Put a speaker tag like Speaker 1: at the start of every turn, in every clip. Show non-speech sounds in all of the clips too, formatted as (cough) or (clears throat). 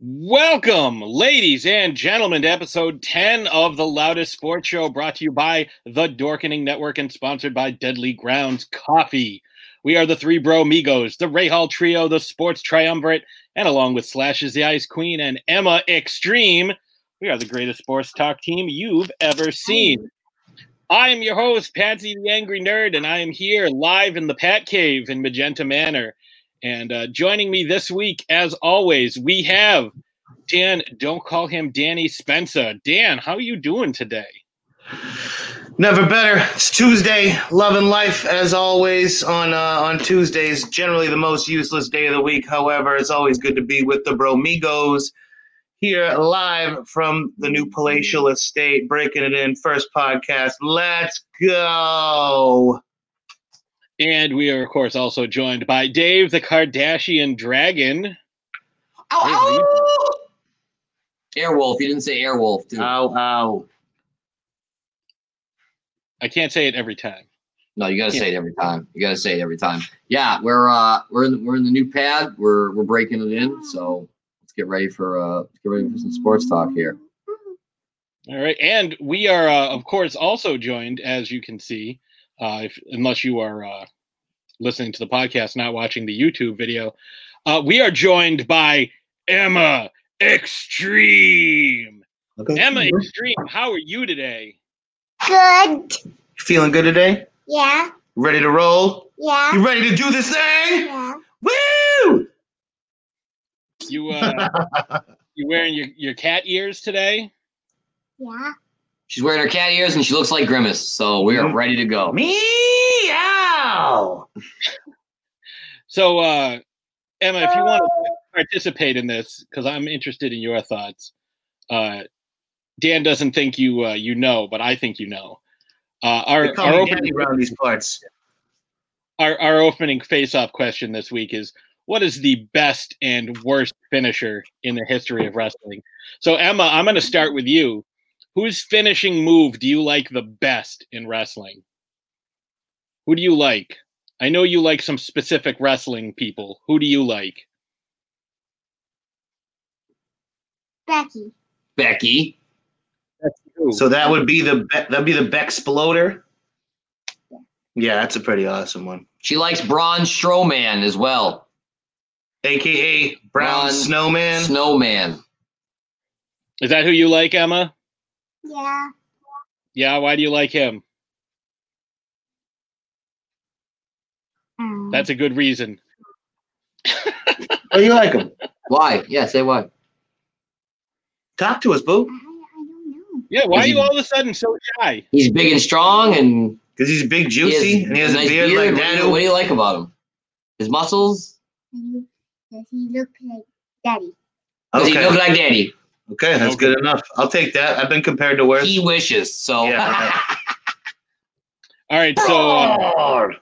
Speaker 1: Welcome, ladies and gentlemen, to episode 10 of the Loudest Sports Show, brought to you by the Dorkening Network and sponsored by Deadly Grounds Coffee. We are the three bro migos, the Ray Hall Trio, the Sports Triumvirate, and along with Slashes the Ice Queen and Emma Extreme, we are the greatest sports talk team you've ever seen. I am your host, Patsy the Angry Nerd, and I am here live in the Pat Cave in Magenta Manor. And uh, joining me this week, as always, we have Dan. Don't call him Danny Spencer. Dan, how are you doing today?
Speaker 2: Never better. It's Tuesday. Loving life as always on uh, on Tuesdays. Generally the most useless day of the week. However, it's always good to be with the Bromigos here live from the new palatial estate. Breaking it in first podcast. Let's go.
Speaker 1: And we are, of course, also joined by Dave, the Kardashian Dragon.
Speaker 3: Ow, ow! Airwolf. You didn't say airwolf, dude.
Speaker 2: Ow ow.
Speaker 1: I can't say it every time.
Speaker 3: no, you gotta
Speaker 1: yeah.
Speaker 3: say it every time. You gotta say it every time. Yeah, we're uh we're in the, we're in the new pad. We're we're breaking it in. So let's get ready for uh let's get ready for some sports talk here.
Speaker 1: All right. And we are, uh, of course, also joined, as you can see, uh, if, unless you are uh, listening to the podcast, not watching the YouTube video, uh, we are joined by Emma Extreme. Emma Extreme, how are you today?
Speaker 4: Good.
Speaker 2: Feeling good today?
Speaker 4: Yeah.
Speaker 2: Ready to roll?
Speaker 4: Yeah.
Speaker 2: You ready to do this thing?
Speaker 4: Yeah.
Speaker 2: Woo!
Speaker 1: You uh, you wearing your, your cat ears today?
Speaker 4: Yeah.
Speaker 3: She's wearing her cat ears and she looks like Grimace. So we are
Speaker 2: Mhm.
Speaker 3: ready to go.
Speaker 2: Meow.
Speaker 1: So, uh, Emma, if you want to participate in this, because I'm interested in your thoughts, uh, Dan doesn't think you uh, you know, but I think you know. Uh,
Speaker 2: They
Speaker 1: our
Speaker 2: call
Speaker 1: our
Speaker 2: me
Speaker 1: opening,
Speaker 2: Daddy around these parts.
Speaker 1: our, our opening face-off question this week is: What is the best and worst finisher in the history of wrestling? So, Emma, I'm going to start with you. Whose finishing move do you like the best in wrestling? Who do you like? I know you like some specific wrestling people. Who do you like?
Speaker 4: Becky.
Speaker 3: Becky.
Speaker 2: So that would be the be- that'd be the Bexploder. Yeah, that's a pretty awesome one.
Speaker 3: She likes Braun Strowman as well.
Speaker 2: AKA Brown
Speaker 3: Ron
Speaker 2: Snowman.
Speaker 3: Snowman.
Speaker 1: Is that who you like, Emma?
Speaker 4: Yeah.
Speaker 1: Yeah, why do you like him?
Speaker 4: Um,
Speaker 1: That's a good reason.
Speaker 2: oh, you like him?
Speaker 3: Why? Yeah, say why.
Speaker 2: Talk to us,
Speaker 4: I,
Speaker 2: boo.
Speaker 4: I don't know.
Speaker 1: Yeah, why are
Speaker 3: Is
Speaker 1: you
Speaker 3: he-
Speaker 1: all of a sudden so shy?
Speaker 3: He's big and strong and
Speaker 2: Because he's big, juicy, and he has a
Speaker 3: nice
Speaker 2: beard, like
Speaker 3: beard. What do you- What do
Speaker 2: that.
Speaker 3: you like about him? His muscles?
Speaker 4: Does he, does he look like daddy?
Speaker 3: Does he look
Speaker 2: Okay,
Speaker 3: like daddy?
Speaker 2: okay, that's good enough. I'll take that. I've been compared to worse.
Speaker 3: He wishes. So (laughs)
Speaker 2: Yeah.
Speaker 1: All right, so uh,
Speaker 2: Roar!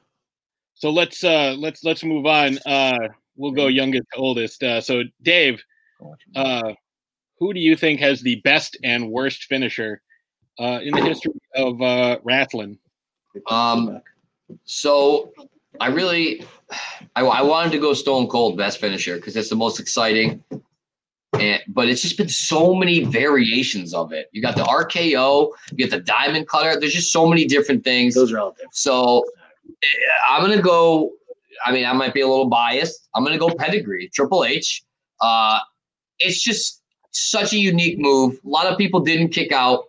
Speaker 1: so let's uh let's let's move on. Uh we'll go
Speaker 3: Mm-hmm.
Speaker 1: youngest to oldest. Uh so Dave, uh who do you think has the best and worst finisher uh in the history of uh wrestling?
Speaker 3: Um, so I really, (sighs) I, I wanted to go Stone Cold best finisher because it's the most exciting, and but it's just been so many variations of it. You got the RKO, you got the Diamond Cutter. There's just so many different things.
Speaker 2: those are all different.
Speaker 3: So eh, I'm gonna go. I mean, I might be a little biased. I'm gonna go pedigree, Triple H. Uh, it's just such a unique move. A lot of people didn't kick out.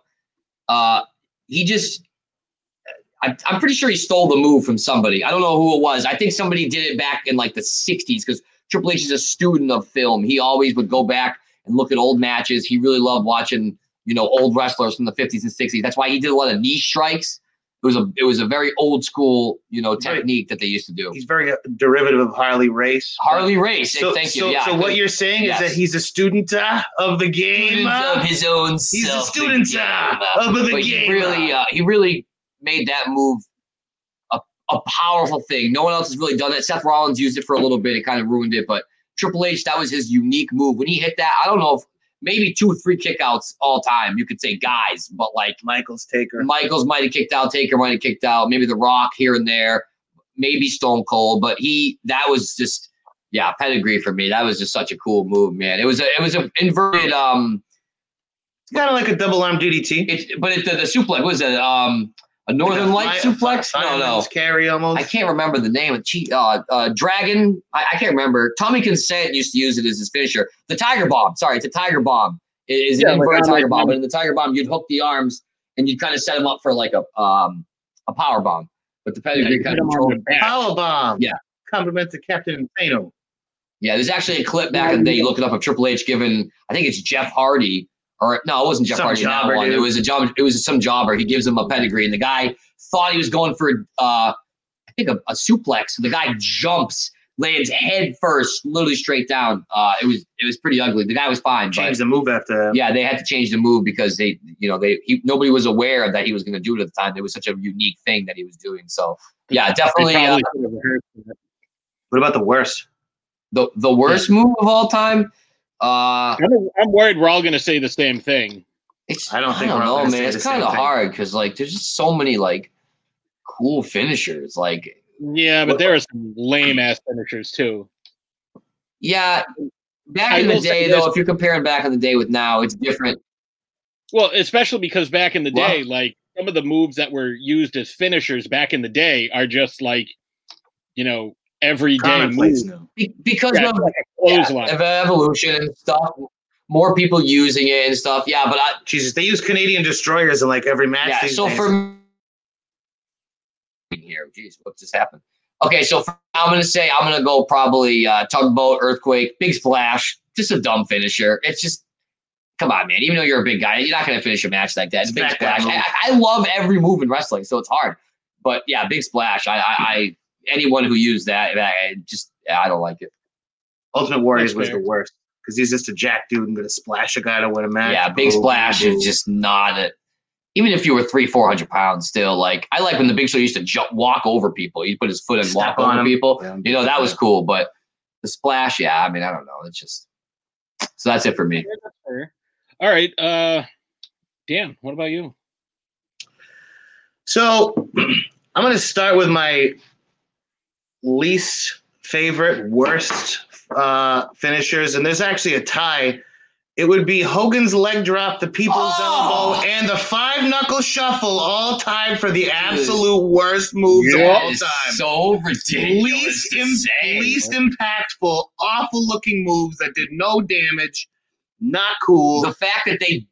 Speaker 3: Uh, he just. I, I'm pretty sure he stole the move from somebody. I don't know who it was. I think somebody did it back in like the 60s because Triple H is a student of film. He always would go back and look at old matches. He really loved watching, you know, old wrestlers from the 50s and 60s. That's why he did a lot of knee strikes. It was a it was a very old school, you know, technique that they used to do.
Speaker 2: He's very uh, derivative of Harley Race.
Speaker 3: Harley Race.
Speaker 2: So,
Speaker 3: thank you.
Speaker 2: so,
Speaker 3: yeah.
Speaker 2: so what you're saying
Speaker 3: Yes.
Speaker 2: is that he's a student uh, of the game.
Speaker 3: student
Speaker 2: uh?
Speaker 3: of his own
Speaker 2: He's a
Speaker 3: self
Speaker 2: student
Speaker 3: again.
Speaker 2: uh, of the
Speaker 3: but
Speaker 2: game.
Speaker 3: he really uh, he really made that move a, a powerful thing. No one else has really done that. Seth Rollins used it for a little bit. It kind of ruined it, but Triple H that was his unique move. When he hit that, I don't know if maybe two or three kickouts all time. You could say guys, but like
Speaker 2: Michael's taker.
Speaker 3: Michaels might have kicked out, Taker might have kicked out, maybe The Rock here and there, maybe Stone Cold, but he that was just yeah, pedigree for me. That was just such a cool move, man. It was a it was an inverted um
Speaker 2: kind of like a double arm DDT.
Speaker 3: it but it the, the suplex was it um a northern
Speaker 2: Like a
Speaker 3: light
Speaker 2: fi-
Speaker 3: suplex? No, no.
Speaker 2: fireman's Carry almost.
Speaker 3: I can't remember the name of cheat uh, uh Dragon. I, I can't remember. Tommy Consent used to use it as his finisher. The Tiger Bomb. Sorry, it's a Tiger Bomb. It is
Speaker 1: Yeah,
Speaker 3: an
Speaker 1: like
Speaker 3: inverted
Speaker 1: on, like,
Speaker 3: Tiger Bomb.
Speaker 1: one-
Speaker 3: But in the Tiger Bomb, you'd hook the arms and you'd kind of set him up for like a um a power bomb. But the
Speaker 1: Yeah,
Speaker 3: pedigree
Speaker 1: you
Speaker 3: kind
Speaker 1: put
Speaker 3: of
Speaker 1: 'em on
Speaker 3: controlled.
Speaker 1: their back.
Speaker 2: Power bomb.
Speaker 3: Yeah.
Speaker 2: Compliments to Captain Infano.
Speaker 3: Yeah, there's actually a clip back in the day. You look it up of Triple H giving, I think it's Jeff Hardy, or no, it wasn't Jeff
Speaker 2: Some
Speaker 3: Hardy. in That
Speaker 2: jobber,
Speaker 3: one. It
Speaker 2: dude.
Speaker 3: was a job. It was some jobber. He gives him a pedigree, and the guy thought he was going for, uh, I think, a, a suplex. The guy jumps, lands head first, literally straight down. Uh, it was it was pretty ugly. The guy was fine, but
Speaker 2: Changed the move after that.
Speaker 3: yeah, they had to change the move because they, you know, they he, nobody was aware that he was going to do it at the time. It was such a unique thing that he was doing. So yeah,
Speaker 1: They
Speaker 3: definitely. uh,
Speaker 1: probably should have rehearsed that.
Speaker 2: What about the worst?
Speaker 3: the the worst move of all time. Uh,
Speaker 1: I'm, I'm worried we're all going to say the same thing.
Speaker 3: it's
Speaker 2: I don't think
Speaker 3: I
Speaker 2: we're
Speaker 3: don't
Speaker 2: all
Speaker 3: know,
Speaker 2: gonna
Speaker 3: man.
Speaker 2: say
Speaker 3: It's
Speaker 2: the same
Speaker 3: kind of
Speaker 2: thing.
Speaker 3: hard because like there's just so many like cool finishers. Like
Speaker 1: Yeah, but there are some lame ass finishers too.
Speaker 3: yeah, back
Speaker 1: I
Speaker 3: in the
Speaker 1: will say
Speaker 3: day though,
Speaker 1: this-
Speaker 3: if you're comparing back in the day with now, it's different.
Speaker 1: Well, especially because back in the
Speaker 3: Wow.
Speaker 1: day, like some of the moves that were used as finishers back in the day are just like, you know, everyday moves.
Speaker 2: Commonplace now.
Speaker 3: Be- because
Speaker 1: Yeah,
Speaker 3: of
Speaker 1: it's like a
Speaker 3: yeah,
Speaker 1: clothesline.
Speaker 3: of evolution and stuff. More people using it and stuff. Yeah, but I,
Speaker 2: Jesus, they use Canadian destroyers in like every match.
Speaker 3: yeah.
Speaker 2: these
Speaker 3: So
Speaker 2: days.
Speaker 3: for me here, geez, what just happened? Okay, so for, I'm gonna say I'm gonna go probably uh, tugboat, earthquake, big splash. Just a dumb finisher. It's just come on, man. Even though you're a big guy, you're not gonna finish a match like that. It's a big
Speaker 2: Smackdown
Speaker 3: splash.
Speaker 2: move.
Speaker 3: I, I love every move in wrestling, so it's hard. But yeah, big splash. I, I, I anyone who used that, I just I don't like it.
Speaker 2: Ultimate Warriors
Speaker 1: That's
Speaker 2: was
Speaker 1: fair.
Speaker 2: the worst because he's just a jack dude and gonna splash a guy to win a match.
Speaker 3: Yeah, big
Speaker 2: Boo,
Speaker 3: splash
Speaker 2: boo.
Speaker 3: is just not it. Even if you were three, four hundred pounds, still like I like when the Big Show used to jump, walk over people. He'd put his foot and
Speaker 2: Step
Speaker 3: walk over
Speaker 2: on 'em.
Speaker 3: people.
Speaker 2: Yeah.
Speaker 3: You know that was cool, but the splash, yeah. I mean, I don't know. It's just so that's it for me.
Speaker 1: Yeah, that's fair. All right, uh, Dan, what about you?
Speaker 2: So (clears throat) I'm going to start with my least favorite, worst uh, finishers, and there's actually a tie. It would be Hogan's leg drop, the people's
Speaker 3: Oh.
Speaker 2: elbow, and the five knuckle shuffle, all tied for the absolute worst moves
Speaker 1: Yeah.
Speaker 2: of all
Speaker 3: That is
Speaker 2: time.
Speaker 3: so ridiculous.
Speaker 2: least,
Speaker 3: to
Speaker 2: im-
Speaker 3: say.
Speaker 2: least impactful, awful looking moves that did no damage. Not cool.
Speaker 3: the fact that they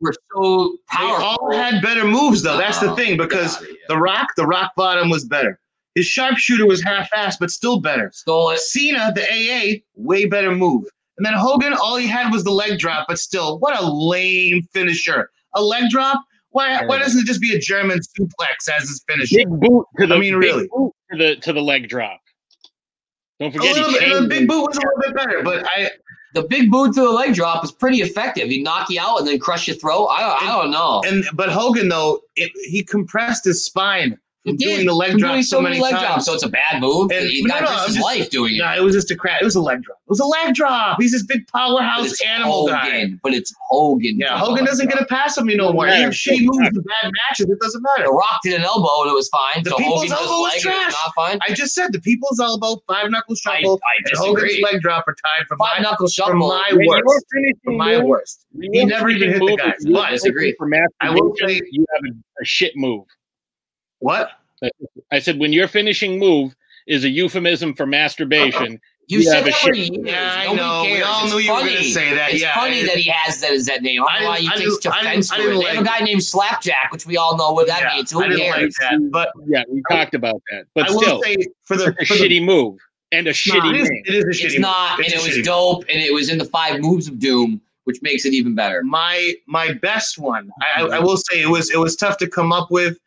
Speaker 3: were so
Speaker 2: They
Speaker 3: powerful.
Speaker 2: all had better moves though. That's the
Speaker 3: Oh,
Speaker 2: thing
Speaker 3: get
Speaker 2: because
Speaker 3: outta here.
Speaker 2: the Rock, the Rock Bottom was better. His sharpshooter was half-assed, but still better.
Speaker 3: stole it.
Speaker 2: Cena, the AA, way better move. And then Hogan, all he had was the leg drop, but still, what a lame finisher. A leg drop? Why, why doesn't it just be a German suplex as his finisher?
Speaker 1: Big boot to the
Speaker 2: I mean,
Speaker 1: big
Speaker 2: really.
Speaker 1: boot to the to the leg drop. Don't
Speaker 2: A
Speaker 1: forget, he
Speaker 2: little bit,
Speaker 1: changed
Speaker 2: the big
Speaker 1: it.
Speaker 2: boot was a little bit better, but I
Speaker 3: The big boot to the leg drop was pretty effective. He'd knock you out and then crush your throat. I don't, I don't know.
Speaker 2: and but Hogan though it, he compressed his spine
Speaker 3: He
Speaker 2: from
Speaker 3: did,
Speaker 2: doing the leg
Speaker 3: from
Speaker 2: drop
Speaker 3: doing
Speaker 2: so many
Speaker 3: leg
Speaker 2: times.
Speaker 3: drops, so it's a bad move.
Speaker 2: And-
Speaker 3: he
Speaker 2: no,
Speaker 3: got
Speaker 2: no,
Speaker 3: risked
Speaker 2: I'm
Speaker 3: his
Speaker 2: just-
Speaker 3: life doing it.
Speaker 2: No, it was just a crap. It was a leg drop. It was a leg drop. He's this big
Speaker 3: But
Speaker 2: powerhouse
Speaker 3: it's
Speaker 2: animal guy.
Speaker 3: Hogan, but it's Hogan.
Speaker 2: Yeah, Hogan doesn't get a pass on me no
Speaker 1: Doesn't
Speaker 2: more.
Speaker 1: matter.
Speaker 2: Even if she moves the bad matches, it doesn't
Speaker 3: The
Speaker 2: matter.
Speaker 3: Rock did an elbow and it was fine.
Speaker 2: The
Speaker 3: so
Speaker 2: people's
Speaker 3: Hogan does
Speaker 2: elbow was
Speaker 3: leg and it's
Speaker 2: trash.
Speaker 3: Not fine.
Speaker 2: I just said the people's elbow, five knuckle
Speaker 3: I,
Speaker 2: shuffle,
Speaker 3: I
Speaker 2: and Hogan's
Speaker 3: disagree.
Speaker 2: leg drop are tied for
Speaker 3: Five
Speaker 2: my,
Speaker 3: knuckle
Speaker 2: for
Speaker 3: shuffle.
Speaker 2: my
Speaker 1: When you're
Speaker 2: worst.
Speaker 1: finishing
Speaker 2: For my
Speaker 1: moves-
Speaker 2: worst.
Speaker 1: when
Speaker 2: He
Speaker 1: you're
Speaker 2: never even
Speaker 1: finishing
Speaker 2: hit the
Speaker 1: moves,
Speaker 2: guys,
Speaker 1: you
Speaker 2: but-
Speaker 1: have a technique for
Speaker 2: I will say-
Speaker 1: masturbation, you have a, a shit move.
Speaker 2: What?
Speaker 1: I said when your finishing move is a euphemism for masturbation.
Speaker 3: You
Speaker 1: Yeah,
Speaker 3: said
Speaker 1: but
Speaker 3: that for years.
Speaker 2: Yeah, I
Speaker 3: Nobody
Speaker 2: know.
Speaker 3: Cares.
Speaker 2: We all
Speaker 3: it's
Speaker 2: knew you were
Speaker 3: funny.
Speaker 2: going to say that.
Speaker 3: It's
Speaker 2: yeah,
Speaker 3: funny
Speaker 2: it-
Speaker 3: that he has that as that name. I don't know
Speaker 2: I
Speaker 3: why you
Speaker 2: didn't- I
Speaker 3: takes
Speaker 2: didn't- I
Speaker 3: offense
Speaker 2: didn't- I
Speaker 3: to it.
Speaker 2: didn't
Speaker 3: They have a
Speaker 2: like-
Speaker 3: guy named Slapjack, which we all know what that
Speaker 2: yeah,
Speaker 3: means. Who
Speaker 2: I didn't like
Speaker 3: cares?
Speaker 2: that. But
Speaker 1: Yeah, we talked about that, but
Speaker 2: I will
Speaker 1: still,
Speaker 2: say for the,
Speaker 1: a
Speaker 2: for the
Speaker 1: shitty move and a shitty
Speaker 2: it is,
Speaker 1: name.
Speaker 2: it is a shitty.
Speaker 3: it's
Speaker 2: move.
Speaker 3: not, and
Speaker 2: It's a
Speaker 3: it was
Speaker 2: shitty move.
Speaker 3: dope, and it was in the five moves of Doom, which makes it even better.
Speaker 2: my my best one. I, I, I will say it was it was tough to come up with.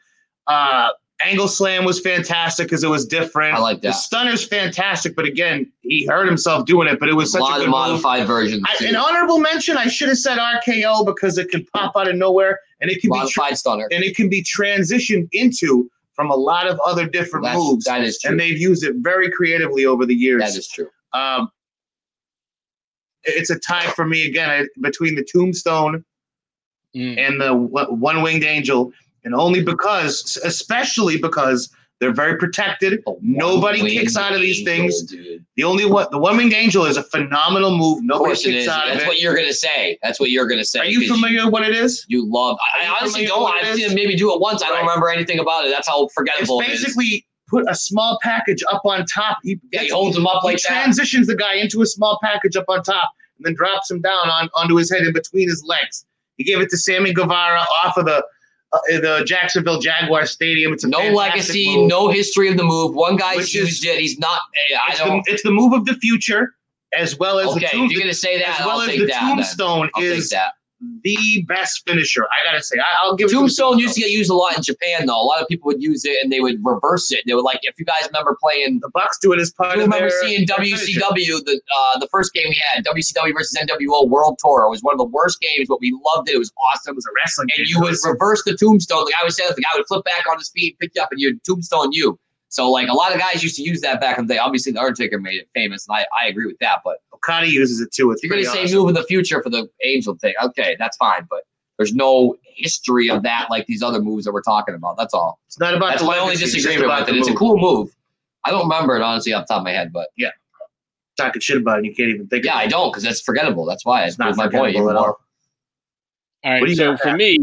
Speaker 2: Uh, Angle slam was fantastic because it was different.
Speaker 3: I like
Speaker 2: The
Speaker 3: that.
Speaker 2: stunner's fantastic, but again, he hurt himself doing it. But it was
Speaker 3: a
Speaker 2: such
Speaker 3: lot
Speaker 2: a
Speaker 3: of
Speaker 2: good move.
Speaker 3: modified versions.
Speaker 2: I,
Speaker 3: too.
Speaker 2: an honorable mention. I should have said RKO because it can pop out of nowhere and it can be tra-
Speaker 3: modified stunner.
Speaker 2: and it can be transitioned into from a lot of other different
Speaker 3: That's,
Speaker 2: moves.
Speaker 3: that is true.
Speaker 2: and they've used it very creatively over the years.
Speaker 3: that is true.
Speaker 2: Um, it's a tie for me again I, between the tombstone
Speaker 1: Mm.
Speaker 2: and the one winged angel, and only because, especially because They're very protected.
Speaker 3: The
Speaker 2: Nobody
Speaker 3: one-winged
Speaker 2: kicks out of these
Speaker 3: angel,
Speaker 2: things.
Speaker 3: dude.
Speaker 2: The only one, the one winged angel is a phenomenal move.
Speaker 3: Of
Speaker 2: Nobody
Speaker 3: course it
Speaker 2: kicks
Speaker 3: is.
Speaker 2: out of
Speaker 3: That's
Speaker 2: it.
Speaker 3: what you're gonna say. That's what you're gonna say.
Speaker 2: Are you
Speaker 3: 'cause
Speaker 2: familiar with what it is?
Speaker 3: You love. I,
Speaker 2: Are you
Speaker 3: I honestly
Speaker 2: familiar
Speaker 3: don't.
Speaker 2: with
Speaker 3: I've
Speaker 2: this?
Speaker 3: seen it maybe do it once. I don't
Speaker 2: Right.
Speaker 3: remember anything about it. That's how
Speaker 2: It's
Speaker 3: forgettable it is.
Speaker 2: basically put a small package up on top. He,
Speaker 3: Yeah, he holds them up
Speaker 2: he
Speaker 3: like that.
Speaker 2: transitions the guy into a small package up on top and then drops him down on onto his head in between his legs. He gave it to Sammy Guevara off of the uh, the Jacksonville Jaguar Stadium. It's a
Speaker 3: No
Speaker 2: fantastic
Speaker 3: legacy,
Speaker 2: move.
Speaker 3: no history of the move. One guy's
Speaker 2: Which is-
Speaker 3: used it. He's not. eh, I
Speaker 2: It's
Speaker 3: don't.
Speaker 2: the, it's the move of the future, as well as
Speaker 3: okay,
Speaker 2: the
Speaker 3: if
Speaker 2: tomb,
Speaker 3: you're gonna say
Speaker 2: as
Speaker 3: that,
Speaker 2: well
Speaker 3: I'll
Speaker 2: as
Speaker 3: take
Speaker 2: the
Speaker 3: that. then.
Speaker 2: tombstone
Speaker 3: I'll take
Speaker 2: is
Speaker 3: that.
Speaker 2: the best finisher. I gotta say, I, I'll give it to the
Speaker 3: Tombstone used to get used a lot in Japan, though. A lot of people would use it and they would reverse it. They would like, if you guys remember playing,
Speaker 2: the Bucks do it as part
Speaker 3: I
Speaker 2: of
Speaker 3: remember
Speaker 2: their
Speaker 3: seeing
Speaker 2: their finisher.
Speaker 3: WCW the uh, the first game we had, WCW versus NWO World Tour. It was one of the worst games, but we loved it. It was awesome. It was a
Speaker 2: wrestling
Speaker 3: and
Speaker 2: game.
Speaker 3: you would reverse the tombstone. The guy would say that the guy would flip back on his feet, pick you up, and you'd tombstone you. So like a lot of guys used to use that back in the day. Obviously, the Undertaker made it famous, and I, I agree with that. But
Speaker 2: Okada uses it too. It's
Speaker 3: if you're gonna
Speaker 2: pretty
Speaker 3: say
Speaker 2: awesome.
Speaker 3: move in the future for the Angel thing, okay, that's fine. But there's no history of that like these other moves that we're talking about. That's all.
Speaker 2: It's not about
Speaker 3: That's
Speaker 2: the
Speaker 3: my only
Speaker 2: legacy, it's just
Speaker 3: disagreement
Speaker 2: about
Speaker 3: with
Speaker 2: the
Speaker 3: it. It's a
Speaker 2: move.
Speaker 3: cool move. I don't remember it honestly off the top of my head, but
Speaker 2: talking shit about it. You can't even think.
Speaker 3: yeah,
Speaker 2: about
Speaker 3: I
Speaker 2: it.
Speaker 3: don't because that's forgettable. That's why it's
Speaker 2: It's not
Speaker 3: my point.
Speaker 2: forgettable
Speaker 3: even
Speaker 2: at all.
Speaker 3: more.
Speaker 1: All
Speaker 2: What do
Speaker 1: right.
Speaker 2: you
Speaker 1: So
Speaker 2: got
Speaker 1: for me,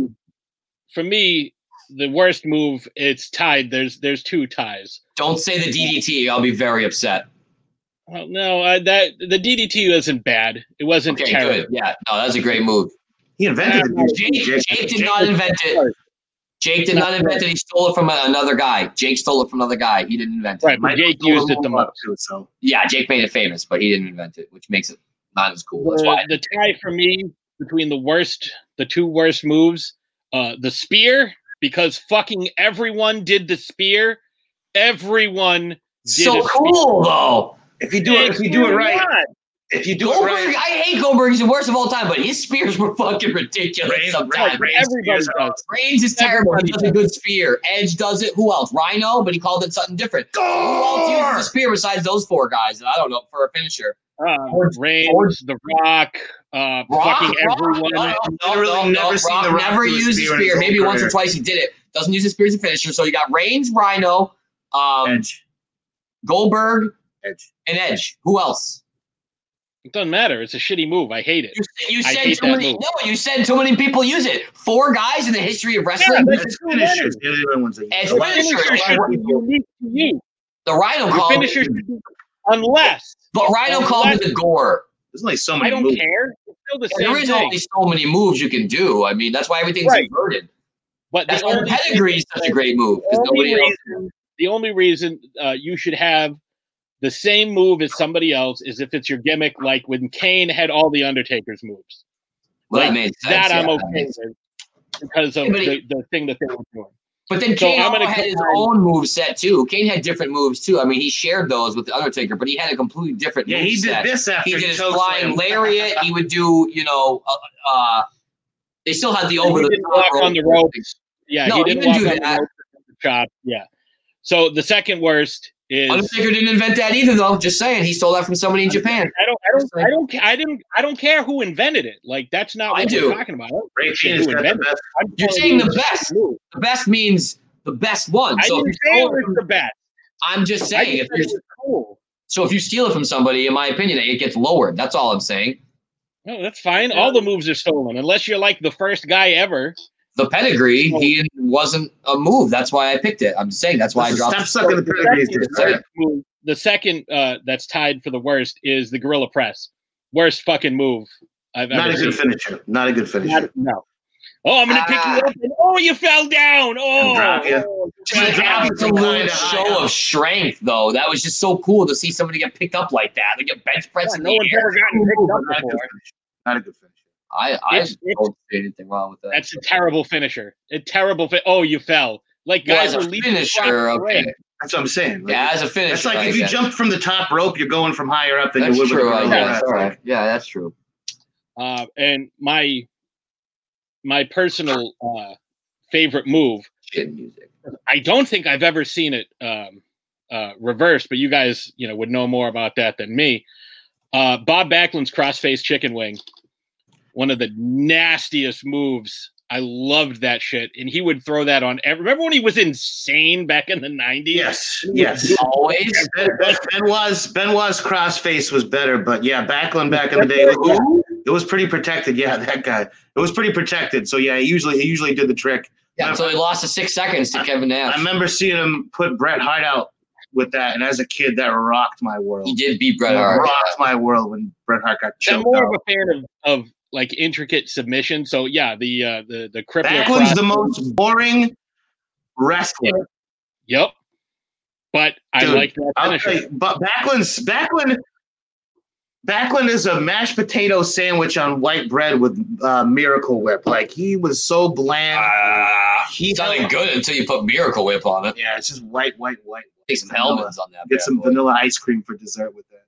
Speaker 1: for me, the worst move. It's tied. There's there's two ties.
Speaker 3: Don't say the DDT. I'll be very upset.
Speaker 1: Well, no, I, that the DDT wasn't bad. It wasn't
Speaker 3: Okay,
Speaker 1: terrible.
Speaker 3: good. Yeah, no, that's a great move.
Speaker 2: He invented
Speaker 1: Yeah,
Speaker 2: it.
Speaker 3: Jake, Jake did not invent it. Jake did not invent it. He stole it from a- another guy. Jake stole it from another guy. He didn't invent it.
Speaker 1: Right, but Jake used it the most.
Speaker 2: Too, so
Speaker 3: Yeah, Jake made it famous, but he didn't invent it, which makes it not as cool. That's why.
Speaker 1: The, the tie for me between the worst, the two worst moves, uh, the spear because fucking everyone did the spear. Everyone. Did
Speaker 3: So
Speaker 1: a spear.
Speaker 3: cool though.
Speaker 2: if you do it, if you do it right, if you do it
Speaker 3: Goldberg,
Speaker 2: right,
Speaker 3: I hate Goldberg. He's the worst of all time, but his spears were fucking ridiculous
Speaker 2: Reigns-
Speaker 3: sometimes.
Speaker 1: Reigns-
Speaker 2: Spears
Speaker 1: Everybody
Speaker 2: are
Speaker 1: does.
Speaker 2: awesome.
Speaker 3: Reigns is terrible. He does a good spear. Edge does it. Who else? Rhino, but he called it something different. Who else uses a spear besides those four guys? I don't know for a finisher.
Speaker 1: Uh,
Speaker 3: Ford-
Speaker 1: Reigns, The Rock, uh,
Speaker 3: Rock,
Speaker 1: fucking
Speaker 3: Rock,
Speaker 1: everyone.
Speaker 3: no, no,
Speaker 2: Literally
Speaker 3: no, no,
Speaker 2: never seen
Speaker 3: Rock
Speaker 2: The Rock
Speaker 3: never
Speaker 2: do a
Speaker 3: used
Speaker 2: spear in his
Speaker 3: spear.
Speaker 2: whole
Speaker 3: Maybe once or
Speaker 2: career.
Speaker 3: twice he did it. Doesn't use a spear as a finisher. So you got Reigns, Rhino, um,
Speaker 2: Edge,
Speaker 3: Goldberg,
Speaker 2: Edge.
Speaker 3: and Edge. Who else?
Speaker 1: It doesn't matter. It's a shitty move. I hate it.
Speaker 3: You, said- you
Speaker 1: I
Speaker 3: said
Speaker 1: hate
Speaker 3: too
Speaker 1: that
Speaker 3: many.
Speaker 1: move.
Speaker 3: No, you said too many people use it. Four guys in the history of wrestling.
Speaker 1: Yeah,
Speaker 2: It's finishes. They're the only ones that-
Speaker 3: Edge
Speaker 2: a lot of
Speaker 3: finisher.
Speaker 2: people-
Speaker 1: should be unique to you.
Speaker 3: the Rhino
Speaker 1: Your
Speaker 3: called,
Speaker 1: finisher should be unless
Speaker 3: but Rhino called it the Gore.
Speaker 2: There's only so
Speaker 1: I
Speaker 2: many
Speaker 1: don't
Speaker 2: moves.
Speaker 1: care. It's still the
Speaker 3: There
Speaker 1: same
Speaker 3: is
Speaker 1: thing.
Speaker 3: only so many moves you can do. I mean, that's why everything's
Speaker 1: Right.
Speaker 3: inverted.
Speaker 1: But
Speaker 3: That's
Speaker 1: the
Speaker 3: why the
Speaker 1: only-
Speaker 3: pedigree is such a great move
Speaker 1: the
Speaker 3: because
Speaker 1: only
Speaker 3: nobody else.
Speaker 1: reason, the only reason uh, you should have the same move as somebody else is if it's your gimmick, like when Kane had all the Undertaker's moves.
Speaker 3: Well, that
Speaker 1: Like,
Speaker 3: makes sense.
Speaker 1: That
Speaker 3: yeah,
Speaker 1: I'm
Speaker 3: that
Speaker 1: okay
Speaker 3: makes
Speaker 1: with because of
Speaker 3: Yeah, but
Speaker 1: the, the thing that they were doing.
Speaker 3: But then
Speaker 1: So
Speaker 3: Kane
Speaker 1: I'm gonna
Speaker 3: also had his
Speaker 1: combine-
Speaker 3: own move set too. Kane had different moves too. I mean, he shared those with the Undertaker, but he had a completely different.
Speaker 2: Yeah,
Speaker 3: move
Speaker 2: he did
Speaker 3: set.
Speaker 2: this after
Speaker 3: He did his
Speaker 2: chokeslammed.
Speaker 3: flying lariat. He would do, you know, uh, uh they still had the over
Speaker 1: he
Speaker 3: the
Speaker 1: didn't
Speaker 3: top
Speaker 1: walk on the ropes. Yeah,
Speaker 3: No,
Speaker 1: he
Speaker 3: he
Speaker 1: didn't walk
Speaker 3: didn't do
Speaker 1: on
Speaker 3: that.
Speaker 1: the ropes with the chop. Yeah. So the second worst is
Speaker 3: Undertaker didn't invent that either, though. Just saying, he stole that from somebody in Japan.
Speaker 1: I don't, I don't, I don't, ca- I didn't, I don't care who invented it. Like that's not
Speaker 3: I
Speaker 1: what
Speaker 3: do.
Speaker 1: we're talking about. I don't
Speaker 2: Ray
Speaker 1: give a
Speaker 2: Phoenix
Speaker 1: shit who
Speaker 2: got the
Speaker 1: invented it.
Speaker 2: best.
Speaker 1: I'm
Speaker 3: You're
Speaker 1: telling
Speaker 3: saying
Speaker 1: you
Speaker 3: the
Speaker 1: it's a
Speaker 3: best.
Speaker 1: move.
Speaker 3: The best means the best one.
Speaker 1: I
Speaker 3: So if
Speaker 1: didn't
Speaker 3: you
Speaker 1: say it
Speaker 3: stole it
Speaker 1: was
Speaker 3: from,
Speaker 1: the best.
Speaker 3: I'm just
Speaker 1: I
Speaker 3: saying,
Speaker 1: just
Speaker 3: if
Speaker 1: said it
Speaker 3: you're,
Speaker 1: was cool.
Speaker 3: so if you steal it from somebody, in my opinion, it gets lowered. That's all I'm saying.
Speaker 1: No, that's fine. All the moves are stolen unless you're like the first guy ever.
Speaker 3: the pedigree he wasn't a move. That's why I picked it. I'm saying that's why I dropped.
Speaker 2: Stop sucking the pedigrees,
Speaker 1: The
Speaker 2: dude.
Speaker 1: second move- the second uh, that's tied for the worst is the gorilla press. Worst fucking move I've
Speaker 2: Not
Speaker 1: ever
Speaker 2: a
Speaker 1: seen.
Speaker 2: good finisher. Not a good finisher.
Speaker 1: Not- no. Oh, I'm gonna
Speaker 3: Ah.
Speaker 1: pick you up. And, oh, you fell down. Oh,
Speaker 2: drop ya.
Speaker 1: oh,
Speaker 3: Just an
Speaker 2: Yeah.
Speaker 3: absolute
Speaker 2: Yeah.
Speaker 3: show of strength, though. That was just so cool to see somebody get picked up like that. They get bench pressed
Speaker 1: God,
Speaker 3: in
Speaker 1: no
Speaker 3: the
Speaker 1: one's
Speaker 3: air.
Speaker 1: ever gotten picked up
Speaker 2: Not a good
Speaker 1: before.
Speaker 2: finisher. Not a good finisher.
Speaker 3: I, I
Speaker 1: It's- it's-
Speaker 3: don't see anything wrong with that.
Speaker 1: That's a terrible finisher. A terrible. Fi- oh, you fell. Like
Speaker 3: Well,
Speaker 1: guys
Speaker 3: as a
Speaker 1: were leaping
Speaker 3: finisher,
Speaker 1: across the
Speaker 3: okay.
Speaker 1: ring.
Speaker 2: That's what I'm saying. Like,
Speaker 3: Yeah, as a finisher.
Speaker 2: That's like
Speaker 3: I
Speaker 2: if you
Speaker 3: guess.
Speaker 2: jump from the top rope, you're going from higher up than
Speaker 3: That's
Speaker 2: you would
Speaker 3: true,
Speaker 2: with
Speaker 3: I
Speaker 2: a
Speaker 3: guess.
Speaker 2: yeah,
Speaker 3: All right. Yeah, that's true.
Speaker 1: Uh, and my my personal uh, favorite move
Speaker 3: Shit music.
Speaker 1: I don't think I've ever seen it um, uh, reversed, but you guys, you know, would know more about that than me. Uh, Bob Backlund's crossface chicken wing, one of the nastiest moves I loved that shit, and he would throw that on. ev- Remember when he was insane back in the nineties?
Speaker 2: Yes, yes.
Speaker 3: Always.
Speaker 2: Ben, ben, Benoit's, Benoit's crossface was better, but yeah, Backlund back in the day, it was, it was pretty protected. Yeah, that guy, it was pretty protected. So yeah, he usually he usually did the trick.
Speaker 3: Yeah, so he lost to six seconds to Kevin
Speaker 2: I
Speaker 3: Nash.
Speaker 2: remember seeing him put Bret Hart out with that, and as a kid, that rocked my world.
Speaker 3: He did beat Bret
Speaker 2: That
Speaker 3: Hart.
Speaker 2: rocked my world when Bret Hart
Speaker 1: I'm
Speaker 2: got choked
Speaker 1: more
Speaker 2: out.
Speaker 1: of a fan of, of like intricate submission. So yeah, the uh, the the crippler.
Speaker 2: Backlund's the
Speaker 1: cross-
Speaker 2: most boring wrestler.
Speaker 1: Yep. But I
Speaker 2: Dude,
Speaker 1: like that
Speaker 2: I'll
Speaker 1: finisher.
Speaker 2: tell you, but Backlund's Backlund Backlund is a mashed potato sandwich on white bread with uh, Miracle Whip. Like he was so bland.
Speaker 3: Ah,
Speaker 2: he
Speaker 3: It sounded good until you put Miracle Whip on it.
Speaker 2: Yeah, it's just white, white, white.
Speaker 3: Take some
Speaker 2: Vanilla.
Speaker 3: Hellman's on that.
Speaker 2: Get
Speaker 3: bad
Speaker 2: some
Speaker 3: boy.
Speaker 2: vanilla ice cream for dessert with that.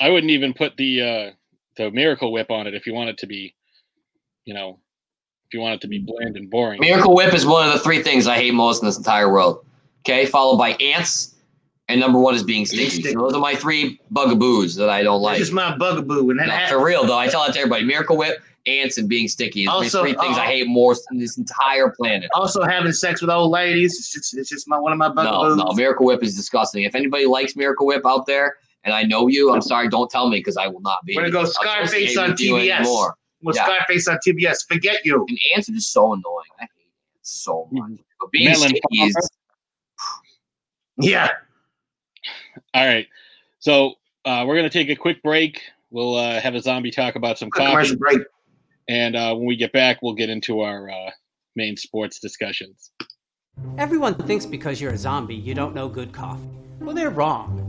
Speaker 1: I wouldn't even put the uh the miracle whip on it if you want it to be, you know, if you want it to be bland and boring.
Speaker 3: Miracle Whip is one of the three things I hate most in this entire world. Okay, followed by ants, and number one is being stinky. So those are my three bugaboos that I don't
Speaker 2: That's
Speaker 3: like.
Speaker 2: just my bugaboo. And that
Speaker 3: No,
Speaker 2: hat-
Speaker 3: for real though, I tell that to everybody: Miracle Whip, ants, and being stinky. These
Speaker 2: Also,
Speaker 3: three things
Speaker 2: uh,
Speaker 3: I hate more than this entire planet.
Speaker 2: also having sex with old ladies. It's just, it's just my one of my
Speaker 3: No,
Speaker 2: bugaboos.
Speaker 3: no, Miracle Whip is disgusting. If anybody likes Miracle Whip out there, and I know you, I'm sorry, don't tell me because I will not be.
Speaker 2: We're gonna go
Speaker 3: associated
Speaker 2: Scarface on
Speaker 3: with you
Speaker 2: TBS.
Speaker 3: anymore.
Speaker 2: with
Speaker 3: yeah.
Speaker 2: Scarface on TBS. Forget you.
Speaker 3: And ants are just so annoying. I hate ants so much. But being
Speaker 1: Melon
Speaker 3: stinky is
Speaker 2: Yeah.
Speaker 1: All right. So uh, we're gonna take a quick break. We'll uh, have a zombie talk about some
Speaker 2: Quick
Speaker 1: coffee,
Speaker 2: commercial break.
Speaker 1: and uh, when we get back, we'll get into our uh, main sports discussions.
Speaker 5: Everyone thinks because you're a zombie, you don't know good coffee. Well, they're wrong.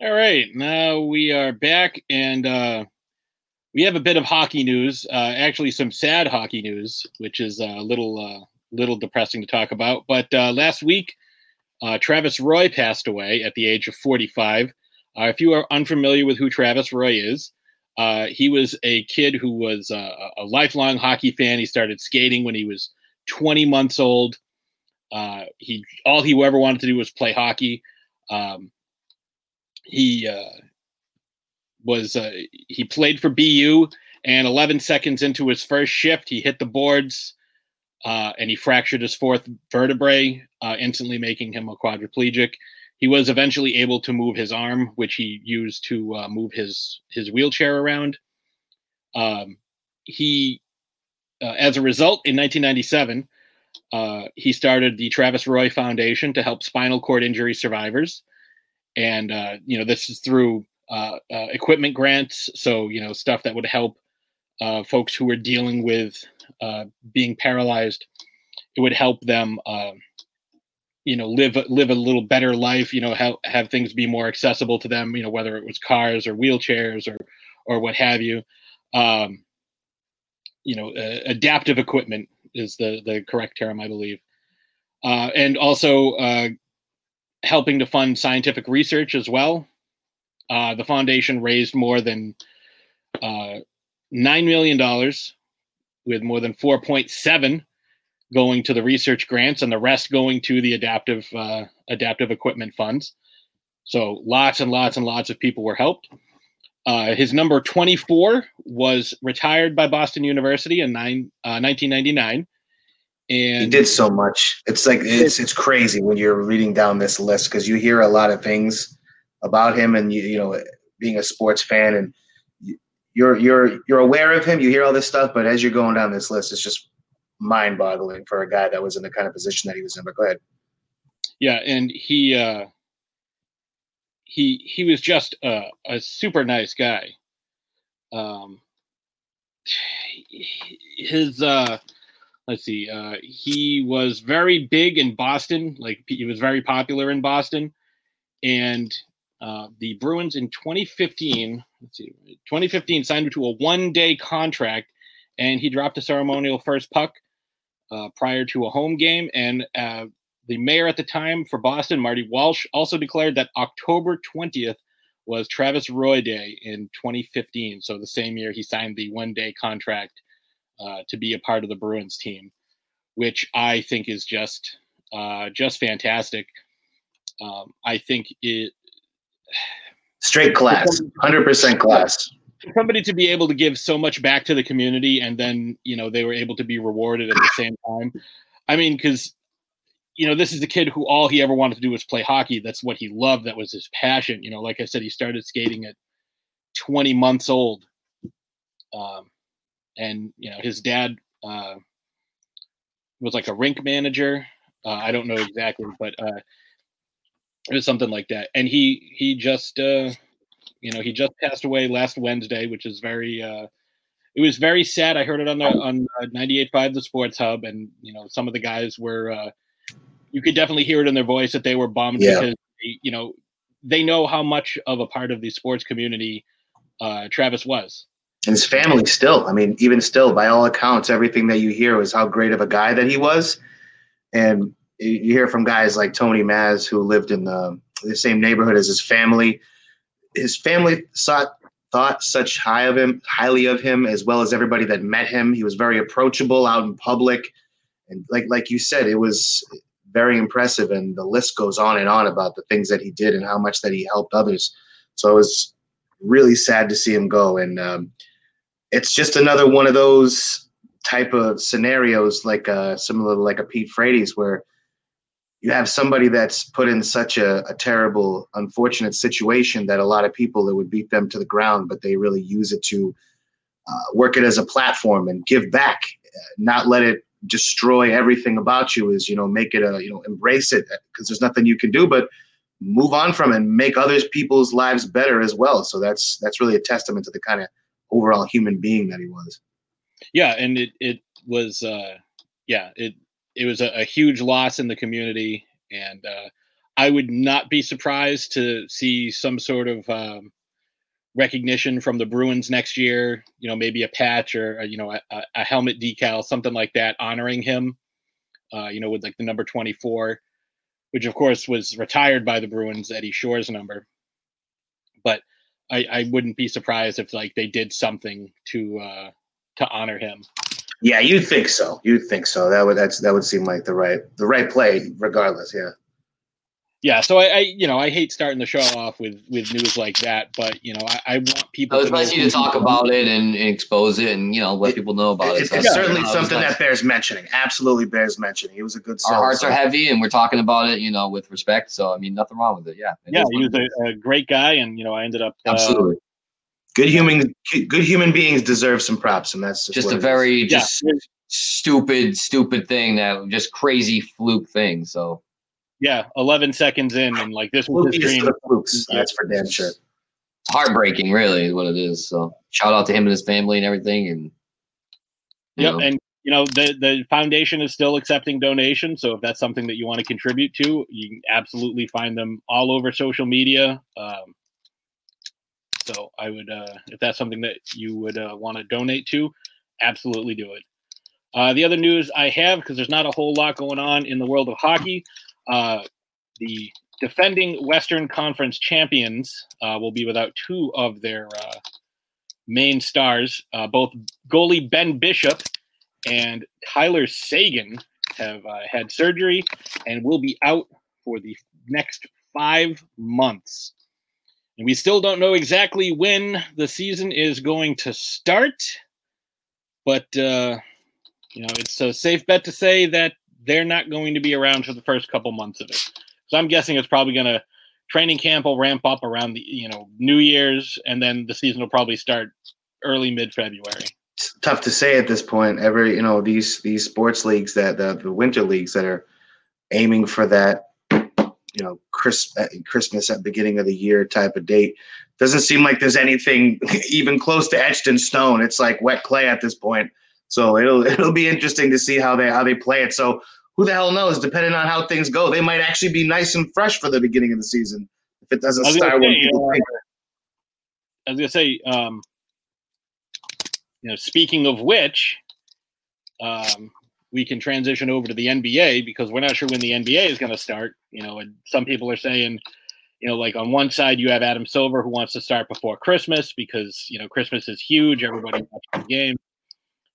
Speaker 1: All right, now we are back, and uh, we have a bit of hockey news. Uh, actually, some sad hockey news, which is a little uh, little depressing to talk about. But uh, last week, uh, Travis Roy passed away at the age of 45. Uh, if you are unfamiliar with who Travis Roy is, uh, he was a kid who was uh, a a lifelong hockey fan. He started skating when he was 20 months old. Uh, he all he ever wanted to do was play hockey. Um, he uh, was uh, he played for BU, and 11 seconds into his first shift, he hit the boards, uh, and he fractured his fourth vertebrae, uh, instantly making him a quadriplegic. He was eventually able to move his arm, which he used to uh, move his his wheelchair around. Um, he, uh, as a result, in 1997, uh, he started the Travis Roy Foundation to help spinal cord injury survivors and uh, you know this is through uh, uh, equipment grants so you know stuff that would help uh, folks who are dealing with uh, being paralyzed it would help them uh, you know live live a little better life you know have, have things be more accessible to them you know whether it was cars or wheelchairs or or what have you um, you know uh, adaptive equipment is the the correct term i believe uh, and also uh, helping to fund scientific research as well. Uh, the foundation raised more than uh, $9 million, with more than 4.7 going to the research grants and the rest going to the adaptive, uh, adaptive equipment funds. So lots and lots and lots of people were helped. Uh, his number 24 was retired by Boston University in nine, uh, 1999. And
Speaker 2: He did so much. It's like it's it's crazy when you're reading down this list because you hear a lot of things about him, and you you know being a sports fan and you- you're you're you're aware of him. You hear all this stuff, but as you're going down this list, it's just mind-boggling for a guy that was in the kind of position that he was in. But go ahead.
Speaker 1: yeah and he uh he he was just uh, a super nice guy um his uh let's see uh he was very big in boston like he was very popular in boston and uh the bruins in 2015 let's see 2015 signed him to a one day contract and he dropped a ceremonial first puck uh, prior to a home game. And uh, the mayor at the time for Boston, Marty Walsh, also declared that October 20th was Travis Roy Day in 2015. So the same year he signed the one day contract uh, to be a part of the Bruins team, which I think is just uh, just fantastic. Um, I think it
Speaker 2: Straight class, hundred percent class.
Speaker 1: for somebody to be able to give so much back to the community and then you know they were able to be rewarded at the same time i mean because you know this is a kid who all he ever wanted to do was play hockey that's what he loved that was his passion you know like i said he started skating at 20 months old um, and you know his dad uh, was like a rink manager uh, i don't know exactly but uh, it was something like that and he he just uh, you know he just passed away last wednesday which is very uh it was very sad i heard it on the on uh, 98.5 the sports hub and you know some of the guys were uh you could definitely hear it in their voice that they were bummed
Speaker 2: Yeah.
Speaker 1: because they, you know they know how much of a part of the sports community uh travis was
Speaker 2: And his family still, I mean, even still, by all accounts, everything that you hear is how great of a guy that he was. And you- you hear from guys like Tony Maz, who lived in the, the same neighborhood as his family. His family sought, thought such high of him, highly of him, as well as everybody that met him. He was very approachable out in public, and like like you said, it was very impressive. And the list goes on and on about the things that he did and how much that he helped others. So it was really sad to see him go. And um, it's just another one of those type of scenarios like uh similar to like a Pete Frates where you have somebody that's put in such a, a terrible unfortunate situation that a lot of people that would beat them to the ground but they really use it to uh, work it as a platform and give back uh, not let it destroy everything about you is you know make it a you know embrace it because there's nothing you can do but move on from it and make others people's lives better as well so that's that's really a testament to the kind of overall human being that he was.
Speaker 1: yeah and it it was uh yeah it it was a, a huge loss in the community and uh i would not be surprised to see some sort of um recognition from the bruins next year you know maybe a patch or uh, you know a, a- a helmet decal something like that honoring him uh you know with like the number 24 which of course was retired by the bruins eddie shore's number but i i wouldn't be surprised if like they did something to uh to honor him
Speaker 2: Yeah, you'd think so. You'd think so. That would that's that would seem like the right the right play, regardless. Yeah.
Speaker 1: yeah so I, I you know i hate starting the show off with with news like that but you know i, I want people
Speaker 3: I was
Speaker 1: to know
Speaker 3: nice of you to
Speaker 1: who
Speaker 3: talk
Speaker 1: he was.
Speaker 3: about it and, and expose it and you know let
Speaker 2: It-
Speaker 3: people know about it.
Speaker 2: It-
Speaker 3: So
Speaker 2: it's
Speaker 3: that's-
Speaker 2: certainly
Speaker 3: that was
Speaker 2: something
Speaker 3: nice.
Speaker 2: that bears mentioning. Absolutely bears mentioning. He was a good.
Speaker 3: our
Speaker 2: soul,
Speaker 3: hearts
Speaker 2: so-
Speaker 3: are heavy and we're talking about it, you know, with respect. So I mean, nothing wrong with it. Yeah. It
Speaker 1: yeah
Speaker 3: is
Speaker 1: he
Speaker 3: what it
Speaker 1: was
Speaker 3: is.
Speaker 1: a, a great guy and you know i ended up uh,
Speaker 3: absolutely.
Speaker 2: Good human. Good human beings deserve some props, and that's just,
Speaker 3: just
Speaker 2: what
Speaker 3: a
Speaker 2: it is.
Speaker 3: very
Speaker 1: yeah
Speaker 3: just stupid, stupid thing that just crazy fluke thing. So
Speaker 1: yeah 11 seconds in and like this was his
Speaker 2: Flukiest of
Speaker 1: dream
Speaker 2: the flukes. That's for damn sure.
Speaker 3: it's heartbreaking, really, is what it is. So shout out to him and his family and everything. And you
Speaker 1: yep
Speaker 3: know,
Speaker 1: and you know the the foundation is still accepting donations so if that's something that you want to contribute to you can absolutely find them all over social media um, so i would uh, if that's something that you would uh, want to donate to absolutely do it uh, the other news i have because there's not a whole lot going on in the world of hockey uh, the defending western conference champions uh, will be without two of their uh, main stars uh, both goalie ben bishop and Tyler Sagan have uh, had surgery and will be out for the next five months. And we still don't know exactly when the season is going to start, but uh, you know it's a safe bet to say that they're not going to be around for the first couple months of it. So I'm guessing it's probably going to training camp will ramp up around the you know New Year's, and then the season will probably start early mid February.
Speaker 2: it's tough to say at this point. Every you know these these sports leagues that the, the winter leagues that are aiming for that you know Christ, uh, Christmas at beginning of the year type of date doesn't seem like there's anything (laughs) even close to etched in stone. It's like wet clay at this point. So it'll it'll be interesting to see how they how they play it. So who the hell knows? Depending on how things go, they might actually be nice and fresh for the beginning of the season if it doesn't
Speaker 1: I was gonna
Speaker 2: start. when
Speaker 1: say,
Speaker 2: people
Speaker 1: uh,
Speaker 2: think.
Speaker 1: I was gonna say, um, you know, speaking of which, um, we can transition over to the NBA because we're not sure when the NBA is going to start. You know, and some people are saying, you know, like on one side you have Adam Silver who wants to start before Christmas because you know Christmas is huge. Everybody watches the game,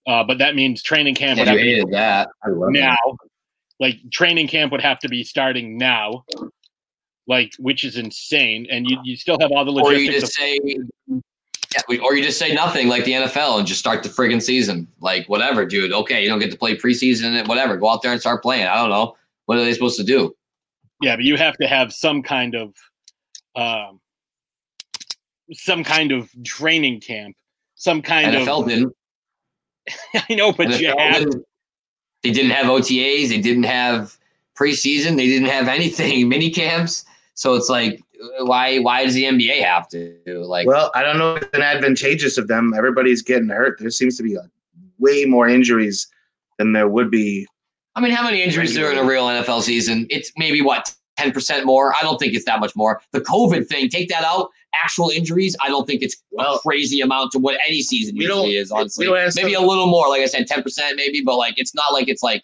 Speaker 1: uh, but that means training camp would
Speaker 3: Yeah, you
Speaker 1: have to
Speaker 3: hated that. I love
Speaker 1: now.
Speaker 3: that.
Speaker 1: Like training camp would have to be starting now, like which is insane. And you, you still have all the
Speaker 3: Or you
Speaker 1: logistics.
Speaker 3: just say, yeah, we- or you just say nothing like the NFL and just start the friggin' season. Like whatever, dude. Okay, you don't get to play preseason. Whatever, go out there and start playing. I don't know. What are they supposed to do?
Speaker 1: of, yeah, but you have to have some kind of, um, some kind of training camp, some kind
Speaker 3: NFL
Speaker 1: of.
Speaker 3: didn't.
Speaker 1: (laughs) I know, but you
Speaker 3: NFL
Speaker 1: have
Speaker 3: didn't- They didn't have OTAs. They didn't have preseason. They didn't have anything. (laughs) Mini camps. So it's like, why? Why does the NBA have to? Like,
Speaker 2: Well, I don't know if it's an advantageous of them. Everybody's getting hurt. There seems to be uh way more injuries than there would be.
Speaker 3: I mean, how many injuries there in a real NFL season? It's maybe what ten percent more. I don't think it's that much more. The COVID thing, take that out. Actual injuries, I don't think it's
Speaker 2: Well,
Speaker 3: a crazy amount to what any season
Speaker 2: we
Speaker 3: usually
Speaker 2: don't-
Speaker 3: is. Honestly,
Speaker 2: we don't have
Speaker 3: maybe a
Speaker 2: some-
Speaker 3: little more. Like I said, ten percent maybe, but like it's not like it's like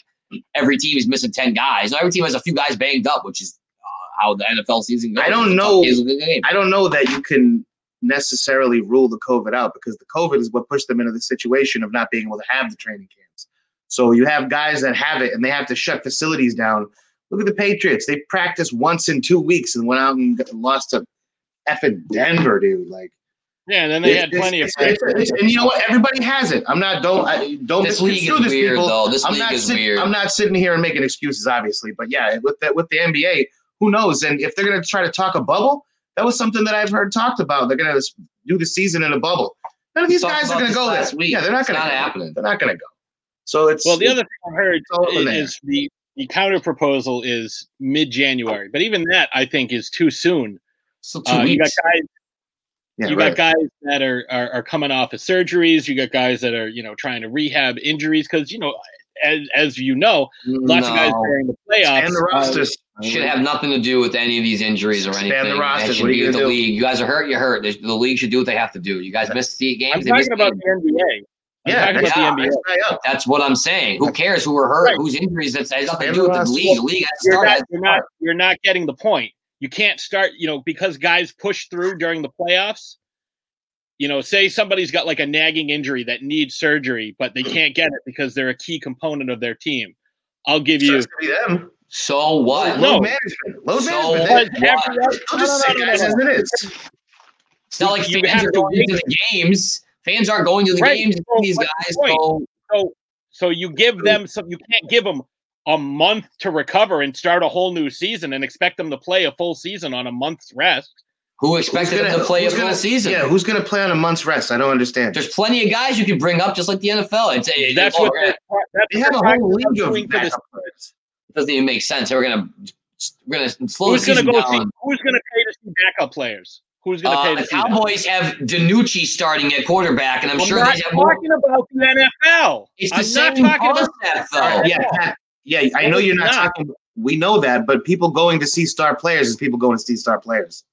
Speaker 3: every team is missing ten guys. Every team has a few guys banged up, which is uh, how the NFL season goes.
Speaker 2: I don't
Speaker 3: It's a tough
Speaker 2: know.
Speaker 3: phase of the game.
Speaker 2: I don't know that you can necessarily rule the COVID out because the COVID is what pushed them into the situation of not being able to have the training camps. So you have guys that have it and they have to shut facilities down. Look at the Patriots. They practiced once in two weeks and went out and got- lost to effing Denver, dude. Like,
Speaker 1: yeah, and then they had
Speaker 2: It's-
Speaker 1: plenty of
Speaker 2: it's- it's- it's- and you know what? Everybody has it. I'm not don't I, don't
Speaker 3: This league
Speaker 2: misconstrue
Speaker 3: is
Speaker 2: this,
Speaker 3: weird,
Speaker 2: people.
Speaker 3: though. This
Speaker 2: I'm
Speaker 3: league
Speaker 2: not
Speaker 3: is
Speaker 2: sit-
Speaker 3: weird.
Speaker 2: I'm not sitting here and making excuses, obviously. But yeah, with that with the NBA, who knows? And if they're gonna try to talk a bubble, that was something that I've heard talked about. They're gonna do the season in a bubble. None of these
Speaker 3: Talked
Speaker 2: guys are
Speaker 3: about
Speaker 2: gonna
Speaker 3: this
Speaker 2: go
Speaker 3: last
Speaker 2: there.
Speaker 3: week.
Speaker 2: Yeah, they're not
Speaker 3: It's
Speaker 2: gonna.
Speaker 3: not
Speaker 2: go.
Speaker 3: happening.
Speaker 2: They're not gonna go. So it's
Speaker 1: Well, the other thing I heard
Speaker 2: all in
Speaker 1: i-
Speaker 2: there.
Speaker 1: is the, the counter proposal is mid January, but even that I think is too soon.
Speaker 3: So two
Speaker 1: Uh, you got
Speaker 3: weeks.
Speaker 1: guys,
Speaker 2: yeah,
Speaker 1: you
Speaker 2: right.
Speaker 1: got guys that are, are are coming off of surgeries. You got guys that are you know trying to rehab injuries because you know as as you know, lots of guys
Speaker 3: No.
Speaker 1: during the playoffs.
Speaker 2: and the rosters.
Speaker 3: should have nothing to do with any of these injuries or
Speaker 2: Expand
Speaker 3: anything.
Speaker 2: the rosters.
Speaker 3: That should
Speaker 2: What are
Speaker 3: be
Speaker 2: you
Speaker 3: with
Speaker 2: gonna
Speaker 3: the
Speaker 2: do?
Speaker 3: league. You guys are hurt. You're hurt. The league should do what they have to do. You guys missed the games.
Speaker 1: I'm
Speaker 3: they missed
Speaker 1: talking about
Speaker 3: games.
Speaker 1: the NBA. I'm
Speaker 2: yeah,
Speaker 1: talking
Speaker 2: next-
Speaker 1: about the
Speaker 2: yeah,
Speaker 1: NBA.
Speaker 2: next guy up.
Speaker 3: That's what I'm saying. Who cares who were hurt?
Speaker 1: Right.
Speaker 3: Whose injuries? That's has nothing to
Speaker 2: Expand
Speaker 3: do
Speaker 2: the
Speaker 3: with the
Speaker 2: roster.
Speaker 3: league. The league has to
Speaker 1: You're
Speaker 3: start.
Speaker 1: not,
Speaker 3: as-
Speaker 1: you're not you're not getting the point. You can't start, you know, because guys push through during the playoffs. You know, say somebody's got like a nagging injury that needs surgery, but they can't get it because they're a key component of their team. I'll give
Speaker 2: So
Speaker 1: you.
Speaker 2: it's gonna be them.
Speaker 3: So what?
Speaker 1: No.
Speaker 2: Load management. Load
Speaker 3: So
Speaker 2: management.
Speaker 3: what?
Speaker 1: But
Speaker 2: They-
Speaker 1: every other-
Speaker 2: I'll just
Speaker 1: no,
Speaker 2: say,
Speaker 1: no, no,
Speaker 2: guys,
Speaker 1: no, no.
Speaker 2: as it is.
Speaker 3: It's not like
Speaker 1: You
Speaker 3: fans
Speaker 1: have
Speaker 3: are
Speaker 1: to
Speaker 3: going to the games. Fans aren't going to the
Speaker 1: Right.
Speaker 3: games.
Speaker 1: So
Speaker 3: These
Speaker 1: what's
Speaker 3: guys
Speaker 1: the point?
Speaker 3: go.
Speaker 1: So, so you give them some. You can't give them a month to recover and start a whole new season and expect them to play a full season on a month's rest.
Speaker 3: Who expected them to play a
Speaker 2: who's
Speaker 3: full
Speaker 2: gonna-
Speaker 3: season?
Speaker 2: Yeah, who's going to play on a month's rest? I don't understand.
Speaker 3: There's plenty of guys you can bring up, just like the NFL. It's, it,
Speaker 1: That's
Speaker 3: oh,
Speaker 1: what.
Speaker 3: yeah.
Speaker 1: That's what
Speaker 2: they have a
Speaker 1: they're
Speaker 2: whole
Speaker 1: talking about
Speaker 2: league
Speaker 1: doing
Speaker 2: of
Speaker 1: for this
Speaker 2: backup players.
Speaker 3: It doesn't even make sense. We're gonna we're gonna slow
Speaker 1: Who's
Speaker 3: the
Speaker 1: going to
Speaker 3: season
Speaker 1: go?
Speaker 3: down.
Speaker 1: See, who's going to pay to see backup players? Who's going to
Speaker 3: Uh,
Speaker 1: pay
Speaker 3: the
Speaker 1: to see? them?
Speaker 3: Cowboys have Danucci starting at quarterback, and I'm
Speaker 1: I'm
Speaker 3: sure
Speaker 1: not
Speaker 3: they have more.
Speaker 1: talking about the NFL.
Speaker 3: It's the
Speaker 1: I'm not
Speaker 3: same
Speaker 1: talking about.
Speaker 3: concept,
Speaker 1: All
Speaker 3: though.
Speaker 1: right.
Speaker 2: Yeah, Pat, yeah, I know you're not
Speaker 1: Nah.
Speaker 2: talking. We know that, but people going to see star players is people going to see star players.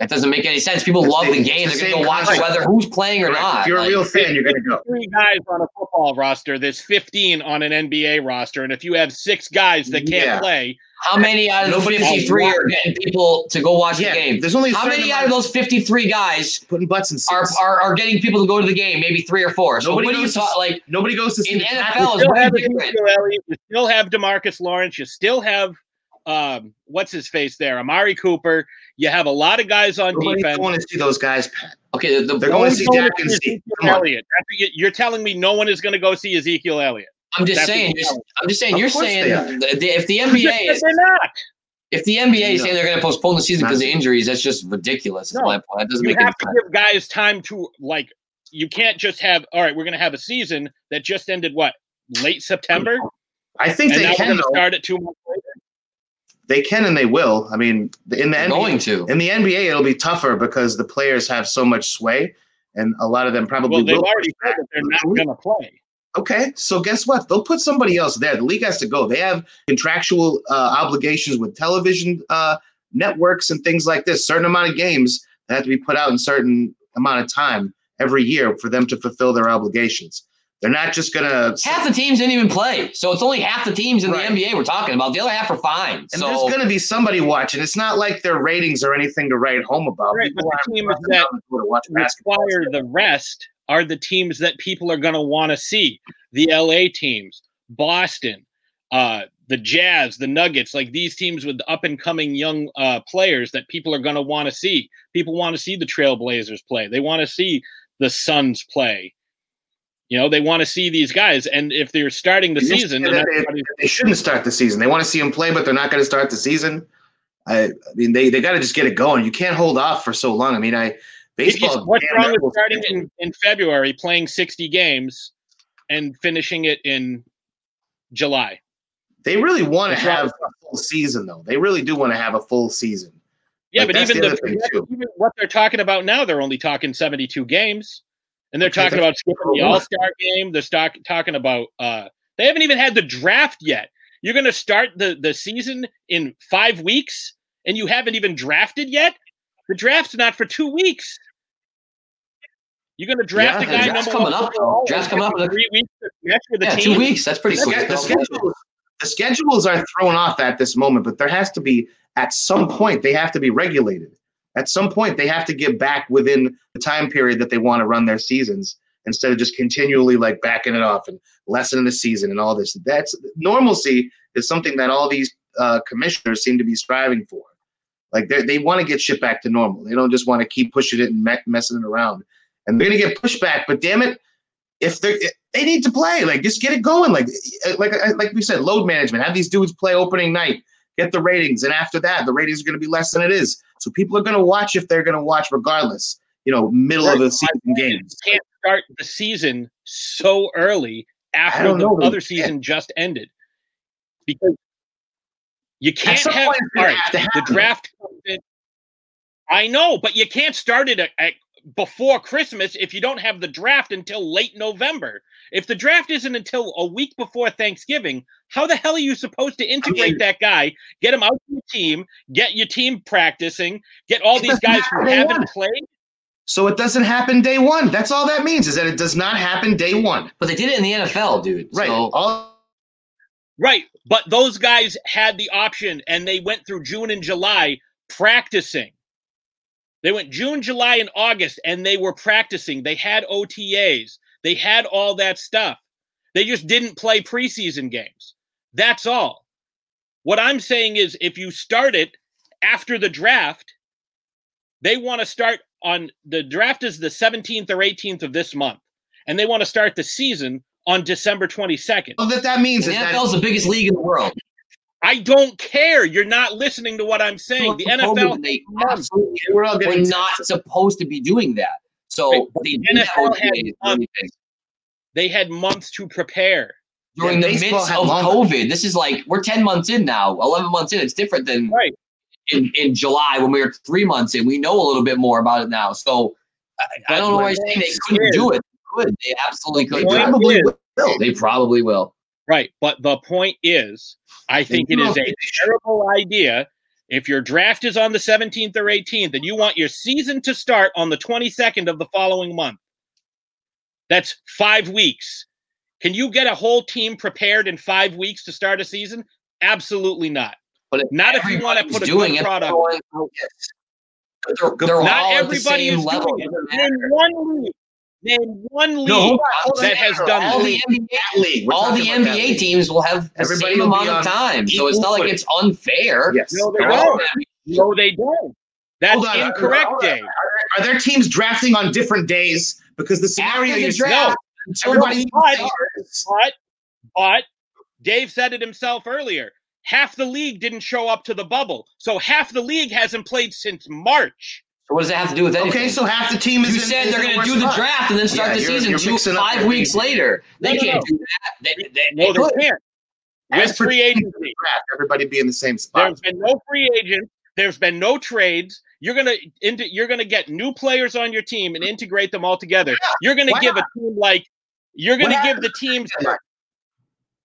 Speaker 3: That doesn't make any sense. People
Speaker 2: It's
Speaker 3: love
Speaker 2: the-
Speaker 3: the game.
Speaker 2: it's the
Speaker 3: They're
Speaker 2: same
Speaker 3: gonna go watch
Speaker 2: concept.
Speaker 3: whether who's playing or not.
Speaker 2: If you're a
Speaker 3: Like,
Speaker 2: real fan, you're going to go.
Speaker 1: Three guys on a football roster. There's 15 on an NBA roster, and if you have six guys that can't
Speaker 2: Yeah.
Speaker 1: play,
Speaker 3: how many out of the
Speaker 2: Nobody-
Speaker 3: 53 are getting people to go watch
Speaker 2: Yeah,
Speaker 3: the game?
Speaker 2: there's only a
Speaker 3: How
Speaker 2: certain
Speaker 3: many
Speaker 2: amount
Speaker 3: out of those 53 guys
Speaker 2: putting butts in seats.
Speaker 3: are, are, are getting people to go to the game? Maybe three or four. So
Speaker 2: Nobody
Speaker 3: what are you
Speaker 2: goes to-
Speaker 3: talking like?
Speaker 2: Nobody goes to see
Speaker 3: In
Speaker 2: the
Speaker 3: NFL,
Speaker 2: tackles.
Speaker 1: you
Speaker 3: it's
Speaker 1: still
Speaker 3: way
Speaker 1: have
Speaker 3: different.
Speaker 1: Ezekiel Elliott, you still have Demarcus Lawrence, you still have um, what's his face there, Amari Cooper. You have a lot of guys on
Speaker 2: Nobody's
Speaker 1: defense.
Speaker 2: going to see those guys, Pat.
Speaker 3: Okay, the, the
Speaker 2: They're going to
Speaker 1: Who's
Speaker 2: see
Speaker 1: going
Speaker 2: Dak
Speaker 1: to
Speaker 2: and
Speaker 1: Ezekiel
Speaker 2: see. Come on.
Speaker 1: Elliott? That's what you- You're telling me no one is going to go see Ezekiel Elliott.
Speaker 3: I'm just
Speaker 1: That's
Speaker 3: saying.
Speaker 1: the
Speaker 3: you're- I'm just saying.
Speaker 2: Of
Speaker 3: You're
Speaker 2: course
Speaker 3: saying
Speaker 2: they are.
Speaker 3: the, the, if
Speaker 2: (laughs)
Speaker 3: the NBA
Speaker 1: Yes,
Speaker 3: is
Speaker 1: (laughs) they're not.
Speaker 3: if the NBA is
Speaker 2: No.
Speaker 3: saying they're going to postpone the season
Speaker 2: Not
Speaker 3: because of
Speaker 2: to-
Speaker 3: injuries, that's just ridiculous. Is
Speaker 1: No.
Speaker 3: my point. That doesn't
Speaker 1: you
Speaker 3: make any
Speaker 1: have to
Speaker 3: sense.
Speaker 1: give guys time to like you can't just have all right we're going to have a season that just ended what late september
Speaker 2: I
Speaker 1: and
Speaker 2: think
Speaker 1: now
Speaker 2: they
Speaker 1: we're
Speaker 2: can.
Speaker 1: going to
Speaker 2: Though.
Speaker 1: start at two months later
Speaker 2: They can and they will. I mean, in the NBA,
Speaker 3: They're going to.
Speaker 2: in the NBA, it'll be tougher because the players have so much sway, and a lot of them probably
Speaker 1: well they've
Speaker 2: will.
Speaker 1: already said that they're not going to play
Speaker 2: Okay, so guess what? They'll put somebody else there. The league has to go. They have contractual uh, obligations with television uh, networks and things like this. Certain amount of games that have to be put out in certain amount of time every year for them to fulfill their obligations. They're not just gonna.
Speaker 3: Half the teams didn't even play, so it's only half the teams in
Speaker 2: Right.
Speaker 3: the NBA we're talking about. The other half are fine.
Speaker 2: And
Speaker 3: so
Speaker 2: there's gonna be somebody watching. It's not like their ratings are anything to write home about.
Speaker 1: Right,
Speaker 2: People
Speaker 1: but the
Speaker 2: aren't
Speaker 1: team is
Speaker 2: fucking
Speaker 1: that
Speaker 2: going to watch basketball.
Speaker 1: require the rest are the teams that people are going to want to see the LA teams, Boston, uh, the Jazz, the Nuggets, like these teams with up and coming young uh, players that people are going to want to see. People want to see the Trailblazers play, they want to see the Suns play. You know, they want to see these guys. And if they're starting the
Speaker 2: You just
Speaker 1: season,
Speaker 2: said
Speaker 1: then
Speaker 2: that
Speaker 1: everybody-
Speaker 2: They shouldn't start the season. They want to see them play, but they're not gonna start the season. I, I mean, they they got to just get it going. You can't hold off for so long. I mean, I
Speaker 1: It's
Speaker 2: baseball.
Speaker 1: just- what's
Speaker 2: damn
Speaker 1: wrong
Speaker 2: that
Speaker 1: with
Speaker 2: whole
Speaker 1: starting
Speaker 2: schedule.
Speaker 1: in, in February, playing 60 games, and finishing it in July?
Speaker 2: They really want to
Speaker 1: What's wrong
Speaker 2: have
Speaker 1: with
Speaker 2: a full season, though. They really do want to have a full season.
Speaker 1: Yeah,
Speaker 2: Like,
Speaker 1: but
Speaker 2: that's
Speaker 1: even
Speaker 2: the
Speaker 1: the,
Speaker 2: other thing, too.
Speaker 1: even what they're talking about now, they're only talking 72 games, and they're
Speaker 2: Okay,
Speaker 1: talking about skipping the
Speaker 2: number one.
Speaker 1: All Star game. They're stock, talking about uh, they haven't even had the draft yet. You're going to start the the season in five weeks, and you haven't even drafted yet. The draft's not for two weeks. You're going to draft
Speaker 2: Yeah,
Speaker 1: a guy
Speaker 3: draft's
Speaker 1: number
Speaker 3: coming
Speaker 1: one
Speaker 3: up, though.
Speaker 1: overall,
Speaker 3: Draft's
Speaker 1: and
Speaker 3: coming up
Speaker 1: give him
Speaker 3: in
Speaker 1: three
Speaker 3: a-
Speaker 1: weeks to match with the
Speaker 3: yeah,
Speaker 1: team.
Speaker 3: two weeks. That's pretty
Speaker 2: The,
Speaker 3: quick.
Speaker 2: sch- the schedules, the schedules are thrown off at this moment, but there has to be at some point they have to be regulated. At some point they have to get back within the time period that they want to run their seasons instead of just continually like backing it off and lessening the season and all this. That's normalcy is something that all these uh, commissioners seem to be striving for. Like they they want to get shit back to normal. They don't just want to keep pushing it and me- messing it around. And they're gonna get pushback. But damn it, if they are they need to play, like just get it going. Like uh, like like we said, load management. Have these dudes play opening night. Get the ratings, and after that, the ratings are gonna be less than it is. So people are gonna watch if they're gonna watch regardless. You know, middle of the season games.
Speaker 1: can't start the season so early after
Speaker 2: don't
Speaker 1: the
Speaker 2: know that
Speaker 1: other
Speaker 2: you
Speaker 1: season just ended because you can't
Speaker 2: some
Speaker 1: have
Speaker 2: point, it's
Speaker 1: all
Speaker 2: gonna
Speaker 1: right,
Speaker 2: have
Speaker 1: the
Speaker 2: to happen.
Speaker 1: draft comes in- i know but you can't start it at, at- before christmas if you don't have the draft until late november if the draft isn't until a week before thanksgiving how the hell are you supposed to integrate that guy get him out to your team get your team practicing get all
Speaker 2: It
Speaker 1: these guys
Speaker 2: doesn't matter
Speaker 1: who
Speaker 2: who they
Speaker 1: haven't
Speaker 2: want.
Speaker 1: played
Speaker 2: So it doesn't happen day one. That's all that means is that it does not happen day one.
Speaker 3: But they did it in the NFL, dude.
Speaker 2: Right.
Speaker 3: So,
Speaker 2: all
Speaker 1: Right. But those guys had the option and they went through June and July practicing. They went June, July, and August and they were practicing. They had OTAs, they had all that stuff. They just didn't play preseason games. That's all. What I'm saying is if you start it after the draft, they want to start on the draft is the 17th or 18th of this month, and they want to start the season on December 22nd.
Speaker 2: all that that means
Speaker 3: the
Speaker 2: is that
Speaker 3: NFL is the biggest league in the world.
Speaker 1: I don't care. You're not listening to what I'm saying. The NFL,
Speaker 3: they
Speaker 2: absolutely, we're all
Speaker 3: were
Speaker 2: getting
Speaker 3: not supposed to be doing that. So
Speaker 1: Right,
Speaker 3: they
Speaker 1: the
Speaker 3: did that
Speaker 1: NFL had
Speaker 3: OTAs
Speaker 1: months
Speaker 3: really big.
Speaker 1: they had months to prepare.
Speaker 3: during
Speaker 2: Yeah,
Speaker 3: the
Speaker 2: baseball
Speaker 3: midst
Speaker 2: had
Speaker 3: of
Speaker 2: longer.
Speaker 3: COVID. This is like we're ten months in now, eleven months in. It's different than
Speaker 1: Right.
Speaker 3: in, in July when we were three months in. We know a little bit more about it now. So I, I don't know why you're saying they couldn't do it. They could. They absolutely
Speaker 2: they
Speaker 3: could. do it.
Speaker 2: probably
Speaker 1: is-
Speaker 2: will.
Speaker 3: They probably will.
Speaker 1: Right. But the point is, I think it is a terrible idea. If your draft is on the 17th or 18th and you want your season to start on the 22nd of the following month, that's five weeks. Can you get a whole team prepared in five weeks to start a season? Absolutely not.
Speaker 3: But if
Speaker 1: not if you want to put a
Speaker 3: doing
Speaker 1: good product.
Speaker 3: everyone- They're, they're
Speaker 2: Not
Speaker 3: all
Speaker 1: Not
Speaker 3: at the
Speaker 1: everybody
Speaker 3: same
Speaker 1: is
Speaker 3: level.
Speaker 1: doing it.
Speaker 3: It doesn't
Speaker 1: Name
Speaker 3: matter.
Speaker 1: one league. Name one league
Speaker 3: No, hold
Speaker 2: hold
Speaker 1: that has
Speaker 2: on.
Speaker 1: done
Speaker 3: all
Speaker 1: this.
Speaker 3: the NBA,
Speaker 2: That league. We're
Speaker 3: all the
Speaker 2: talking about that
Speaker 3: NBA
Speaker 2: league.
Speaker 3: teams will have the
Speaker 2: Everybody
Speaker 3: same
Speaker 2: will be
Speaker 3: amount of
Speaker 2: on
Speaker 3: time, so it's
Speaker 2: equal
Speaker 3: not like
Speaker 2: footing.
Speaker 3: it's unfair.
Speaker 2: Yes.
Speaker 1: No, they
Speaker 3: They're
Speaker 1: don't.
Speaker 3: all gonna
Speaker 1: No, they don't. That's
Speaker 2: Hold on, uh,
Speaker 1: incorrect,
Speaker 2: hold on.
Speaker 1: Dave.
Speaker 2: Are there teams drafting on different days? Because the scenario
Speaker 3: After the
Speaker 2: you
Speaker 3: draft,
Speaker 2: everybody's
Speaker 1: But, but, but Dave said it himself earlier. Half the league didn't show up to the bubble, so half the league hasn't played since March.
Speaker 3: What does that have to do with anything?
Speaker 2: Okay, so half the team is.
Speaker 3: you
Speaker 2: in-
Speaker 3: said
Speaker 2: is
Speaker 3: they're
Speaker 2: in
Speaker 3: going to
Speaker 2: worse
Speaker 3: do the
Speaker 2: spot.
Speaker 3: draft and then start
Speaker 2: Yeah,
Speaker 3: the
Speaker 2: you're-
Speaker 3: season
Speaker 2: you're
Speaker 3: two-
Speaker 2: mixing up
Speaker 3: five
Speaker 2: your
Speaker 3: weeks
Speaker 2: league.
Speaker 3: later. They
Speaker 1: No, no,
Speaker 3: can't
Speaker 1: no.
Speaker 3: do that. They, they,
Speaker 1: No, they
Speaker 3: they could.
Speaker 1: can't.
Speaker 2: As
Speaker 1: With
Speaker 2: per
Speaker 1: free
Speaker 2: the
Speaker 1: agency, (laughs)
Speaker 2: draft, everybody be in the same spot.
Speaker 1: there's been no free agents. There's been no trades. You're gonna into, you're gonna get new players on your team and integrate them all together. You're gonna
Speaker 2: Why
Speaker 1: give a team like you're gonna
Speaker 2: What
Speaker 1: give the teams.
Speaker 2: deadline?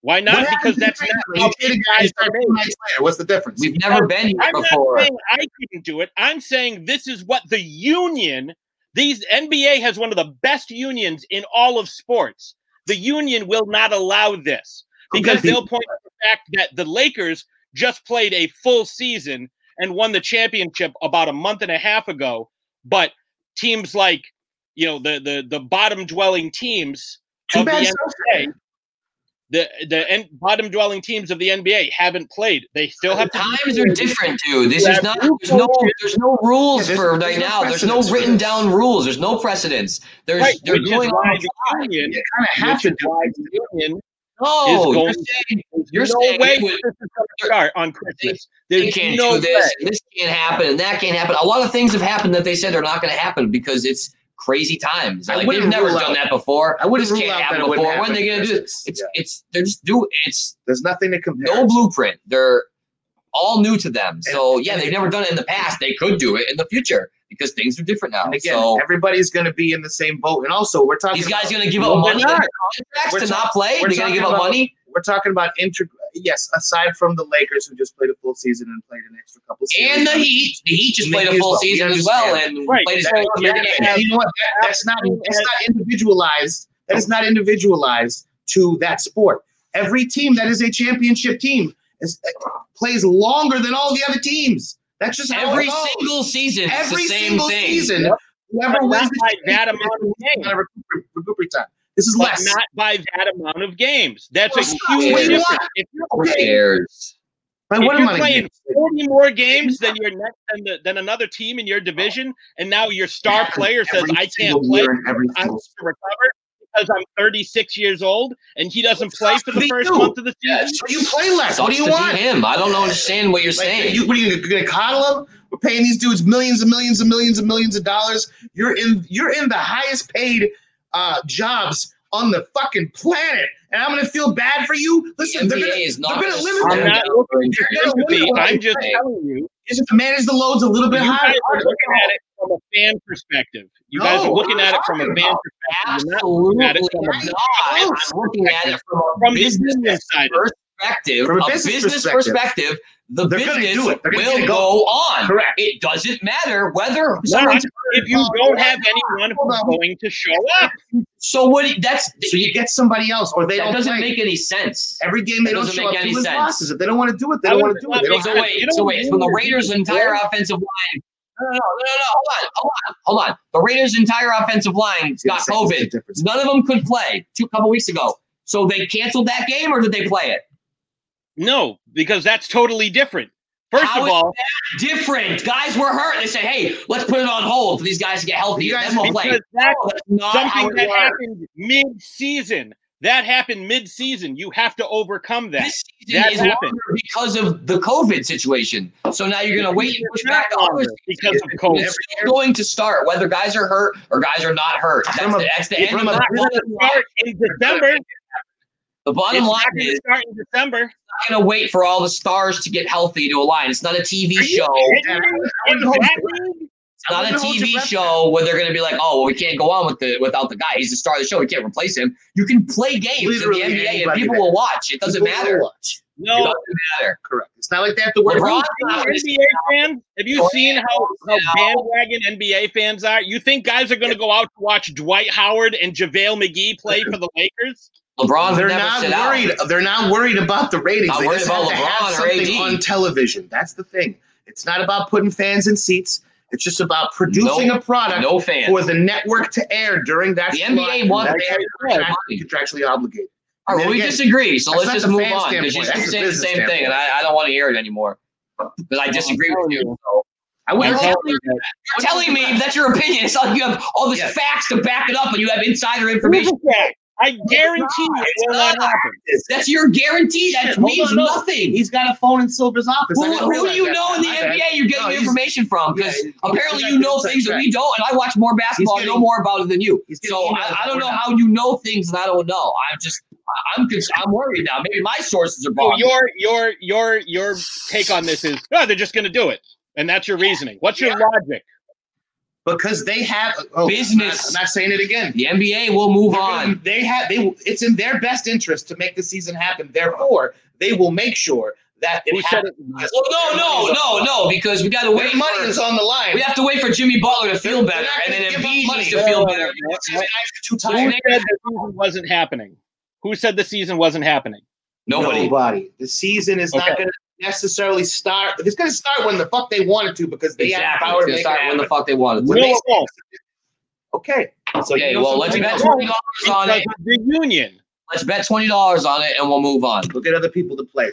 Speaker 1: Why
Speaker 2: What
Speaker 1: not?
Speaker 2: happens
Speaker 1: Because
Speaker 2: if
Speaker 1: that's
Speaker 2: you
Speaker 1: not
Speaker 2: trade
Speaker 1: how
Speaker 2: them? You trade a guy and
Speaker 1: guys
Speaker 2: start
Speaker 1: are
Speaker 2: two
Speaker 1: made.
Speaker 2: nights later. What's the difference?
Speaker 3: We've never been here
Speaker 1: I'm
Speaker 3: before.
Speaker 1: not saying I couldn't do it. I'm saying this is what the union, these NBA has one of the best unions in all of sports. The union will not allow this because they'll point to the fact that the Lakers just played a full season and won the championship about a month and a half ago. But teams like you know the the the bottom dwelling teams
Speaker 2: Too
Speaker 1: of
Speaker 2: bad.
Speaker 1: the NBA, the the en- bottom dwelling teams of the NBA haven't played. They still have to
Speaker 3: times are different, dude. This is not. There's no. There's no rules
Speaker 2: Yeah, there's-
Speaker 3: for
Speaker 2: there's
Speaker 3: right
Speaker 2: no
Speaker 3: now. There's no
Speaker 2: precedence for
Speaker 3: written
Speaker 2: this.
Speaker 3: down rules. There's no precedence. There's
Speaker 1: right,
Speaker 3: they're
Speaker 1: which is
Speaker 3: going
Speaker 1: why
Speaker 3: on.
Speaker 1: the union
Speaker 2: You kind of have
Speaker 1: which
Speaker 2: to
Speaker 1: is
Speaker 2: do
Speaker 1: why
Speaker 2: it.
Speaker 1: the union.
Speaker 3: No,
Speaker 1: is going-
Speaker 3: you're saying you're
Speaker 1: There's no
Speaker 3: saying
Speaker 1: way this
Speaker 3: it would-
Speaker 1: is going to start on Christmas.
Speaker 3: they
Speaker 1: There's
Speaker 3: can't
Speaker 1: no
Speaker 3: do this.
Speaker 1: way.
Speaker 3: and This can't happen, and that can't happen. A lot of things have happened that they said are not going to happen because it's crazy times.
Speaker 2: I
Speaker 3: Like they've
Speaker 2: wouldn't
Speaker 3: never
Speaker 2: rule
Speaker 3: done
Speaker 2: out-
Speaker 3: that before.
Speaker 2: I wouldn't rule
Speaker 3: This can't
Speaker 2: out that
Speaker 3: happen
Speaker 2: it wouldn't
Speaker 3: before. When are they
Speaker 2: happen.
Speaker 3: going to do? It's it's,
Speaker 2: Yeah.
Speaker 3: it's they're just do it's
Speaker 2: There's nothing to compare.
Speaker 3: no blueprint. They're all new to them. So
Speaker 2: And-
Speaker 3: yeah,
Speaker 2: and
Speaker 3: they've
Speaker 2: it-
Speaker 3: never done it in the past. They could do it in the future because things are different now.
Speaker 2: And again,
Speaker 3: so
Speaker 2: everybody's going to be in the same boat. And also, we're talking.
Speaker 3: these
Speaker 2: about-
Speaker 3: guys going to give
Speaker 2: Well,
Speaker 3: up
Speaker 2: we're
Speaker 3: money in
Speaker 2: not.
Speaker 3: their
Speaker 2: We're
Speaker 3: contracts to
Speaker 2: talk-
Speaker 3: not play.
Speaker 2: we're
Speaker 3: They're going
Speaker 2: talking
Speaker 3: to give up
Speaker 2: about-
Speaker 3: money.
Speaker 2: We're talking about inter. Yes, aside from the Lakers who just played a full season and played an extra couple. series.
Speaker 3: And the Heat, the Heat just
Speaker 2: Me
Speaker 3: played a
Speaker 2: as
Speaker 3: full
Speaker 2: well. We
Speaker 3: season as well,
Speaker 2: understand.
Speaker 3: and
Speaker 1: Right.
Speaker 3: played as
Speaker 1: So
Speaker 3: well.
Speaker 1: you're
Speaker 2: Yeah, and you know what? That, that's not that's not individualized. That is not individualized to that sport. Every team that is a championship team is, eh, plays longer than all the other teams. That's just how
Speaker 3: Every
Speaker 2: it goes.
Speaker 3: single season, it's
Speaker 2: every
Speaker 3: the same
Speaker 2: single
Speaker 3: thing.
Speaker 2: season.
Speaker 1: Yep.
Speaker 2: Whoever
Speaker 1: But
Speaker 2: wins
Speaker 1: not by
Speaker 2: the
Speaker 1: that
Speaker 2: championship
Speaker 1: amount of
Speaker 2: is
Speaker 1: games.
Speaker 2: gonna recuperate, recuperate time. This is
Speaker 1: But
Speaker 2: less.
Speaker 1: not by that amount of games. That's
Speaker 2: Well,
Speaker 1: a
Speaker 2: stop.
Speaker 1: huge
Speaker 3: Wait,
Speaker 1: difference.
Speaker 2: what?
Speaker 1: If you're
Speaker 3: Who
Speaker 1: playing,
Speaker 3: cares?
Speaker 2: By
Speaker 1: if
Speaker 2: what
Speaker 1: you're
Speaker 2: amount of
Speaker 1: playing
Speaker 2: games?
Speaker 1: 40 more games than your next than, the, than another team in your division, and now your star player says,
Speaker 2: Every
Speaker 1: "I can't
Speaker 2: single
Speaker 1: play.
Speaker 2: year and every
Speaker 1: I
Speaker 2: single
Speaker 1: want to recover because I'm 36 years old," and he doesn't play for the
Speaker 2: Me
Speaker 1: first
Speaker 2: too.
Speaker 1: month of the
Speaker 3: Yeah,
Speaker 1: season.
Speaker 2: So you play less. What
Speaker 3: Sucks
Speaker 2: do you
Speaker 3: to be
Speaker 2: want?
Speaker 3: Him. I don't understand what you're
Speaker 2: Like,
Speaker 3: saying.
Speaker 2: you, what are you going to coddle them? We're paying these dudes millions and millions and millions and millions of dollars. You're in you're in the highest paid uh, jobs on the fucking planet, and I'm going to feel bad for you. Listen,
Speaker 3: the
Speaker 2: they're
Speaker 3: NBA
Speaker 2: going
Speaker 3: is not.
Speaker 2: they're gonna limit
Speaker 1: I'm
Speaker 2: Yeah.
Speaker 1: not looking for
Speaker 2: You're gonna
Speaker 1: sympathy.
Speaker 2: win what
Speaker 1: I'm
Speaker 2: you
Speaker 1: just
Speaker 2: play.
Speaker 1: telling you.
Speaker 2: to manage the loads a little
Speaker 1: You
Speaker 2: bit
Speaker 1: guys
Speaker 2: higher.
Speaker 1: are looking at it from a fan perspective. You guys are
Speaker 2: No,
Speaker 1: looking at it from a fan
Speaker 2: I'm
Speaker 1: perspective.
Speaker 3: Absolutely
Speaker 1: You're not looking
Speaker 3: not.
Speaker 1: at it
Speaker 3: I'm looking at it from a
Speaker 1: From the
Speaker 3: business
Speaker 1: business side, of it.
Speaker 3: perspective.
Speaker 2: From a
Speaker 3: a
Speaker 2: business
Speaker 3: business,
Speaker 2: perspective.
Speaker 3: perspective, the
Speaker 2: They're gonna
Speaker 3: business
Speaker 2: do it. They're gonna get
Speaker 3: will
Speaker 2: it
Speaker 3: go
Speaker 2: going.
Speaker 3: on.
Speaker 2: Correct.
Speaker 3: It doesn't matter whether someone's.
Speaker 1: if you
Speaker 2: Oh,
Speaker 1: don't have anyone
Speaker 2: hold
Speaker 1: who's
Speaker 2: on.
Speaker 1: going to show up,
Speaker 3: So what? That's
Speaker 2: So you get somebody else, or they
Speaker 3: that
Speaker 2: don't
Speaker 3: doesn't
Speaker 2: play.
Speaker 3: make any sense.
Speaker 2: Every game they
Speaker 3: that
Speaker 2: don't
Speaker 3: doesn't
Speaker 2: show
Speaker 3: make
Speaker 2: up
Speaker 3: any
Speaker 2: to is
Speaker 3: sense.
Speaker 2: losses. If they don't want to do it, they
Speaker 1: I
Speaker 2: don't
Speaker 1: would
Speaker 2: want to do it.
Speaker 1: not
Speaker 2: They don't
Speaker 1: make
Speaker 2: have
Speaker 3: So
Speaker 1: I-
Speaker 3: wait,
Speaker 1: you know
Speaker 3: so
Speaker 1: what
Speaker 3: wait. From the Raiders' entire
Speaker 1: Yeah.
Speaker 3: offensive line. No, no, no, no, no, no. Hold on, hold on, hold on. The Raiders' entire offensive line
Speaker 2: It's
Speaker 3: got
Speaker 2: the same- it's the
Speaker 3: COVID.
Speaker 2: difference.
Speaker 3: None of them could play two couple weeks ago. So they canceled that game, or did they play it?
Speaker 1: no, because that's totally different. First
Speaker 3: How
Speaker 1: of
Speaker 3: is
Speaker 1: all,
Speaker 3: that different guys were hurt. They said, "Hey, let's put it on hold for these guys to get healthy.
Speaker 2: You guys-
Speaker 3: then we'll play."
Speaker 1: because that's
Speaker 3: No, that's not how
Speaker 1: something
Speaker 3: it
Speaker 1: that
Speaker 3: works.
Speaker 1: happened mid-season. That happened mid-season. You have to overcome that.
Speaker 3: This season
Speaker 1: That
Speaker 3: is
Speaker 1: happened.
Speaker 3: longer because of the COVID situation. So now you're going to wait and push back the other
Speaker 1: Longer because of COVID.
Speaker 3: It's still going to start whether guys are hurt or guys are not hurt. That's
Speaker 2: From a-
Speaker 3: the, that's the
Speaker 1: It's
Speaker 3: end of
Speaker 2: from a
Speaker 1: not
Speaker 3: the
Speaker 1: going to
Speaker 3: bottom line.
Speaker 1: start in December.
Speaker 3: The
Speaker 1: It's
Speaker 3: bottom line
Speaker 1: not going
Speaker 3: is
Speaker 1: to start in December.
Speaker 3: not going to wait for all the stars to get healthy to align. It's not a TV
Speaker 1: Are you
Speaker 3: show.
Speaker 1: kidding
Speaker 3: It's
Speaker 2: I
Speaker 1: me? In
Speaker 2: wouldn't hold
Speaker 1: that
Speaker 2: you
Speaker 1: league?
Speaker 3: not
Speaker 2: I
Speaker 3: a
Speaker 2: wouldn't hold your
Speaker 3: TV
Speaker 2: breath.
Speaker 3: show where they're going to be like, oh, well, we can't go on with the without the guy. He's the star of the show. We can't replace him. You can play games
Speaker 2: Literally
Speaker 3: in the NBA and
Speaker 2: anybody
Speaker 3: people
Speaker 2: that-
Speaker 3: will watch. It doesn't
Speaker 2: People will
Speaker 3: matter.
Speaker 2: watch.
Speaker 3: It
Speaker 1: No,
Speaker 3: doesn't matter.
Speaker 2: Correct. It's not like they have to worry.
Speaker 3: LeBron-
Speaker 2: about
Speaker 1: Are you NBA fans, have you seen how, how bandwagon NBA fans are? You think guys are going to go out to watch Dwight Howard and JaVale McGee play for the Lakers?
Speaker 3: LeBron
Speaker 2: They're
Speaker 3: would never
Speaker 2: not
Speaker 3: sit out.
Speaker 2: worried. They're not worried about the ratings.
Speaker 3: Not
Speaker 2: they
Speaker 3: worried
Speaker 2: just
Speaker 3: about
Speaker 2: have to have
Speaker 3: LeBron or AD.
Speaker 2: something on television. That's the thing. It's not about putting fans in seats. It's just about producing
Speaker 3: No-
Speaker 2: a product
Speaker 3: No fans.
Speaker 2: for the network to air during that.
Speaker 3: The
Speaker 2: slot.
Speaker 3: NBA wants
Speaker 2: They are
Speaker 1: their
Speaker 3: money.
Speaker 2: contractually obligated.
Speaker 3: All right, well, we
Speaker 2: Again,
Speaker 3: disagree, so
Speaker 2: that's
Speaker 3: let's
Speaker 2: not
Speaker 3: just
Speaker 2: the
Speaker 3: move
Speaker 2: fan
Speaker 3: on.
Speaker 2: standpoint,
Speaker 3: Because you
Speaker 2: that's
Speaker 3: keep
Speaker 2: the
Speaker 3: saying the
Speaker 2: business
Speaker 3: same thing, and I, I don't want to hear it anymore. Because I disagree with you. So. I
Speaker 1: I'm
Speaker 3: wouldn't
Speaker 1: telling
Speaker 3: tell
Speaker 1: you
Speaker 3: you.
Speaker 1: that.
Speaker 3: You're telling me that's your opinion. It's like you have all this
Speaker 2: Yes.
Speaker 3: facts to back it up, and you have insider
Speaker 1: Look
Speaker 3: information.
Speaker 1: at that. I guarantee you it will not happen.
Speaker 3: That's your guarantee. That
Speaker 2: Shit, hold
Speaker 3: means
Speaker 2: on, no.
Speaker 3: nothing.
Speaker 2: He's got a phone in Silver's office. I
Speaker 3: Who,
Speaker 2: didn't
Speaker 3: who do
Speaker 2: realize
Speaker 3: you
Speaker 2: that.
Speaker 3: know in the
Speaker 2: My bad.
Speaker 3: NBA you're getting
Speaker 2: No,
Speaker 3: your
Speaker 2: he's-
Speaker 3: information from?
Speaker 2: yeah,
Speaker 3: Because
Speaker 2: he's-
Speaker 3: apparently
Speaker 2: he's
Speaker 3: you know
Speaker 2: got
Speaker 3: things that we don't, and I watch more basketball
Speaker 2: He's
Speaker 3: and know
Speaker 2: getting-
Speaker 3: more about it than you.
Speaker 2: he's getting
Speaker 3: So
Speaker 2: emails
Speaker 3: I, I don't
Speaker 2: that
Speaker 3: know
Speaker 2: we're not-
Speaker 3: how you know things that I don't know. I'm just, I- I'm, cons- I'm worried now. Maybe my sources
Speaker 2: Oh,
Speaker 3: are
Speaker 1: So
Speaker 3: wrong.
Speaker 1: your your your your take on this is oh, they're just going to do it, and that's your reasoning. What's your logic?
Speaker 2: Because they have oh,
Speaker 3: Business.
Speaker 2: I'm not, I'm not saying it again.
Speaker 3: The NBA will move
Speaker 2: They're
Speaker 3: on.
Speaker 2: gonna- They have they. It's in their best interest to make the season happen. Therefore, they will make sure That
Speaker 1: Who
Speaker 2: didn't
Speaker 1: said
Speaker 2: happen.
Speaker 1: it?
Speaker 3: Well, Oh, no, no, no, no, because we got to
Speaker 2: Their
Speaker 3: wait.
Speaker 2: money is on the line.
Speaker 3: We have to wait for Jimmy Butler to feel
Speaker 2: They're
Speaker 3: better,
Speaker 2: not
Speaker 3: and then
Speaker 2: gonna give up
Speaker 3: Embiid
Speaker 2: money.
Speaker 3: needs to feel better.
Speaker 2: Seven guys are too
Speaker 1: Who
Speaker 2: tired.
Speaker 1: said the season wasn't happening? Who said the season wasn't happening?
Speaker 3: Nobody.
Speaker 2: The season is not
Speaker 1: Okay.
Speaker 2: going to necessarily start. It's going to start when the fuck they want it to because they have the
Speaker 3: Exactly.
Speaker 2: power
Speaker 3: It's
Speaker 2: to
Speaker 3: gonna
Speaker 2: make
Speaker 3: start
Speaker 2: it
Speaker 3: when the
Speaker 2: happen.
Speaker 3: fuck they want it.
Speaker 2: When they
Speaker 1: Will Wolf,
Speaker 2: Okay. So
Speaker 3: Okay,
Speaker 2: you know
Speaker 3: well, let's
Speaker 2: something
Speaker 3: bet
Speaker 2: else.
Speaker 3: twenty dollars on
Speaker 1: because
Speaker 3: it.
Speaker 1: of the union.
Speaker 3: Let's bet twenty dollars on it, and we'll move on.
Speaker 2: Look at other people to play.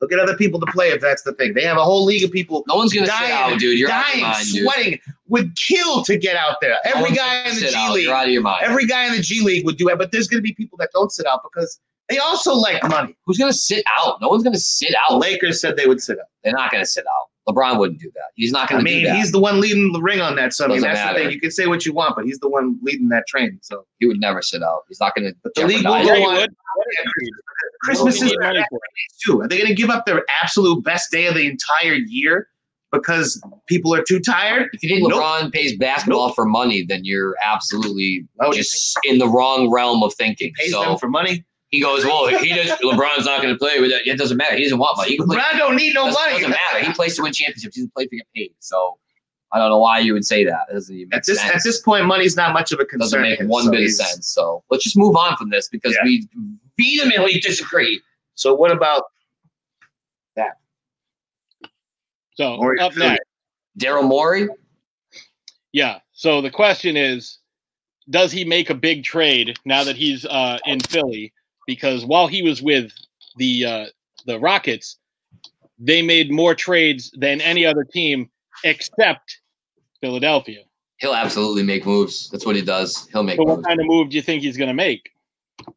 Speaker 2: Look at other people to play if that's the thing. They have a whole league of people
Speaker 3: No one's gonna sit
Speaker 2: Dying,
Speaker 3: out, dude. You're out of
Speaker 2: dying,
Speaker 3: your mind, dude.
Speaker 2: sweating, would kill to get out there.
Speaker 3: No
Speaker 2: Every
Speaker 3: one's
Speaker 2: guy
Speaker 3: gonna
Speaker 2: in the
Speaker 3: sit
Speaker 2: G
Speaker 3: out.
Speaker 2: League,
Speaker 3: You're out of your mind.
Speaker 2: every guy in the G League would do it, but there's going to be people that don't sit out because they also like money.
Speaker 3: Who's gonna sit out? No one's gonna sit
Speaker 2: The
Speaker 3: out.
Speaker 2: Lakers said they would sit out.
Speaker 3: They're not gonna sit out. LeBron wouldn't do that. He's not gonna
Speaker 2: I mean,
Speaker 3: do that.
Speaker 2: he's the one leading the ring on that. So I mean,
Speaker 3: Doesn't
Speaker 2: that's the
Speaker 3: matter.
Speaker 2: thing. You can say what you want, but he's the one leading that train. So
Speaker 3: He would never sit out. He's not gonna.
Speaker 2: But the league will
Speaker 3: jeopardize
Speaker 2: go
Speaker 3: it.
Speaker 1: Jerry
Speaker 2: on.
Speaker 1: Wood,
Speaker 2: Christmas
Speaker 1: you
Speaker 2: is
Speaker 1: need
Speaker 2: their
Speaker 1: money
Speaker 2: days
Speaker 1: for
Speaker 2: too. Are they going to give up their absolute best day of the entire year because people are too tired?
Speaker 3: If you think
Speaker 2: Nope.
Speaker 3: LeBron pays basketball for money, then you're absolutely
Speaker 2: Oh,
Speaker 3: just in the wrong realm of thinking.
Speaker 2: Pays
Speaker 3: so
Speaker 2: them for money.
Speaker 3: he goes, well,
Speaker 2: (laughs)
Speaker 3: he does. LeBron's not gonna play with it. It doesn't matter. He doesn't want money. He can play.
Speaker 2: LeBron don't need no
Speaker 3: doesn't,
Speaker 2: money.
Speaker 3: doesn't matter. He plays to win championships. He doesn't play to get paid. So I don't know why you would say that. It doesn't even make
Speaker 2: At this
Speaker 3: sense.
Speaker 2: at this point, money's not much of a
Speaker 3: doesn't
Speaker 2: concern.
Speaker 3: make
Speaker 2: to him,
Speaker 3: one
Speaker 2: so
Speaker 3: bit of
Speaker 2: he's-
Speaker 3: sense. So let's just move on from this because
Speaker 2: Yeah.
Speaker 3: we vehemently disagree.
Speaker 2: So what about
Speaker 1: So
Speaker 2: Or-
Speaker 1: up next,
Speaker 3: Daryl Morey,
Speaker 1: yeah. So the question is, does he make a big trade now that he's uh, in Philly? Because while he was with the uh, the Rockets, they made more trades than any other team except Philadelphia.
Speaker 3: he'll absolutely make moves. That's what he does. He'll make
Speaker 1: So what
Speaker 3: moves.
Speaker 1: kind of move do you think he's going to make?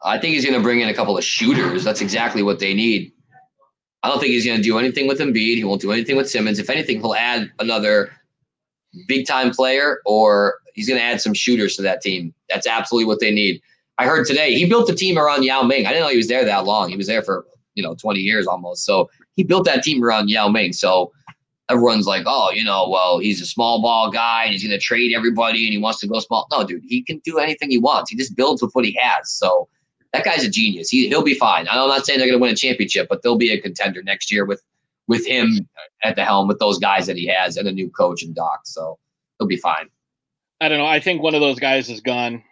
Speaker 3: I think he's going to bring in a couple of shooters. That's exactly what they need. I don't think he's going to do anything with Embiid. He won't do anything with Simmons. If anything, he'll add another big time player or he's going to add some shooters to that team. That's absolutely what they need. I heard today he built the team around Yao Ming. I didn't know he was there that long. He was there for, you know, 20 years almost. So he built that team around Yao Ming. So everyone's like, oh, you know, well, he's a small ball guy and he's going to trade everybody and he wants to go small. No, dude, he can do anything he wants. He just builds with what he has. So that guy's a genius. He he'll be fine. I'm not saying they're going to win a championship, but they'll be a contender next year with with him at the helm with those guys that he has and a new coach and Doc. So he'll be fine.
Speaker 1: I don't know. I think one of those guys is gone.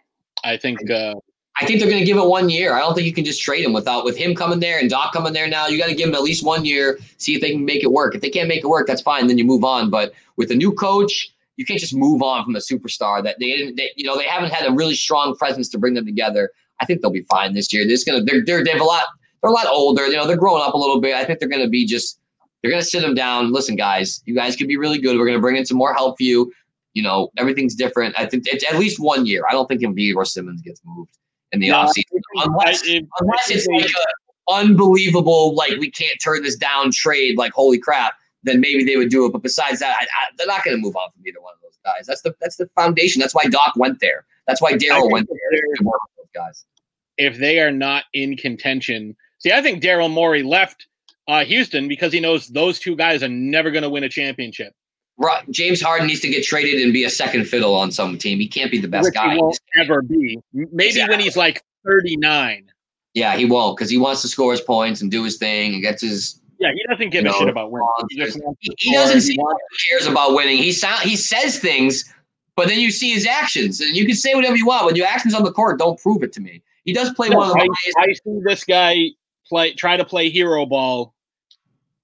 Speaker 1: I think uh,
Speaker 3: I think they're going to give it one year. I don't think you can just trade him without with him coming there and Doc coming there now. You got to give him at least one year, see if they can make it work. If they can't make it work, that's fine. Then you move on. But with a new coach, you can't just move on from a superstar that they didn't. They, you know, they haven't had a really strong presence to bring them together. I think they'll be fine this year. They're just gonna. They're, they're they've a lot. They're a lot older. You know, they're growing up a little bit. I think they're going to be just. They're going to sit them down. Listen, guys, you guys could be really good. We're going to bring in some more help for you. You know, everything's different. I think it's at least one year. I don't think Embiid or Simmons gets moved in the
Speaker 1: No, I
Speaker 3: offseason unless
Speaker 1: I- if-
Speaker 3: unless it's like a unbelievable, like we can't turn this down trade, like holy crap, then maybe they would do it. But besides that, I, I, they're not going to move on from either one of those guys. That's the that's the foundation. That's why Doc went there. That's why
Speaker 1: I
Speaker 3: Daryl
Speaker 1: think
Speaker 3: went
Speaker 1: that
Speaker 3: there. to work with those guys.
Speaker 1: if they are not in contention. See, I think Daryl Morey left uh, Houston because he knows those two guys are never going to win a championship.
Speaker 3: Right. James Harden needs to get traded and be a second fiddle on some team. He can't be the best
Speaker 1: which
Speaker 3: guy.
Speaker 1: he won't ever be. M- Maybe when he's like 39.
Speaker 3: yeah, he won't because he wants to score his points and do his thing and gets his
Speaker 1: Yeah, he doesn't give
Speaker 3: No,
Speaker 1: a shit about winning.
Speaker 3: wrong.
Speaker 1: He, just wants to
Speaker 3: he
Speaker 1: score.
Speaker 3: doesn't
Speaker 1: He
Speaker 3: seem like
Speaker 1: wants-
Speaker 3: he cares about winning. He sound he says things, but then you see his actions, and you can say whatever you want. When your actions on the court don't prove it to me. He does play one of the
Speaker 1: I,
Speaker 3: highest.
Speaker 1: I see this guy play try to play hero ball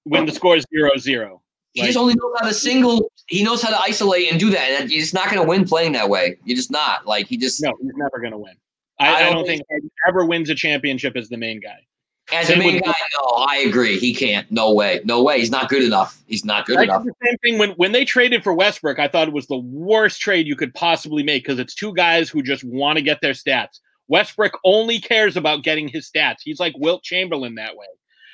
Speaker 1: when the score is zero zero.
Speaker 3: he just only knows how to single. He knows how to isolate and do that. And you're just not going to win playing that way. You're just not like he just
Speaker 1: No, he's never going to win. I, I don't, think he ever wins a championship as the main guy.
Speaker 3: as a
Speaker 1: Same
Speaker 3: main
Speaker 1: with-
Speaker 3: guy. No, I agree. He can't. No way. No way. He's not good enough. He's not good
Speaker 1: I did
Speaker 3: enough.
Speaker 1: the same thing when when they traded for Westbrook. I thought it was the worst trade you could possibly make because it's two guys who just want to get their stats. Westbrook only cares about getting his stats. He's like Wilt Chamberlain that way.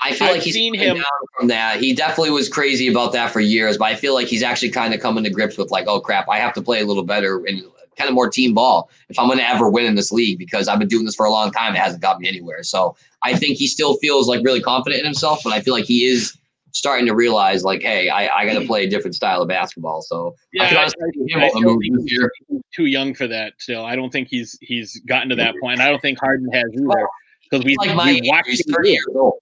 Speaker 3: I feel
Speaker 1: I've
Speaker 3: like he's
Speaker 1: seen
Speaker 3: coming
Speaker 1: him-
Speaker 3: down from that. He definitely was crazy about that for years, but I feel like he's actually kind of coming to grips with like, oh crap, I have to play a little better and kind of more team ball if I'm going to ever win in this league because I've been doing this for a long time. It hasn't got me anywhere. So I think he still feels like really confident in himself, but I feel like he is starting to realize like, hey, I, I got to play a different style of basketball. So I can
Speaker 1: I-
Speaker 3: honestly see him
Speaker 1: I
Speaker 3: on the
Speaker 1: still
Speaker 3: move
Speaker 1: think
Speaker 3: this year.
Speaker 1: he's too young for that. Still, I don't think he's he's gotten to that point. I don't think Harden has either because we
Speaker 3: Like my
Speaker 1: we watched
Speaker 3: he's
Speaker 1: him
Speaker 3: 30 years old.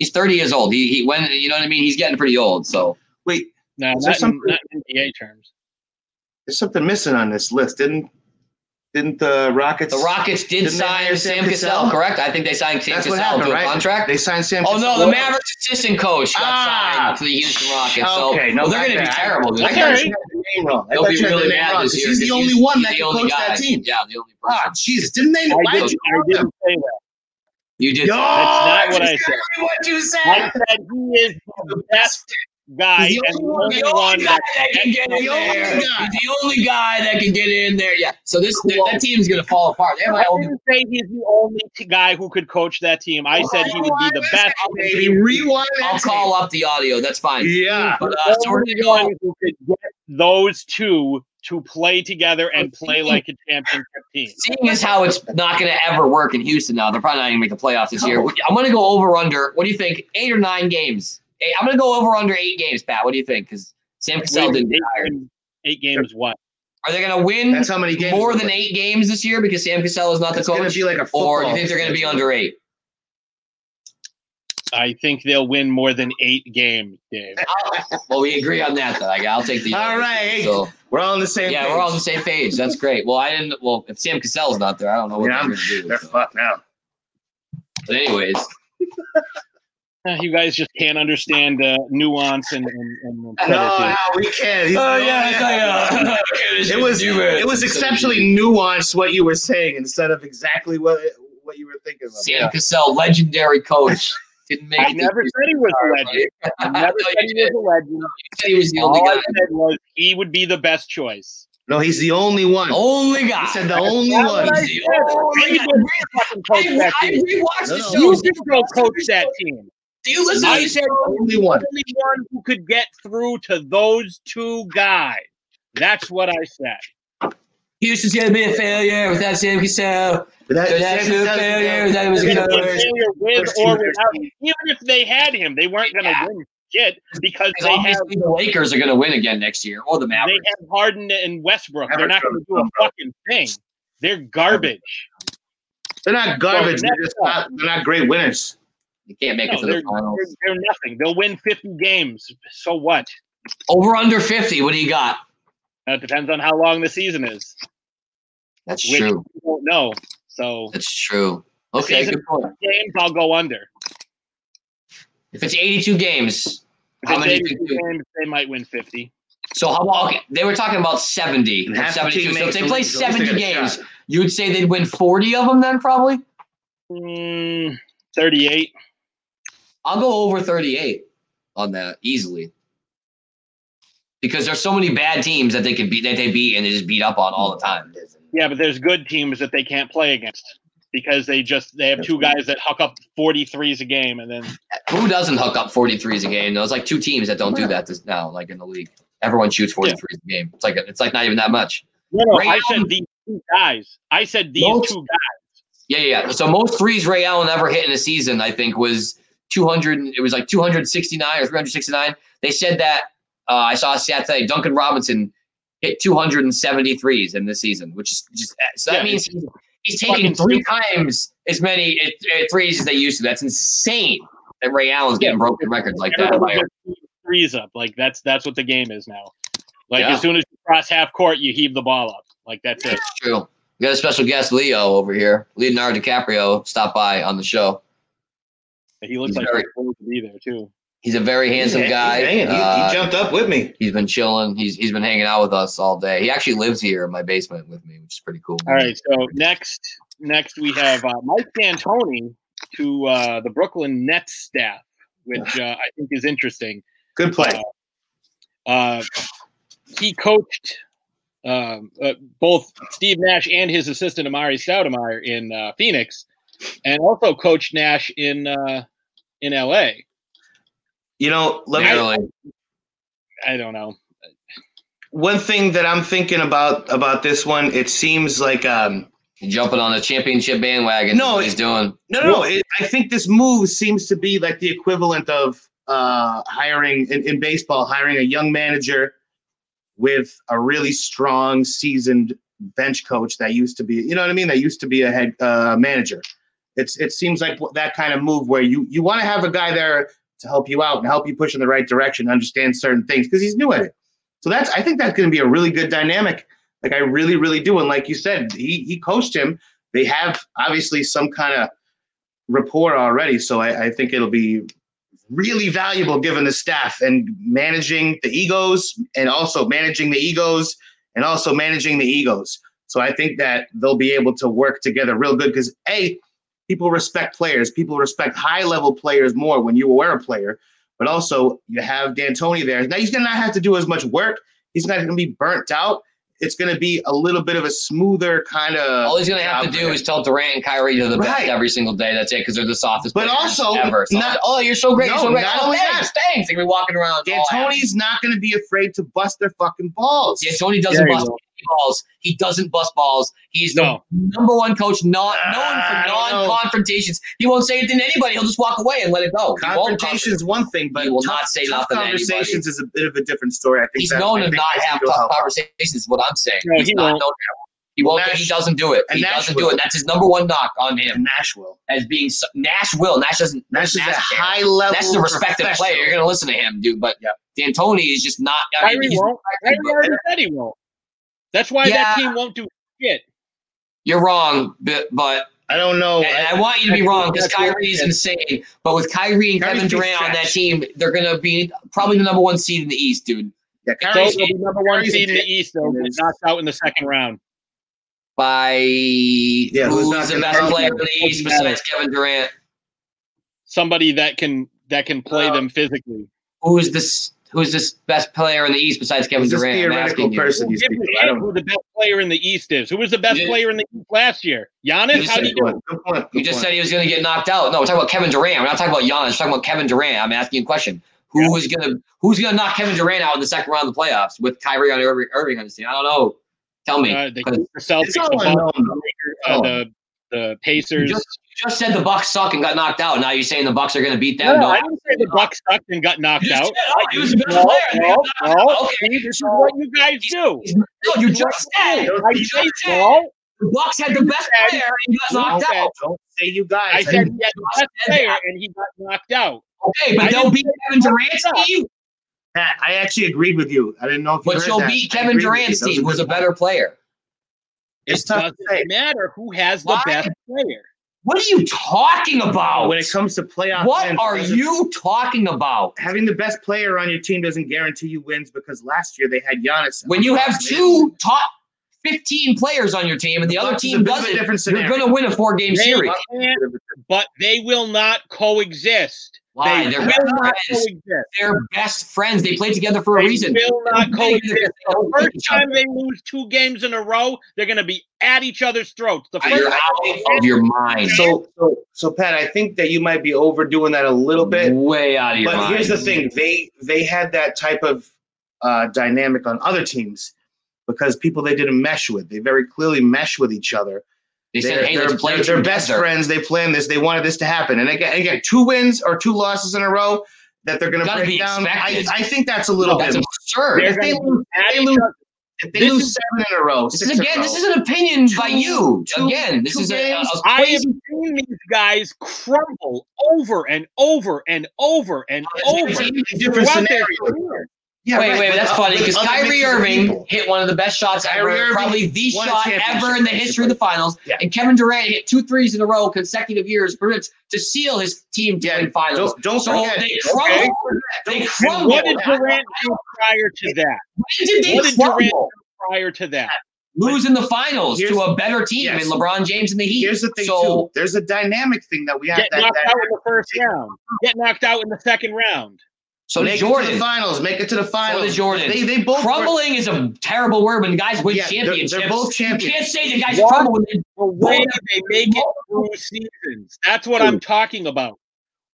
Speaker 3: He's 30 years old. He, he when you know what I mean. He's getting pretty old. So
Speaker 2: Wait,
Speaker 1: No,
Speaker 2: Is there
Speaker 1: not, in,
Speaker 2: some-
Speaker 1: not in NBA terms.
Speaker 2: there's something missing on this list. Didn't didn't the Rockets?
Speaker 3: the Rockets did
Speaker 2: Didn't they
Speaker 3: sign
Speaker 2: have
Speaker 3: Sam
Speaker 2: Sam
Speaker 3: Cassell,
Speaker 2: Cassell?
Speaker 3: correct? I think they signed Sam
Speaker 2: That's what
Speaker 3: Cassell
Speaker 2: happened,
Speaker 3: to a
Speaker 2: right?
Speaker 3: contract.
Speaker 2: They signed Sam.
Speaker 3: oh no,
Speaker 2: Cassell.
Speaker 3: the Mavericks assistant coach got
Speaker 2: Ah.
Speaker 3: signed to the Houston Rockets. So
Speaker 2: okay, no,
Speaker 3: well, they're going to be
Speaker 2: I-
Speaker 3: terrible.
Speaker 2: I,
Speaker 3: this
Speaker 2: I
Speaker 1: That's
Speaker 2: thought
Speaker 1: all
Speaker 3: year.
Speaker 1: right.
Speaker 2: you had the name wrong. I
Speaker 3: They'll
Speaker 2: thought
Speaker 3: be
Speaker 2: you had the
Speaker 3: really
Speaker 2: name
Speaker 3: mad
Speaker 2: wrong.
Speaker 3: this year.
Speaker 2: He's the
Speaker 3: 'cause
Speaker 2: only
Speaker 3: he's-
Speaker 2: one
Speaker 3: he's
Speaker 2: that
Speaker 3: the
Speaker 2: can
Speaker 3: only
Speaker 2: coach
Speaker 3: guy.
Speaker 2: that team.
Speaker 3: Yeah, the only person.
Speaker 2: Ah, Jesus! Didn't they?
Speaker 1: I,
Speaker 2: Why did
Speaker 1: didn't,
Speaker 2: you
Speaker 1: I
Speaker 2: count them?
Speaker 1: didn't say that.
Speaker 3: You did. (laughs)
Speaker 1: That's
Speaker 2: Yo,
Speaker 1: not what I
Speaker 2: that's
Speaker 1: said.
Speaker 2: exactly What you said?
Speaker 1: I said he is the best guy
Speaker 2: He's the
Speaker 1: and the
Speaker 2: only
Speaker 1: only one
Speaker 3: the only guy
Speaker 1: that
Speaker 3: that can get in
Speaker 2: The only
Speaker 3: there. He's
Speaker 2: guy.
Speaker 3: the only guy that can get in there. Yeah. So this that, that team's gonna fall apart. They're my
Speaker 1: I
Speaker 3: only.
Speaker 1: didn't say he's the only t- guy who could coach that team. I said he would be the best.
Speaker 2: Baby, rewind that
Speaker 3: I'll
Speaker 2: tape.
Speaker 3: call up the audio. That's fine.
Speaker 2: Yeah.
Speaker 3: But, uh,
Speaker 1: The
Speaker 3: so we're
Speaker 1: only
Speaker 3: gonna go.
Speaker 1: one who could get those two to play together and play like a championship team.
Speaker 3: Seeing as how it's not going to ever work in Houston now, they're probably not going to make the playoffs this year. I'm going to go over under. What do you think? Eight or nine games? Eight, I'm going to go over under eight games, Pat. What do you think? Because Sam Cassell
Speaker 1: Eight
Speaker 3: didn't get hired.
Speaker 1: games, eight games what?
Speaker 3: Are they going to win
Speaker 2: That's how many games.
Speaker 3: more than eight games this year because Sam Cassell is not the
Speaker 2: It's going
Speaker 3: coach?
Speaker 2: to be like a football.
Speaker 3: Or do you think they're going to be under eight?
Speaker 1: I think they'll win more than eight games, Dave.
Speaker 3: Well, we agree on that. Then I- I'll take
Speaker 2: (laughs)
Speaker 3: the.
Speaker 2: All right.
Speaker 3: So
Speaker 2: We're all on the same.
Speaker 3: yeah,
Speaker 2: page.
Speaker 3: we're all on the same page. That's great. Well, I didn't. Well, if Sam Cassell's not there, I don't know what
Speaker 2: Yeah,
Speaker 3: they're going to do.
Speaker 2: They're
Speaker 3: so.
Speaker 2: fucked Oh, now.
Speaker 3: But anyways,
Speaker 1: Uh, You guys just can't understand uh, nuance and, and, and
Speaker 2: No, no, we can't.
Speaker 3: Oh,
Speaker 2: He's-
Speaker 3: (laughs)
Speaker 2: It was it was exceptionally nuanced what you were saying instead of exactly what what you were thinking of.
Speaker 3: Sam Cassell, legendary coach, (laughs) didn't make.
Speaker 1: I
Speaker 3: it.
Speaker 1: never said he was a
Speaker 3: (laughs)
Speaker 1: legend. I
Speaker 3: No,
Speaker 1: never said he
Speaker 3: you
Speaker 1: was
Speaker 3: did.
Speaker 1: a legend.
Speaker 3: You said he was the only
Speaker 1: All I
Speaker 3: guy.
Speaker 1: said was he would be the best choice.
Speaker 2: No, he's the only one.
Speaker 3: Oh, Only guy.
Speaker 2: He said the only
Speaker 1: That's
Speaker 2: one.
Speaker 1: what I
Speaker 3: He's the
Speaker 1: said.
Speaker 3: only
Speaker 1: You
Speaker 3: guy.
Speaker 1: didn't fucking coach
Speaker 3: I,
Speaker 1: that
Speaker 3: I
Speaker 1: team.
Speaker 3: rewatched
Speaker 2: No,
Speaker 3: the
Speaker 2: no.
Speaker 3: show.
Speaker 1: You didn't go coach that team.
Speaker 3: Do you listen?
Speaker 1: I
Speaker 3: to
Speaker 1: said
Speaker 2: the only one.
Speaker 1: only one who could get through to those two guys. That's what I said.
Speaker 3: Houston's gonna be a failure without Sam Cassell.
Speaker 2: But that,
Speaker 3: They're an absolute failure. That was
Speaker 1: They
Speaker 3: gonna
Speaker 1: were
Speaker 3: be
Speaker 1: a
Speaker 3: a failure.
Speaker 1: failure with
Speaker 2: First team,
Speaker 1: or
Speaker 2: first
Speaker 1: without.
Speaker 2: team.
Speaker 1: Even if they had him, they weren't going to
Speaker 3: Yeah.
Speaker 1: win shit because
Speaker 3: Because
Speaker 1: they have
Speaker 3: obviously the Lakers are going to win again next year, or the
Speaker 1: they
Speaker 3: Mavericks.
Speaker 1: have Harden and Westbrook. They're not going to do a fucking thing. They're garbage.
Speaker 2: They're not garbage.
Speaker 1: Well,
Speaker 2: They're just not. They're not great winners.
Speaker 3: They can't make
Speaker 1: No,
Speaker 3: it to the
Speaker 1: they're,
Speaker 3: finals.
Speaker 1: they're, they're nothing. They'll win 50 games. So what?
Speaker 3: Over under fifty. What do you got?
Speaker 1: Now, it depends on how long the season is.
Speaker 3: That's
Speaker 1: Which-
Speaker 3: true.
Speaker 1: We don't know. So
Speaker 3: That's true. Okay,
Speaker 1: season-
Speaker 3: good point.
Speaker 1: games, I'll go under.
Speaker 3: If it's eighty-two games,
Speaker 1: If
Speaker 3: how
Speaker 1: it's
Speaker 3: many?
Speaker 1: 82 games, they might win 50.
Speaker 3: So how about? Okay, they were talking about seventy.
Speaker 2: And half the
Speaker 3: 72.
Speaker 2: team
Speaker 3: So if
Speaker 2: makes
Speaker 3: they
Speaker 2: the
Speaker 3: play
Speaker 2: league, so at least they
Speaker 3: seventy
Speaker 2: got a
Speaker 3: games, you would say they'd win forty of them then probably.
Speaker 1: Mm, 38.
Speaker 3: I'll go over thirty-eight on that easily. Because there's so many bad teams that they can beat that they beat and they just beat up on all the time.
Speaker 1: Yeah, but there's good teams that they can't play against because they just they have two guys that huck up 43s a game and then
Speaker 3: Who doesn't hook up 43s a game? There's like two teams that don't do that this, now, like in the league. Everyone shoots 43s a game. It's like it's like not even that much.
Speaker 1: no, no,
Speaker 3: Ray
Speaker 1: I said
Speaker 3: Allen-
Speaker 1: these two guys. I said these
Speaker 3: Most-
Speaker 1: two guys.
Speaker 3: Yeah, yeah, yeah. So most threes Ray Allen ever hit in a season, I think, was 200. and- It was like 269 or 369. They said that uh, I saw a stat today. Duncan Robinson hit 273s in this season, which is just uh, so that
Speaker 1: Yeah,
Speaker 3: means he's, he's
Speaker 1: fucking
Speaker 3: taking three times as many uh, uh, threes as they used to. That's insane. That Ray Allen's getting broken records like that.
Speaker 1: Everybody gets threes up. Like that's that's what the game is now. Like
Speaker 3: Yeah.
Speaker 1: as soon as you cross half court, you heave the ball up. Like that's it.
Speaker 3: It's true. We got a special guest, Leo, over here. Leonardo DiCaprio stopped by on the show.
Speaker 1: He looks
Speaker 3: He's
Speaker 1: like
Speaker 3: very-
Speaker 1: he's supposed to be there too.
Speaker 3: He's a very handsome
Speaker 2: He's-
Speaker 3: guy.
Speaker 2: he's hanging. He,
Speaker 3: Uh,
Speaker 2: he jumped up with me.
Speaker 3: he's been chilling. He's he's been hanging out with us all day. He actually lives here in my basement with me, which is pretty cool.
Speaker 1: All right. So next, next we have uh, Mike D'Antoni to uh, the Brooklyn Nets staff, which uh, I think is interesting.
Speaker 2: Good play.
Speaker 1: Uh, he coached um, uh, both Steve Nash and his assistant Amari Stoudemire in uh, Phoenix, and also coached Nash in uh, in L.A.
Speaker 2: You know, let me.
Speaker 3: Really.
Speaker 1: I don't know.
Speaker 2: One thing that I'm thinking about about this one, it seems like um
Speaker 3: He's jumping on the championship bandwagon.
Speaker 2: No,
Speaker 3: No, he's doing.
Speaker 2: no no no. It, I think this move seems to be like the equivalent of uh hiring in, in baseball, hiring a young manager with a really strong, seasoned bench coach that used to be, you know what I mean? That used to be a head uh, manager. It's it seems like that kind of move where you you want to have a guy there to help you out and help you push in the right direction, understand certain things because he's new at it. So that's I think that's going to be a really good dynamic. Like I really really do, and like you said, he he coached him. They have obviously some kind of rapport already, so I, I think it'll be really valuable given the staff and managing the egos and also managing the egos and also managing the egos. So I think that they'll be able to work together real good because A, people respect players, people respect high level players more when you were a player, but also you have D'Antoni there. Now he's gonna not have to do as much work. He's not gonna be burnt out. It's gonna be a little bit of a smoother kind of.
Speaker 3: All he's gonna have to do is tell Durant and Kyrie to the
Speaker 2: Right.
Speaker 3: best every single day. That's it, because they're the softest.
Speaker 2: But
Speaker 3: players
Speaker 2: also,
Speaker 3: ever. So,
Speaker 2: not-
Speaker 3: oh, you're so great.
Speaker 2: No,
Speaker 3: you're so great.
Speaker 2: not
Speaker 3: Oh,
Speaker 2: only
Speaker 3: thanks, thanks. They're gonna be walking around. oh, I-
Speaker 2: D'Antoni's not gonna be afraid to bust their fucking balls.
Speaker 3: D'Antoni doesn't
Speaker 1: There you
Speaker 3: bust
Speaker 1: go.
Speaker 3: any balls. He doesn't bust balls. He's
Speaker 1: No.
Speaker 3: the number one coach, not
Speaker 2: Ah,
Speaker 3: known
Speaker 2: I
Speaker 3: for
Speaker 2: don't know.
Speaker 3: non-confrontations. He won't say anything to anybody. He'll just walk away and let it go. He won't
Speaker 2: Confrontation is one thing, but
Speaker 3: He will
Speaker 2: tough-
Speaker 3: not say
Speaker 2: tough
Speaker 3: nothing to
Speaker 2: Conversations is a bit of a different story. I think
Speaker 3: He's
Speaker 2: that-
Speaker 3: known
Speaker 2: I
Speaker 3: to
Speaker 2: think
Speaker 3: not
Speaker 2: that's
Speaker 3: have
Speaker 2: gonna
Speaker 3: tough
Speaker 2: help.
Speaker 3: conversations. Is what I'm saying.
Speaker 1: No,
Speaker 3: He's
Speaker 1: he
Speaker 3: not
Speaker 1: won't.
Speaker 3: known to have- He won't.
Speaker 2: Nash-
Speaker 3: he doesn't do it.
Speaker 2: and
Speaker 3: He
Speaker 2: Nash
Speaker 3: doesn't
Speaker 2: will.
Speaker 3: do it. That's his number one knock on him
Speaker 2: Nashville.
Speaker 3: as being so, Nash. Will Nash doesn't.
Speaker 2: Nash is a
Speaker 3: cares.
Speaker 2: high level.
Speaker 3: That's the respected
Speaker 2: professional.
Speaker 3: player. You're going to listen to him, dude. But
Speaker 2: Yeah.
Speaker 3: D'Antoni is just not. I mean,
Speaker 1: Kyrie
Speaker 3: he's-
Speaker 1: won't. Kyrie already said he won't. That's why
Speaker 3: Yeah.
Speaker 1: that team won't do shit.
Speaker 3: you're wrong, but, but
Speaker 2: Oh, I don't know.
Speaker 3: And I want you to be wrong because
Speaker 1: That's right.
Speaker 3: Kyrie is insane. But with Kyrie
Speaker 2: Kyrie's
Speaker 3: and Kevin
Speaker 2: big
Speaker 3: Durant on that
Speaker 2: trash.
Speaker 3: team, they're gonna be probably the number one seed in the East, dude.
Speaker 2: yeah,
Speaker 1: So
Speaker 2: Kyrie's-
Speaker 1: they'll be number one
Speaker 2: Kyrie's
Speaker 1: seed in
Speaker 2: a
Speaker 1: the East, though,
Speaker 2: dick.
Speaker 1: and knocked out in the second round.
Speaker 3: By
Speaker 2: Yeah, who's not
Speaker 3: who's the
Speaker 2: gonna
Speaker 3: best
Speaker 2: help
Speaker 3: player in
Speaker 2: them?
Speaker 3: the East besides Kevin Durant?
Speaker 1: Somebody that can that can play
Speaker 3: Uh,
Speaker 1: them physically.
Speaker 3: Who's this? Who's this best player in the East besides Kevin
Speaker 2: He's a
Speaker 3: Durant? I'm
Speaker 2: theoretical
Speaker 3: asking you.
Speaker 2: person.
Speaker 1: Who
Speaker 2: These
Speaker 1: gives a
Speaker 2: people. I
Speaker 1: shit
Speaker 2: don't know.
Speaker 1: who the best player in the East is? Who was the best
Speaker 3: You-
Speaker 1: player in the East last year? Giannis.
Speaker 3: you
Speaker 1: How do you
Speaker 2: Good
Speaker 1: do?
Speaker 2: point, good point,
Speaker 3: You
Speaker 2: good
Speaker 3: just
Speaker 2: point.
Speaker 3: said he was going to get knocked out. No, we're talking about Kevin Durant. We're not talking about Giannis. We're talking about Kevin Durant. I'm asking you a question. Who is going to who's going to knock Kevin Durant out in the second round of the playoffs with Kyrie on Irving, Irving on the team? I don't know. Tell me.
Speaker 1: Uh, the,
Speaker 3: Because
Speaker 1: the Celtics,
Speaker 2: It's all
Speaker 1: the,
Speaker 2: unknown,
Speaker 1: Bucks,
Speaker 2: though.
Speaker 3: Oh.
Speaker 1: uh, the the Pacers.
Speaker 3: You just, you just said the Bucks suck and got knocked out. Now you're saying the Bucks are going to beat them?
Speaker 1: No, I didn't say the Bucks sucked and got knocked
Speaker 3: You
Speaker 1: out.
Speaker 3: said, oh, he was the best
Speaker 1: No,
Speaker 3: player. and they
Speaker 1: no,
Speaker 3: got knocked out.
Speaker 1: no.
Speaker 3: Okay.
Speaker 1: See, this is what you guys do.
Speaker 3: No, you just said it.
Speaker 1: I
Speaker 3: You
Speaker 1: said
Speaker 3: just said it.
Speaker 1: no.
Speaker 3: the Bucks had the best
Speaker 1: said-
Speaker 3: player and got knocked
Speaker 1: Okay.
Speaker 3: out.
Speaker 2: Don't say you guys.
Speaker 1: I said he had the best
Speaker 3: said that.
Speaker 1: player and he got knocked out.
Speaker 3: Okay, but
Speaker 1: I
Speaker 3: they'll
Speaker 1: didn't
Speaker 3: beat Kevin Durant's team,
Speaker 2: Pat, I actually agreed with you. I didn't know if you
Speaker 3: but
Speaker 2: heard
Speaker 3: you'll
Speaker 2: that.
Speaker 3: beat
Speaker 2: I
Speaker 3: Kevin
Speaker 2: agreed with
Speaker 3: Durant's
Speaker 2: you. That
Speaker 3: team,
Speaker 2: was
Speaker 3: who's a
Speaker 2: good point.
Speaker 3: better player.
Speaker 2: It's
Speaker 1: it
Speaker 2: tough to
Speaker 1: doesn't
Speaker 2: say.
Speaker 1: matter who has the
Speaker 3: Why?
Speaker 1: best player.
Speaker 3: What are you talking about?
Speaker 2: When it comes to playoff,
Speaker 3: What
Speaker 2: wins,
Speaker 3: are
Speaker 2: doesn't-
Speaker 3: you talking about?
Speaker 2: Having the best player on your team doesn't guarantee you wins because last year they had Giannis.
Speaker 3: When you have two top 15 players on your team and the other
Speaker 2: Bucks is a
Speaker 3: team
Speaker 2: bit of a
Speaker 3: doesn't,
Speaker 2: different
Speaker 3: you're
Speaker 2: scenario.
Speaker 3: going to win a four game
Speaker 1: They
Speaker 3: series.
Speaker 1: can't, but they will not coexist.
Speaker 3: Why?
Speaker 1: They
Speaker 3: They're
Speaker 1: will
Speaker 3: best
Speaker 1: not
Speaker 3: friends.
Speaker 1: coexist.
Speaker 3: They're best friends. They play together for a
Speaker 1: They
Speaker 3: reason.
Speaker 1: will not
Speaker 3: They play together
Speaker 1: coexist.
Speaker 3: for a
Speaker 1: The first
Speaker 3: reason.
Speaker 1: time they lose two games in a row, they're going to be at each other's throats. The
Speaker 3: You're
Speaker 1: first
Speaker 3: out of your mind.
Speaker 2: So, so, so, Pat, I think that you might be overdoing that a little bit.
Speaker 3: way out of your
Speaker 2: But
Speaker 3: mind.
Speaker 2: here's the thing: they they had that type of uh, dynamic on other teams because people they didn't mesh with. They very clearly mesh with each other.
Speaker 3: They said, "Hey, let's play
Speaker 2: they're- they're best
Speaker 3: together."
Speaker 2: friends. They planned this. They wanted this to happen. And again, again, two wins or two losses in a row that they're going to
Speaker 3: Gotta
Speaker 2: break
Speaker 3: be
Speaker 2: down. I,
Speaker 3: expected.
Speaker 2: I think that's a little
Speaker 3: No, that's
Speaker 2: bit.
Speaker 3: absurd.
Speaker 2: if they lose,
Speaker 1: at
Speaker 2: they
Speaker 1: each
Speaker 2: lose,
Speaker 1: other.
Speaker 2: if they
Speaker 1: This
Speaker 2: lose
Speaker 1: is-
Speaker 2: seven in a row,
Speaker 3: This
Speaker 2: six in
Speaker 3: is
Speaker 2: a
Speaker 3: again.
Speaker 2: row,
Speaker 3: This is an opinion by
Speaker 2: Two-
Speaker 3: you.
Speaker 2: two-
Speaker 3: again, this
Speaker 2: two
Speaker 3: is a, a,
Speaker 2: games.
Speaker 3: a
Speaker 1: I have
Speaker 3: crazy.
Speaker 1: seen these guys crumble over and over and over and over
Speaker 3: It's a
Speaker 2: different
Speaker 1: throughout their
Speaker 2: scenario.
Speaker 1: career.
Speaker 2: yeah,
Speaker 3: wait,
Speaker 2: right,
Speaker 3: wait,
Speaker 2: with
Speaker 3: that's
Speaker 2: o-
Speaker 3: funny
Speaker 2: with
Speaker 3: because
Speaker 2: other
Speaker 3: Kyrie
Speaker 2: mixes of
Speaker 3: Irving
Speaker 2: people.
Speaker 3: hit one of the best shots
Speaker 2: Kyrie
Speaker 3: ever,
Speaker 2: Irving
Speaker 3: probably the
Speaker 2: won a
Speaker 3: shot
Speaker 2: championship.
Speaker 3: ever in the history of the finals.
Speaker 2: Yeah.
Speaker 3: And Kevin Durant hit two threes in a row, consecutive years, pretty much to seal his team to
Speaker 2: Yeah,
Speaker 3: win finals.
Speaker 2: Don't, don't
Speaker 3: So
Speaker 2: forget.
Speaker 3: they
Speaker 2: Okay.
Speaker 3: crumbled. They
Speaker 1: And
Speaker 3: crumbled.
Speaker 1: what did Durant do prior to that?
Speaker 3: When did they
Speaker 1: What did Durant
Speaker 3: crumble?
Speaker 1: Prior to that,
Speaker 3: Lose in the finals
Speaker 2: Here's-
Speaker 3: to a better team
Speaker 2: yes.
Speaker 3: in LeBron James and the Heat.
Speaker 2: Here's the thing
Speaker 3: So-
Speaker 2: too. There's a dynamic thing that we have.
Speaker 1: get
Speaker 2: That,
Speaker 1: knocked
Speaker 2: that-
Speaker 1: out in the first round, get knocked out in the second round.
Speaker 3: So
Speaker 2: make it to
Speaker 3: Jordan,
Speaker 2: the finals. Make it to the finals.
Speaker 3: did Jordan.
Speaker 2: They they both
Speaker 3: crumbling is a terrible word when guys win
Speaker 2: Yeah, they're- they're
Speaker 3: championships.
Speaker 2: both champions.
Speaker 3: You can't say the guys
Speaker 1: What?
Speaker 3: crumble when they
Speaker 1: The way they make it through seasons. That's what I'm talking about.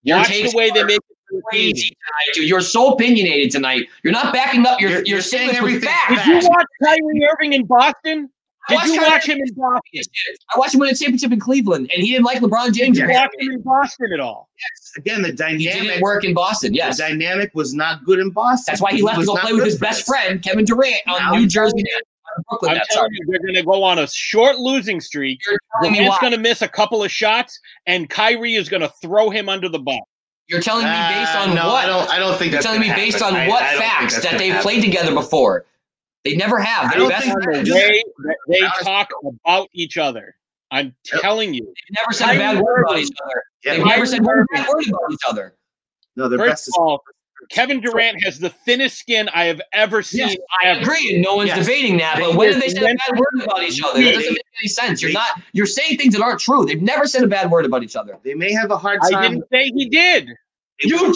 Speaker 3: Your
Speaker 1: Watch
Speaker 3: takes
Speaker 1: the way they
Speaker 3: are
Speaker 1: make it through seasons.
Speaker 3: crazy tonight, dude. You're so opinionated tonight. You're not backing up your
Speaker 2: You're-
Speaker 3: your
Speaker 2: you're saying
Speaker 3: statements with
Speaker 2: everything
Speaker 1: Did
Speaker 3: facts.
Speaker 1: you watch Kyrie Irving in Boston?
Speaker 3: I
Speaker 1: Did
Speaker 3: watched
Speaker 1: you
Speaker 3: Kyrie
Speaker 1: watch him in Boston?
Speaker 3: I watched him win a championship in Cleveland, and he didn't like LeBron James.
Speaker 1: Did you
Speaker 3: Yeah.
Speaker 1: watch him in Boston at all?
Speaker 2: again the
Speaker 3: He
Speaker 2: dynamic.
Speaker 3: didn't work in Boston. Yes,
Speaker 2: The dynamic was not good in Boston.
Speaker 3: that's why he left to
Speaker 2: was
Speaker 3: go
Speaker 2: not
Speaker 3: play with
Speaker 2: good
Speaker 3: his
Speaker 2: for
Speaker 3: best
Speaker 2: us.
Speaker 3: friend Kevin Durant on
Speaker 2: Now
Speaker 3: New
Speaker 2: he's
Speaker 3: Jersey. Brooklyn
Speaker 1: I'm
Speaker 3: Nets are.
Speaker 1: telling you, they're going to go on a short losing streak.
Speaker 3: You're telling me
Speaker 1: Durant's
Speaker 3: why.
Speaker 1: going to miss a couple of shots, and Kyrie is going to throw him under the bus.
Speaker 3: You're telling me based
Speaker 2: Ah,
Speaker 3: on
Speaker 2: no,
Speaker 3: what?
Speaker 2: I don't. I don't think
Speaker 3: You're
Speaker 2: that's
Speaker 3: telling me
Speaker 2: gonna
Speaker 3: based on
Speaker 2: happen. I-
Speaker 3: what
Speaker 2: I don't think
Speaker 3: facts
Speaker 2: that's
Speaker 3: that
Speaker 2: gonna
Speaker 3: they've
Speaker 2: happen.
Speaker 3: played together before. They never have.
Speaker 2: I
Speaker 3: They're
Speaker 2: don't
Speaker 3: best
Speaker 2: think
Speaker 3: friends.
Speaker 1: the
Speaker 2: Just-
Speaker 1: way that they
Speaker 2: That was-
Speaker 1: talk about each other. I'm telling you.
Speaker 3: They've never said a bad
Speaker 1: Kyrie
Speaker 3: word about
Speaker 1: Irving.
Speaker 3: each other.
Speaker 2: Yeah,
Speaker 3: They've
Speaker 1: Kyrie
Speaker 3: never said one bad word about each other.
Speaker 2: no, their
Speaker 1: First
Speaker 2: best
Speaker 1: of
Speaker 2: is
Speaker 1: all, Kevin Durant has the thinnest skin I have ever seen.
Speaker 3: Yes,
Speaker 1: I
Speaker 3: I
Speaker 1: have
Speaker 3: agree, and no one's
Speaker 2: Yes.
Speaker 3: debating that. But when did they say a bad word about each other? That doesn't make any sense. You're not. You're saying things that aren't true. They've never said a bad word about each other.
Speaker 2: They may have a hard
Speaker 1: I
Speaker 2: time.
Speaker 1: didn't say he did.
Speaker 3: You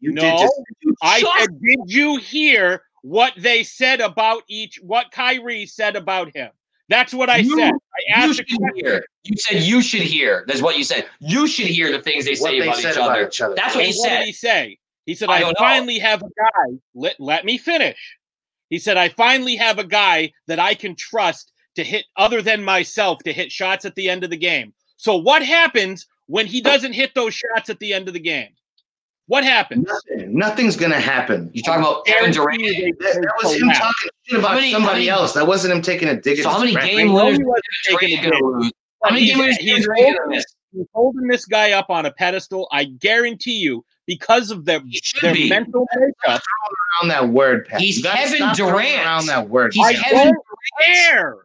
Speaker 2: You
Speaker 1: no,
Speaker 2: did just.
Speaker 1: I
Speaker 3: Shut-
Speaker 1: said, did you hear what they said about each what Kyrie said about him? That's what I
Speaker 3: You-
Speaker 1: said. I
Speaker 3: you
Speaker 1: asked a
Speaker 3: should
Speaker 1: question.
Speaker 3: hear. You said you should hear. That's what you said. You should hear the things they
Speaker 2: What
Speaker 3: say
Speaker 2: they
Speaker 3: about
Speaker 2: said
Speaker 3: each
Speaker 2: about
Speaker 3: other.
Speaker 2: each other.
Speaker 3: That's what
Speaker 1: And
Speaker 3: he
Speaker 1: what
Speaker 3: said.
Speaker 1: did he say? He said,
Speaker 3: I
Speaker 1: I,
Speaker 3: don't know.
Speaker 1: finally have a guy. Let, let me finish. He said, I finally have a guy that I can trust to hit other than myself to hit shots at the end of the game. So what happens when he doesn't hit those shots at the end of the game? What happens?
Speaker 2: Nothing. Nothing's gonna happen.
Speaker 3: You're talking about Kevin Durant.
Speaker 1: They-
Speaker 2: That, that was
Speaker 1: they
Speaker 2: him
Speaker 1: collapsed.
Speaker 2: talking shit about
Speaker 3: How many-
Speaker 2: somebody
Speaker 3: how many-
Speaker 2: else. That wasn't him taking a dig. at
Speaker 3: So how
Speaker 2: his
Speaker 3: many
Speaker 2: friend.
Speaker 3: game
Speaker 1: No,
Speaker 3: winners
Speaker 1: he wasn't
Speaker 3: Durant
Speaker 1: taking a
Speaker 3: gonna
Speaker 1: hit.
Speaker 3: lose? How many
Speaker 1: He's-
Speaker 3: game winners is
Speaker 1: he's
Speaker 3: Kevin Durant gonna miss?
Speaker 1: He's holding this guy up on a pedestal. I guarantee you, because of their,
Speaker 3: He should
Speaker 1: their
Speaker 3: be.
Speaker 1: mental makeup,
Speaker 2: around that word, Pat.
Speaker 3: He's
Speaker 2: You gotta
Speaker 3: Kevin
Speaker 2: stop throwing
Speaker 3: Durant.
Speaker 2: Around that word.
Speaker 3: He's
Speaker 1: I
Speaker 2: Pat.
Speaker 3: Kevin
Speaker 1: don't
Speaker 3: Durant.
Speaker 1: care.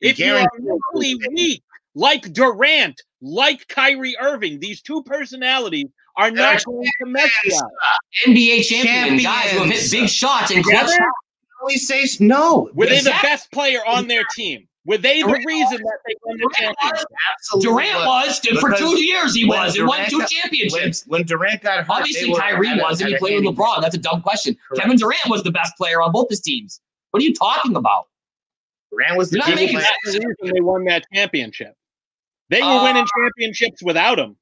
Speaker 1: If you are
Speaker 2: Guaranteed.
Speaker 1: mentally weak, like Durant, like Kyrie Irving, these two personalities are not going to mess you up.
Speaker 3: NBA champion guys who have hit
Speaker 2: Champions.
Speaker 3: big shots and clutch.
Speaker 1: Together,
Speaker 2: Only says no.
Speaker 1: were they the
Speaker 3: Exactly.
Speaker 1: best player on their team? Were they the
Speaker 3: Durant-
Speaker 1: reason that they won the
Speaker 3: Durant
Speaker 1: championship?
Speaker 2: Absolutely
Speaker 3: Durant
Speaker 2: not.
Speaker 3: was dude, for
Speaker 2: Because
Speaker 3: two years. He
Speaker 2: when
Speaker 3: was. He won
Speaker 2: Durant got-
Speaker 3: two
Speaker 2: when,
Speaker 3: championships.
Speaker 2: when Durant got hurt,
Speaker 3: Obviously,
Speaker 2: they were
Speaker 3: Kyrie
Speaker 2: at a-
Speaker 3: was if
Speaker 2: at
Speaker 3: he
Speaker 2: a
Speaker 3: played with
Speaker 2: handicap.
Speaker 3: LeBron. That's a dumb question.
Speaker 2: Correct.
Speaker 3: Kevin Durant was the best player on both his teams. What are you talking about?
Speaker 2: Durant was the
Speaker 3: You're not
Speaker 2: dude
Speaker 3: making
Speaker 2: who
Speaker 1: That's
Speaker 2: had-
Speaker 1: the reason they won that championship. They were
Speaker 3: Uh,
Speaker 1: winning championships without him.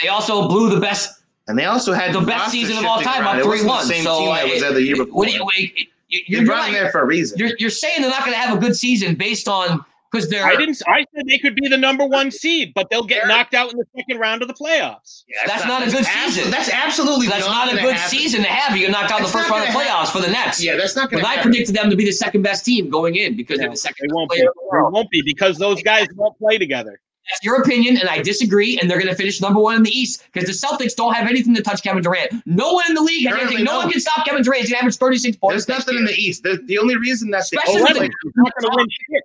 Speaker 3: They also blew the best
Speaker 2: and they also had
Speaker 3: the best
Speaker 2: roster
Speaker 3: season of all
Speaker 2: shifting
Speaker 3: time,
Speaker 2: around.
Speaker 3: up
Speaker 2: It wasn't the
Speaker 3: 3-1.
Speaker 2: Same
Speaker 3: So,
Speaker 2: team that
Speaker 3: uh,
Speaker 2: was there the year before.
Speaker 3: What do you, wait, you-
Speaker 2: They
Speaker 3: you're,
Speaker 2: brought him
Speaker 3: not-
Speaker 2: there for a reason.
Speaker 3: you're, you're saying they're not going to have a good season based on because they're.
Speaker 1: I didn't. I said they could be the number one seed, but they'll get knocked out in the second round of the playoffs.
Speaker 2: Yeah,
Speaker 3: that's not a good
Speaker 2: abso-
Speaker 3: season.
Speaker 2: That's absolutely
Speaker 3: that's
Speaker 2: not,
Speaker 3: not a
Speaker 2: gonna
Speaker 3: good
Speaker 2: happen.
Speaker 3: season to have. You get knocked out in the
Speaker 2: That's
Speaker 3: first
Speaker 2: not
Speaker 3: round of the
Speaker 2: gonna
Speaker 3: playoffs for the Nets.
Speaker 2: Yeah, that's not going
Speaker 3: But
Speaker 2: to
Speaker 3: I
Speaker 2: happen.
Speaker 3: predicted them to be the second best team going in because they're
Speaker 1: No,
Speaker 3: the second
Speaker 1: They
Speaker 3: best
Speaker 1: won't be. They
Speaker 3: player in the world.
Speaker 1: won't be because those guys won't play together.
Speaker 3: That's your opinion, and I disagree. And they're going to finish number one in the East because the Celtics don't have anything to touch Kevin Durant. No one in the league has
Speaker 2: Apparently
Speaker 3: anything. No
Speaker 2: not.
Speaker 3: one can stop Kevin Durant. He's going to average 36 points.
Speaker 2: There's
Speaker 3: next
Speaker 2: nothing in
Speaker 3: year.
Speaker 2: the East. The, the only reason that's the
Speaker 3: Especially
Speaker 1: Oh,
Speaker 3: with
Speaker 2: only
Speaker 1: really? He's not going to win shit.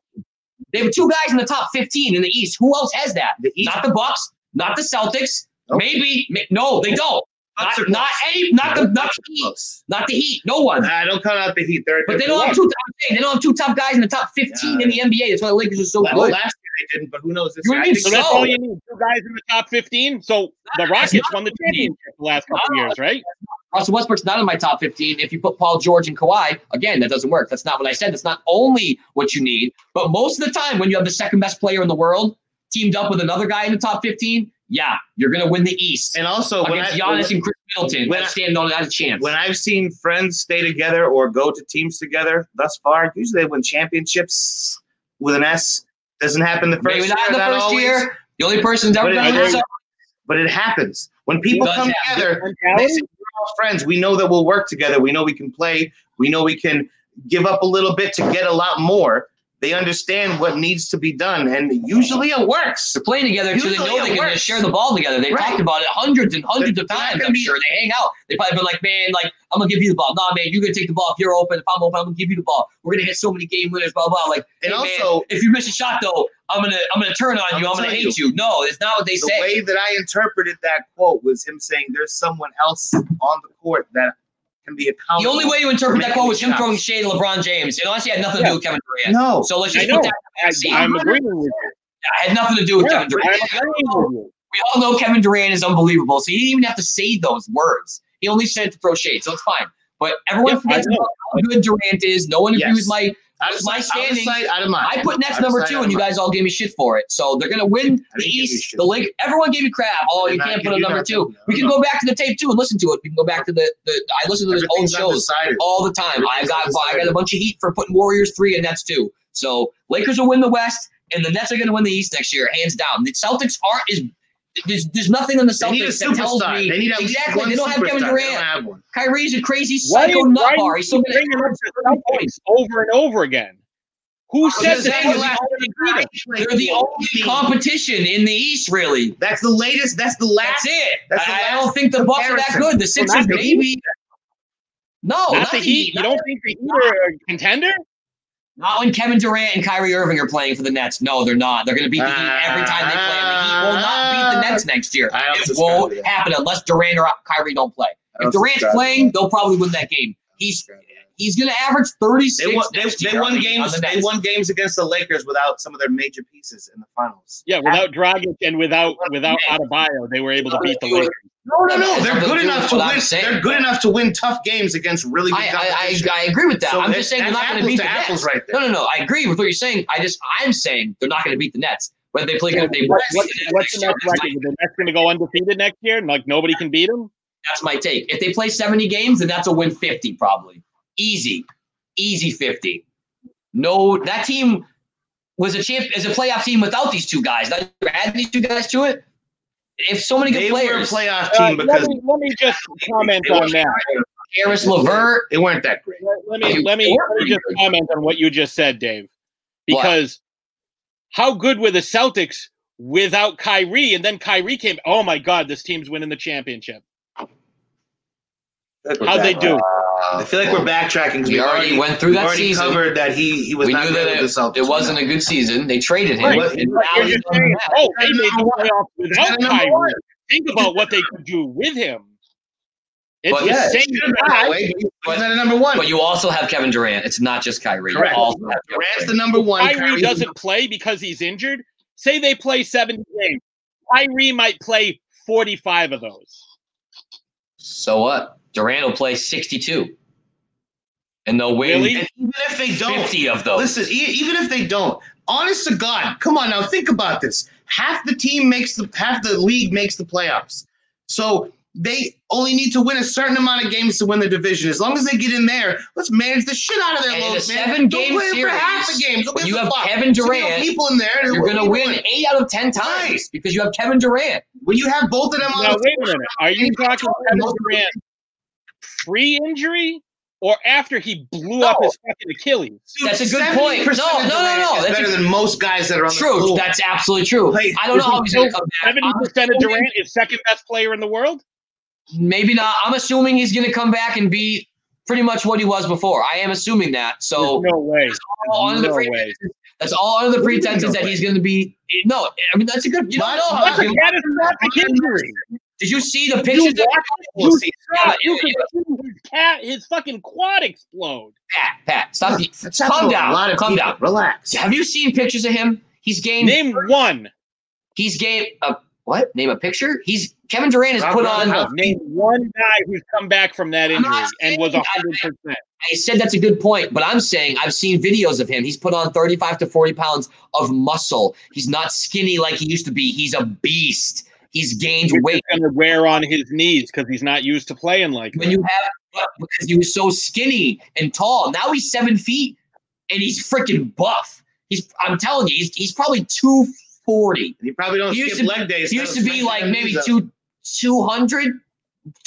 Speaker 3: They have two guys in the top 15 in the East. Who else has that?
Speaker 2: The East-
Speaker 3: Not the Bucks, not the Celtics.
Speaker 2: Nope.
Speaker 3: Maybe ma- no, they don't. Not,
Speaker 2: Bucks are
Speaker 3: not any not the not the Heat.
Speaker 2: close.
Speaker 3: Not the Heat. No one.
Speaker 2: I don't count out the Heat. They're,
Speaker 3: But they
Speaker 2: they're
Speaker 3: don't have
Speaker 2: close.
Speaker 3: two I'm saying they don't have two top guys in the top 15 in the NBA. That's why the Lakers are so
Speaker 2: Well,
Speaker 3: good.
Speaker 2: last year they didn't, but who knows? This
Speaker 3: You
Speaker 2: year. I
Speaker 3: mean
Speaker 2: think
Speaker 1: So that's
Speaker 3: So-
Speaker 1: all you need. Two guys in the top 15. So the Rockets won the championship the last couple years, right?
Speaker 3: Russell Westbrook's not in my top 15. If you put Paul George and Kawhi, again, that doesn't work. That's not what I said. That's not only what you need, but most of the time when you have the second best player in the world teamed up with another guy in the top 15, yeah, you're going to win the East.
Speaker 2: And also, when, I,
Speaker 3: against Giannis and Chris Middleton.
Speaker 2: when
Speaker 3: I
Speaker 2: I-
Speaker 3: stand on that chance.
Speaker 2: when I've seen friends stay together or go to teams together thus far, usually they win championships with an S. Doesn't happen the first
Speaker 3: Maybe
Speaker 2: year.
Speaker 3: not in the
Speaker 2: not
Speaker 3: first
Speaker 2: always,
Speaker 3: year. The only person that's
Speaker 2: But
Speaker 3: ever done
Speaker 2: it-
Speaker 3: it. So,
Speaker 2: but it happens. When people
Speaker 3: does
Speaker 2: come
Speaker 3: happen.
Speaker 2: together, they say, we're all friends. We know that we'll work together. We know we can play. We know we can give up a little bit to get a lot more. They understand what needs to be done, and usually it works.
Speaker 3: they're playing together because they
Speaker 2: Usually
Speaker 3: know
Speaker 2: it
Speaker 3: they can
Speaker 2: works.
Speaker 3: just share the ball together. They've
Speaker 2: Right.
Speaker 3: talked about it hundreds and hundreds of
Speaker 2: They're not
Speaker 3: times.
Speaker 2: gonna-
Speaker 3: I'm sure they hang out. They probably been like, man, like I'm gonna give you the ball. Nah, man, you're gonna take the ball. If you're open, if I'm open, I'm gonna give you the ball. We're gonna hit so many game winners. Blah blah. Like,
Speaker 2: And
Speaker 3: hey, man,
Speaker 2: also-
Speaker 3: if you miss a shot though, I'm gonna I'm gonna turn on
Speaker 2: I'm
Speaker 3: you. I'm
Speaker 2: gonna
Speaker 3: gonna
Speaker 2: tell
Speaker 3: hate you. No, it's not what they
Speaker 2: the
Speaker 3: say.
Speaker 2: way that I interpreted that quote was him saying there's someone else on the court that can be
Speaker 3: the
Speaker 2: accountable.
Speaker 3: only way you interpret that
Speaker 2: Making
Speaker 3: quote was him
Speaker 2: shots.
Speaker 3: throwing shade at LeBron James. It honestly had nothing to
Speaker 1: Yeah.
Speaker 3: do with Kevin Durant.
Speaker 2: no,
Speaker 3: So let's
Speaker 1: I
Speaker 3: just
Speaker 1: know.
Speaker 3: put that
Speaker 1: I, I'm agreeing with
Speaker 3: It had nothing to do
Speaker 1: you.
Speaker 3: with
Speaker 1: Yeah, I'm
Speaker 3: Kevin Durant.
Speaker 1: agreeing with you.
Speaker 3: We all know Kevin Durant is unbelievable, so he didn't even have to say those words. He only said it to throw shade, so it's fine. But everyone
Speaker 1: Yeah, I
Speaker 3: forgets
Speaker 1: know.
Speaker 3: about how good Durant is. No one agrees
Speaker 2: Yes.
Speaker 3: with my.
Speaker 2: out of
Speaker 3: my
Speaker 2: sight, out of
Speaker 3: standing-
Speaker 2: sight, out of mind.
Speaker 3: I put Nets
Speaker 2: Out of
Speaker 3: number
Speaker 2: sight,
Speaker 3: two,
Speaker 2: out
Speaker 3: and you
Speaker 2: of
Speaker 3: guys all gave me shit for it. So they're gonna win the
Speaker 2: didn't give you
Speaker 3: East,
Speaker 2: shit.
Speaker 3: the Lake. Everyone gave me crap. Oh,
Speaker 2: I
Speaker 3: you
Speaker 2: did not
Speaker 3: can't
Speaker 2: give
Speaker 3: put a
Speaker 2: you
Speaker 3: number
Speaker 2: nothing.
Speaker 3: two.
Speaker 2: No,
Speaker 3: We can
Speaker 2: no.
Speaker 3: go back to the tape too and listen to it. We can go back to the. the I listen to the old
Speaker 2: Everything's
Speaker 3: shows
Speaker 2: undecided.
Speaker 3: all the time. I got I got a bunch of heat for putting Warriors three and Nets two. So Lakers will win the West, and the Nets are going to win the East next year, hands down. The Celtics aren't is there's, there's nothing on the
Speaker 2: They need a
Speaker 3: Celtics that tells
Speaker 2: superstar.
Speaker 3: me
Speaker 2: They need at least
Speaker 3: exactly
Speaker 2: one
Speaker 3: they don't have Kevin
Speaker 2: superstar. They don't
Speaker 3: Durant.
Speaker 2: have one.
Speaker 3: Kyrie's a crazy
Speaker 1: Why, why
Speaker 3: psycho nutbar.
Speaker 1: are
Speaker 3: He's still
Speaker 1: you
Speaker 3: going
Speaker 1: bringing
Speaker 3: to
Speaker 1: up the Celtics over and over again? Who
Speaker 3: was
Speaker 1: said
Speaker 3: just
Speaker 1: that
Speaker 3: saying
Speaker 1: was
Speaker 3: last
Speaker 1: the only leader?
Speaker 3: They're the only competition in the East, really.
Speaker 2: That's the latest. That's the
Speaker 3: That's
Speaker 2: last.
Speaker 3: it.
Speaker 2: That's the
Speaker 3: I, I
Speaker 2: last
Speaker 3: don't think the Bucks are that
Speaker 2: comparison.
Speaker 3: good. The Sixers,
Speaker 2: not the Heat.
Speaker 3: maybe. No,
Speaker 1: Not the Heat. You
Speaker 3: Not,
Speaker 1: don't think the Heat are a contender?
Speaker 3: not when Kevin Durant Oh, and Kyrie Irving are playing for the Nets. No, they're not. They're going to beat the Heat every time they play. And the Heat will not beat the Nets next year.
Speaker 2: I don't
Speaker 3: It
Speaker 2: subscribe
Speaker 3: won't
Speaker 2: to that.
Speaker 3: happen unless Durant or Kyrie don't play. If Durant's playing, they'll probably win that game. He's he's going to average thirty six.
Speaker 2: They won, they,
Speaker 3: next
Speaker 2: they
Speaker 3: year on
Speaker 2: won
Speaker 3: the
Speaker 2: games.
Speaker 3: Nets.
Speaker 2: They won games against the Lakers without some of their major pieces in the finals.
Speaker 1: Yeah, without Dragic and without without Adebayo, they were able to beat the Lakers.
Speaker 2: No, no, no.
Speaker 3: That's
Speaker 2: They're
Speaker 3: something
Speaker 2: good
Speaker 3: to do
Speaker 2: enough
Speaker 3: with
Speaker 2: to
Speaker 3: what I'm
Speaker 2: win.
Speaker 3: saying.
Speaker 2: They're good enough to win tough games against really good
Speaker 3: I,
Speaker 2: competition.
Speaker 3: I, I, I agree with that.
Speaker 2: So
Speaker 3: I'm
Speaker 2: that's-
Speaker 3: just saying they're
Speaker 2: that's
Speaker 3: not going
Speaker 2: apples to
Speaker 3: to beat the
Speaker 2: apples
Speaker 3: Nets.
Speaker 2: right there.
Speaker 3: No, no, no. I agree with what you're saying. I just I'm saying they're not going to beat the Nets. Whether they play
Speaker 1: Yeah,
Speaker 3: good, they
Speaker 1: What,
Speaker 3: play
Speaker 1: what,
Speaker 3: good,
Speaker 1: what's the
Speaker 3: that's
Speaker 1: next
Speaker 3: my-
Speaker 1: record? Are the Nets going to go undefeated next year, and like nobody can beat them?
Speaker 3: That's my take. If they play 70 games, then that's a win 50 probably. Easy, easy 50. No, that team was a champ is a playoff team without these two guys. Now you're adding these two guys to it. If so many good
Speaker 2: they
Speaker 3: players,
Speaker 2: were a playoff team
Speaker 1: Uh,
Speaker 2: because
Speaker 1: let, me, let me (laughs) just comment
Speaker 2: They were-
Speaker 1: on that.
Speaker 3: Harris, Levert,
Speaker 2: they weren't that great.
Speaker 1: Let, let me let
Speaker 3: They
Speaker 1: me,
Speaker 3: were
Speaker 1: let me
Speaker 3: pretty
Speaker 1: just
Speaker 3: good.
Speaker 1: comment on what you just said, Dave,
Speaker 3: What?
Speaker 1: because how good were the Celtics without Kyrie? And then Kyrie came. Oh my God, this team's winning the championship. How'd they do?
Speaker 2: I feel like we're backtracking. 'cause
Speaker 3: We
Speaker 2: we've
Speaker 3: already went through
Speaker 2: we've
Speaker 3: that
Speaker 2: already
Speaker 3: season.
Speaker 2: covered that he he was
Speaker 3: we
Speaker 2: not
Speaker 3: knew
Speaker 2: good
Speaker 3: that
Speaker 2: with
Speaker 3: it,
Speaker 2: the Celtics.
Speaker 3: it wasn't a good season. They traded him.
Speaker 1: Right.
Speaker 3: And
Speaker 2: You're
Speaker 3: now
Speaker 1: You're
Speaker 3: he's
Speaker 1: just
Speaker 3: on
Speaker 1: saying,
Speaker 3: that.
Speaker 1: oh, they made the playoffs
Speaker 2: They're
Speaker 1: without
Speaker 2: number
Speaker 1: Kyrie.
Speaker 2: one.
Speaker 1: Think about what they could do with him. It's
Speaker 3: But-
Speaker 1: the
Speaker 2: Yeah, it
Speaker 1: same
Speaker 2: should've been
Speaker 1: guy.
Speaker 2: that way, but he's not a number one.
Speaker 3: But you also have Kevin Durant. It's not just Kyrie. You
Speaker 2: Correct.
Speaker 3: also have Kevin
Speaker 2: Durant's the
Speaker 3: Durant.
Speaker 2: number one.
Speaker 1: Kyrie
Speaker 2: Kyrie's the
Speaker 1: doesn't play because he's injured. Say they play 70 games. Kyrie might play 45 of those.
Speaker 3: So what? Durant will play 62. And they'll win
Speaker 1: Really?
Speaker 2: And even if they don't,
Speaker 3: 50 of those.
Speaker 2: listen. E- even if they don't, honest to God, come on now, think about this. Half the team makes the half the league makes the playoffs, so they only need to win a certain amount of games to win the division. As long as they get in there, let's manage the shit out of their
Speaker 3: And in a
Speaker 2: load, man.
Speaker 3: seven-game
Speaker 2: don't play it for half the
Speaker 3: series,
Speaker 2: games. Don't
Speaker 3: when
Speaker 2: give
Speaker 3: you
Speaker 2: a
Speaker 3: have
Speaker 2: fuck.
Speaker 3: Kevin
Speaker 2: Too many
Speaker 3: Durant,
Speaker 2: people in there.
Speaker 3: You're
Speaker 2: What
Speaker 3: going
Speaker 2: are
Speaker 3: to
Speaker 2: you
Speaker 3: win
Speaker 2: doing?
Speaker 3: 8 out of 10 times
Speaker 2: Right.
Speaker 3: because you have Kevin Durant.
Speaker 2: when you have both of them on
Speaker 1: Now,
Speaker 2: the
Speaker 1: wait a minute. Are you talking Kevin Durant pre injury or after he blew up
Speaker 3: No.
Speaker 1: his fucking Achilles?
Speaker 2: Dude,
Speaker 3: That's a good point.
Speaker 2: 70%
Speaker 3: No, no, no,
Speaker 2: of
Speaker 3: no,
Speaker 2: Durant is
Speaker 3: that's
Speaker 2: better
Speaker 3: a-
Speaker 2: than most guys that are on the
Speaker 3: True.
Speaker 2: floor.
Speaker 3: That's absolutely true.
Speaker 2: Hey,
Speaker 3: I don't know how he's going to come back.
Speaker 1: 70%
Speaker 3: I'm
Speaker 1: of
Speaker 3: assuming-
Speaker 1: Durant is second best player in the world?
Speaker 3: Maybe not. I'm assuming he's going to come back and be pretty much what he was before. I am assuming that. So
Speaker 1: There's no way.
Speaker 3: all under
Speaker 1: No
Speaker 3: the
Speaker 1: way.
Speaker 3: pretenses. That's all under
Speaker 2: What do
Speaker 3: the
Speaker 2: you mean
Speaker 3: pretenses
Speaker 2: no
Speaker 3: that
Speaker 2: way?
Speaker 3: he's going to be. No, I mean that's a good. You don't
Speaker 2: What-
Speaker 3: know how.
Speaker 2: what
Speaker 3: he's
Speaker 1: That's
Speaker 3: gonna
Speaker 1: a catastrophic injury.
Speaker 3: Did you see the pictures?
Speaker 1: You
Speaker 3: of
Speaker 1: You
Speaker 3: Pat,
Speaker 1: saw, you could see his, cat, his fucking quad explode.
Speaker 3: Pat, stop. the-
Speaker 2: That's
Speaker 3: Calm
Speaker 2: happened to
Speaker 3: down.
Speaker 2: A lot of
Speaker 3: Calm
Speaker 2: people.
Speaker 3: down.
Speaker 2: Relax.
Speaker 3: Have you seen pictures of him? He's gained.
Speaker 1: Name one.
Speaker 3: He's gained a what? Name a picture? He's Kevin Durant has
Speaker 2: Rob
Speaker 3: put
Speaker 2: Robert
Speaker 3: on.
Speaker 2: House.
Speaker 1: Name one guy who's come back from that
Speaker 3: I'm not
Speaker 1: injury and was
Speaker 3: saying-
Speaker 1: hundred percent.
Speaker 3: I said that's a good point, but I'm saying I've seen videos of him. He's put on 35 to 40 pounds of muscle. He's not skinny like he used to be. He's a beast. He's
Speaker 1: (laughs)
Speaker 3: gained weight.
Speaker 1: He's going to wear on his knees because he's not used to playing like
Speaker 3: when
Speaker 1: that.
Speaker 3: you have because he was so skinny and tall. Now he's seven feet and he's freaking buff. He's I'm telling you, he's, he's probably two forty.
Speaker 2: You probably don't
Speaker 3: He used
Speaker 2: skip
Speaker 3: to-
Speaker 2: leg days.
Speaker 3: He used
Speaker 2: so
Speaker 3: to be
Speaker 2: it's
Speaker 3: like
Speaker 2: not-
Speaker 3: maybe two 200,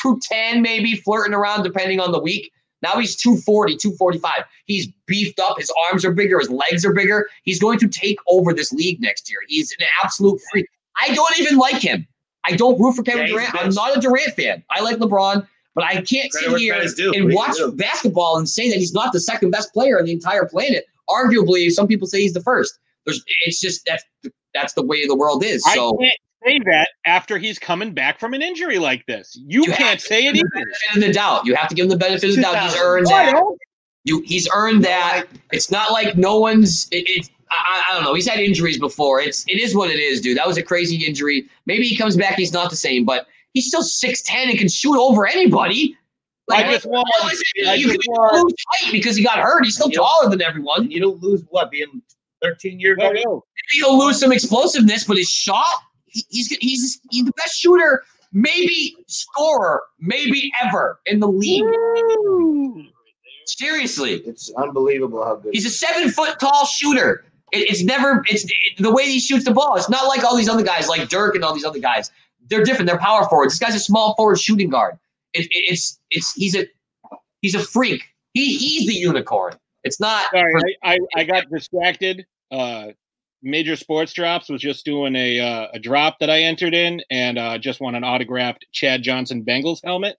Speaker 3: 210 maybe flirting around depending on the week. Now he's 240, 245. He's beefed up. His arms are bigger. His legs are bigger. He's going to take over this league next year. He's an absolute freak. I don't even like him. I don't root for Kevin
Speaker 2: Yeah, he's
Speaker 3: Durant.
Speaker 2: bitch.
Speaker 3: I'm not a Durant fan. I like LeBron, but I can't
Speaker 2: Credit
Speaker 3: sit
Speaker 2: where
Speaker 3: here
Speaker 2: credit's due. What do
Speaker 3: and
Speaker 2: you
Speaker 3: watch
Speaker 2: do?
Speaker 3: basketball and say that he's not the second best player on the entire planet. Arguably, some people say he's the first. There's, it's just that's that's the way the world is.
Speaker 1: I
Speaker 3: So
Speaker 1: can't say that after he's coming back from an injury like this. You,
Speaker 3: You
Speaker 1: can't say it
Speaker 3: give him the
Speaker 1: either.
Speaker 3: benefit of the doubt. You have to give him the benefit of the doubt. He's
Speaker 2: 2000.
Speaker 3: earned
Speaker 1: I
Speaker 3: that.
Speaker 1: don't-
Speaker 3: You, he's earned that. It's not like no one's. It, it, I, I- I don't know. He's had injuries before. It's it is what it is, dude. That was a crazy injury. Maybe he comes back. He's not the same, but he's still six ten and can shoot over anybody. Like
Speaker 1: I just want.
Speaker 3: what is it?
Speaker 1: I
Speaker 3: you
Speaker 1: just
Speaker 3: can
Speaker 1: want.
Speaker 3: lose height because he got hurt. He's still
Speaker 2: You know-
Speaker 3: taller than everyone.
Speaker 2: You don't lose what being 13 years
Speaker 1: No,
Speaker 2: old.
Speaker 1: no.
Speaker 3: He'll lose some explosiveness, but his shot. he- He's he's he's the best shooter, maybe scorer, maybe ever in the
Speaker 1: Mm.
Speaker 3: league. Seriously.
Speaker 2: It's unbelievable how good.
Speaker 3: He's a seven foot tall shooter. It, it's never it's it- the way he shoots the ball. It's not like all these other guys, like Dirk and all these other guys. They're different. They're power forwards. This guy's a small forward shooting guard. It, it, it's it's he's a he's a freak. He he's the unicorn. It's not.
Speaker 1: Sorry, I, I, I got distracted. Uh, Major Sports Drops was just doing a uh, a drop that I entered in, and uh, just won an autographed Chad Johnson Bengals helmet.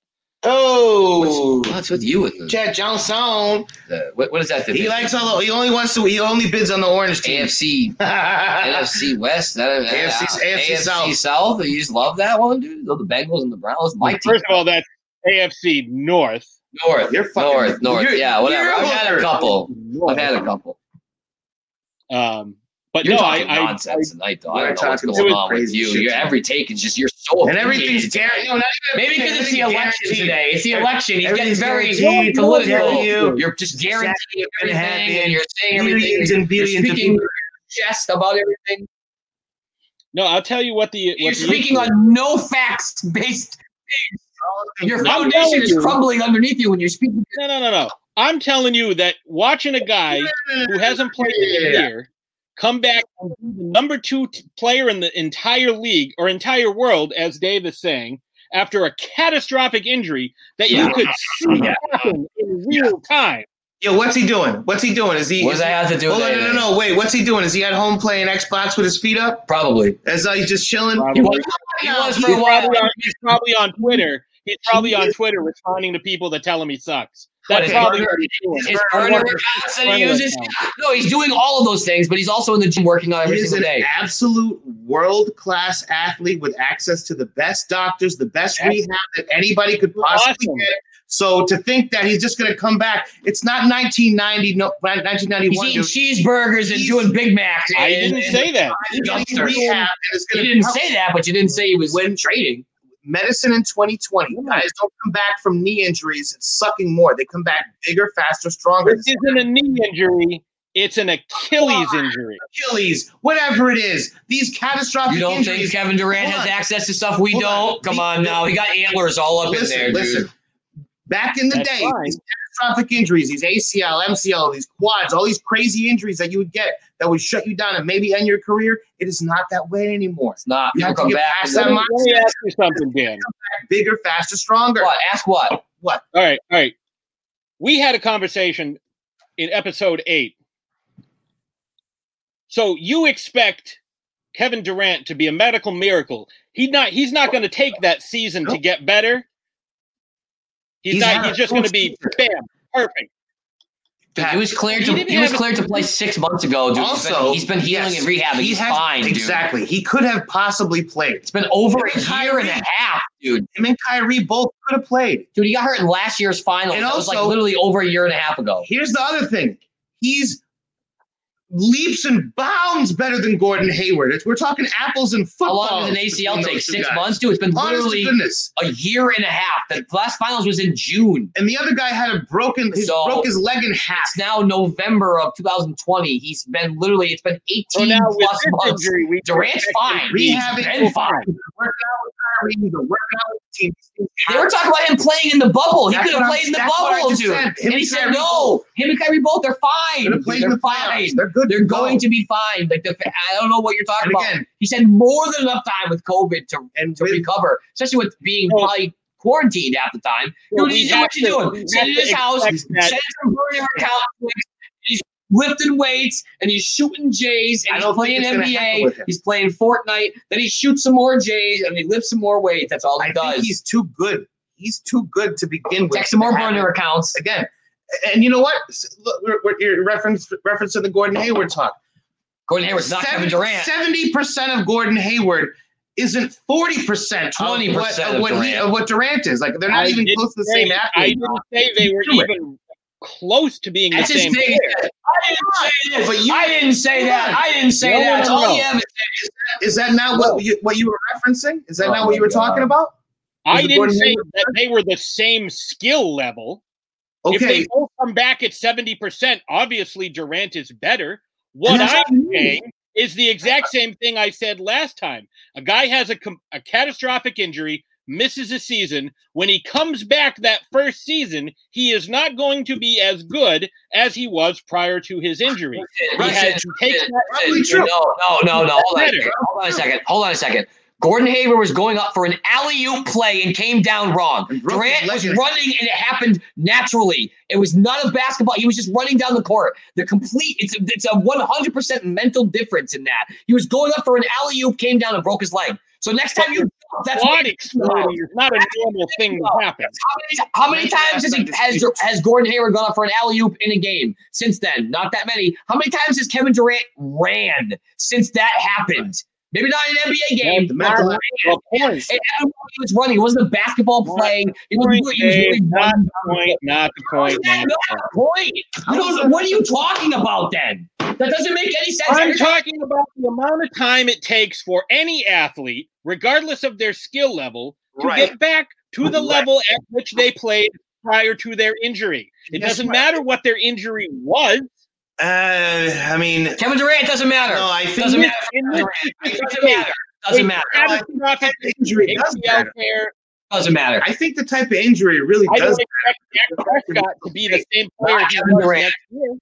Speaker 2: Oh,
Speaker 3: What's, what's with you with the,
Speaker 2: Chad Johnson.
Speaker 3: the what, what is that? The,
Speaker 2: He likes all. The, he only wants to. He only bids on the orange team. (laughs)
Speaker 3: AFC, NFC West, that, that-
Speaker 2: AFC
Speaker 3: AFC
Speaker 2: South.
Speaker 3: South. You just love that one, dude. The Bengals and the Browns, my team.
Speaker 1: First of all, that's AFC North.
Speaker 3: North,
Speaker 2: You're fucking-
Speaker 3: north, north.
Speaker 2: you're-
Speaker 3: yeah, whatever.
Speaker 2: you're
Speaker 3: I've had
Speaker 2: over.
Speaker 3: a couple. I've had a couple.
Speaker 1: Um, but
Speaker 3: You're
Speaker 1: no, I,
Speaker 3: talking
Speaker 1: I, I
Speaker 3: nonsense tonight, though.
Speaker 2: We're
Speaker 3: I don't know what's
Speaker 2: talking
Speaker 3: going
Speaker 2: some
Speaker 3: on with
Speaker 2: crazy
Speaker 3: you.
Speaker 2: shit
Speaker 3: Your
Speaker 2: tonight.
Speaker 3: every take is just you're so.
Speaker 2: and everything's
Speaker 3: opinionated.
Speaker 2: guaranteed. No, not even-
Speaker 3: Maybe because it's the
Speaker 2: everything's
Speaker 3: election
Speaker 2: guaranteed.
Speaker 3: today. It's the election. He's getting
Speaker 2: Everything's
Speaker 3: very
Speaker 2: guaranteed.
Speaker 3: political.
Speaker 2: Guarantee you.
Speaker 3: You're just guaranteeing
Speaker 2: Exactly what's gonna
Speaker 3: everything,
Speaker 2: happen.
Speaker 3: and you're saying
Speaker 2: Millions
Speaker 3: everything.
Speaker 2: and
Speaker 3: You're
Speaker 2: billions of
Speaker 3: speaking
Speaker 2: people.
Speaker 3: with your chest about everything.
Speaker 1: no, I'll tell you what the what
Speaker 3: You're
Speaker 1: the
Speaker 3: speaking
Speaker 1: issue is.
Speaker 3: on no facts based. Your
Speaker 1: I'm
Speaker 3: foundation
Speaker 1: telling
Speaker 3: is
Speaker 1: you.
Speaker 3: crumbling underneath you when you're speaking.
Speaker 1: No, no, no, no. I'm telling you that watching a guy who hasn't played in a year come back and be the number two t- player in the entire league or entire world, as Dave is saying, after a catastrophic injury that you
Speaker 3: Yeah.
Speaker 1: could see happen in real time.
Speaker 2: Yo, what's he doing? What's he doing? Is he?
Speaker 3: What does that have to do
Speaker 2: Hold
Speaker 3: with
Speaker 2: on, no,
Speaker 3: anything?
Speaker 2: no, no, wait. What's he doing? Is he at home playing Xbox with his feet up?
Speaker 3: Probably.
Speaker 2: As uh, he's just chilling.
Speaker 1: Probably.
Speaker 3: He was, he was for a
Speaker 1: He's
Speaker 3: while.
Speaker 1: probably, on, he's probably on Twitter. He's probably on Twitter responding to people that tell him he sucks. That's
Speaker 3: What,
Speaker 1: probably
Speaker 3: his
Speaker 1: what he's
Speaker 3: His
Speaker 1: doing.
Speaker 3: burner accounts that he
Speaker 1: Burner
Speaker 3: uses.
Speaker 1: account.
Speaker 3: No, he's doing all of those things, but he's also in the gym working out every
Speaker 2: He is
Speaker 3: single
Speaker 2: an
Speaker 3: day.
Speaker 2: absolute world class athlete with access to the best doctors, the best
Speaker 1: Yes.
Speaker 2: rehab that anybody could possibly
Speaker 1: Awesome.
Speaker 2: get. So to think that he's just going to come back, it's not 1990, no,
Speaker 3: He's
Speaker 2: 1991.
Speaker 3: eating
Speaker 2: dude.
Speaker 3: cheeseburgers and
Speaker 2: He's-
Speaker 3: doing Big Macs.
Speaker 1: I
Speaker 3: and-
Speaker 1: didn't say that.
Speaker 2: He's
Speaker 3: dumpster.
Speaker 2: eating rehab, and it's
Speaker 3: You
Speaker 2: gonna
Speaker 3: didn't
Speaker 2: come-
Speaker 3: say that, but you didn't say he was when trading.
Speaker 2: medicine in 2020. Guys don't come back from knee injuries and sucking more. They come back bigger, faster, stronger.
Speaker 1: This isn't a knee injury. It's an Achilles injury.
Speaker 2: Achilles, whatever it is, these catastrophic
Speaker 3: You don't think
Speaker 2: injuries.
Speaker 3: Kevin Durant
Speaker 2: Hold
Speaker 3: has
Speaker 2: on.
Speaker 3: access to stuff we
Speaker 2: Hold on.
Speaker 3: don't? Come on now. He got antlers all up
Speaker 2: listen,
Speaker 3: in there,
Speaker 2: listen.
Speaker 3: dude.
Speaker 2: Back in the
Speaker 1: That's
Speaker 2: day,
Speaker 1: fine.
Speaker 2: these catastrophic injuries, these ACL, MCL, these quads, all these crazy injuries that you would get that would shut you down and maybe end your career. It is not that way anymore.
Speaker 3: It's not.
Speaker 2: You
Speaker 3: People
Speaker 2: have to
Speaker 3: come
Speaker 2: get
Speaker 3: back.
Speaker 2: past
Speaker 3: and
Speaker 1: Let
Speaker 2: that
Speaker 3: go,
Speaker 1: me, let me ask
Speaker 2: (laughs)
Speaker 1: you something, Dan.
Speaker 2: Bigger, faster, stronger.
Speaker 3: What? Ask what?
Speaker 2: What?
Speaker 1: All right, all right. We had a conversation in episode eight. So you expect Kevin Durant to be a medical miracle. He not he's not gonna take that season to get better. He's,
Speaker 2: He's
Speaker 1: not
Speaker 2: hurt.
Speaker 1: he's just gonna be bam, perfect.
Speaker 3: Dude, he was cleared
Speaker 1: He
Speaker 3: to.
Speaker 1: didn't
Speaker 3: He was
Speaker 1: have-
Speaker 3: cleared to play six months ago, dude. He's been-
Speaker 2: Also,
Speaker 3: he's been healing
Speaker 2: yes,
Speaker 3: and rehabbing.
Speaker 2: he
Speaker 3: He's
Speaker 2: has-
Speaker 3: fine, dude.
Speaker 2: exactly. He could have possibly played.
Speaker 3: It's been over a year
Speaker 2: Kyrie.
Speaker 3: and a half, dude.
Speaker 2: Him and Kyrie both could have played.
Speaker 3: Dude, he got hurt in last year's finals.
Speaker 2: And
Speaker 3: That was like
Speaker 2: also-
Speaker 3: literally over a year and a half ago.
Speaker 2: Here's the other thing. He's leaps and bounds better than Gordon Hayward. It's, we're talking apples and
Speaker 3: How
Speaker 2: football.
Speaker 3: long does an ACL
Speaker 2: between
Speaker 3: take?
Speaker 2: those two
Speaker 3: Six
Speaker 2: guys.
Speaker 3: months, dude. It's been
Speaker 2: Honest to
Speaker 3: literally
Speaker 2: goodness.
Speaker 3: a year and a half. The last finals was in June.
Speaker 2: And the other guy had a broken, he
Speaker 3: So-
Speaker 2: broke his leg in half.
Speaker 3: It's now November of 2020. He's been literally. It's been 18
Speaker 1: So now with
Speaker 3: plus
Speaker 1: this
Speaker 3: months.
Speaker 1: injury, we
Speaker 3: Durant's fine. He's
Speaker 2: Rehabbing
Speaker 3: been fine.
Speaker 2: Working out with Kyrie, he's working out with the team.
Speaker 3: They were talking about him playing in the bubble. He
Speaker 2: That's
Speaker 3: could have
Speaker 2: what I'm-
Speaker 3: played in the
Speaker 2: that's what I
Speaker 3: bubble,
Speaker 2: just
Speaker 3: dude.
Speaker 2: said. Him
Speaker 3: and he
Speaker 2: and
Speaker 3: said,
Speaker 2: Kyrie
Speaker 3: no. Him and Kyrie both, they're
Speaker 2: They're
Speaker 3: fine.
Speaker 2: playing
Speaker 3: They're
Speaker 2: the
Speaker 3: fine.
Speaker 2: playoffs. They're good.
Speaker 3: They're
Speaker 2: to
Speaker 3: going
Speaker 2: go.
Speaker 3: to be fine. Like the, I don't know what you're talking
Speaker 2: And
Speaker 3: about.
Speaker 2: again,
Speaker 3: He's had more than enough time with COVID to,
Speaker 2: and
Speaker 3: to
Speaker 2: with, Oh.
Speaker 3: recover, especially with being
Speaker 1: Well-
Speaker 3: probably quarantined half the time.
Speaker 1: So
Speaker 3: Dude,
Speaker 1: we
Speaker 3: he's doing
Speaker 1: have
Speaker 3: what
Speaker 1: to-
Speaker 3: you
Speaker 1: we
Speaker 3: doing.
Speaker 1: have
Speaker 3: Sitting in
Speaker 1: to
Speaker 3: his house,
Speaker 1: expect that-
Speaker 3: sitting in burner couch, he's lifting weights and he's shooting J's
Speaker 2: I
Speaker 3: and he's
Speaker 2: don't think
Speaker 3: playing
Speaker 2: it's gonna happen with
Speaker 3: NBA.
Speaker 2: him.
Speaker 3: He's playing Fortnite. Then he shoots some more J's and he lifts some more weights. That's all he
Speaker 2: I
Speaker 3: does.
Speaker 2: think he's too good. He's too good to begin with.
Speaker 3: Text some more
Speaker 2: to have
Speaker 3: burner accounts.
Speaker 2: again. And you know what? S- Look, we're, we're, you're reference reference to the Gordon Hayward talk.
Speaker 3: Gordon Hayward's not Kevin Durant.
Speaker 2: Seventy percent of Gordon Hayward isn't forty percent,
Speaker 3: 20%
Speaker 2: of
Speaker 3: of
Speaker 2: what, he-
Speaker 3: Durant.
Speaker 2: of what Durant is. Like they're not
Speaker 1: I
Speaker 2: even
Speaker 1: didn't
Speaker 2: close to the
Speaker 1: say-
Speaker 2: same
Speaker 1: I
Speaker 2: athlete.
Speaker 1: didn't say they were
Speaker 2: Do it.
Speaker 1: even close to being
Speaker 3: That's
Speaker 1: the
Speaker 3: his
Speaker 1: same.
Speaker 3: thing. I didn't say this.
Speaker 2: But you-
Speaker 3: I didn't say that. I didn't say
Speaker 1: No,
Speaker 3: that.
Speaker 1: no,
Speaker 3: It's
Speaker 1: no,
Speaker 3: all
Speaker 1: no.
Speaker 3: the evidence.
Speaker 2: Is that not what you, what you were referencing? Is that
Speaker 3: Oh
Speaker 2: not what you
Speaker 3: my
Speaker 2: were talking
Speaker 3: God.
Speaker 2: about?
Speaker 1: I
Speaker 2: Is it
Speaker 1: didn't
Speaker 2: Gordon
Speaker 1: say
Speaker 2: Hayward?
Speaker 1: that they were the same skill level. If
Speaker 2: Okay,
Speaker 1: they both come back at 70%, obviously Durant is better. What
Speaker 2: And that's what I
Speaker 1: I'm
Speaker 2: mean.
Speaker 1: saying is the exact same thing I said last time. A guy has a, com- a catastrophic injury, misses a season. When he comes back that first season, he is not going to be as good as he was prior to his injury. He
Speaker 3: Listen,
Speaker 1: had to take
Speaker 3: listen,
Speaker 1: that
Speaker 2: probably
Speaker 3: listen,
Speaker 2: true.
Speaker 3: No, no, no, no. Hold on, a
Speaker 1: Better.
Speaker 3: second. hold on a second. Hold on a second. Gordon Hayward was going up for an alley oop play and came down wrong.
Speaker 2: And broke his
Speaker 3: Durant
Speaker 2: leg
Speaker 3: was
Speaker 2: in a-
Speaker 3: running and it happened naturally. It was none of basketball. He was just running down the court. The complete, it's, it's a 100% mental difference in that. He was going up for an alley oop, came down and broke his leg. So next time you, that's what
Speaker 1: Quad exploding is not a normal thing to happen.
Speaker 3: how many, how many times has, he, has, has Gordon Hayward gone up for an alley oop in a game since then? Not that many. How many times has Kevin Durant ran since that happened? Maybe not in an NBA game.
Speaker 2: The mental
Speaker 3: but
Speaker 1: Well, points,
Speaker 3: It happened while he was running. It wasn't a basketball
Speaker 1: Right.
Speaker 3: play. It was,
Speaker 1: Point,
Speaker 3: really- he was really
Speaker 1: Dave.
Speaker 3: running.
Speaker 1: point, not the
Speaker 3: How is
Speaker 1: point.
Speaker 3: that
Speaker 1: not the
Speaker 3: not a point? You don't- what are you talking about then? That doesn't make any sense.
Speaker 1: I'm
Speaker 3: Every time-
Speaker 1: talking about the amount of time it takes for any athlete, regardless of their skill level, to
Speaker 2: Right.
Speaker 1: get back to the
Speaker 2: Right.
Speaker 1: level at which they played prior to their injury. It
Speaker 2: That's
Speaker 1: doesn't
Speaker 2: right.
Speaker 1: matter what their injury was.
Speaker 2: Uh, I mean,
Speaker 3: Kevin Durant doesn't matter.
Speaker 2: no, I think
Speaker 3: doesn't
Speaker 1: In
Speaker 3: matter.
Speaker 1: this- in
Speaker 3: Kevin
Speaker 1: this
Speaker 3: Durant. It doesn't
Speaker 1: case,
Speaker 3: matter. Doesn't
Speaker 1: they
Speaker 3: matter.
Speaker 1: had a catastrophic
Speaker 2: injury does
Speaker 1: ACL
Speaker 2: matter.
Speaker 1: tear.
Speaker 3: Doesn't matter.
Speaker 2: I think the type of injury really
Speaker 1: I don't
Speaker 2: does.
Speaker 1: expect Dak Prescott to be the same player
Speaker 3: Not
Speaker 1: he
Speaker 3: Kevin
Speaker 1: was
Speaker 3: Durant.
Speaker 1: next year.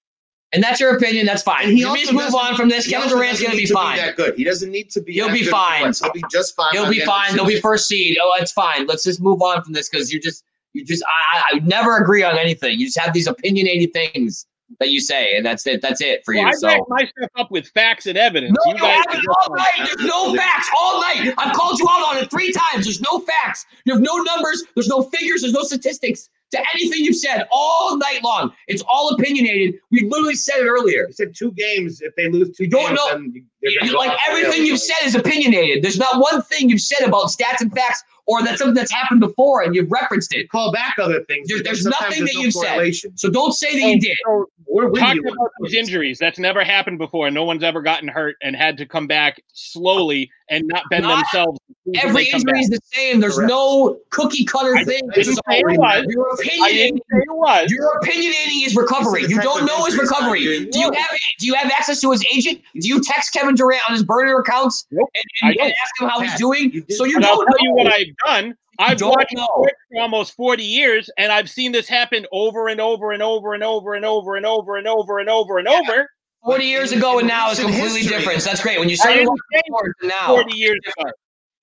Speaker 3: And that's your opinion. That's fine.
Speaker 2: And he
Speaker 3: You
Speaker 2: also
Speaker 3: just move
Speaker 2: doesn't-
Speaker 3: on from this.
Speaker 2: he
Speaker 3: Kevin
Speaker 2: also
Speaker 3: Durant's
Speaker 2: doesn't
Speaker 3: going to
Speaker 2: need
Speaker 3: be fine.
Speaker 2: Be that good. He doesn't need to be.
Speaker 3: He'll
Speaker 2: that
Speaker 3: be
Speaker 2: good
Speaker 3: fine.
Speaker 2: defense. He'll be just fine.
Speaker 3: He'll
Speaker 2: on
Speaker 3: be
Speaker 2: the end
Speaker 3: fine.
Speaker 2: of
Speaker 3: They'll
Speaker 2: the
Speaker 3: be
Speaker 2: season.
Speaker 3: first seed. Oh, it's fine. Let's just move on from this because you just, you just, I, I, I never agree on anything. You just have these opinionated things that you say, and that's it. That's it for you.
Speaker 1: Well, I back
Speaker 3: so.
Speaker 1: my stuff up with facts and evidence.
Speaker 3: No,
Speaker 1: you
Speaker 3: you
Speaker 1: guys
Speaker 3: have it all night. There's no facts all night. I've called you out on it three times. There's no facts. You have no numbers. There's no figures. There's no statistics to anything you've said all night long. It's all opinionated. We literally said it earlier.
Speaker 2: You said two games. If they lose two
Speaker 3: You don't
Speaker 2: games,
Speaker 3: know-
Speaker 2: then you- they're gonna
Speaker 3: You-
Speaker 2: go
Speaker 3: like
Speaker 2: off the
Speaker 3: everything
Speaker 2: rails.
Speaker 3: you've said is opinionated. There's not one thing you've said about stats and facts or that's something that's happened before and you've referenced it.
Speaker 2: Call back other things.
Speaker 3: There-
Speaker 2: because
Speaker 3: there's
Speaker 2: sometimes
Speaker 3: nothing
Speaker 2: there's
Speaker 3: that
Speaker 2: no
Speaker 3: you've said.
Speaker 2: correlation.
Speaker 3: So don't say that you did.
Speaker 1: So,
Speaker 2: We're with
Speaker 1: talking
Speaker 2: you on
Speaker 1: about
Speaker 2: that.
Speaker 1: these injuries, that's never happened before. No one's ever gotten hurt and had to come back slowly and not bend
Speaker 3: Not
Speaker 1: themselves. as soon as
Speaker 3: Every
Speaker 1: they come
Speaker 3: injury
Speaker 1: back.
Speaker 3: is the same. There's
Speaker 2: Correct.
Speaker 3: no cookie cutter
Speaker 2: I-
Speaker 3: thing.
Speaker 2: I didn't
Speaker 3: It's
Speaker 1: say it
Speaker 3: all-
Speaker 1: was.
Speaker 3: Your
Speaker 1: I didn't
Speaker 3: opinion
Speaker 1: say it was.
Speaker 3: Your opinionating is recovery.
Speaker 2: This is
Speaker 3: You
Speaker 2: the type
Speaker 3: don't
Speaker 2: of
Speaker 3: know his
Speaker 2: injury that
Speaker 3: recovery.
Speaker 2: you-
Speaker 3: Do you have do you have access to his agent? Do you text Kevin Durant on his burner accounts
Speaker 1: Nope.
Speaker 3: and,
Speaker 1: I
Speaker 3: and,
Speaker 1: don't.
Speaker 3: and ask him how he's
Speaker 2: Pat,
Speaker 3: doing?
Speaker 2: you did-
Speaker 3: so you
Speaker 1: But I'll
Speaker 3: don't know.
Speaker 1: tell you what I've done. I've
Speaker 3: don't
Speaker 1: watched
Speaker 3: know.
Speaker 1: sports for almost 40 years, and I've seen this happen over and over and over and over and over and over and over and over and over.
Speaker 3: Forty years ago and now is
Speaker 2: Recent
Speaker 3: completely
Speaker 2: history.
Speaker 3: different. So That's great. When you
Speaker 1: I
Speaker 3: started
Speaker 1: didn't
Speaker 3: watching
Speaker 1: say
Speaker 3: sports and now
Speaker 1: 40 years ago.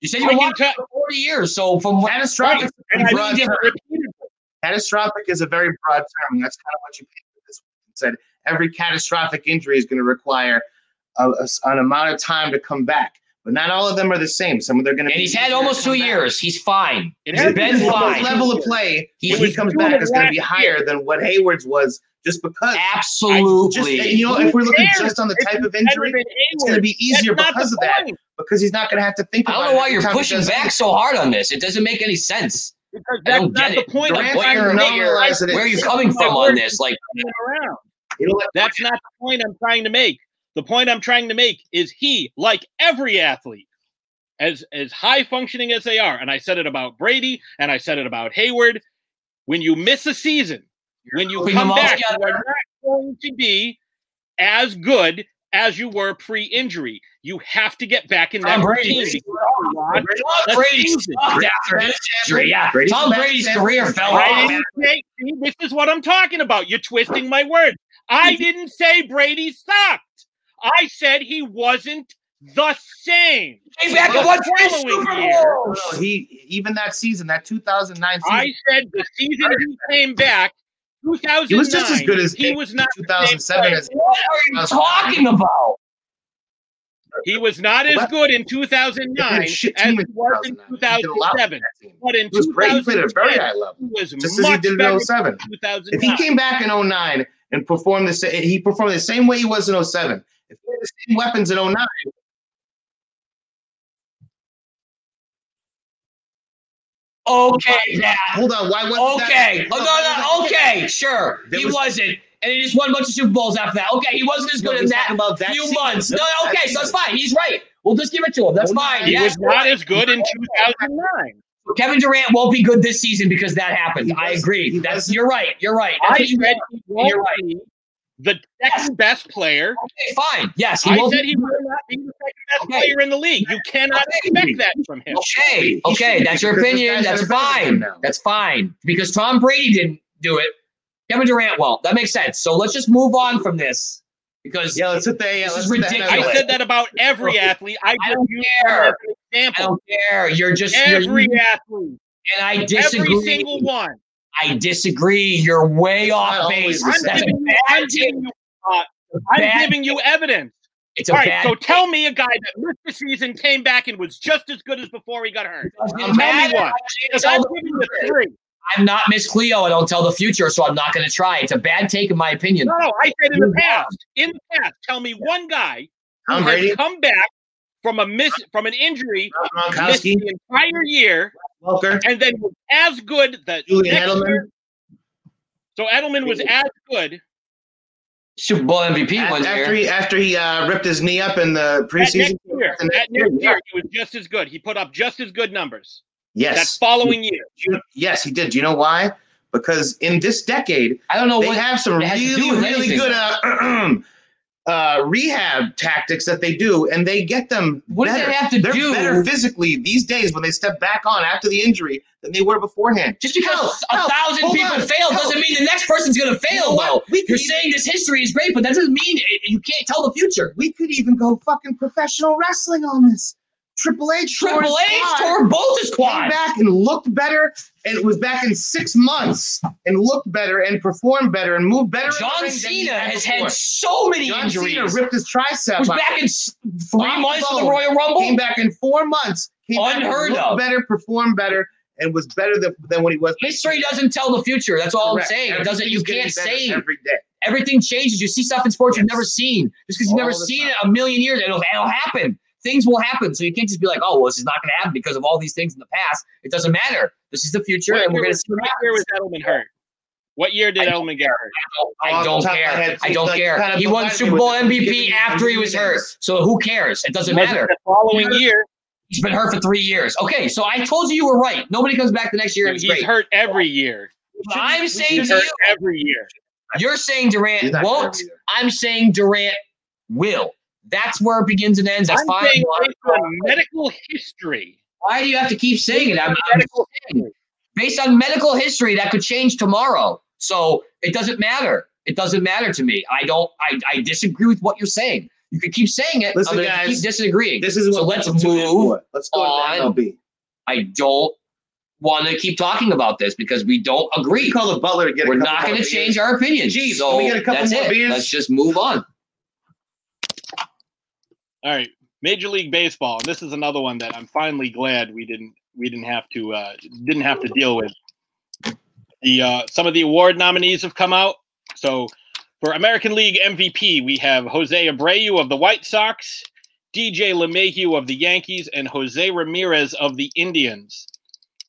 Speaker 3: you said
Speaker 1: I
Speaker 3: you've been
Speaker 1: can
Speaker 3: watching
Speaker 1: tell-
Speaker 3: for forty years. So from what
Speaker 2: Catastrophic.
Speaker 1: And I've
Speaker 2: Broad
Speaker 1: seen
Speaker 2: term.
Speaker 1: it repeatedly.
Speaker 2: Catastrophic is a very broad term. and That's kind of what you painted with this one. said every catastrophic injury is going to require a, a s- an amount of time to come back, but not all of them are the same. Some of them are going to.
Speaker 3: and he's had almost two years. He's fine.
Speaker 1: It
Speaker 3: He's
Speaker 1: has
Speaker 3: been
Speaker 1: been
Speaker 2: His
Speaker 3: fine.
Speaker 1: fine.
Speaker 2: level of play
Speaker 3: He
Speaker 2: when he
Speaker 1: was
Speaker 2: comes
Speaker 1: doing
Speaker 2: back
Speaker 1: it
Speaker 2: is going to be
Speaker 1: last
Speaker 2: higher than what Hayward's was, just because. Just, and
Speaker 3: Absolutely.
Speaker 2: you know, if we're looking
Speaker 1: cares?
Speaker 2: just on the
Speaker 1: It's
Speaker 2: type of
Speaker 1: better
Speaker 2: injury,
Speaker 1: than
Speaker 2: it's going to
Speaker 1: Hayward.
Speaker 2: be easier
Speaker 1: That's not
Speaker 2: because
Speaker 1: the
Speaker 2: of that.
Speaker 1: point,
Speaker 2: Because he's not going to have to think.
Speaker 3: I
Speaker 2: about
Speaker 3: don't know
Speaker 2: it
Speaker 3: why
Speaker 2: every
Speaker 3: you're
Speaker 2: time he
Speaker 3: pushing
Speaker 2: does
Speaker 3: back
Speaker 2: it.
Speaker 3: so hard on this. It doesn't make any sense.
Speaker 1: Because
Speaker 3: I
Speaker 1: that's
Speaker 3: don't
Speaker 1: not
Speaker 3: get
Speaker 1: the
Speaker 3: it.
Speaker 1: point of
Speaker 2: Durant's
Speaker 1: why
Speaker 3: not
Speaker 1: you're
Speaker 3: gonna
Speaker 1: making
Speaker 2: normalize
Speaker 1: right
Speaker 2: it.
Speaker 3: Where are you
Speaker 1: decisions
Speaker 3: coming
Speaker 1: by
Speaker 3: from on
Speaker 1: words
Speaker 3: this? Like
Speaker 1: and turning around.
Speaker 2: You know what?
Speaker 1: That's not the point I'm trying to make. The point I'm trying to make is he, like every athlete, as as high functioning as they are, and I said it about Brady and I said it about Hayward, when you miss a season, when you
Speaker 3: Putting
Speaker 1: come
Speaker 3: them all
Speaker 1: back, you
Speaker 3: together.
Speaker 1: are not going to be as good as you were pre-injury. You have to get back in that
Speaker 3: Tom Brady.
Speaker 1: routine.
Speaker 3: Tom
Speaker 1: That's
Speaker 3: Brady
Speaker 1: season.
Speaker 2: Oh,
Speaker 3: sucked after his injury. Yeah, Tom Brady's career fell
Speaker 1: I
Speaker 3: off.
Speaker 1: didn't say, see, this is what I'm talking about. You're twisting my words. I
Speaker 2: Mm-hmm.
Speaker 1: didn't say Brady sucked. I said he wasn't the same.
Speaker 3: Came back and won three Super Bowls.
Speaker 2: No, he even that season, that 2009 season,
Speaker 1: I said the season he came back, 2009.
Speaker 2: he was just as good as
Speaker 1: he was not. the same
Speaker 2: 2007
Speaker 1: player.
Speaker 2: as
Speaker 3: What are you talking about?
Speaker 1: He was not as
Speaker 2: What?
Speaker 1: good in
Speaker 2: He had
Speaker 1: 2009
Speaker 2: a
Speaker 1: as
Speaker 2: shit
Speaker 1: he
Speaker 2: team in
Speaker 1: was in
Speaker 2: 2009. He did a lot with
Speaker 1: 2007.
Speaker 2: that team.
Speaker 1: But in
Speaker 2: He was great. He played at a very
Speaker 1: 2010,
Speaker 2: high level,
Speaker 1: he was
Speaker 2: just as he
Speaker 1: much
Speaker 2: did
Speaker 1: better
Speaker 2: in
Speaker 1: than
Speaker 2: 07. If he
Speaker 1: 2009.
Speaker 2: came back in 09 and performed the same, he performed the same way he was in 07. If he had the same weapons in 09,
Speaker 3: Okay, Pat.
Speaker 2: hold on, why wasn't
Speaker 3: Okay.
Speaker 2: that?
Speaker 3: Oh, no, no. Okay, sure.
Speaker 2: There
Speaker 3: he
Speaker 2: was-
Speaker 3: was, not And he just won a bunch of Super Bowls after that. Okay, he wasn't as
Speaker 2: No,
Speaker 3: good in
Speaker 2: he's
Speaker 3: that
Speaker 2: talking about that
Speaker 3: few
Speaker 2: season.
Speaker 3: months. No,
Speaker 2: That
Speaker 3: okay, so
Speaker 2: season.
Speaker 3: it's fine. He's right. We'll just give it to him. That's
Speaker 2: No, no,
Speaker 3: fine.
Speaker 1: He was
Speaker 3: Yes.
Speaker 1: not as good in 2009.
Speaker 3: Kevin Durant won't be good this season because that happened.
Speaker 2: He
Speaker 3: I
Speaker 2: wasn't-
Speaker 3: agree.
Speaker 2: he
Speaker 3: That's
Speaker 2: wasn't-
Speaker 3: you're right. You're right. That's
Speaker 1: I
Speaker 3: what
Speaker 1: said
Speaker 3: you
Speaker 1: he won't
Speaker 3: You're right.
Speaker 1: be the second best player.
Speaker 3: Okay, fine. Yes, he
Speaker 1: I
Speaker 3: won't
Speaker 1: said
Speaker 3: be-
Speaker 1: he will not be the second best
Speaker 3: Okay.
Speaker 1: player in the league. You cannot
Speaker 3: Okay.
Speaker 1: expect that from him.
Speaker 3: Okay,
Speaker 2: He should
Speaker 3: okay,
Speaker 2: be,
Speaker 3: that's your
Speaker 2: because this
Speaker 3: opinion.
Speaker 2: guy's
Speaker 3: That's
Speaker 2: better than him
Speaker 3: fine.
Speaker 2: now.
Speaker 3: That's fine because Tom Brady didn't do it. Kevin Durant will. That makes sense. So let's just move on from this because
Speaker 2: Yeah, let's hit the. Yeah,
Speaker 3: This
Speaker 2: let's
Speaker 3: is
Speaker 2: hit the
Speaker 3: ridiculous.
Speaker 1: I
Speaker 2: NFL.
Speaker 1: said that about every athlete. I
Speaker 3: I
Speaker 1: just
Speaker 3: don't
Speaker 1: used
Speaker 3: care.
Speaker 1: that as an
Speaker 3: I
Speaker 1: example.
Speaker 3: don't care. You're just you're-
Speaker 1: Every athlete,
Speaker 3: and I disagree.
Speaker 1: every single one.
Speaker 3: I disagree. You're way
Speaker 2: Not
Speaker 3: off
Speaker 2: always
Speaker 3: base.
Speaker 2: the
Speaker 1: I'm
Speaker 3: That's a
Speaker 1: giving you, I'm
Speaker 3: bad
Speaker 1: giving you,
Speaker 3: bad-
Speaker 1: I'm giving you evidence.
Speaker 3: It's a
Speaker 1: All right,
Speaker 3: bad.
Speaker 1: so tell me a guy that missed the season, came back, and was just as good as before he got hurt.
Speaker 3: Doesn't
Speaker 1: tell me
Speaker 3: matter.
Speaker 1: one.
Speaker 3: I
Speaker 1: Because
Speaker 3: tell
Speaker 1: I'm
Speaker 3: the
Speaker 1: giving you
Speaker 3: future.
Speaker 1: three.
Speaker 3: I'm not Miss Cleo. I don't tell the future, so I'm not going to try. It's a bad take, in my opinion.
Speaker 1: No, no, I said in the past. In the past, tell me one guy who
Speaker 2: Tom Brady,
Speaker 1: has come back from a miss from an injury, missed
Speaker 2: Gronkowski,
Speaker 1: the entire year,
Speaker 2: Welker,
Speaker 1: and then was as good the
Speaker 2: Julian
Speaker 1: next
Speaker 2: Edelman.
Speaker 1: year. So Edelman was as good
Speaker 3: Super Bowl MVP
Speaker 2: A-
Speaker 3: one
Speaker 2: After
Speaker 3: year.
Speaker 2: he after he uh, ripped his knee up in the
Speaker 1: that next
Speaker 2: preseason.
Speaker 1: year.
Speaker 2: The
Speaker 1: That next
Speaker 2: next year,
Speaker 1: year, he was just as good. He put up just as good numbers that
Speaker 2: Yes.
Speaker 1: following year.
Speaker 2: You- yes, he did. Do you know why? Because in this decade,
Speaker 3: I don't know
Speaker 2: they
Speaker 3: Oh, what.
Speaker 2: have some
Speaker 3: it has to
Speaker 2: really,
Speaker 3: do with
Speaker 2: really
Speaker 3: anything.
Speaker 2: good uh, (clears throat) uh, rehab tactics that they do, and they get them.
Speaker 3: What does
Speaker 2: better.
Speaker 3: that have to
Speaker 2: They're
Speaker 3: do?
Speaker 2: better physically these days when they step back on after the injury than they were beforehand.
Speaker 3: just because
Speaker 2: No,
Speaker 3: a
Speaker 2: no,
Speaker 3: thousand
Speaker 2: hold
Speaker 3: people
Speaker 2: on,
Speaker 3: fail
Speaker 2: no.
Speaker 3: doesn't mean the next person's going to
Speaker 2: You
Speaker 3: fail,
Speaker 2: know
Speaker 3: though.
Speaker 2: what? We
Speaker 3: You're
Speaker 2: could, even,
Speaker 3: saying this history is great, but that doesn't mean it- you can't tell the future.
Speaker 2: we could even go fucking professional wrestling on this. Triple H, tore
Speaker 3: Triple
Speaker 2: his
Speaker 3: H
Speaker 2: quad.
Speaker 3: tore both his
Speaker 2: came
Speaker 3: quads.
Speaker 2: back and looked better and was back in six months and looked better and performed better and moved better. in the
Speaker 3: John
Speaker 2: ring than he
Speaker 3: Cena has
Speaker 2: before.
Speaker 3: had so many
Speaker 2: John
Speaker 3: injuries.
Speaker 2: Cena ripped his tricep.
Speaker 3: was
Speaker 2: out.
Speaker 3: back in s- three
Speaker 2: Bob
Speaker 3: months for the
Speaker 2: Bone
Speaker 3: Royal
Speaker 2: came
Speaker 3: Rumble.
Speaker 2: back in four months. Came back and
Speaker 3: Unheard
Speaker 2: looked
Speaker 3: of.
Speaker 2: better, performed better, and was better than, than when he was.
Speaker 3: History doesn't tell the future. That's all
Speaker 2: Correct.
Speaker 3: I'm saying. It doesn't. You
Speaker 2: Everything's getting
Speaker 3: can't
Speaker 2: better
Speaker 3: say
Speaker 2: every day.
Speaker 3: everything changes. You see stuff in sports you've
Speaker 2: Yes.
Speaker 3: never seen just because you've never
Speaker 2: All the
Speaker 3: seen it a million years. It'll, it'll happen. Things will happen. So you can't just be like, oh, well, this is not going to happen because of all these things in the past. It doesn't matter. This is the future,
Speaker 1: What
Speaker 3: and we're
Speaker 1: year
Speaker 3: going to
Speaker 1: was-
Speaker 3: see what
Speaker 1: what year was
Speaker 3: happens.
Speaker 1: Edelman hurt? What year did
Speaker 3: I
Speaker 1: Edelman get hurt?
Speaker 3: I
Speaker 2: Off the
Speaker 3: don't
Speaker 2: top of my
Speaker 3: care.
Speaker 2: head,
Speaker 3: I don't
Speaker 2: like,
Speaker 3: care.
Speaker 2: kind of
Speaker 3: He won
Speaker 2: provided
Speaker 3: Super
Speaker 2: me
Speaker 3: Bowl
Speaker 2: with the
Speaker 3: MVP
Speaker 2: beginning
Speaker 3: after he was hurt.
Speaker 2: beginnings.
Speaker 3: So who cares? It doesn't
Speaker 1: Was it
Speaker 3: matter.
Speaker 1: The following year,
Speaker 3: He's been hurt for three years. Okay, so I told you you were right. Nobody comes back the next year. and
Speaker 1: he's
Speaker 3: it's great.
Speaker 1: hurt every year.
Speaker 3: But I'm saying
Speaker 1: He's
Speaker 3: to
Speaker 1: hurt
Speaker 3: you,
Speaker 1: every year.
Speaker 3: you're saying Durant
Speaker 2: He's not
Speaker 3: won't.
Speaker 2: better either.
Speaker 3: I'm saying Durant will. That's where it begins and ends. That's
Speaker 1: I'm
Speaker 3: fine.
Speaker 1: saying based on medical history.
Speaker 3: Why do you have to keep saying it? I'm, I'm
Speaker 1: Medical
Speaker 3: saying, based on medical history, that could change tomorrow. So it doesn't matter. It doesn't matter to me. I don't. I, I disagree with what you're saying. You could keep saying it.
Speaker 2: Listen,
Speaker 3: I'm gonna
Speaker 2: guys,
Speaker 3: keep disagreeing.
Speaker 2: This is what
Speaker 3: So let's
Speaker 2: people tune in
Speaker 3: move
Speaker 2: for. Let's go
Speaker 3: on.
Speaker 2: to the MLB.
Speaker 3: I don't want to keep talking about this because we don't agree.
Speaker 2: We call the Butler to get. a
Speaker 3: We're
Speaker 2: couple
Speaker 3: not
Speaker 2: more
Speaker 3: going to
Speaker 2: beers.
Speaker 3: change our opinions.
Speaker 2: Jeez,
Speaker 3: so
Speaker 2: can we get a couple
Speaker 3: that's
Speaker 2: more
Speaker 3: it.
Speaker 2: beers?
Speaker 3: Let's just move on.
Speaker 1: All right, Major League Baseball. This is another one that I'm finally glad we didn't we didn't have to uh, didn't have to deal with. The uh, some of the award nominees have come out. So for American League MVP, we have Jose Abreu of the White Sox, DJ LeMahieu of the Yankees, and Jose Ramirez of the Indians.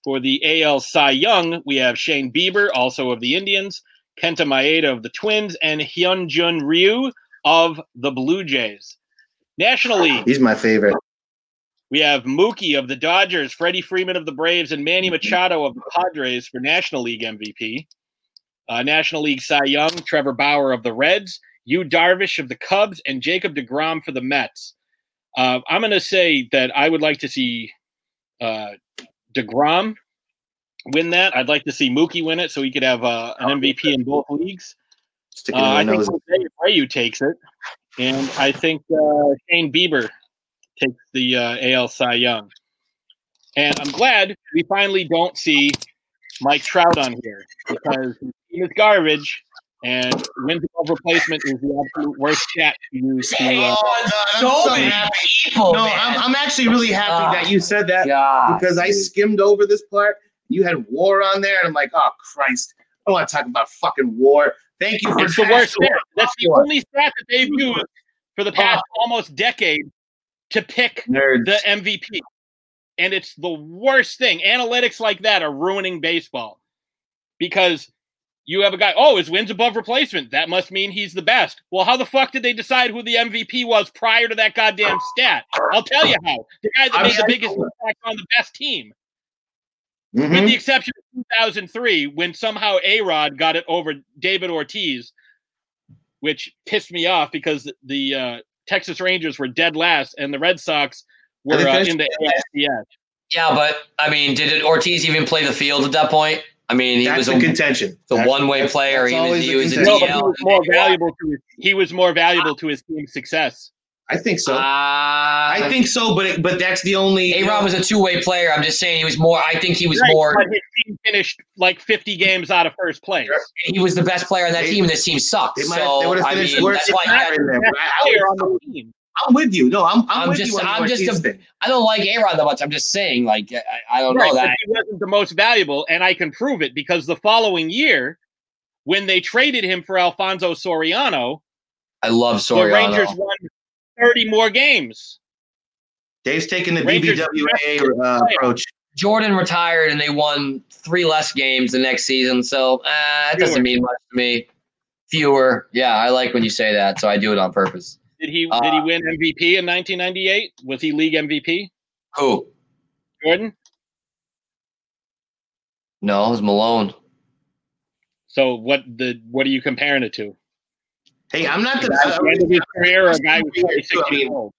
Speaker 1: For the AL Cy Young, we have Shane Bieber, also of the Indians, Kenta Maeda of the Twins, and Hyunjun Ryu of the Blue Jays. National League,
Speaker 2: He's my favorite.
Speaker 1: we have Mookie of the Dodgers, Freddie Freeman of the Braves, and Manny Machado of the Padres for National League MVP. Uh, National League Cy Young, Trevor Bauer of the Reds, Yu Darvish of the Cubs, and Jacob DeGrom for the Mets. Uh, I'm going to say that I would like to see uh, DeGrom win that. I'd like to see Mookie win it so he could have uh, an MVP in both leagues.
Speaker 2: Sticking
Speaker 1: Uh, I
Speaker 2: in my
Speaker 1: think
Speaker 2: nose.
Speaker 1: Jose Abreu takes it, and I think uh, Shane Bieber takes the uh, AL Cy Young. And I'm glad we finally don't see Mike Trout on here because his team is garbage, and wins above replacement is the absolute worst stat to use. To, uh,
Speaker 2: Oh, God, I'm
Speaker 3: so
Speaker 2: so
Speaker 3: many
Speaker 2: happy.
Speaker 3: people,
Speaker 2: No,
Speaker 3: man.
Speaker 2: I'm, I'm actually really happy
Speaker 3: Ah.
Speaker 2: that you said that.
Speaker 3: God,
Speaker 2: because I
Speaker 3: dude.
Speaker 2: skimmed over this part. You had war on there, and I'm like, oh Christ, I don't want to talk about fucking war. Thank you for
Speaker 1: it's the
Speaker 2: passing
Speaker 1: worst stat.
Speaker 2: war.
Speaker 1: That's the
Speaker 2: War.
Speaker 1: only stat that they've used for the past almost decade to pick
Speaker 2: Nerds.
Speaker 1: the MVP. And it's the worst thing. Analytics like that are ruining baseball because you have a guy, oh, his wins above replacement. That must mean he's the best. Well, how the fuck did they decide who the MVP was prior to that goddamn stat? I'll tell you how. The guy that
Speaker 2: I'm
Speaker 1: made the
Speaker 2: sorry.
Speaker 1: biggest impact on the best team, with
Speaker 3: Mm-hmm.
Speaker 2: Mhm.
Speaker 1: the exception of 2003, when somehow A Rod got it over David Ortiz, which pissed me off because the uh, Texas Rangers were dead last and the Red Sox
Speaker 2: Are they
Speaker 1: were uh,
Speaker 2: finished?
Speaker 1: in the ALCS.
Speaker 3: Yeah, but I mean, did it, Ortiz even play the field at that point? I mean, he
Speaker 2: That's
Speaker 3: was
Speaker 2: the
Speaker 3: a,
Speaker 2: contention.
Speaker 3: a
Speaker 2: That's-
Speaker 3: one-way
Speaker 2: that's-
Speaker 3: player.
Speaker 2: that's
Speaker 3: He was
Speaker 2: always
Speaker 3: he
Speaker 2: the
Speaker 3: was a
Speaker 2: contention.
Speaker 1: No, but
Speaker 3: DL.
Speaker 1: he was more valuable to his, he was more valuable to his team's success.
Speaker 2: I think so.
Speaker 3: Uh,
Speaker 2: I think uh, so, but it, but that's the only.
Speaker 3: A Rob was a two way player. I'm just saying he was more. I think he was
Speaker 1: Right,
Speaker 3: more.
Speaker 1: but his team finished like 50 games out of first place.
Speaker 3: He was the best player on that
Speaker 2: They-
Speaker 3: team, and this team sucked.
Speaker 2: They might have- they
Speaker 3: so
Speaker 2: would have
Speaker 3: I
Speaker 2: finished
Speaker 3: mean,
Speaker 2: worse
Speaker 3: that's
Speaker 2: if
Speaker 3: why.
Speaker 2: not
Speaker 3: I-
Speaker 2: in there.
Speaker 1: Best
Speaker 2: I-
Speaker 1: player on the team.
Speaker 2: I'm with you. No, I'm. I'm,
Speaker 3: I'm
Speaker 2: with
Speaker 3: just-
Speaker 2: you on the
Speaker 3: I'm just a-
Speaker 2: Ortiz thing.
Speaker 3: I don't like A Rod that much. I'm just saying, like, I, I don't
Speaker 1: Right,
Speaker 3: know
Speaker 1: but
Speaker 3: that.
Speaker 1: he wasn't the most valuable, and I can prove it because the following year, when they traded him for Alfonso Soriano,
Speaker 3: I love Soriano.
Speaker 1: the Rangers won 30 more games.
Speaker 2: Dave's taking the
Speaker 1: Rangers-
Speaker 2: BBWA uh, approach.
Speaker 3: Jordan retired, and they won three less games the next season. So uh, it doesn't
Speaker 1: Fewer.
Speaker 3: mean much to me. Fewer. Yeah, I like when you say that, so I do it on purpose.
Speaker 1: Did he
Speaker 3: Uh,
Speaker 1: did he win MVP in 1998? Was he league MVP?
Speaker 3: Who?
Speaker 1: Jordan.
Speaker 3: No, it was Malone.
Speaker 1: So what the what are you comparing it to?
Speaker 2: Hey, I'm not the.
Speaker 1: At the end of his career, a guy was 46
Speaker 2: I mean,
Speaker 1: years old.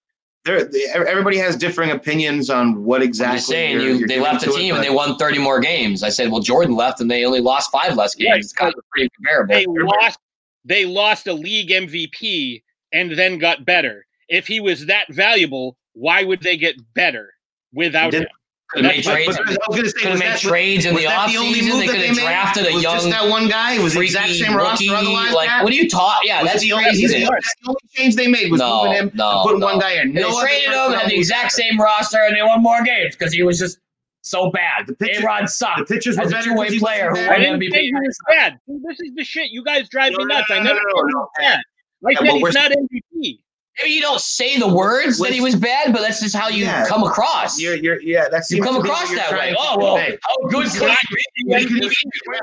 Speaker 2: there, everybody has differing opinions on what
Speaker 3: I'm
Speaker 2: exactly.
Speaker 3: just saying,
Speaker 2: you're-
Speaker 3: you,
Speaker 2: you're
Speaker 3: they
Speaker 2: giving
Speaker 3: left the
Speaker 2: to it, but-
Speaker 3: team and they won 30 more games. I said, well, Jordan left, and they only lost five less games.
Speaker 1: Right,
Speaker 3: It's kind of pretty comparable.
Speaker 1: They lost they lost a league MVP and then got better. If he was that valuable, why would they get better without
Speaker 2: Did-
Speaker 1: him?
Speaker 3: Could have made
Speaker 1: That's what-
Speaker 2: But-
Speaker 3: trades.
Speaker 2: but I was going to say,
Speaker 3: Could have
Speaker 2: was
Speaker 3: made
Speaker 2: that-
Speaker 3: trades in
Speaker 2: was
Speaker 3: the
Speaker 2: that the only
Speaker 3: offseason.
Speaker 2: move
Speaker 3: They
Speaker 2: that
Speaker 3: could have
Speaker 2: made?
Speaker 3: drafted a
Speaker 2: was just
Speaker 3: young,
Speaker 2: that one guy. It Was the
Speaker 3: freaky,
Speaker 2: exact same roster.
Speaker 3: rookie.
Speaker 2: Otherwise,
Speaker 3: Like,
Speaker 2: Matt?
Speaker 3: what are you talking? Yeah,
Speaker 2: Was
Speaker 3: that's
Speaker 2: the only-
Speaker 3: crazy.
Speaker 2: That's
Speaker 3: then.
Speaker 2: the only change they made was
Speaker 3: No,
Speaker 2: moving him
Speaker 3: no,
Speaker 2: and putting
Speaker 3: no.
Speaker 2: one guy in.
Speaker 3: They
Speaker 2: No other
Speaker 3: traded
Speaker 2: person
Speaker 3: him, had
Speaker 2: else
Speaker 3: the
Speaker 2: was
Speaker 3: exact
Speaker 2: there.
Speaker 3: same roster, and they won more games because he was just so bad.
Speaker 2: The pitcher-
Speaker 3: A-Rod
Speaker 2: The
Speaker 3: sucked.
Speaker 2: pitchers were
Speaker 3: As a
Speaker 2: better.
Speaker 3: two-way
Speaker 2: because he
Speaker 3: player
Speaker 2: wasn't
Speaker 3: who
Speaker 2: there.
Speaker 1: I
Speaker 3: won
Speaker 1: didn't
Speaker 3: MVP.
Speaker 1: say he was bad. This is the shit. You guys drive
Speaker 2: No,
Speaker 1: me
Speaker 2: no,
Speaker 1: nuts. I
Speaker 2: no,
Speaker 1: never
Speaker 2: no,
Speaker 1: said he
Speaker 2: no,
Speaker 1: was bad. Like
Speaker 2: Yeah,
Speaker 1: that,
Speaker 2: but we're-
Speaker 1: he's not MVP.
Speaker 3: Maybe you don't say the words
Speaker 2: Was-
Speaker 3: that he was bad, but that's just how you
Speaker 2: Yeah.
Speaker 3: come across.
Speaker 2: You're,
Speaker 3: you
Speaker 2: you're, yeah, that's
Speaker 3: come across that way. Oh, well, how good could I be?
Speaker 2: You could-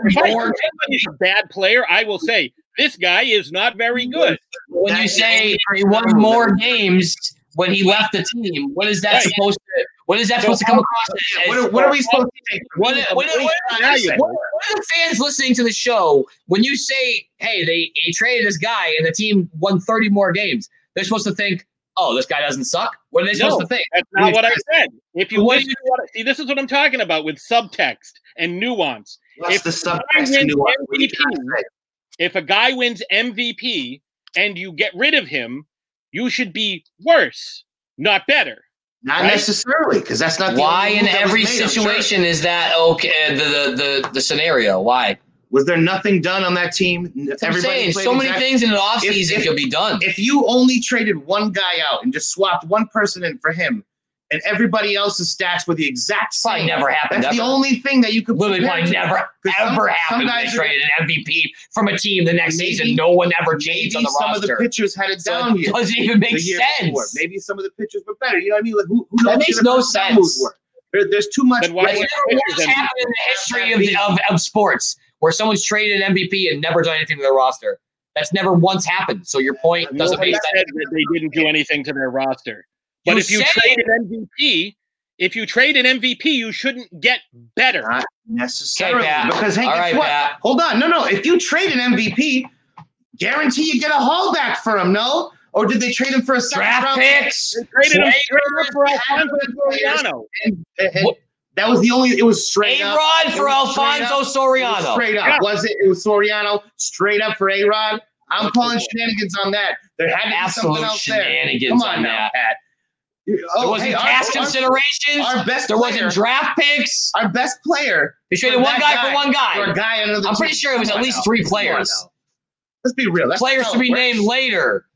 Speaker 1: If I
Speaker 3: Or-
Speaker 1: think somebody's a bad player, I will say this guy is not very good.
Speaker 3: When you
Speaker 2: That's the
Speaker 3: say
Speaker 2: only
Speaker 3: he won
Speaker 2: person who-
Speaker 3: more games when he left the team, what is that
Speaker 1: Right.
Speaker 3: supposed to? What is that supposed to come across as?
Speaker 2: What, are- what are we supposed to take?
Speaker 3: What, what, what, what,
Speaker 1: Valuable.
Speaker 3: what are the fans listening to the show when you say, hey, they, they traded this guy and the team won 30 more games? They're supposed to think, oh, this guy doesn't suck. What are they supposed
Speaker 1: No.
Speaker 3: to think?
Speaker 1: That's not what I said. If you
Speaker 3: What
Speaker 1: listen to what I- see, this is what I'm talking about with subtext and nuance.
Speaker 2: What's
Speaker 1: If
Speaker 2: the
Speaker 1: I
Speaker 2: subtext
Speaker 1: win
Speaker 2: to what we're
Speaker 1: MVP,
Speaker 2: trying to say?
Speaker 1: if a guy wins MVP and you get rid of him, you should be worse, not better.
Speaker 2: Not
Speaker 1: Right?
Speaker 2: necessarily, because that's not the
Speaker 3: Why
Speaker 2: only
Speaker 3: in
Speaker 2: move that was
Speaker 3: every
Speaker 2: made, I'm sure.
Speaker 3: situation is that okay? The, the, the, the scenario, why?
Speaker 2: Was there nothing done on that team?
Speaker 3: I'm saying
Speaker 2: played
Speaker 3: so many
Speaker 2: exactly-
Speaker 3: things in an offseason
Speaker 2: If- if-
Speaker 3: you'll be done.
Speaker 2: If you only traded one guy out and just swapped one person in for him, and everybody else's stats were the exact same,
Speaker 3: probably never happened.
Speaker 2: that's the
Speaker 3: ever.
Speaker 2: only thing that you could
Speaker 3: Literally, probably never
Speaker 2: 'Cause some- some
Speaker 3: ever happened. when They
Speaker 2: guys are-
Speaker 3: traded an MVP from a team the next
Speaker 2: Maybe-
Speaker 3: season. No one ever
Speaker 2: Maybe
Speaker 3: changed on
Speaker 2: some
Speaker 3: the
Speaker 2: of the
Speaker 3: roster.
Speaker 2: pitchers had it
Speaker 3: So
Speaker 2: down
Speaker 3: it
Speaker 2: here.
Speaker 3: doesn't even make
Speaker 2: the year before.
Speaker 3: sense.
Speaker 2: Maybe some of the pitchers were better. You know what I mean? Like who, who
Speaker 3: That
Speaker 2: knows
Speaker 3: makes
Speaker 2: who the
Speaker 3: no
Speaker 2: first round
Speaker 3: sense.
Speaker 2: moves were? There, there's too much.
Speaker 1: Then why
Speaker 3: That's
Speaker 1: would-
Speaker 3: never
Speaker 1: Pitchers
Speaker 3: once
Speaker 1: and-
Speaker 3: happened in the history of, of, of sports where someone's traded an MVP and never done anything to their roster. That's never once happened. So your point doesn't
Speaker 1: Nobody
Speaker 3: make sense.
Speaker 1: said that they didn't do anything to their roster. But
Speaker 3: You
Speaker 1: if you
Speaker 3: said
Speaker 1: trade an MVP, if you trade an MVP, you shouldn't get better.
Speaker 2: Not necessarily
Speaker 3: Okay, Pat.
Speaker 2: because hey,
Speaker 3: All
Speaker 2: guess
Speaker 3: right,
Speaker 2: what?
Speaker 3: Pat.
Speaker 2: Hold on, no, no. If you trade an MVP, guarantee you get a haul back for him. No, or did they trade him for a second
Speaker 3: Draft
Speaker 2: round?
Speaker 3: picks.
Speaker 1: They traded him
Speaker 3: Players,
Speaker 1: straight for Alfonso
Speaker 2: players.
Speaker 1: Soriano.
Speaker 2: And- and- and
Speaker 3: What?
Speaker 2: that was the only. It was straight up.
Speaker 3: A-Rod
Speaker 2: It
Speaker 3: for
Speaker 2: was straight
Speaker 3: Alfonso
Speaker 2: It was
Speaker 3: Soriano.
Speaker 2: Straight up,
Speaker 1: Yeah.
Speaker 2: was it? It was Soriano. Straight up for A Rod. I'm calling shenanigans on that. There had to be something
Speaker 3: Absolute
Speaker 2: else there.
Speaker 3: shenanigans
Speaker 2: Come on
Speaker 3: on
Speaker 2: now,
Speaker 3: that.
Speaker 2: Pat. You-
Speaker 3: There
Speaker 2: oh,
Speaker 3: wasn't
Speaker 2: hey, our-
Speaker 3: cast
Speaker 2: our-
Speaker 3: considerations.
Speaker 2: Our best
Speaker 3: There
Speaker 2: player,
Speaker 3: wasn't draft picks.
Speaker 2: our best player
Speaker 3: They traded
Speaker 2: for
Speaker 3: one
Speaker 2: that
Speaker 3: guy for
Speaker 2: guy.
Speaker 3: one
Speaker 2: for a
Speaker 3: guy.
Speaker 2: guy on another
Speaker 3: I'm
Speaker 2: team.
Speaker 3: pretty sure it was
Speaker 2: Come
Speaker 3: at
Speaker 2: on
Speaker 3: least
Speaker 2: now.
Speaker 3: three
Speaker 2: Come on
Speaker 3: players.
Speaker 2: now. Let's be real. That's
Speaker 3: Players
Speaker 2: how
Speaker 3: to
Speaker 2: it
Speaker 3: be
Speaker 2: works.
Speaker 3: named later.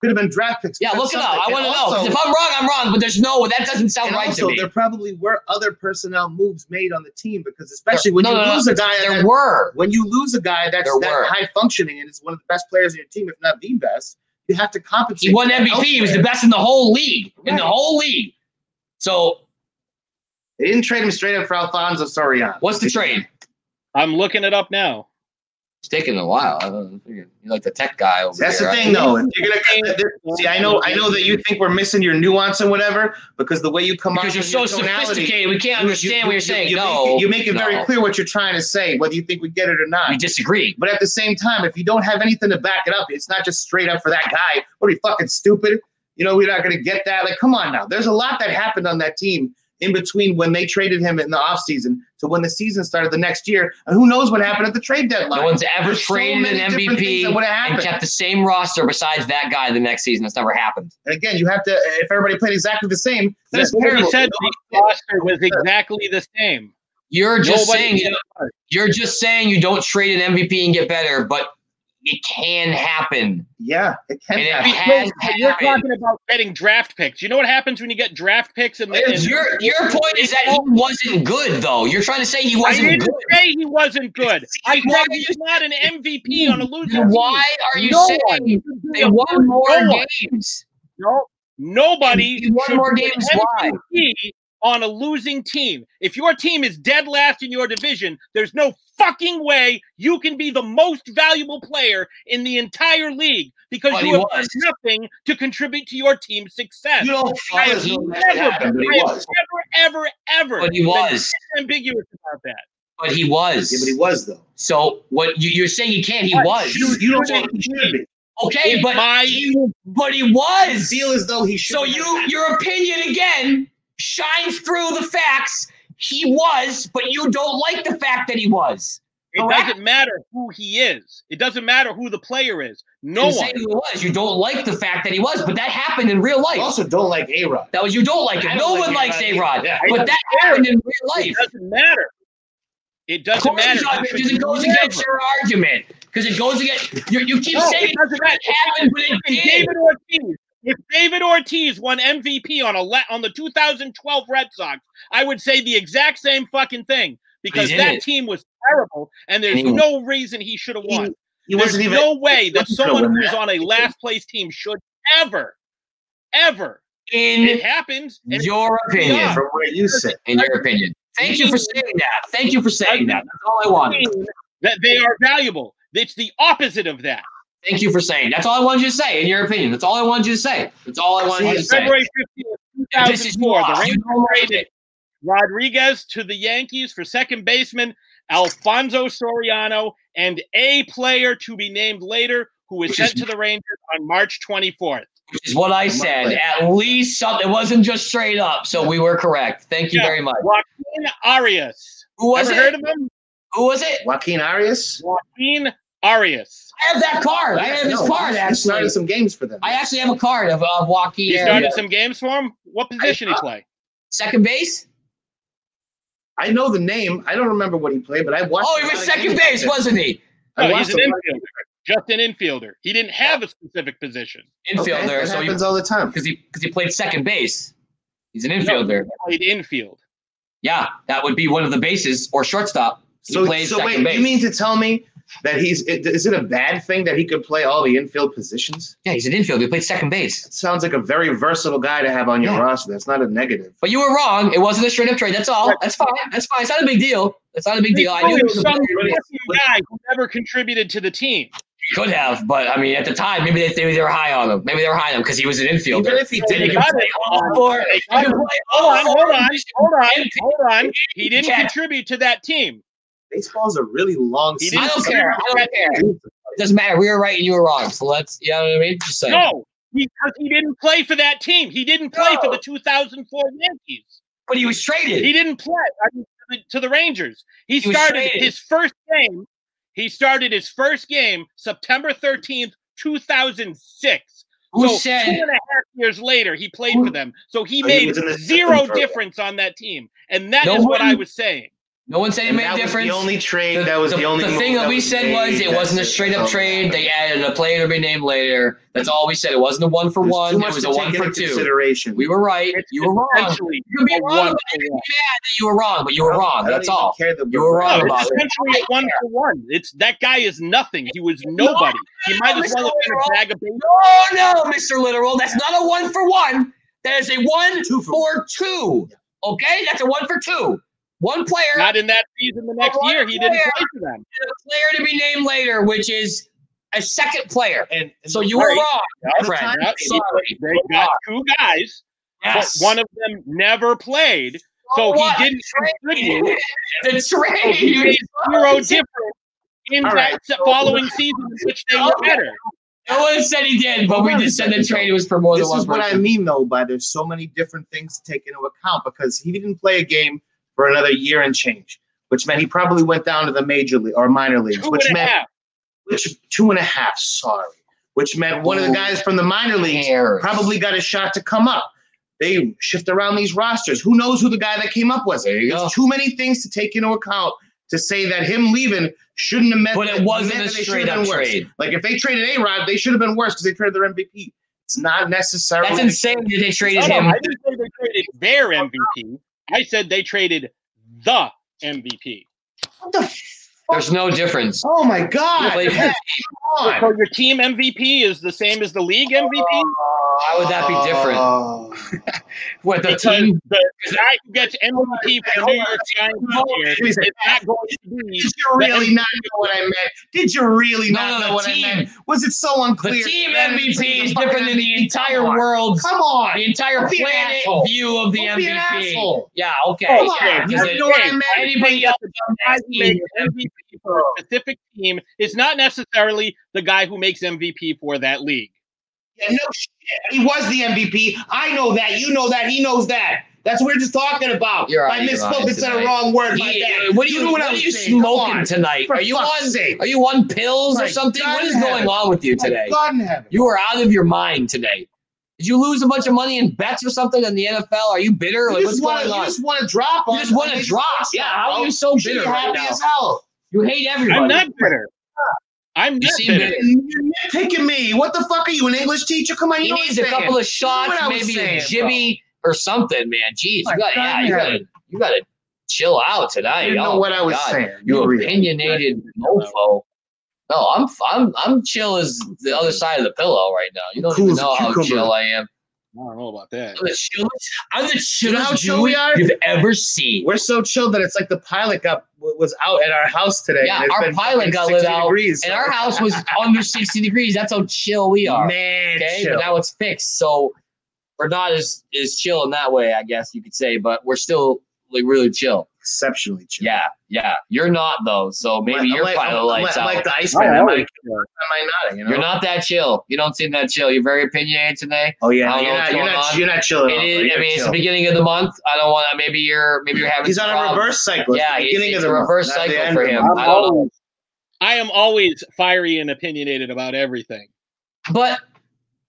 Speaker 2: Could have been draft picks.
Speaker 3: Yeah,
Speaker 2: Could
Speaker 3: look it
Speaker 2: have
Speaker 3: up. I
Speaker 2: something.
Speaker 3: want to
Speaker 2: And
Speaker 3: know. 'Cause
Speaker 2: also-
Speaker 3: If I'm wrong, I'm wrong. But there's no. That doesn't sound
Speaker 2: And
Speaker 3: right
Speaker 2: also,
Speaker 3: to me.
Speaker 2: there probably were other personnel moves made on the team because, especially when
Speaker 3: No,
Speaker 2: you
Speaker 3: no, no.
Speaker 2: lose a guy,
Speaker 3: There
Speaker 2: that-
Speaker 3: were.
Speaker 2: when you lose a guy that's
Speaker 3: There were.
Speaker 2: that high functioning and is one of the best players in your team, if not the best, you have to compensate.
Speaker 3: He won
Speaker 2: for that
Speaker 3: MVP. He was the
Speaker 2: elsewhere.
Speaker 3: best in the whole league. In
Speaker 2: Right.
Speaker 3: the whole league. So
Speaker 2: They didn't trade him straight up for Alfonso Soriano.
Speaker 3: what's the trade?
Speaker 1: I'm looking it up now.
Speaker 3: It's taking a while. I don't know. You're like the tech guy over
Speaker 2: That's
Speaker 3: here,
Speaker 2: the
Speaker 3: right?
Speaker 2: thing, though. If you're gonna see, I know, I know that you think we're missing your nuance and whatever because the way you come
Speaker 3: Because
Speaker 2: out
Speaker 3: you're
Speaker 2: with
Speaker 3: so
Speaker 2: your tonality-
Speaker 3: sophisticated, we can't
Speaker 2: You-
Speaker 3: understand
Speaker 2: you-
Speaker 3: what you're
Speaker 2: you-
Speaker 3: saying.
Speaker 2: You
Speaker 3: no,
Speaker 2: make it, you make it
Speaker 3: no.
Speaker 2: very clear what you're trying to say, whether you think we get it or
Speaker 3: We
Speaker 2: not.
Speaker 3: disagree.
Speaker 2: But at the same time, if you don't have anything to back it up, it's not just straight up for that guy. What are you fucking stupid? You know, we're not going to get that. Like, come on now. There's a lot that happened on that team in between when they traded him in the offseason to when the season started the next year. And who knows what happened at the trade deadline?
Speaker 3: No one's ever
Speaker 2: There's so
Speaker 3: traded
Speaker 2: many
Speaker 3: an
Speaker 2: different things
Speaker 3: MVP
Speaker 2: that would've
Speaker 3: and
Speaker 2: happened.
Speaker 3: kept the same roster besides that guy the next season. That's never happened.
Speaker 2: And again, you have to, if everybody played exactly the same, that's
Speaker 1: That's what he
Speaker 2: terrible.
Speaker 1: said. The roster was exactly the same.
Speaker 3: You're just
Speaker 1: Nobody
Speaker 3: saying
Speaker 1: did
Speaker 3: you're just saying you don't trade an MVP and get better, but it can happen.
Speaker 2: Yeah, it can
Speaker 3: And it-
Speaker 2: happen.
Speaker 3: has
Speaker 1: You're
Speaker 3: happened.
Speaker 1: talking about getting draft picks. You know what happens when you get draft picks? And, and
Speaker 3: Your your point is that he wasn't good though. You're trying to say he
Speaker 1: I
Speaker 3: wasn't
Speaker 1: didn't
Speaker 3: good.
Speaker 1: say he wasn't good. I
Speaker 3: Why
Speaker 1: said
Speaker 3: are you-
Speaker 1: he's not an MVP on a losing
Speaker 3: Then Why
Speaker 1: team.
Speaker 3: are you
Speaker 1: No
Speaker 3: saying
Speaker 1: one.
Speaker 3: they won more
Speaker 1: no one.
Speaker 3: games?
Speaker 1: No, nobody
Speaker 3: They won
Speaker 1: should
Speaker 3: more
Speaker 1: be an
Speaker 3: games, why?
Speaker 1: MVP on a losing team. If your team is dead last in your division, there's no fucking way you can be the most valuable player in the entire league because
Speaker 3: But he
Speaker 1: you have done
Speaker 3: was.
Speaker 1: nothing to contribute to your team's success.
Speaker 2: You don't
Speaker 1: I
Speaker 2: fire
Speaker 1: have
Speaker 2: him.
Speaker 1: never,
Speaker 2: That happened, but
Speaker 1: I
Speaker 2: he
Speaker 1: have
Speaker 2: was.
Speaker 1: never, ever, ever
Speaker 3: But he
Speaker 1: been
Speaker 3: was.
Speaker 1: ambiguous about that.
Speaker 3: But he was.
Speaker 2: Yeah, but he was, though.
Speaker 3: So what you, you're saying he can't? He
Speaker 1: Right.
Speaker 2: You,
Speaker 3: was
Speaker 2: you don't think he should be.
Speaker 3: okay, but
Speaker 1: My-
Speaker 3: he, but he
Speaker 2: I
Speaker 3: was.
Speaker 2: feel as though he should
Speaker 3: So
Speaker 2: be.
Speaker 3: you your opinion again shines through the facts. He was, but you don't like the fact that he was.
Speaker 1: It
Speaker 3: Correct.
Speaker 1: doesn't matter who he is. It doesn't matter who the player is. No
Speaker 3: you say
Speaker 1: one.
Speaker 3: who he was. You don't like the fact that he was, but that happened in real life.
Speaker 2: I also don't like A Rod.
Speaker 3: that was you don't like it.
Speaker 2: I
Speaker 3: No
Speaker 2: don't like
Speaker 3: one likes
Speaker 2: A-Rod.
Speaker 3: A Rod,
Speaker 2: Yeah, I
Speaker 3: but
Speaker 1: don't
Speaker 3: that
Speaker 1: care.
Speaker 3: happened in real
Speaker 1: It
Speaker 3: life.
Speaker 1: doesn't matter. It
Speaker 3: Of
Speaker 1: doesn't
Speaker 3: course
Speaker 1: matter.
Speaker 3: it does,
Speaker 1: You
Speaker 3: because
Speaker 1: should
Speaker 3: it goes
Speaker 1: never-
Speaker 3: against your argument. Because it goes against you. You keep
Speaker 1: No,
Speaker 3: saying
Speaker 1: it doesn't matter.
Speaker 3: it happened, but it
Speaker 1: If
Speaker 3: did.
Speaker 1: David Ortiz, if David Ortiz won MVP on a le- on the 2012 Red Sox, I would say the exact same fucking thing because
Speaker 3: He
Speaker 1: that
Speaker 3: didn't.
Speaker 1: team was terrible, and there's
Speaker 3: And he-
Speaker 1: no reason he should have won.
Speaker 2: He
Speaker 1: There's
Speaker 2: wasn't even.
Speaker 1: no way that
Speaker 2: he should've
Speaker 1: someone
Speaker 2: won
Speaker 1: who's
Speaker 2: that.
Speaker 1: on a last place team should ever, ever. It
Speaker 3: In
Speaker 1: happens. and
Speaker 3: your opinion,
Speaker 1: Yeah.
Speaker 2: from where you sit.
Speaker 3: in your opinion. Thank you for saying that. Thank you for saying that. That's all I wanted.
Speaker 1: mean that they are valuable. It's the opposite of that.
Speaker 3: Thank you for saying. That's all I wanted you to say. In your opinion, that's all I wanted you to say. That's all I wanted
Speaker 1: On
Speaker 3: you to say.
Speaker 1: February 15th,
Speaker 3: This is
Speaker 1: 2004, the
Speaker 3: lost.
Speaker 1: Rangers
Speaker 3: You don't like it.
Speaker 1: Rodriguez to the Yankees for second baseman Alfonso Soriano and a player to be named later who was
Speaker 3: Which is-
Speaker 1: sent to the Rangers on March 24th.
Speaker 3: Which is what I said. At least something. It wasn't just straight up. So we were correct. Thank you
Speaker 1: Yeah.
Speaker 3: very much.
Speaker 1: Joaquin Arias.
Speaker 3: Who was
Speaker 1: Ever
Speaker 3: it?
Speaker 1: heard of him?
Speaker 3: Who was it?
Speaker 2: Joaquin Arias.
Speaker 1: Joaquin Arias.
Speaker 3: I have that card. I have his
Speaker 2: No,
Speaker 3: card
Speaker 2: he started
Speaker 3: actually.
Speaker 2: some games for them.
Speaker 3: I actually have a card of, of Joaquin.
Speaker 1: He
Speaker 3: Arias.
Speaker 1: started some games for him. What position he play?
Speaker 3: second base.
Speaker 2: I know the name. I don't remember what he played, but I watched.
Speaker 3: Oh,
Speaker 2: a
Speaker 3: he
Speaker 2: lot
Speaker 3: was
Speaker 2: of
Speaker 3: second
Speaker 2: games
Speaker 3: base,
Speaker 2: with him.
Speaker 3: wasn't he?
Speaker 2: I
Speaker 1: No,
Speaker 2: watched
Speaker 1: he's an
Speaker 2: a lot of
Speaker 1: infielder. Just an infielder. He didn't have a specific position.
Speaker 2: Okay,
Speaker 3: Infielder.
Speaker 2: that
Speaker 3: so he
Speaker 2: happens all the time.
Speaker 3: because he because he played second base. He's an
Speaker 1: No,
Speaker 3: infielder.
Speaker 1: he played infield.
Speaker 3: Yeah, that would be one of the bases or shortstop. He
Speaker 2: So,
Speaker 3: plays
Speaker 2: so wait,
Speaker 3: second base.
Speaker 2: you mean to tell me that he's? It, is it a bad thing that he could play all the infield positions?
Speaker 3: yeah, he's an infielder. He played second base.
Speaker 2: It sounds like a very versatile guy to have on your
Speaker 3: Yeah.
Speaker 2: roster. That's not a negative.
Speaker 3: But you were wrong. It wasn't a straight up trade. That's all. That's fine. That's fine. It's not a big deal. It's not a big deal. I knew
Speaker 1: He
Speaker 3: it
Speaker 1: was
Speaker 3: was a
Speaker 1: some
Speaker 3: big deal.
Speaker 1: fucking guy who never contributed to the team.
Speaker 3: He could have, but I mean, at the time, maybe they, maybe they were high on him. Maybe they were high on him because he was an
Speaker 2: Even
Speaker 3: infielder.
Speaker 2: if he
Speaker 1: They
Speaker 2: didn't,
Speaker 1: got
Speaker 3: play
Speaker 1: it.
Speaker 3: all four. He
Speaker 1: got
Speaker 3: could
Speaker 1: him.
Speaker 3: play all
Speaker 1: Hold on,
Speaker 3: four
Speaker 1: hold on,
Speaker 3: positions.
Speaker 1: hold on,
Speaker 3: And
Speaker 1: hold on. He didn't
Speaker 3: Yeah.
Speaker 1: contribute to that team.
Speaker 2: baseball's a really long.
Speaker 1: He
Speaker 2: season.
Speaker 3: I don't care. I don't care. It doesn't matter. We were right and you were wrong. So let's, you know what I mean? Just saying.
Speaker 1: No, because he didn't play for that team. He didn't play for
Speaker 3: No.
Speaker 1: the 2004 Yankees.
Speaker 3: But he was traded.
Speaker 1: He didn't play I mean, to, the, to the Rangers. He,
Speaker 3: He was
Speaker 1: started
Speaker 3: traded.
Speaker 1: his first game. He started his first game September 13th, 2006.
Speaker 3: Who
Speaker 1: so two
Speaker 3: said?
Speaker 1: and a half years later, he played
Speaker 3: Who-
Speaker 1: for them. So he
Speaker 2: So Oh, he
Speaker 1: made
Speaker 2: was in the system for a
Speaker 1: zero
Speaker 2: while.
Speaker 1: difference on that team, and that is
Speaker 3: No
Speaker 1: what
Speaker 3: one-
Speaker 1: I was saying.
Speaker 3: No one said it
Speaker 2: And
Speaker 3: made a
Speaker 2: that was
Speaker 3: difference.
Speaker 2: the only trade. that was the, only. move
Speaker 3: thing that we
Speaker 2: was
Speaker 3: said
Speaker 2: made.
Speaker 3: was it
Speaker 2: That's
Speaker 3: wasn't a
Speaker 2: it.
Speaker 3: straight up
Speaker 2: That's all
Speaker 3: trade.
Speaker 2: that
Speaker 3: They added a player to be named later. That's all we said. It wasn't a one for
Speaker 2: matters. There's too
Speaker 3: one. It
Speaker 2: much
Speaker 3: was
Speaker 2: to
Speaker 3: a
Speaker 2: take
Speaker 3: one
Speaker 2: into
Speaker 3: for two.
Speaker 2: Consideration.
Speaker 3: We were right.
Speaker 1: It's
Speaker 3: You were wrong.
Speaker 1: essentially
Speaker 3: You can be
Speaker 1: a
Speaker 3: wrong.
Speaker 1: one
Speaker 3: about
Speaker 1: for
Speaker 3: it. You can
Speaker 1: one.
Speaker 3: be mad that you were wrong, but you were
Speaker 2: I
Speaker 3: wrong.
Speaker 2: don't
Speaker 3: That's
Speaker 2: even
Speaker 3: all.
Speaker 2: care that
Speaker 3: You
Speaker 2: we're
Speaker 3: were
Speaker 1: No,
Speaker 3: wrong
Speaker 2: right.
Speaker 3: about
Speaker 1: it's
Speaker 3: it.
Speaker 1: essentially a one for one. It's that guy is nothing. He was nobody. He might as well have been a bag of babies.
Speaker 3: No, no, Mr. Literal. That's not a one for one. That is a one
Speaker 2: Two for
Speaker 3: for two. Okay? That's a one for two. One player,
Speaker 1: Not in that season. The next year, he didn't play for them.
Speaker 3: and a player to be named later, which is a second player.
Speaker 2: And
Speaker 3: So you were
Speaker 1: Right.
Speaker 3: wrong, my
Speaker 2: At the
Speaker 3: friend.
Speaker 2: time,
Speaker 1: Yep.
Speaker 3: Sorry.
Speaker 1: They got two guys,
Speaker 3: Yes.
Speaker 1: but one of them never played, so he
Speaker 3: What?
Speaker 1: didn't
Speaker 3: (laughs)
Speaker 1: contribute.
Speaker 3: the
Speaker 1: So he made
Speaker 3: trade.
Speaker 1: zero difference in
Speaker 2: All right.
Speaker 1: that se- following season, in which they were better.
Speaker 3: No one said he did, but we just said the trade was for more
Speaker 2: this
Speaker 3: than one
Speaker 2: is what I
Speaker 3: person.
Speaker 2: mean though by there's so many different things to take into account because he didn't play a game for another year and change, which meant he probably went down to the major league or minor leagues,
Speaker 1: Two
Speaker 2: which
Speaker 1: and a
Speaker 2: meant
Speaker 1: half.
Speaker 2: which two and a half, sorry. Which meant one of the
Speaker 3: Ooh.
Speaker 2: guys from the minor leagues
Speaker 3: Cares.
Speaker 2: probably got a shot to come up. They shift around these rosters. Who knows who the guy that came up was?
Speaker 3: There you
Speaker 2: There's
Speaker 3: go.
Speaker 2: too many things to take into account to say that him leaving shouldn't have meant.
Speaker 3: But it wasn't
Speaker 2: meant
Speaker 3: a
Speaker 2: that they
Speaker 3: straight
Speaker 2: should have
Speaker 3: up
Speaker 2: been worse.
Speaker 3: trade.
Speaker 2: Like if they traded A Rod, they should have been worse because they traded their MVP. It's not necessarily.
Speaker 3: That's insane that they traded
Speaker 1: No, no,
Speaker 3: him.
Speaker 1: I didn't say they traded their MVP. I said they traded the MVP.
Speaker 2: What the f-
Speaker 3: There's no difference.
Speaker 2: oh my god!
Speaker 3: Like,
Speaker 2: Come on.
Speaker 1: So your team MVP is the same as the league MVP.
Speaker 3: Why would that be different?
Speaker 2: Oh.
Speaker 3: What the
Speaker 1: Because
Speaker 3: team?
Speaker 1: the guy who gets MVP for the New York Giants this year
Speaker 2: (laughs) Wait a
Speaker 1: is not
Speaker 2: second.
Speaker 1: going to be.
Speaker 2: Did you really not know what I meant? Did you really
Speaker 3: No,
Speaker 2: not
Speaker 3: no,
Speaker 2: know
Speaker 3: the
Speaker 2: what
Speaker 3: team-
Speaker 2: I meant? Was it so
Speaker 3: The
Speaker 2: unclear?
Speaker 3: team
Speaker 2: That
Speaker 3: MVP is
Speaker 2: fucking
Speaker 3: different than the
Speaker 2: MVP.
Speaker 3: entire
Speaker 2: Come on.
Speaker 3: world's,
Speaker 2: Come on!
Speaker 3: the entire
Speaker 2: Don't be an
Speaker 3: planet
Speaker 2: asshole.
Speaker 3: view of the
Speaker 2: Don't be an
Speaker 3: MVP.
Speaker 2: asshole.
Speaker 3: Yeah, okay.
Speaker 2: Come
Speaker 3: yeah,
Speaker 2: on!
Speaker 3: he's
Speaker 2: You
Speaker 3: a-
Speaker 2: know what I meant?
Speaker 3: Anybody else
Speaker 1: guy who makes
Speaker 3: MVP.
Speaker 1: MVP for a specific team is not necessarily the guy who makes MVP for that league.
Speaker 2: Yeah, no shit. He was the MVP. I know that. You know that. He knows that. That's what we're just talking about.
Speaker 3: You're
Speaker 2: I
Speaker 3: right, you're
Speaker 2: misspoke
Speaker 3: right
Speaker 2: and said a
Speaker 3: tonight.
Speaker 2: wrong word. My
Speaker 3: Yeah,
Speaker 2: bad.
Speaker 3: what are you,
Speaker 2: know
Speaker 3: what
Speaker 2: I
Speaker 3: are
Speaker 2: was
Speaker 3: you
Speaker 2: saying. Come
Speaker 3: smoking
Speaker 2: on.
Speaker 3: tonight?
Speaker 2: For
Speaker 3: Are you
Speaker 2: fuck's
Speaker 3: on?
Speaker 2: sake.
Speaker 3: Are you on pills or
Speaker 2: My
Speaker 3: something?
Speaker 2: God
Speaker 3: What is
Speaker 2: in
Speaker 3: going
Speaker 2: heaven.
Speaker 3: on with you today?
Speaker 2: God in heaven.
Speaker 3: You are out of your mind today. Did you lose a bunch of money in bets or something in the NFL? Are you bitter? Like,
Speaker 2: You
Speaker 3: what's
Speaker 2: just wanna-
Speaker 3: going
Speaker 2: you
Speaker 3: on?
Speaker 2: just want to drop
Speaker 3: You
Speaker 2: on
Speaker 3: just want to drop. Yeah, how are you so
Speaker 2: You should
Speaker 3: bitter
Speaker 2: be
Speaker 3: right
Speaker 2: happy
Speaker 3: now?
Speaker 2: as hell.
Speaker 3: You hate everybody.
Speaker 1: I'm not bitter. I'm
Speaker 3: You
Speaker 1: not
Speaker 3: seem
Speaker 1: bitter.
Speaker 3: bitter.
Speaker 2: You're nitpicking me. What the fuck are you, an English teacher? Come on, you
Speaker 3: He
Speaker 2: know what
Speaker 3: needs
Speaker 2: I'm
Speaker 3: a
Speaker 2: saying.
Speaker 3: couple of shots,
Speaker 2: what I was
Speaker 3: maybe a
Speaker 2: saying,
Speaker 3: jibby or something, man. Jeez,
Speaker 2: My
Speaker 3: you
Speaker 2: God
Speaker 3: gotta, yeah, you
Speaker 2: in
Speaker 3: gotta, you gotta chill out tonight.
Speaker 2: You know
Speaker 3: Oh,
Speaker 2: what I was
Speaker 3: God.
Speaker 2: saying.
Speaker 3: You
Speaker 2: You're real.
Speaker 3: opinionated mofo. No, I'm I'm I'm chill as the other side of the pillow right now. You don't
Speaker 2: Cool
Speaker 3: even
Speaker 2: as a
Speaker 3: know how
Speaker 2: cucumber.
Speaker 3: chill I am.
Speaker 1: I don't know about that.
Speaker 3: I'm the chillest. I'm the chillest
Speaker 2: You know how chill we
Speaker 3: dude
Speaker 2: are?
Speaker 3: you've ever seen.
Speaker 2: We're so chill that it's like the pilot got was out at our house today.
Speaker 3: Yeah,
Speaker 2: and it's
Speaker 3: our
Speaker 2: been
Speaker 3: pilot
Speaker 2: fucking
Speaker 3: got
Speaker 2: 60
Speaker 3: lit out,
Speaker 2: Degrees,
Speaker 3: and our house was under 60 degrees. That's how chill we are.
Speaker 2: man.
Speaker 3: okay,
Speaker 2: chill.
Speaker 3: but now it's fixed, so we're not as as chill in that way, I guess you could say. But we're still like really chill.
Speaker 2: exceptionally chill.
Speaker 3: Yeah, yeah. You're not though, so maybe
Speaker 2: I'm
Speaker 3: your
Speaker 2: like,
Speaker 3: pilot
Speaker 2: I'm like,
Speaker 3: lights out.
Speaker 2: I'm like the Iceman. Am I, am I nodding? You know?
Speaker 3: You're not that chill. You don't seem that chill. You're very opinionated today.
Speaker 2: Oh
Speaker 3: I
Speaker 2: yeah,
Speaker 3: don't
Speaker 2: you're
Speaker 3: know what's
Speaker 2: not, you're
Speaker 3: going
Speaker 2: not.
Speaker 3: on.
Speaker 2: You're not chilling.
Speaker 3: It is. I mean, it's the beginning of the month. I don't want. to Maybe you're. Maybe you're having.
Speaker 2: He's
Speaker 3: some
Speaker 2: on a
Speaker 3: problems.
Speaker 2: reverse cycle. It's
Speaker 3: Yeah,
Speaker 2: the
Speaker 3: it's-
Speaker 2: beginning
Speaker 3: it's
Speaker 2: of the
Speaker 3: a
Speaker 2: month,
Speaker 3: reverse
Speaker 2: not the
Speaker 3: cycle
Speaker 2: end
Speaker 3: for
Speaker 2: of the
Speaker 3: him.
Speaker 2: month.
Speaker 3: I don't know.
Speaker 1: I am always fiery and opinionated about everything.
Speaker 3: But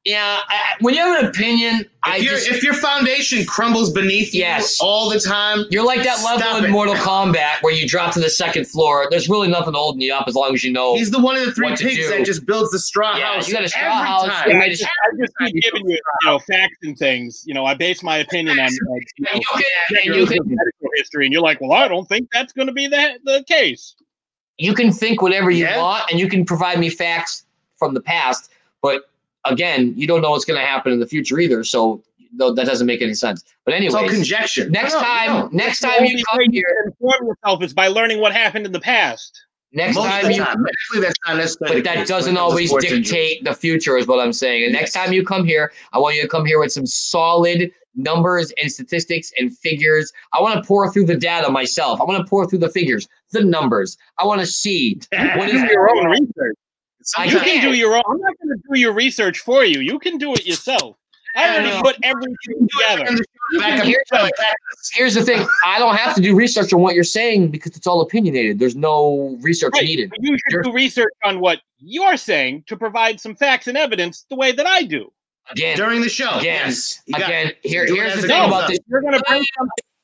Speaker 3: yeah, I, I- when you have an opinion,
Speaker 2: If,
Speaker 3: I
Speaker 2: your-
Speaker 3: just
Speaker 2: if your foundation crumbles beneath you
Speaker 3: Yes.
Speaker 2: all the time,
Speaker 3: You're like that level
Speaker 2: Stop
Speaker 3: in
Speaker 2: it.
Speaker 3: Mortal Kombat where you drop to the second floor. There's really nothing holding you up as long as you know.
Speaker 2: he's the one of the three
Speaker 3: What to
Speaker 2: pigs
Speaker 3: do.
Speaker 2: that just builds the straw
Speaker 3: Yeah,
Speaker 2: house.
Speaker 3: you got a straw
Speaker 2: every
Speaker 3: house.
Speaker 2: Time.
Speaker 3: Yeah,
Speaker 1: And
Speaker 3: I
Speaker 1: I
Speaker 3: just-
Speaker 1: just, I just keep giving you, you know, facts and things. You know, I base my opinion on uh, you know,
Speaker 3: And you can, and
Speaker 1: your
Speaker 3: you can,
Speaker 1: medical history, and you're like, well, I don't think that's going to be the the case.
Speaker 3: you can think whatever you
Speaker 2: Yeah.
Speaker 3: want, and you can provide me facts from the past. But again, you don't know what's going to happen in the future either, so no, that doesn't make any sense. But
Speaker 2: It's all
Speaker 3: anyway,
Speaker 2: conjecture.
Speaker 3: next
Speaker 2: No, no,
Speaker 3: time,
Speaker 2: no.
Speaker 3: next
Speaker 1: The
Speaker 3: time
Speaker 1: only
Speaker 3: you come
Speaker 1: way
Speaker 3: here,
Speaker 1: can inform yourself is by learning what happened in the past.
Speaker 3: next
Speaker 2: Most of
Speaker 3: time
Speaker 2: the
Speaker 3: you
Speaker 2: time. Actually, that's not necessarily.
Speaker 3: but
Speaker 2: the
Speaker 3: that
Speaker 2: case when it
Speaker 3: doesn't
Speaker 2: comes to
Speaker 3: always
Speaker 2: sports injuries. (laughs)
Speaker 3: dictate the future is what i'm saying and next
Speaker 2: Yes.
Speaker 3: time you come here i want you to come here with some solid numbers and statistics and figures i want to pour through the data myself i want to pour through the figures the numbers i want to see what is
Speaker 1: Do your own research.
Speaker 3: I
Speaker 1: You
Speaker 3: can't.
Speaker 1: can do your own. I'm not going to do your research for you. You can do it yourself. I
Speaker 2: I
Speaker 1: already
Speaker 2: know.
Speaker 1: put everything together.
Speaker 2: Back up
Speaker 3: Here's
Speaker 2: your
Speaker 3: the- here's the thing i don't have to do research on what you're saying because it's all opinionated there's no research
Speaker 1: Right.
Speaker 3: needed
Speaker 1: You should
Speaker 3: You're-
Speaker 1: do research on what you're saying to provide some facts and evidence the way that I do.
Speaker 3: again
Speaker 2: during the show.
Speaker 3: Again.
Speaker 2: Yes. You got it.
Speaker 3: again here,
Speaker 2: Do it
Speaker 3: here's
Speaker 2: as
Speaker 3: the
Speaker 2: it
Speaker 3: thing
Speaker 1: goes
Speaker 3: about
Speaker 2: up.
Speaker 3: this
Speaker 1: You're going to bring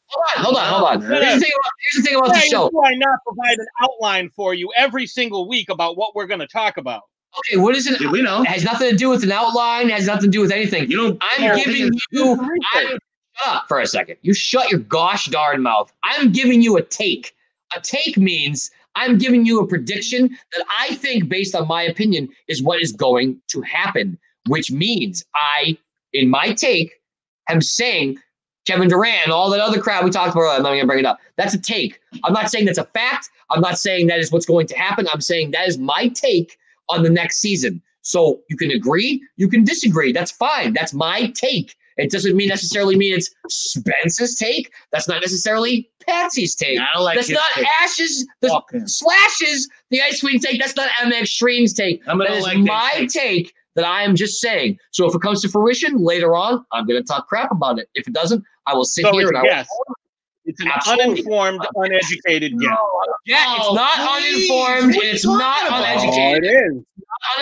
Speaker 3: hold on hold on
Speaker 2: No, no,
Speaker 3: here's the thing about, here's the thing about the
Speaker 1: Why
Speaker 3: show
Speaker 1: do I not provide an outline for you every single week about what we're going to talk about?
Speaker 3: okay what is it
Speaker 2: Yeah, we know.
Speaker 3: it has nothing to do with an outline has nothing to do with anything
Speaker 2: You don't.
Speaker 3: I'm giving you. I'm, shut up for a second. You shut your gosh darn mouth. I'm giving you a take. A take means I'm giving you a prediction that I think, based on my opinion, is what is going to happen. Which means I, in my take, am saying Kevin Durant and all that other crap we talked about. earlier, I'm not going to bring it up. That's a take. I'm not saying that's a fact. I'm not saying that is what's going to happen. I'm saying that is my take on the next season. So you can agree, you can disagree. That's fine. That's my take. It doesn't mean necessarily mean it's Spence's take. That's not necessarily Patsy's take.
Speaker 2: I don't like
Speaker 3: That's
Speaker 2: his
Speaker 3: not
Speaker 2: take.
Speaker 3: Ash's. The
Speaker 2: Fuck him.
Speaker 3: slashes the ice cream take. That's not MX Stream's take.
Speaker 2: I'm
Speaker 3: That
Speaker 2: gonna
Speaker 3: is
Speaker 2: like that
Speaker 3: my
Speaker 2: take.
Speaker 3: take that I am just saying. So if it comes to fruition later on, I'm going to talk crap about it. If it doesn't, I will sit
Speaker 1: So it's
Speaker 3: here and
Speaker 1: a
Speaker 3: I will.
Speaker 1: guess. It's an
Speaker 3: Absolutely. Uh,
Speaker 1: uninformed, uneducated guess.
Speaker 3: Yeah, it's
Speaker 2: Oh,
Speaker 3: not
Speaker 2: please, what
Speaker 3: uninformed and
Speaker 2: are you
Speaker 3: it's not
Speaker 2: talking about?
Speaker 1: Oh,
Speaker 3: uneducated.
Speaker 1: it is.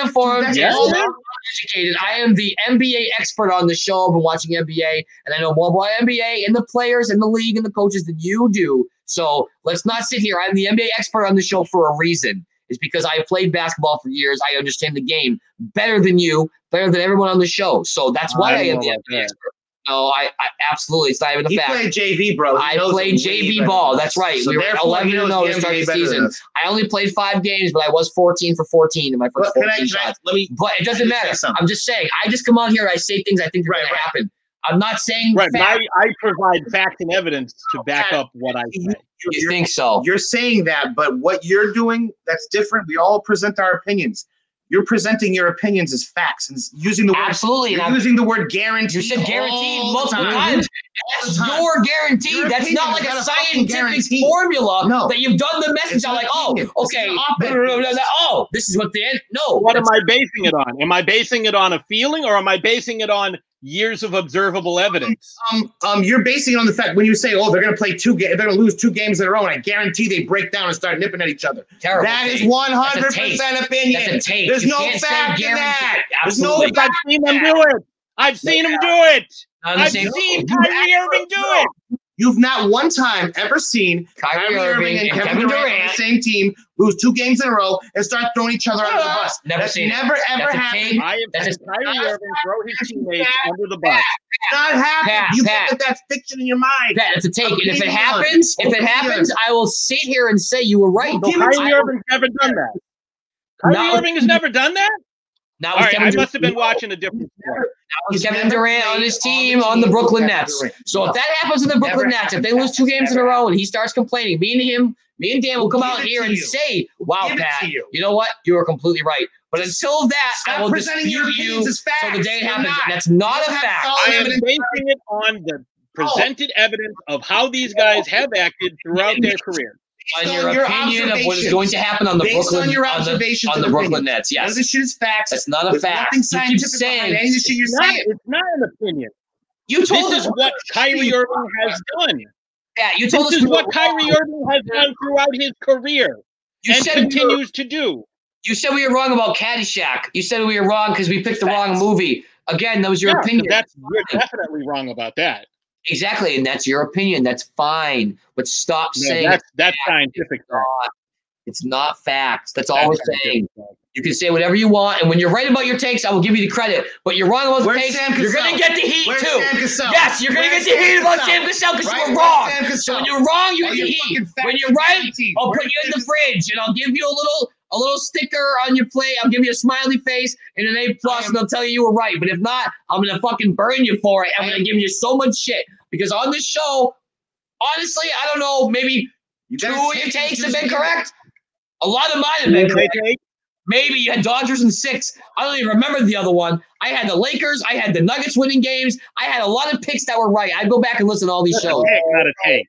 Speaker 3: uninformed.
Speaker 2: That's
Speaker 1: Yes.
Speaker 3: Yes. Uneducated. I am the NBA expert on the show. I've been watching NBA, and I know more about NBA and the players and the league and the coaches than you do. So let's not sit here. I'm the NBA expert on the show for a reason. It's because I played basketball for years. I understand the game better than you, better than everyone on the show. So that's why I,
Speaker 1: I don't
Speaker 3: am
Speaker 1: know
Speaker 3: the
Speaker 1: about
Speaker 3: NBA
Speaker 1: that.
Speaker 3: expert. No, I, I absolutely. It's not even a
Speaker 2: He
Speaker 3: fact.
Speaker 2: played JV, bro. He
Speaker 3: I
Speaker 2: knows
Speaker 3: played
Speaker 2: it way
Speaker 3: JV
Speaker 2: better
Speaker 3: ball.
Speaker 2: than us.
Speaker 3: That's right. We were
Speaker 2: therefore,
Speaker 3: 11
Speaker 2: he
Speaker 3: and
Speaker 2: knows
Speaker 3: 0 to
Speaker 2: the
Speaker 3: start
Speaker 2: NBA
Speaker 3: the
Speaker 2: better than
Speaker 3: season.
Speaker 2: us.
Speaker 3: I only played five games, but I was 14 for 14 in my first
Speaker 2: But can
Speaker 3: 14
Speaker 2: I,
Speaker 3: shots.
Speaker 2: can I, let me.
Speaker 3: But it doesn't
Speaker 2: Let me say
Speaker 3: matter.
Speaker 2: something.
Speaker 3: I'm just saying. I just come on here. I say things I think are
Speaker 2: Right,
Speaker 3: going
Speaker 2: right.
Speaker 3: to happen. I'm not saying
Speaker 1: Right.
Speaker 3: fact. Oh,
Speaker 1: My, I provide facts and evidence to back up what I say.
Speaker 3: you think so?
Speaker 2: You're saying that, but what you're doing, that's different. We all present our opinions. You're presenting your opinions as facts and using the word
Speaker 3: Absolutely. And
Speaker 2: You're
Speaker 3: I'm-
Speaker 2: using the word guarantee.
Speaker 3: you said guaranteed
Speaker 2: all the
Speaker 3: multiple
Speaker 2: time.
Speaker 3: times.
Speaker 2: All the
Speaker 3: That's
Speaker 2: time.
Speaker 3: your guarantee.
Speaker 2: Your
Speaker 3: That's
Speaker 2: opinion
Speaker 3: not
Speaker 2: is
Speaker 3: like
Speaker 2: not
Speaker 3: a
Speaker 2: a fucking
Speaker 3: scientific
Speaker 2: guarantee.
Speaker 3: formula
Speaker 2: No.
Speaker 3: that you've done the message
Speaker 2: It's
Speaker 3: on.
Speaker 2: an
Speaker 3: Like, oh,
Speaker 2: opinion. It's
Speaker 3: okay.
Speaker 2: an op-ed.
Speaker 3: blah, (laughs) blah, blah, blah. Oh, this is what the end. No.
Speaker 1: What am
Speaker 3: that's-
Speaker 1: I basing it on? Am I basing it on a feeling or am I basing it on years of observable evidence?
Speaker 2: Um, um, you're basing it on the fact when you say, "Oh, they're going to play two games, they're going to lose two games in a row," and I guarantee they break down and start nipping at each other.
Speaker 3: terrible.
Speaker 2: That is
Speaker 3: Dave.
Speaker 2: 100
Speaker 3: That's
Speaker 2: percent
Speaker 3: That's
Speaker 2: opinion.
Speaker 3: a tape.
Speaker 2: There's
Speaker 3: You
Speaker 2: no
Speaker 3: can't say
Speaker 2: fact in
Speaker 3: guarantee.
Speaker 2: that. There's no
Speaker 3: Absolutely.
Speaker 1: I've seen them do it. I've seen them do it.
Speaker 3: Not
Speaker 1: I've
Speaker 3: understand-
Speaker 1: seen
Speaker 2: You
Speaker 1: Kyrie Irving do it.
Speaker 2: You've not one time ever seen
Speaker 3: Kyrie Irving and Kevin
Speaker 2: on the
Speaker 3: Durant.
Speaker 2: same team lose two games in a row and start throwing each other under the bus.
Speaker 3: Ah, Never
Speaker 2: That's
Speaker 3: seen it.
Speaker 2: never ever
Speaker 3: That's a
Speaker 2: happened.
Speaker 3: tape.
Speaker 1: I have
Speaker 3: That's
Speaker 1: seen
Speaker 3: just-
Speaker 1: Kyrie Irving throw his teammates under the bus.
Speaker 2: Not
Speaker 3: Pat,
Speaker 2: happened. You
Speaker 3: Pat.
Speaker 2: think that that's fiction in your mind?
Speaker 3: That, that's a take. And if it
Speaker 2: Opinion.
Speaker 3: happens, if it happens, I will sit here and say you were right.
Speaker 1: So Kyrie Irving's never done that. Kyrie
Speaker 3: No.
Speaker 1: Irving has never done that.
Speaker 3: Now
Speaker 1: All right, I must have been watching a different. sport.
Speaker 3: He's
Speaker 2: He's
Speaker 3: Kevin
Speaker 2: never
Speaker 3: Durant
Speaker 2: played
Speaker 3: on his
Speaker 2: on the
Speaker 3: team on
Speaker 2: team
Speaker 3: the
Speaker 2: with
Speaker 3: Brooklyn
Speaker 2: Kevin
Speaker 3: Nets.
Speaker 2: Durant.
Speaker 3: So if
Speaker 2: No.
Speaker 3: that happens to the Brooklyn
Speaker 2: Never
Speaker 3: Nets, if
Speaker 2: happened.
Speaker 3: they lose two games in a row and he starts complaining, me and him, me and Dan will come
Speaker 2: Give
Speaker 3: out
Speaker 2: it
Speaker 3: here
Speaker 2: to
Speaker 3: and
Speaker 2: you.
Speaker 3: say, "Wow,
Speaker 2: Give it
Speaker 3: Pat,
Speaker 2: to
Speaker 3: you.
Speaker 2: you.
Speaker 3: know what? You are completely right." But until that, I
Speaker 2: Stop
Speaker 3: will
Speaker 2: presenting your
Speaker 3: dispute you
Speaker 2: opinions as facts.
Speaker 3: till the day it
Speaker 2: You're
Speaker 3: happens.
Speaker 2: not.
Speaker 3: That's not a
Speaker 2: You have
Speaker 3: fact.
Speaker 2: solid
Speaker 1: I am
Speaker 2: evidence.
Speaker 1: basing it on the presented evidence of how these guys have acted throughout their career.
Speaker 2: Based
Speaker 3: on
Speaker 2: on
Speaker 3: your,
Speaker 2: your
Speaker 3: opinion of what is
Speaker 2: observations.
Speaker 3: going to happen on the
Speaker 2: Based
Speaker 3: Brooklyn
Speaker 2: on your
Speaker 3: on the-
Speaker 2: observations
Speaker 3: on
Speaker 2: and
Speaker 3: the Brooklyn
Speaker 2: opinions.
Speaker 3: Nets.
Speaker 2: None of
Speaker 3: Yes,
Speaker 2: this shit is facts.
Speaker 3: that's not a
Speaker 2: There's
Speaker 3: fact.
Speaker 2: Nothing
Speaker 3: You keep
Speaker 2: scientific behind any
Speaker 3: saying
Speaker 2: of this shit you're
Speaker 1: It's not,
Speaker 2: saying.
Speaker 1: it's not an opinion.
Speaker 3: you
Speaker 1: This
Speaker 3: told
Speaker 1: is
Speaker 3: us
Speaker 1: what Kyrie Irving has done.
Speaker 3: Yeah, you
Speaker 1: This
Speaker 3: told us
Speaker 1: is
Speaker 3: we were
Speaker 1: what Kyrie
Speaker 3: wrong.
Speaker 1: Irving has done throughout his career
Speaker 3: You
Speaker 1: and
Speaker 3: said we were-
Speaker 1: continues to do.
Speaker 3: You said we were wrong about Caddyshack. You said we were wrong because we picked the wrong movie. Again, that was your
Speaker 1: Yeah, 'cause
Speaker 3: opinion.
Speaker 1: That's you're definitely wrong about that.
Speaker 3: exactly, and that's your opinion. That's fine. But stop
Speaker 1: No,
Speaker 3: saying
Speaker 1: that's that's scientific.
Speaker 3: it's not. It's not facts. That's all
Speaker 1: That's
Speaker 3: we're saying.
Speaker 1: scientific.
Speaker 3: You can say whatever you want, and when you're right about your takes, I will give you the credit. But you're wrong about the
Speaker 2: Where's
Speaker 3: takes.
Speaker 2: Sam
Speaker 3: You're
Speaker 2: Cassell?
Speaker 3: gonna get the heat
Speaker 2: Where's
Speaker 3: too.
Speaker 2: Sam Cassell?
Speaker 3: Yes, you're gonna
Speaker 2: Where's
Speaker 3: get the heat
Speaker 2: Sam
Speaker 3: about
Speaker 2: Cassell?
Speaker 3: Sam Cassell because
Speaker 2: Right?
Speaker 3: you
Speaker 2: Where's
Speaker 3: were wrong.
Speaker 2: Sam
Speaker 3: So
Speaker 2: Cassell?
Speaker 3: when you're wrong, you
Speaker 2: Are
Speaker 3: get
Speaker 2: you
Speaker 3: the heat.
Speaker 2: fucking fat?
Speaker 3: When you're right,
Speaker 2: Guaranteed.
Speaker 3: I'll put
Speaker 2: Where's
Speaker 3: you in
Speaker 2: Sam
Speaker 3: the fridge, and I'll give you a little a little sticker on your plate. I'll give you a smiley face and an A plus, and I'll tell you you were right. But if not, I'm gonna fucking burn you for it. I'm gonna give you so much shit because on this show, honestly, I don't know, maybe
Speaker 2: You
Speaker 3: two
Speaker 2: guys
Speaker 3: of your
Speaker 2: take
Speaker 3: takes
Speaker 2: these
Speaker 3: have been
Speaker 2: dudes-
Speaker 3: correct. A lot of mine have
Speaker 1: They
Speaker 3: been correct.
Speaker 1: take-
Speaker 3: Maybe you had Dodgers and six. I don't even remember the other one. I had the Lakers. I had the Nuggets winning games. I had a lot of picks that were right. I go back and listen to all these
Speaker 1: that's
Speaker 3: shows.
Speaker 1: a pick, not a take.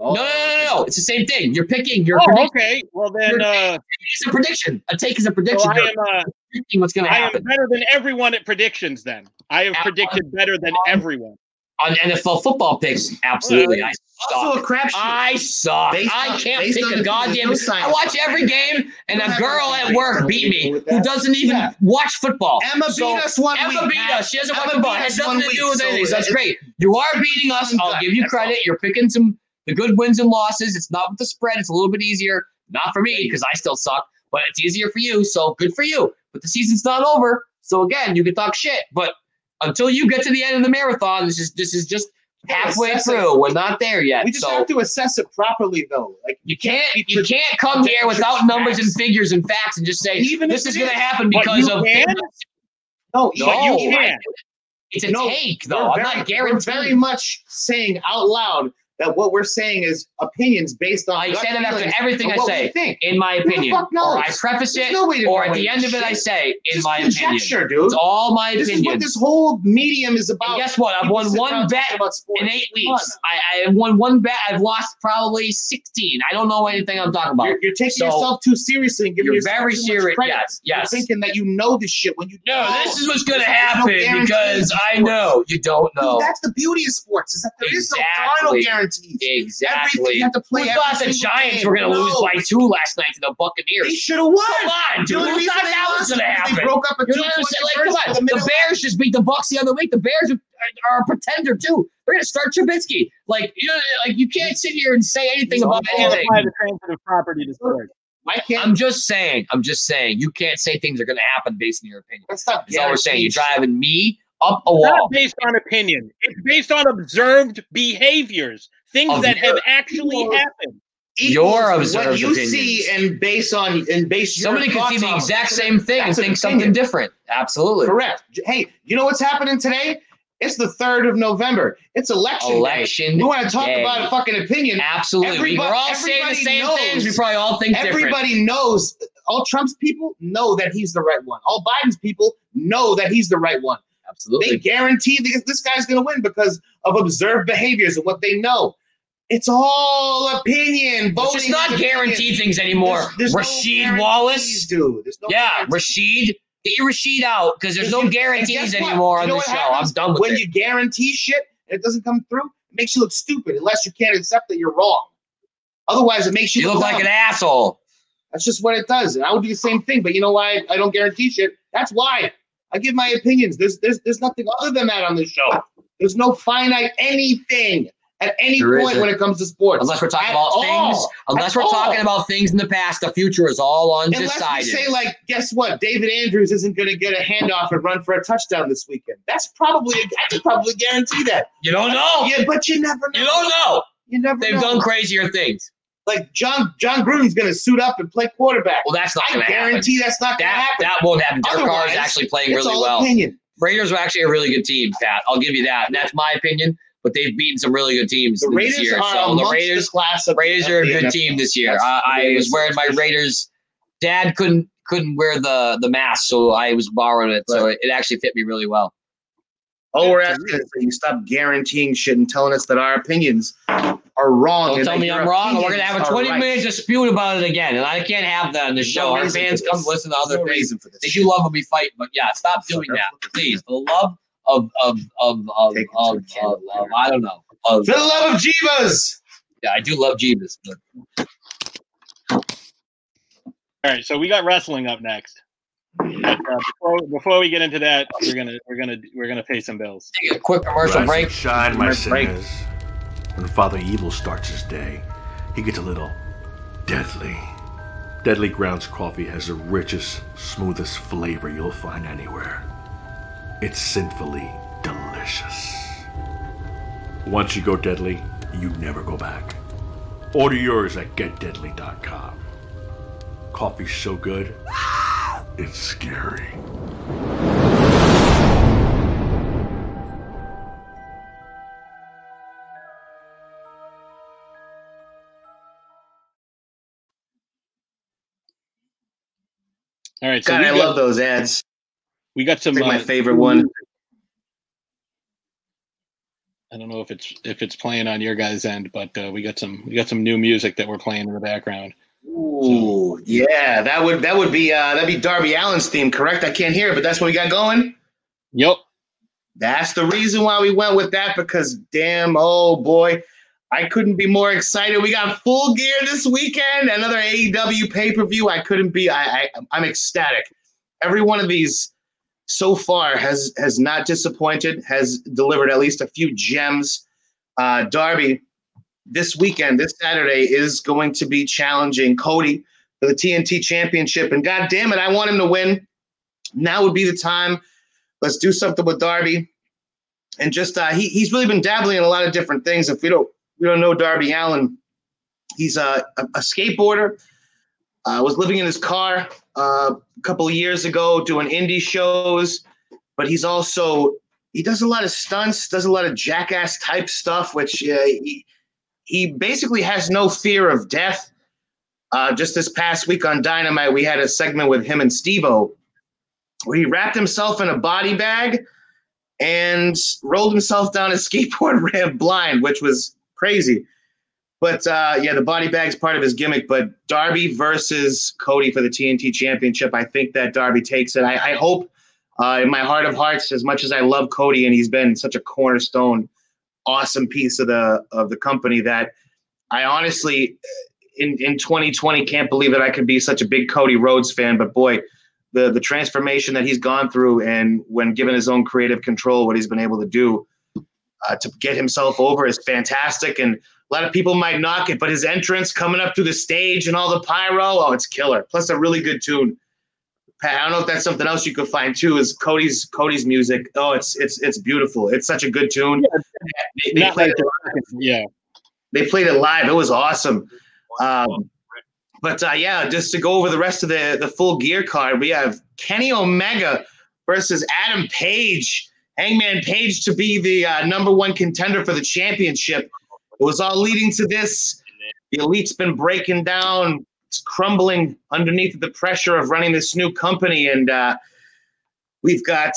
Speaker 3: No, no, no, no, no. It's the same thing. You're picking. You're
Speaker 1: Oh,
Speaker 3: predicting.
Speaker 1: okay. Well then, uh,
Speaker 3: It's a prediction. A take is a
Speaker 1: so
Speaker 3: prediction.
Speaker 1: I
Speaker 3: You're
Speaker 1: am. Uh,
Speaker 3: predicting what's going to
Speaker 1: I am
Speaker 3: happen
Speaker 1: better than everyone at predictions. Then I have
Speaker 3: Uh,
Speaker 1: predicted better than everyone.
Speaker 3: on NFL football picks. Absolutely, I
Speaker 2: Also a
Speaker 3: suck.
Speaker 2: crapshoot.
Speaker 3: I suck.
Speaker 2: Based
Speaker 3: I
Speaker 2: on-
Speaker 3: can't
Speaker 2: based
Speaker 3: pick
Speaker 2: on
Speaker 3: a
Speaker 2: the-
Speaker 3: goddamn.
Speaker 2: there's no
Speaker 3: I
Speaker 2: science
Speaker 3: watch
Speaker 2: behind
Speaker 3: every
Speaker 2: it.
Speaker 3: game, and
Speaker 2: don't
Speaker 3: a
Speaker 2: have
Speaker 3: girl
Speaker 2: anything
Speaker 3: at
Speaker 2: based
Speaker 3: work
Speaker 2: on
Speaker 3: beat me
Speaker 2: with
Speaker 3: who
Speaker 2: that.
Speaker 3: doesn't even
Speaker 2: Yeah.
Speaker 3: watch football.
Speaker 2: Emma
Speaker 3: So-
Speaker 2: beat us one
Speaker 3: Emma
Speaker 2: week.
Speaker 3: beat
Speaker 2: Pat.
Speaker 3: us. She doesn't
Speaker 2: Emma
Speaker 3: watch football. It
Speaker 2: beat
Speaker 3: has
Speaker 2: us
Speaker 3: nothing
Speaker 2: one
Speaker 3: to
Speaker 2: week,
Speaker 3: do with
Speaker 2: so
Speaker 3: anything. So that's
Speaker 2: it's-
Speaker 3: great. You are beating us. I'll give you
Speaker 2: That's all.
Speaker 3: credit. You're picking some the good wins and losses. It's not with the spread. It's a little bit easier. Not for me because I still suck, but it's easier for you. So good for you. But the season's not over. So again, you can talk shit. But until you get to the end of the marathon, this is this is just halfway
Speaker 2: Assess it.
Speaker 3: through. We're not there yet.
Speaker 2: We just
Speaker 3: So
Speaker 2: have to assess it properly, though. Like
Speaker 3: you can't you can't come here without numbers and figures and facts and just say
Speaker 2: And even
Speaker 3: this
Speaker 2: if
Speaker 3: is
Speaker 2: it
Speaker 3: going to
Speaker 2: is,
Speaker 3: happen
Speaker 1: But
Speaker 3: because
Speaker 1: you
Speaker 3: of
Speaker 1: can?
Speaker 2: no,
Speaker 3: no,
Speaker 1: But you can.
Speaker 3: It's a
Speaker 2: No,
Speaker 3: take,
Speaker 2: we're
Speaker 3: though. I'm
Speaker 2: very-
Speaker 3: not
Speaker 2: we're
Speaker 3: guaranteeing.
Speaker 2: very much saying out loud that what we're saying is opinions based on.
Speaker 3: I
Speaker 2: gut
Speaker 3: say that after
Speaker 2: feelings
Speaker 3: everything
Speaker 2: of
Speaker 3: I
Speaker 2: what
Speaker 3: say.
Speaker 2: We think.
Speaker 3: in my
Speaker 2: the
Speaker 3: opinion.
Speaker 2: fuck knows?
Speaker 3: Or I preface
Speaker 2: There's
Speaker 3: it,
Speaker 2: no way to
Speaker 3: or
Speaker 2: know
Speaker 3: at the
Speaker 2: any
Speaker 3: end of it, I
Speaker 2: shit.
Speaker 3: say, in
Speaker 2: Just
Speaker 3: my opinion.
Speaker 2: conjecture, dude.
Speaker 3: It's all my
Speaker 2: this is what
Speaker 3: opinion.
Speaker 2: this whole medium is about.
Speaker 3: And guess what? I've
Speaker 2: People
Speaker 3: won
Speaker 2: sit
Speaker 3: one
Speaker 2: around
Speaker 3: bet
Speaker 2: talking about sports.
Speaker 3: in eight
Speaker 2: Come on.
Speaker 3: weeks. I, I have won one bet. I've lost probably 16. I don't know anything I'm talking about.
Speaker 2: You're, you're taking
Speaker 3: So-
Speaker 2: yourself too seriously and giving
Speaker 3: You're
Speaker 2: yourself
Speaker 3: very
Speaker 2: too much
Speaker 3: serious.
Speaker 2: credit.
Speaker 3: Yes,
Speaker 2: You're
Speaker 3: yes.
Speaker 2: thinking that you know this shit when you
Speaker 3: No,
Speaker 2: know.
Speaker 3: this is what's going to
Speaker 2: There's no
Speaker 3: happen
Speaker 2: guarantees
Speaker 3: because
Speaker 2: in
Speaker 3: I know you don't
Speaker 2: Dude,
Speaker 3: know.
Speaker 2: that's the beauty of sports is that there is no
Speaker 3: Exactly.
Speaker 2: final guarantees. Everything
Speaker 3: Exactly.
Speaker 2: you have to play.
Speaker 3: Who
Speaker 2: every
Speaker 3: thought the
Speaker 2: single
Speaker 3: Giants
Speaker 2: game.
Speaker 3: were going to lose
Speaker 2: No,
Speaker 3: by two last night to the
Speaker 2: They
Speaker 3: Buccaneers?
Speaker 2: should have won.
Speaker 3: Come on,
Speaker 2: The
Speaker 3: dude.
Speaker 2: only
Speaker 3: Who
Speaker 2: reason
Speaker 3: thought
Speaker 2: they
Speaker 3: that
Speaker 2: lost
Speaker 3: was going to
Speaker 2: is because
Speaker 3: happen?
Speaker 2: They broke up a
Speaker 3: You know what I'm saying? Like, come on. The Bears just beat the Bucks the other week. The Bears are, are a pretender too. They're gonna start Trubisky. Like you know, like you can't sit here and say anything about
Speaker 1: Don't
Speaker 3: anything.
Speaker 1: apply the transitive property to sports.
Speaker 2: I can't.
Speaker 3: I'm just saying. I'm just saying. You can't say things are gonna happen based on your opinion.
Speaker 2: that's not
Speaker 3: That's all we're saying. You're
Speaker 2: guaranteed.
Speaker 3: driving me up a wall.
Speaker 1: Not based on opinion. It's based on observed behaviors, things
Speaker 3: Of
Speaker 1: that have
Speaker 3: your-
Speaker 1: actually
Speaker 2: Your-
Speaker 1: happened.
Speaker 2: Equals
Speaker 3: Your
Speaker 2: what
Speaker 3: observed
Speaker 2: you
Speaker 3: opinions.
Speaker 2: see and base on and base your
Speaker 3: Somebody could
Speaker 2: thoughts
Speaker 3: see the
Speaker 2: on.
Speaker 3: exact same thing and
Speaker 2: That's an opinion.
Speaker 3: think something different. Absolutely.
Speaker 2: Correct. Hey, you know what's happening today? It's the third of November. It's election day.
Speaker 3: Election.
Speaker 2: We want to talk
Speaker 3: day.
Speaker 2: about a fucking opinion.
Speaker 3: Absolutely. we
Speaker 2: Everybody-
Speaker 3: were all saying the
Speaker 2: everybody
Speaker 3: same
Speaker 2: knows.
Speaker 3: things. We probably all think different.
Speaker 2: Everybody knows. All Trump's people know that he's the right one. All Biden's people know that he's the right one. They
Speaker 3: Absolutely.
Speaker 2: guarantee that this guy's going to win because of observed behaviors and what they know. It's all opinion. Voting
Speaker 3: It's just not
Speaker 2: is opinion.
Speaker 3: guaranteed things anymore.
Speaker 2: There's- there's no
Speaker 3: Rasheed
Speaker 2: guarantees,
Speaker 3: Wallace.
Speaker 2: dude. There's no
Speaker 3: yeah,
Speaker 2: guarantees.
Speaker 3: Rashid. Get your Rashid out because there's no
Speaker 2: And guess
Speaker 3: guarantees
Speaker 2: what?
Speaker 3: anymore
Speaker 2: You
Speaker 3: on
Speaker 2: know
Speaker 3: the
Speaker 2: what
Speaker 3: show.
Speaker 2: happens?
Speaker 3: I'm done with
Speaker 2: when
Speaker 3: it.
Speaker 2: you guarantee shit and it doesn't come through, it makes you look stupid unless you can't accept that you're wrong. Otherwise, it makes you,
Speaker 3: You look like
Speaker 2: dumb.
Speaker 3: an asshole.
Speaker 2: That's just what it does. And I would do the same thing, but you know why I don't guarantee shit? That's why I give my opinions. There's there's there's nothing other than that on this show. There's no finite anything at any
Speaker 3: There
Speaker 2: point
Speaker 3: isn't.
Speaker 2: when it comes to sports.
Speaker 3: Unless we're talking
Speaker 2: At
Speaker 3: about
Speaker 2: all.
Speaker 3: things. Unless
Speaker 2: At
Speaker 3: we're talking
Speaker 2: all.
Speaker 3: about things in the past, the future is all
Speaker 2: Unless
Speaker 3: undecided.
Speaker 2: you say like, guess what? David Andrews isn't going to get a handoff and run for a touchdown this weekend. That's probably I could probably guarantee that.
Speaker 3: you don't know.
Speaker 2: Yeah, but you never know.
Speaker 3: You don't know.
Speaker 2: You never
Speaker 3: They've
Speaker 2: know.
Speaker 3: done crazier things.
Speaker 2: like John John Gruden's going to suit up and play quarterback.
Speaker 3: Well, that's not
Speaker 2: I
Speaker 3: going to happen.
Speaker 2: guarantee that's not going to
Speaker 3: That,
Speaker 2: happen.
Speaker 3: that won't happen. Derek Carr is
Speaker 2: Otherwise,
Speaker 3: actually playing
Speaker 2: it's
Speaker 3: really
Speaker 2: all
Speaker 3: well.
Speaker 2: opinion.
Speaker 3: Raiders are actually a really good team, Pat. I'll give you that. And that's my opinion. But they've beaten some really good teams
Speaker 2: The Raiders
Speaker 3: this year.
Speaker 2: are
Speaker 3: So the
Speaker 2: amongst
Speaker 3: Raiders,
Speaker 2: the class of
Speaker 3: Raiders
Speaker 2: of
Speaker 3: are a
Speaker 2: the
Speaker 3: good
Speaker 2: NFL.
Speaker 3: team this year.
Speaker 2: That's
Speaker 3: I, I
Speaker 2: the
Speaker 3: was wearing my
Speaker 2: Raiders.
Speaker 3: Raiders. Dad couldn't couldn't wear the the mask, so I was borrowing it. So it, it actually fit me really well.
Speaker 2: All Oh, we're asking is that you stop guaranteeing shit and telling us that our opinions are wrong.
Speaker 3: Don't
Speaker 2: and
Speaker 3: tell
Speaker 2: that
Speaker 3: me
Speaker 2: your
Speaker 3: I'm wrong. We're
Speaker 2: opinions
Speaker 3: gonna have a
Speaker 2: are
Speaker 3: 20
Speaker 2: right.
Speaker 3: minute dispute about it again, and I can't have that on the
Speaker 2: There's
Speaker 3: show.
Speaker 2: no
Speaker 3: Our
Speaker 2: reason
Speaker 3: fans
Speaker 2: for
Speaker 3: come
Speaker 2: this.
Speaker 3: listen to other
Speaker 2: There's no
Speaker 3: things.
Speaker 2: reason for this.
Speaker 3: They
Speaker 2: shit.
Speaker 3: do love when we fight, but yeah, stop doing
Speaker 2: Sucker.
Speaker 3: that, please. For the love of of of of
Speaker 2: Take it to
Speaker 3: of,
Speaker 2: the
Speaker 3: of,
Speaker 2: channel.
Speaker 3: of- I don't know. Of
Speaker 2: For the love of Jeebus!
Speaker 3: yeah, I do love Jesus, but
Speaker 1: All right, so we got wrestling up next. But, uh, before, before we get into that, we're gonna we're gonna we're gonna pay some bills.
Speaker 3: take a quick commercial
Speaker 6: Rise
Speaker 3: break.
Speaker 6: and shine, my
Speaker 2: Commercial break.
Speaker 6: sinners. When Father Evil starts his day, he gets a little deadly. Deadly Grounds coffee has the richest, smoothest flavor you'll find anywhere. It's sinfully delicious. Once you go deadly, you never go back. Order yours at getdeadly.com. Coffee's so good, it's scary.
Speaker 1: All right, so
Speaker 2: God,
Speaker 1: we,
Speaker 2: I
Speaker 1: got,
Speaker 2: love those ads.
Speaker 1: we got some.
Speaker 2: They're my
Speaker 1: uh,
Speaker 2: favorite one.
Speaker 1: I don't know if it's if it's playing on your guys' end, but uh, we got some we got some new music that we're playing in the background.
Speaker 2: Ooh, yeah, that would that would be uh that'd be Darby Allen's theme, correct? I can't hear it, but that's what we got going.
Speaker 1: Yep.
Speaker 2: That's the reason why we went with that because damn, oh boy, I couldn't be more excited. We got full gear this weekend, another AEW pay per view. I couldn't be. I, I I'm ecstatic. Every one of these so far has has not disappointed. Has delivered at least a few gems. Uh, Darby this weekend, this Saturday is going to be challenging Cody for the TNT Championship, and God damn it, I want him to win. Now would be the time. Let's do something with Darby and just uh, he he's really been dabbling in a lot of different things. If we don't we don't know Darby Allen, he's a a, a skateboarder. Uh, was living in his car uh, a couple of years ago, doing indie shows, but he's also he does a lot of stunts, does a lot of jackass type stuff, which uh, he, he basically has no fear of death. Uh, just this past week on Dynamite, we had a segment with him and Stevo where he wrapped himself in a body bag and rolled himself down a (laughs) skateboard ramp blind, which was crazy. But uh, yeah, the body bag's part of his gimmick. But Darby versus Cody for the TNT Championship, I think that Darby takes it. I, I hope uh, in my heart of hearts, as much as I love Cody and he's been such a cornerstone, awesome piece of the of the company, that I honestly in in 2020 can't believe that I could be such a big Cody Rhodes fan. But boy, the the transformation that he's gone through, and when given his own creative control, what he's been able to do uh, to get himself over is fantastic. And a lot of people might knock it, but his entrance coming up through the stage and all the pyro, oh, it's killer. Plus a really good tune. Pat, I don't know if that's something else you could find too. Is Cody's Cody's music? Oh, it's it's it's beautiful. It's such a good tune. They- they
Speaker 1: Not
Speaker 2: played
Speaker 1: like
Speaker 2: it
Speaker 1: the- yeah.
Speaker 2: they played it live. It was awesome. Um, but uh, yeah, just to go over the rest of the the full gear card, we have Kenny Omega versus Adam Page, Hangman Page to be the uh, number one contender for the championship. It was all leading to this. The elite's been breaking down, it's crumbling underneath the pressure of running this new company, and uh, we've got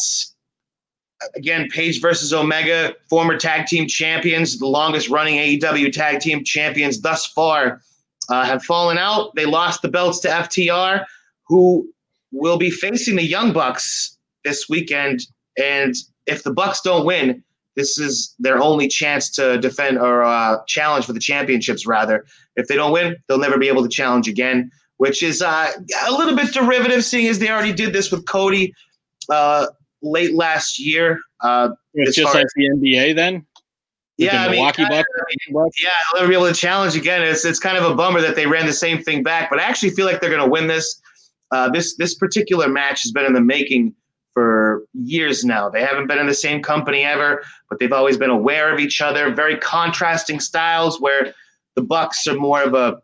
Speaker 2: again, Page versus Omega, former tag team champions, the longest running AEW tag team champions thus far, uh, have fallen out. They lost the belts to FTR, who will be facing the Young Bucks this weekend. And if the Bucks don't win, this is their only chance to defend or uh, challenge for the championships, rather. If they don't win, they'll never be able to challenge again, which is uh, a little bit derivative, seeing as they already did this with Cody uh, late last year. Uh,
Speaker 1: It's
Speaker 2: As
Speaker 1: just
Speaker 2: far
Speaker 1: like the NBA then. With
Speaker 2: Yeah,
Speaker 1: the
Speaker 2: I mean,
Speaker 1: Milwaukee
Speaker 2: kinda,
Speaker 1: Bucks. Bucks.
Speaker 2: yeah, they'll never be able to challenge again. It's it's kind of a bummer that they ran the same thing back, but I actually feel like they're going to win this. Uh, this this particular match has been in the making for years now. They haven't been in the same company ever, but they've always been aware of each other. Very contrasting styles, where the Bucks are more of a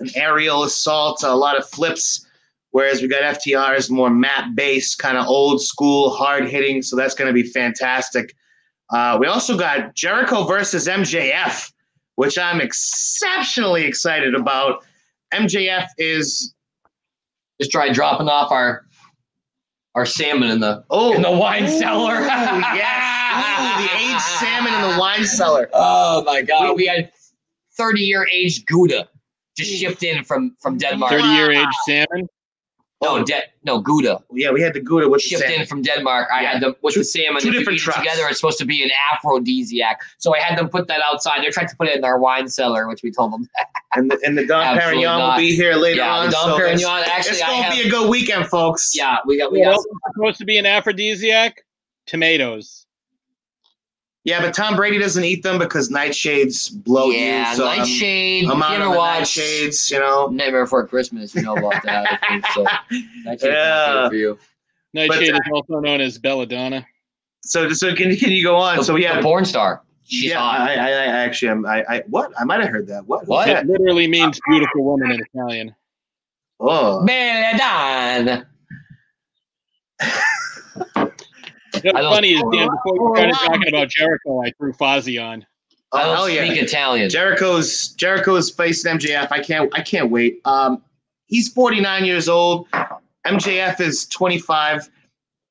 Speaker 2: an aerial assault, a lot of flips, whereas we got FTR is more map based, kind of old school, hard hitting. So that's going to be fantastic. Uh, we also got Jericho versus MJF which I'm exceptionally excited about. MJF is
Speaker 3: Just try dropping off our our salmon in the
Speaker 2: oh
Speaker 3: in the wine cellar.
Speaker 2: yes, Ooh, the aged salmon in the wine cellar.
Speaker 3: Oh my god, we, had 30 year aged Gouda just shipped in from from Denmark.
Speaker 1: 30 year age salmon.
Speaker 3: No, de- no Gouda
Speaker 2: Yeah, we had the Gouda, which is
Speaker 3: shipped in from Denmark. I had them with the salmon.
Speaker 2: two
Speaker 3: if you
Speaker 2: different
Speaker 3: eat it
Speaker 2: trucks.
Speaker 3: together. It's supposed to be an aphrodisiac. So I had them put that outside. They're trying to put it in our wine cellar, which we told them. (laughs)
Speaker 2: and the, and the Don
Speaker 3: Absolutely
Speaker 2: Perignon
Speaker 3: not.
Speaker 2: will be here later
Speaker 3: yeah,
Speaker 2: on.
Speaker 3: Dom
Speaker 2: so it's-
Speaker 3: Perignon.
Speaker 2: It's,
Speaker 3: Actually, I
Speaker 2: gonna
Speaker 3: have.
Speaker 2: be a good weekend, folks.
Speaker 3: yeah, we got we
Speaker 1: You know
Speaker 3: got.
Speaker 1: what's supposed to be an aphrodisiac? Tomatoes.
Speaker 2: yeah, but Tom Brady doesn't eat them because nightshades blow
Speaker 3: yeah,
Speaker 2: you. So I'm-
Speaker 3: Nightshade.
Speaker 2: I'm,
Speaker 3: you
Speaker 2: out
Speaker 3: ever
Speaker 2: on the
Speaker 3: watch
Speaker 2: nightshades, you know.
Speaker 3: Nightmare Before Christmas? You know about that. I think, (laughs) so. Nightshade's not
Speaker 2: Yeah.
Speaker 3: good for you.
Speaker 1: Nightshade
Speaker 2: But,
Speaker 1: is also known as belladonna.
Speaker 2: (laughs) So so can can you go on? so yeah,
Speaker 3: the porn star. She's
Speaker 2: yeah.
Speaker 3: hot.
Speaker 2: I, I I actually am. I, I what I might have heard that. What?
Speaker 3: What?
Speaker 2: Oh, Yeah.
Speaker 1: It literally means beautiful woman in Italian.
Speaker 2: Oh,
Speaker 3: Belladonna.
Speaker 1: You know,
Speaker 3: I don't-
Speaker 1: What's funny is, Dan, before you started
Speaker 2: Oh, wow.
Speaker 1: talking about Jericho, I threw Fozzie on.
Speaker 3: I don't
Speaker 2: oh yeah.
Speaker 3: speak Italian.
Speaker 2: Jericho's Jericho's facing MJF. I can't I can't wait. Um, he's 49 years old. MJF is 25.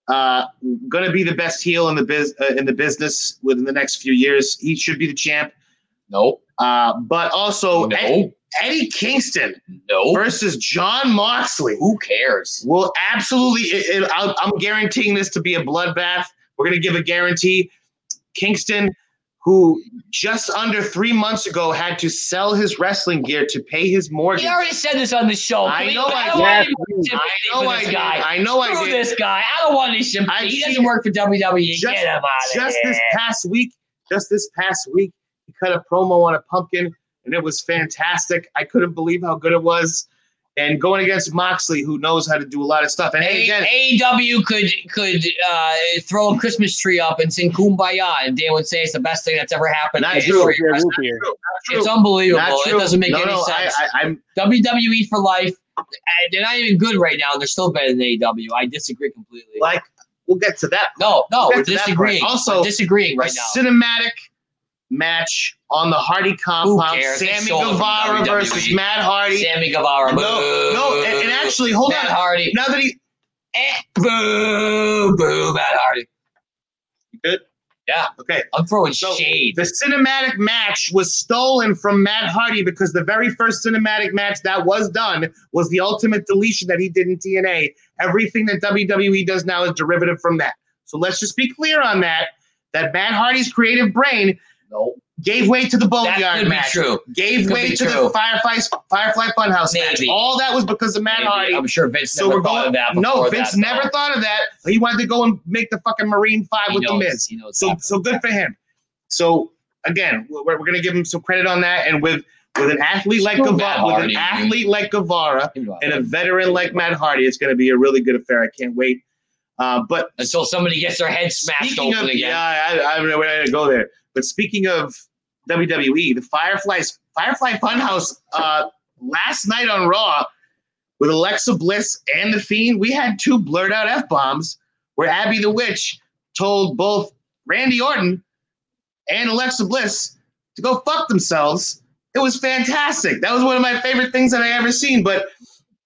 Speaker 2: Uh, gonna be the best heel in the biz uh, in the business within the next few years. He should be the champ.
Speaker 3: Nope.
Speaker 2: Uh, but also
Speaker 3: no.
Speaker 2: Ed- Eddie Kingston
Speaker 3: no.
Speaker 2: versus John Moxley.
Speaker 3: Oh. Who cares?
Speaker 2: Well, absolutely. It, it, I'll, I'm guaranteeing this to be a bloodbath. We're going to give a guarantee. Kingston, who just under three months ago had to sell his wrestling gear to pay his mortgage.
Speaker 3: He already said this on the show.
Speaker 2: I
Speaker 3: Please,
Speaker 2: know I
Speaker 3: don't
Speaker 2: did.
Speaker 3: want any
Speaker 2: I
Speaker 3: sympathy
Speaker 2: know
Speaker 3: for
Speaker 2: I
Speaker 3: this
Speaker 2: did.
Speaker 3: guy.
Speaker 2: I know I
Speaker 3: Screw
Speaker 2: did.
Speaker 3: this guy. I don't want any sympathy.
Speaker 2: I've
Speaker 3: He
Speaker 2: seen-
Speaker 3: doesn't work for WWE.
Speaker 2: Just-
Speaker 3: Get him out of
Speaker 2: Just
Speaker 3: here.
Speaker 2: this past week, just this past week, he cut a promo on a pumpkin, and it was fantastic. I couldn't believe how good it was. And going against Moxley, who knows how to do a lot of stuff. And hey, again,
Speaker 3: A- AEW could could uh, throw a Christmas tree up and sing "Kumbaya," and Dan would say it's the best thing that's ever happened.
Speaker 2: Not
Speaker 3: to
Speaker 2: true.
Speaker 3: history.
Speaker 1: Here, root beer.
Speaker 3: It's unbelievable.
Speaker 2: not
Speaker 3: It
Speaker 2: true.
Speaker 3: doesn't make
Speaker 2: no,
Speaker 3: any
Speaker 2: no,
Speaker 3: sense.
Speaker 2: I, I, I'm
Speaker 3: WWE for life. Uh, They're not even good right now, and they're still better than AEW. I disagree completely.
Speaker 2: like we'll get to that.
Speaker 3: No,
Speaker 2: We'll
Speaker 3: no, we're
Speaker 2: get to that part.
Speaker 3: disagreeing.
Speaker 2: Also,
Speaker 3: We're disagreeing
Speaker 2: A
Speaker 3: right now.
Speaker 2: cinematic match on the Hardy compound.
Speaker 3: cares? They
Speaker 2: Sammy
Speaker 3: stole it from
Speaker 2: Guevara
Speaker 3: WWE.
Speaker 2: versus Matt Hardy.
Speaker 3: Sammy Guevara.
Speaker 2: No,
Speaker 3: boo.
Speaker 2: no, and, and actually, hold
Speaker 3: Matt
Speaker 2: on.
Speaker 3: Hardy.
Speaker 2: Now that he,
Speaker 3: Eh, boo, boo, Matt Hardy.
Speaker 2: You good?
Speaker 3: Yeah.
Speaker 2: Okay.
Speaker 3: I'm throwing
Speaker 2: So-
Speaker 3: shade.
Speaker 2: The cinematic match was stolen from Matt Hardy because the very first cinematic match that was done was the ultimate deletion that he did in TNA. Everything that WWE does now is derivative from that. So let's just be clear on that. That Matt Hardy's creative brain
Speaker 3: No,
Speaker 2: gave way to the
Speaker 3: that
Speaker 2: Boneyard
Speaker 3: could be
Speaker 2: match,
Speaker 3: true.
Speaker 2: gave
Speaker 3: Could
Speaker 2: way
Speaker 3: be
Speaker 2: to
Speaker 3: true.
Speaker 2: the Firefly Firefly Funhouse match.
Speaker 3: Maybe.
Speaker 2: All that was because of Matt
Speaker 3: Maybe.
Speaker 2: Hardy.
Speaker 3: I'm sure Vince
Speaker 2: so
Speaker 3: never
Speaker 2: we're
Speaker 3: thought
Speaker 2: going.
Speaker 3: of that.
Speaker 2: no,
Speaker 3: before
Speaker 2: Vince
Speaker 3: that,
Speaker 2: never
Speaker 3: though.
Speaker 2: thought of that. He wanted to go and make the fucking Marine Five
Speaker 3: He
Speaker 2: with
Speaker 3: knows-
Speaker 2: the Miz.
Speaker 3: he knows
Speaker 2: So
Speaker 3: that.
Speaker 2: so good for him. So again, we're, we're going to give him some credit on that. And with with an athlete like
Speaker 3: Screw Matt
Speaker 2: Guevara, with
Speaker 3: Hardy,
Speaker 2: an
Speaker 3: dude.
Speaker 2: athlete like Guevara
Speaker 3: He knows
Speaker 2: and
Speaker 3: that.
Speaker 2: a veteran like Matt Hardy, it's going to be a really good affair. I can't wait. Uh, but
Speaker 3: Until somebody gets their head smashed
Speaker 2: Speaking
Speaker 3: open
Speaker 2: of,
Speaker 3: again.
Speaker 2: Yeah, I, I, I, we're not gonna go there. But speaking of WWE, the Fireflies, Firefly Funhouse, uh, last night on Raw with Alexa Bliss and the Fiend, we had two blurred out f bombs where Abby the Witch told both Randy Orton and Alexa Bliss to go fuck themselves. It was fantastic. That was one of my favorite things that I ever seen. But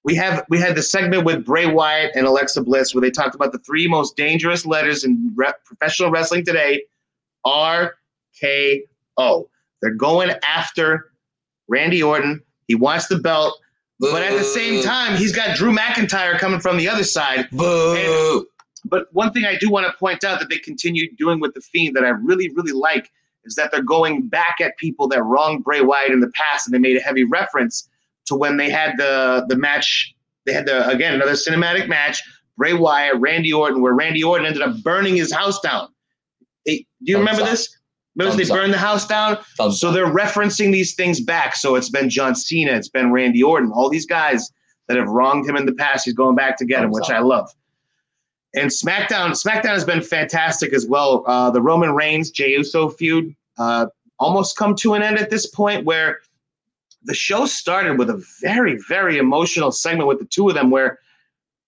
Speaker 2: we have we had the segment with Bray Wyatt and Alexa Bliss where they talked about the three most dangerous letters in re- professional wrestling today: R K O. They're going after Randy Orton. He wants the belt, but at the same time, he's got Drew McIntyre coming from the other side.
Speaker 3: Boo.
Speaker 2: But one thing I do want to point out that they continue doing with the Fiend that I really really like is that they're going back at people that wronged Bray Wyatt in the past, and they made a heavy reference to when they had the the match. They had the again another cinematic match. Bray Wyatt, Randy Orton, where Randy Orton ended up burning his house down. They, do you
Speaker 3: Thumbs
Speaker 2: remember
Speaker 3: up.
Speaker 2: this? Remember
Speaker 3: Thumbs
Speaker 2: they
Speaker 3: up.
Speaker 2: burned the house down?
Speaker 3: Thumbs
Speaker 2: So they're referencing these things back. So it's been John Cena, it's been Randy Orton, all these guys that have wronged him in the past. He's going back to get him, which I love. And SmackDown, SmackDown has been fantastic as well. Uh, the Roman Reigns Jey Uso feud uh, almost come to an end at this point, where the show started with a very, very emotional segment with the two of them, where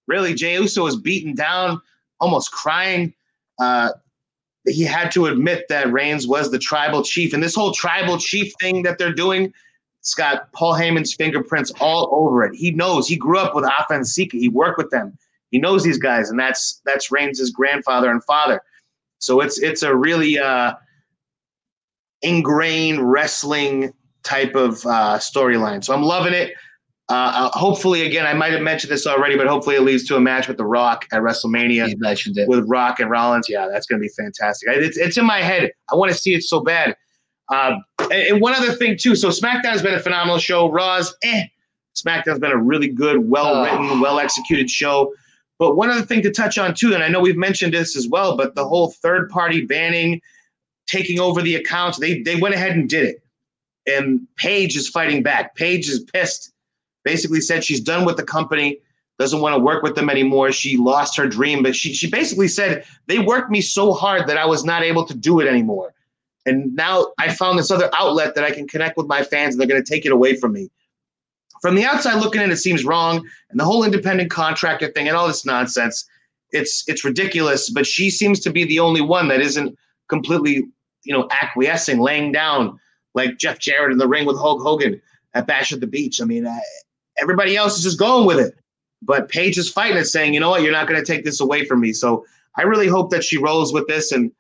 Speaker 2: really Jey Uso was beaten down, almost crying. Uh, he had to admit that Reigns was the tribal chief, and this whole tribal chief thing that they're doing, it's got Paul Heyman's fingerprints all over it. He knows he grew up with Afa and Sika. He worked with them. He knows these guys, and that's that's Reigns' grandfather and father. So it's it's a really uh, ingrained wrestling type of uh, storyline. So I'm loving it. Uh, uh, hopefully, again, I might have mentioned this already, but hopefully it leads to a match with The Rock at WrestleMania
Speaker 3: He mentioned it.
Speaker 2: with Rock and Rollins. Yeah, that's going to be fantastic. It's, it's in my head. I want to see it so bad. Um, and, and one other thing too. So SmackDown has been a phenomenal show. Raw's eh. SmackDown's been a really good, well written, well executed show. But one other thing to touch on too, and I know we've mentioned this as well, but the whole third party banning, taking over the accounts, they they went ahead and did it. And Paige is fighting back. Paige is pissed. Basically said she's done with the company, doesn't want to work with them anymore. She lost her dream, but she she basically said they worked me so hard that I was not able to do it anymore. And now I found this other outlet that I can connect with my fans, and they're going to take it away from me. From the outside looking in, it seems wrong, and the whole independent contractor thing and all this nonsense. It's it's ridiculous, but she seems to be the only one that isn't completely, you know, acquiescing, laying down like Jeff Jarrett in the ring with Hulk Hogan at Bash at the Beach. I mean, I, everybody else is just going with it, but Paige is fighting it, saying, you know what, you're not going to take this away from me. So I really hope that she rolls with this and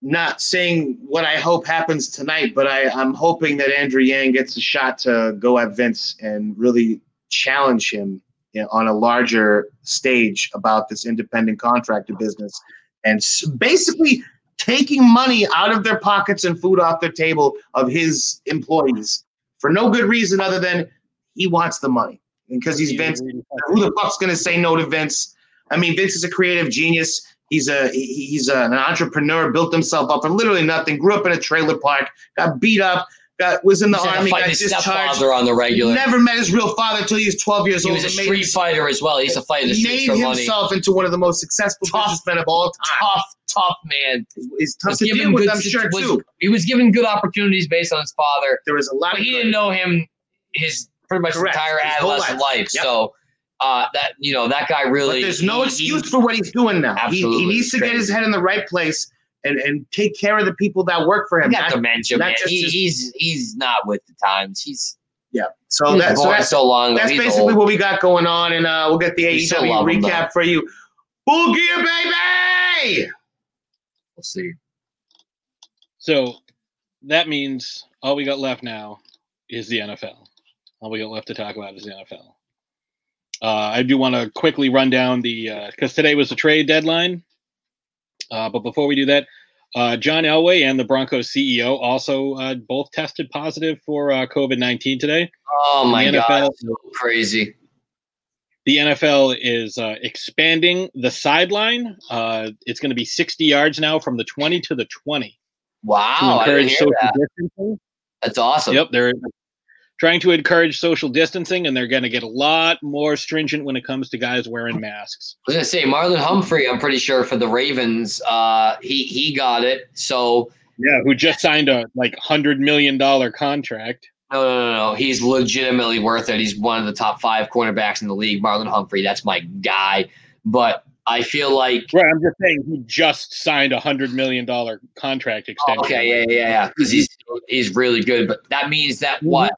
Speaker 2: not saying what I hope happens tonight, but I, I'm hoping that Andrew Yang gets a shot to go at Vince and really challenge him you know, on a larger stage about this independent contractor business and s- basically taking money out of their pockets and food off their table of his employees for no good reason other than he wants the money because he's Vince who the fuck's gonna say no to Vince? I mean, Vince is a creative genius. He's a he- he's an entrepreneur. Built himself up from literally nothing. Grew up in a trailer park. Got beat up. Got was in the
Speaker 3: He's had to
Speaker 2: army.
Speaker 3: fight
Speaker 2: Got
Speaker 3: his
Speaker 2: discharged.
Speaker 3: stepfather on the regular.
Speaker 2: Never met his real father until he was 12 years
Speaker 3: he
Speaker 2: old.
Speaker 3: was a
Speaker 2: and made
Speaker 3: street fighter as well. He used to fight in the streets
Speaker 2: made
Speaker 3: for money. Ah,
Speaker 2: himself into one of the most successful
Speaker 3: Tough.
Speaker 2: businessmen of all time.
Speaker 3: Tough, tough man.
Speaker 2: It's tough
Speaker 3: Was
Speaker 2: to
Speaker 3: given
Speaker 2: deal with,
Speaker 3: good
Speaker 2: I'm
Speaker 3: sit-
Speaker 2: sure
Speaker 3: was-
Speaker 2: too.
Speaker 3: He was given good opportunities based on his father,
Speaker 2: There was a lot
Speaker 3: but
Speaker 2: of
Speaker 3: he
Speaker 2: good.
Speaker 3: didn't know him his pretty much
Speaker 2: Correct.
Speaker 3: entire
Speaker 2: His whole
Speaker 3: adolescent
Speaker 2: life.
Speaker 3: life.
Speaker 2: Yep.
Speaker 3: So uh, that you know that guy
Speaker 2: but
Speaker 3: really.
Speaker 2: there's no
Speaker 3: he-
Speaker 2: excuse for what he's doing now. He, he
Speaker 3: Absolutely.
Speaker 2: needs to get his
Speaker 3: Crazy.
Speaker 2: head in the right place
Speaker 7: and, and take care of the people that work for him.
Speaker 3: He got
Speaker 7: Not-
Speaker 3: dementia,
Speaker 7: not
Speaker 3: man.
Speaker 7: just
Speaker 3: He,
Speaker 7: his-
Speaker 3: he's he's not with the times. He's
Speaker 7: yeah. So,
Speaker 3: he was
Speaker 7: that, so
Speaker 3: born
Speaker 7: that's
Speaker 3: so long ago.
Speaker 7: that's
Speaker 3: He's
Speaker 7: basically
Speaker 3: old.
Speaker 7: what we got going on, and uh, we'll get the
Speaker 3: We
Speaker 2: E
Speaker 3: still
Speaker 7: AEW
Speaker 3: love him,
Speaker 7: recap for you. Full gear, baby!
Speaker 3: We'll see.
Speaker 1: So that means all we got left now is the NFL. All we got left to talk about is the NFL. Uh, I do want to quickly run down the because today was the trade deadline. Uh, but before we do that, uh, John Elway and the Broncos CEO also uh, both tested positive for uh, COVID nineteen today.
Speaker 3: Oh my
Speaker 1: the
Speaker 3: god,
Speaker 1: NFL,
Speaker 3: crazy.
Speaker 1: the NFL is uh, expanding the sideline. Uh, it's going to be sixty yards now from the twenty to the twenty to
Speaker 3: Wow, Oh, I didn't
Speaker 1: encourage
Speaker 3: hear
Speaker 1: social
Speaker 3: that.
Speaker 1: distancing.
Speaker 3: That's awesome.
Speaker 1: Yep, they're trying to encourage social distancing, and they're going to get a lot more stringent when it comes to guys wearing masks.
Speaker 3: I was gonna say Marlon Humphrey. I'm pretty sure for the Ravens, uh, he he got it. So
Speaker 1: Yeah, who just signed a like hundred million dollar contract?
Speaker 3: no, no, no, no. He's legitimately worth it. He's one of the top five cornerbacks in the league. Marlon Humphrey. That's my guy. But I feel like
Speaker 1: Right, I'm just saying he just signed a hundred million dollar contract extension.
Speaker 3: Oh, Okay, yeah, yeah, yeah. Because he's he's really good, but that means that what?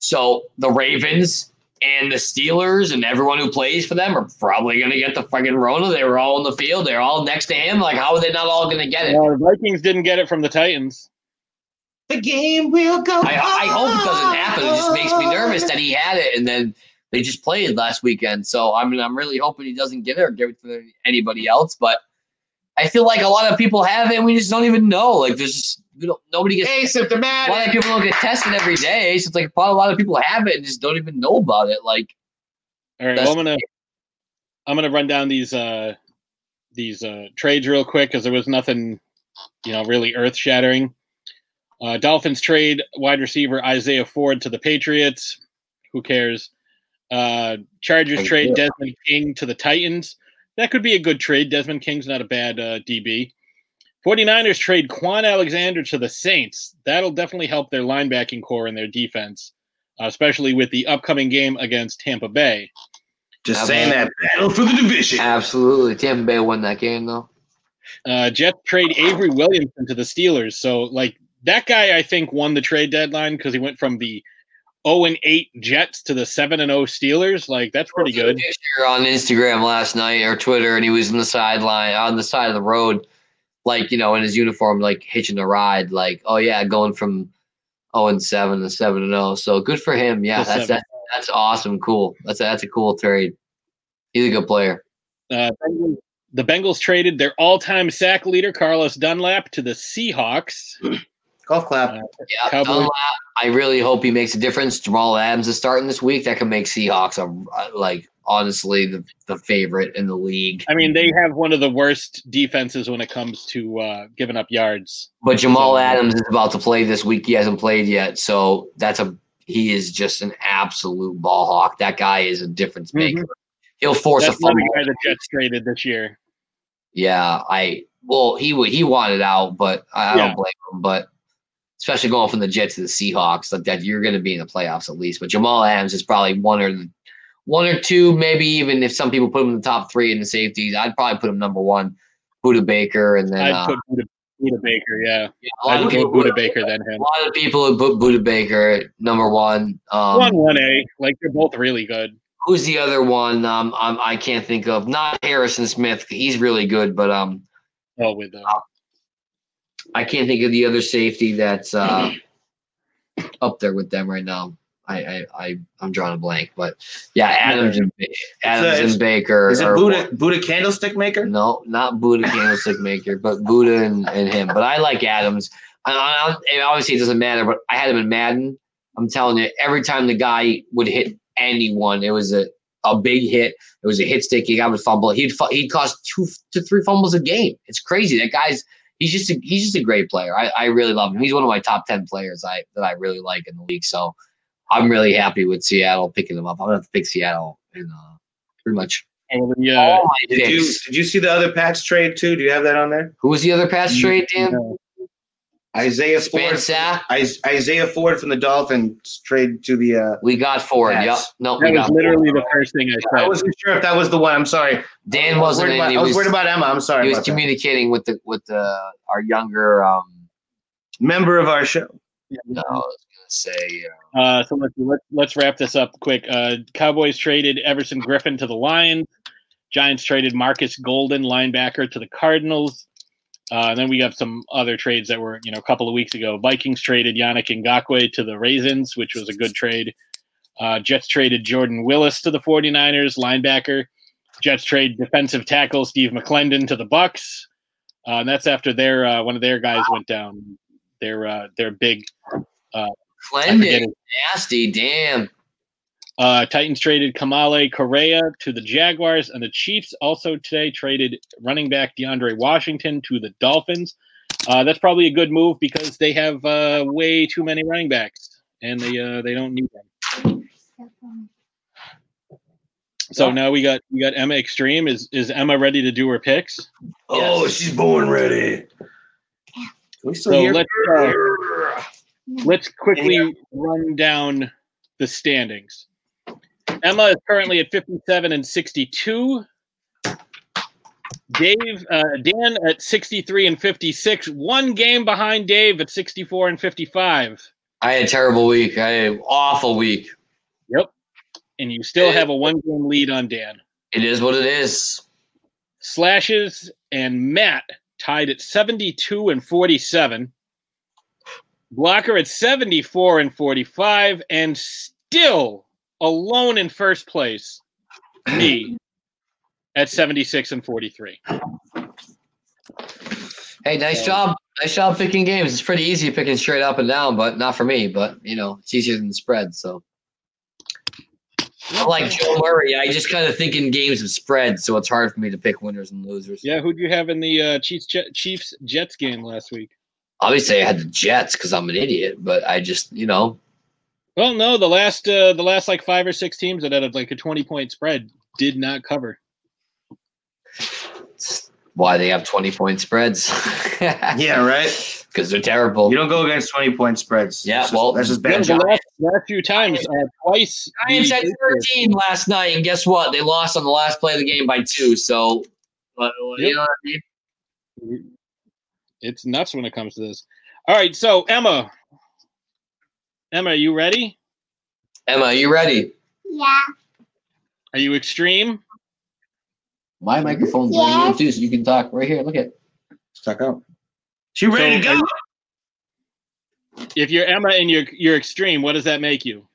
Speaker 3: So the Ravens and the Steelers and everyone who plays for them are probably going to get the fucking Rona. They were all in the field. They're all next to him. Like, how are they not all going to get it?
Speaker 1: Uh, the Vikings didn't get it from the Titans.
Speaker 7: The game will go.
Speaker 3: I, I hope it doesn't happen. It just makes me nervous that he had it, and then they just played last weekend. So I mean, I'm really hoping he doesn't get it or give it to anybody else. But I feel like a lot of people have it, and we just don't even know. Like, there's just we don't, nobody gets a lot
Speaker 7: Asymptomatic.
Speaker 3: of people don't get tested every day, so it's like probably a lot of people have it and just don't even know about it. Like,
Speaker 1: All right,
Speaker 3: That's-
Speaker 1: well, I'm gonna I'm gonna run down these uh these uh trades real quick because there was nothing you know really earth shattering. Uh, Dolphins trade wide receiver Isaiah Ford to the Patriots. Who cares? Uh, Chargers
Speaker 3: Oh,
Speaker 1: trade Desmond King to the Titans. That could be a good trade. Desmond King's not a bad uh, DB. 49ers trade Quan Alexander to the Saints. That'll definitely help their linebacking core and their defense, uh, especially with the upcoming game against Tampa Bay.
Speaker 7: Just saying that battle for the division.
Speaker 3: absolutely, Tampa Bay won that game though.
Speaker 1: Uh, Jeff trade Avery Williamson to the Steelers. So, like, that guy, I think, won the trade deadline because he went from the 0 and 8 Jets to the 7 and 0 Steelers. Like, that's pretty good.
Speaker 3: Picture on Instagram last night or Twitter, and he was in the sideline on the side of the road, like you know, in his uniform, like hitching a ride. Like, oh yeah, going from zero and seven to seven and zero. So good for him. Yeah,
Speaker 1: To
Speaker 3: that's
Speaker 1: Oh, seven.
Speaker 3: that's that's awesome. Cool. That's that's a cool trade. He's a good player.
Speaker 1: Uh, the Bengals traded their all time sack leader, Carlos Dunlap, to the Seahawks.
Speaker 7: Golf clap.
Speaker 3: Yeah,
Speaker 1: Cowboys.
Speaker 3: Dunlap, I really hope he makes a difference. Jamal Adams is starting this week. That could make Seahawks a, like honestly the, the favorite in the league.
Speaker 1: I mean, they have one of the worst defenses when it comes to uh, giving up yards.
Speaker 3: But Jamal Adams is about to play this week. He hasn't played yet, so that's a he is just an absolute ball hawk. That guy is a difference maker. He'll force
Speaker 1: Mm-hmm. That's
Speaker 3: a
Speaker 1: another guy
Speaker 3: fumble.
Speaker 1: the Jets traded this year.
Speaker 3: Yeah, I well he would he wanted out, but I, I
Speaker 1: Yeah.
Speaker 3: don't blame him. But especially going from the Jets to the Seahawks, like that, you're going to be in the playoffs at least. But Jamal Adams is probably one or one or two, maybe even if some people put him in the top three in the safeties, I'd probably put him number one. Buda Baker, and then
Speaker 1: I'd
Speaker 3: uh,
Speaker 1: put Buda, Buda Baker, yeah.
Speaker 3: a, lot
Speaker 1: I'd
Speaker 3: of
Speaker 1: give
Speaker 3: people,
Speaker 1: Buda Baker than him.
Speaker 3: a lot of people would put Buda Baker at number one. Um,
Speaker 1: One one A. Like they're both really good.
Speaker 3: Who's the other one? Um, I'm, I can't think of. Not Harrison Smith. He's really good, but um,
Speaker 1: Oh, with them.
Speaker 3: I can't think of the other safety
Speaker 7: (clears throat)
Speaker 3: that's uh, up there with them right now. I, I, I I'm drawing a blank, but yeah, Adams and Ba- Adams
Speaker 7: it's-
Speaker 3: and Baker.
Speaker 7: Is it
Speaker 3: are-
Speaker 7: Buddha, Buddha Candlestick Maker?
Speaker 3: No, not Buddha candlestick maker, but Buddha and, and him. But I like Adams. I, I, I- and obviously, it doesn't matter. But I had him in Madden. I'm telling you, every time the guy would hit anyone, it was a, a big hit. It was a hit stick. He got a fumble. He'd fu- he'd cost two to three fumbles a game. It's crazy. That guy's he's just a, he's just a great player. I, I really love him. He's one of my top ten players I that I really like in the league. So I'm really happy with Seattle picking him up. I'm gonna have to pick Seattle in uh, pretty much
Speaker 1: Over the, uh,
Speaker 3: all my
Speaker 7: Oh, Did you
Speaker 3: picks.
Speaker 7: did you see the other Pats trade too? Do you have that on there?
Speaker 3: Who was the other pass trade, Dan?
Speaker 1: No.
Speaker 2: Isaiah Ford.
Speaker 3: Spencer,
Speaker 2: Is- Isaiah Ford from the Dolphins traded to the. Uh,
Speaker 3: we got Ford. Yep.
Speaker 2: Yes.
Speaker 3: No,
Speaker 1: That
Speaker 3: we
Speaker 1: was
Speaker 3: got
Speaker 1: literally the first thing I
Speaker 2: I
Speaker 1: said.
Speaker 2: wasn't sure if that was the one. I'm sorry.
Speaker 3: Dan wasn't
Speaker 2: I was worried
Speaker 3: in.
Speaker 2: about,
Speaker 3: He
Speaker 2: I was
Speaker 3: was,
Speaker 2: worried about Emma. I'm sorry.
Speaker 3: he was
Speaker 2: about that.
Speaker 3: communicating with the with the our younger. Um,
Speaker 2: Member of our show.
Speaker 3: no, I was gonna say. Uh,
Speaker 1: Uh, so let's, let's let's wrap this up quick. Uh, Cowboys traded Everson Griffin to the Lions. Giants traded Marcus Golden, linebacker, to the Cardinals. Uh, then we got some other trades that were you know a couple of weeks ago. Vikings traded Yannick Ngakwe to the Raisins, which was a good trade. Uh, Jets traded Jordan Willis to the 49ers, linebacker. Jets trade defensive tackle Steve McClendon to the Bucks. Uh, and that's after their uh, one of their guys went down. Their uh, their big I forget
Speaker 3: Clendon, nasty, damn.
Speaker 1: Uh, Titans traded Kamale Correa to the Jaguars, and the Chiefs also today traded running back DeAndre Washington to the Dolphins. Uh, that's probably a good move because they have uh, way too many running backs, and they uh, they don't need them.
Speaker 4: So funny.
Speaker 1: So now we got we got Emma Extreme. Is is Emma ready to do her picks?
Speaker 2: Oh,
Speaker 3: Yes.
Speaker 2: she's born ready. we still
Speaker 1: So
Speaker 2: here?
Speaker 1: let's uh, let's quickly run down the standings. Emma is currently at 57 and 62. Dave, uh, Dan at 63 and 56, one game behind Dave at 64 and 55.
Speaker 3: I had a terrible week. I had an awful week.
Speaker 1: And you still have a one game lead on Dan.
Speaker 3: It is what it is.
Speaker 1: Slashes and Matt tied at 72 and 47. Blocker at 74 and 45, and still alone in first place, me
Speaker 2: (clears throat)
Speaker 1: at 76 and 43.
Speaker 3: Hey, nice
Speaker 1: So-
Speaker 3: job. Nice job picking games. It's pretty easy picking straight up and down, but not for me. But you know, it's easier than the spread. So, Not like Joe Murray, I just kind of think in games of spread, so it's hard for me to pick winners and losers.
Speaker 1: Yeah, who'd you have in the uh, Chiefs Je- Chiefs Jets game last week?
Speaker 3: Obviously, I had the Jets because I'm an idiot, but I just, you know,
Speaker 1: Well, no, the last uh, the last like five or six teams that had like a 20 point spread did not cover.
Speaker 3: it's why they have 20 point spreads. (laughs)
Speaker 2: yeah, right.
Speaker 3: because they're terrible.
Speaker 2: You don't go against twenty point spreads.
Speaker 3: Yeah,
Speaker 2: that's just,
Speaker 3: well-
Speaker 2: that's just
Speaker 1: Yeah,
Speaker 2: bad.
Speaker 1: the
Speaker 2: job.
Speaker 1: last, last few times, uh, twice. the
Speaker 3: Giants had
Speaker 1: Patriots-
Speaker 3: 13 last night, and guess what? They lost on the last play of the game by two. So, but, uh,
Speaker 1: Yep.
Speaker 3: you know what I mean?
Speaker 1: It's nuts when it comes to this. All right, so Emma, Emma, are you ready?
Speaker 3: Emma, are you ready?
Speaker 4: Yeah.
Speaker 1: Are you extreme?
Speaker 3: My microphone's
Speaker 4: Yes.
Speaker 3: right here too, so you can talk right here. Look at
Speaker 2: Stuck up. She ready
Speaker 1: So-
Speaker 2: to go.
Speaker 1: If you're Emma and you're you're extreme, what does that make you?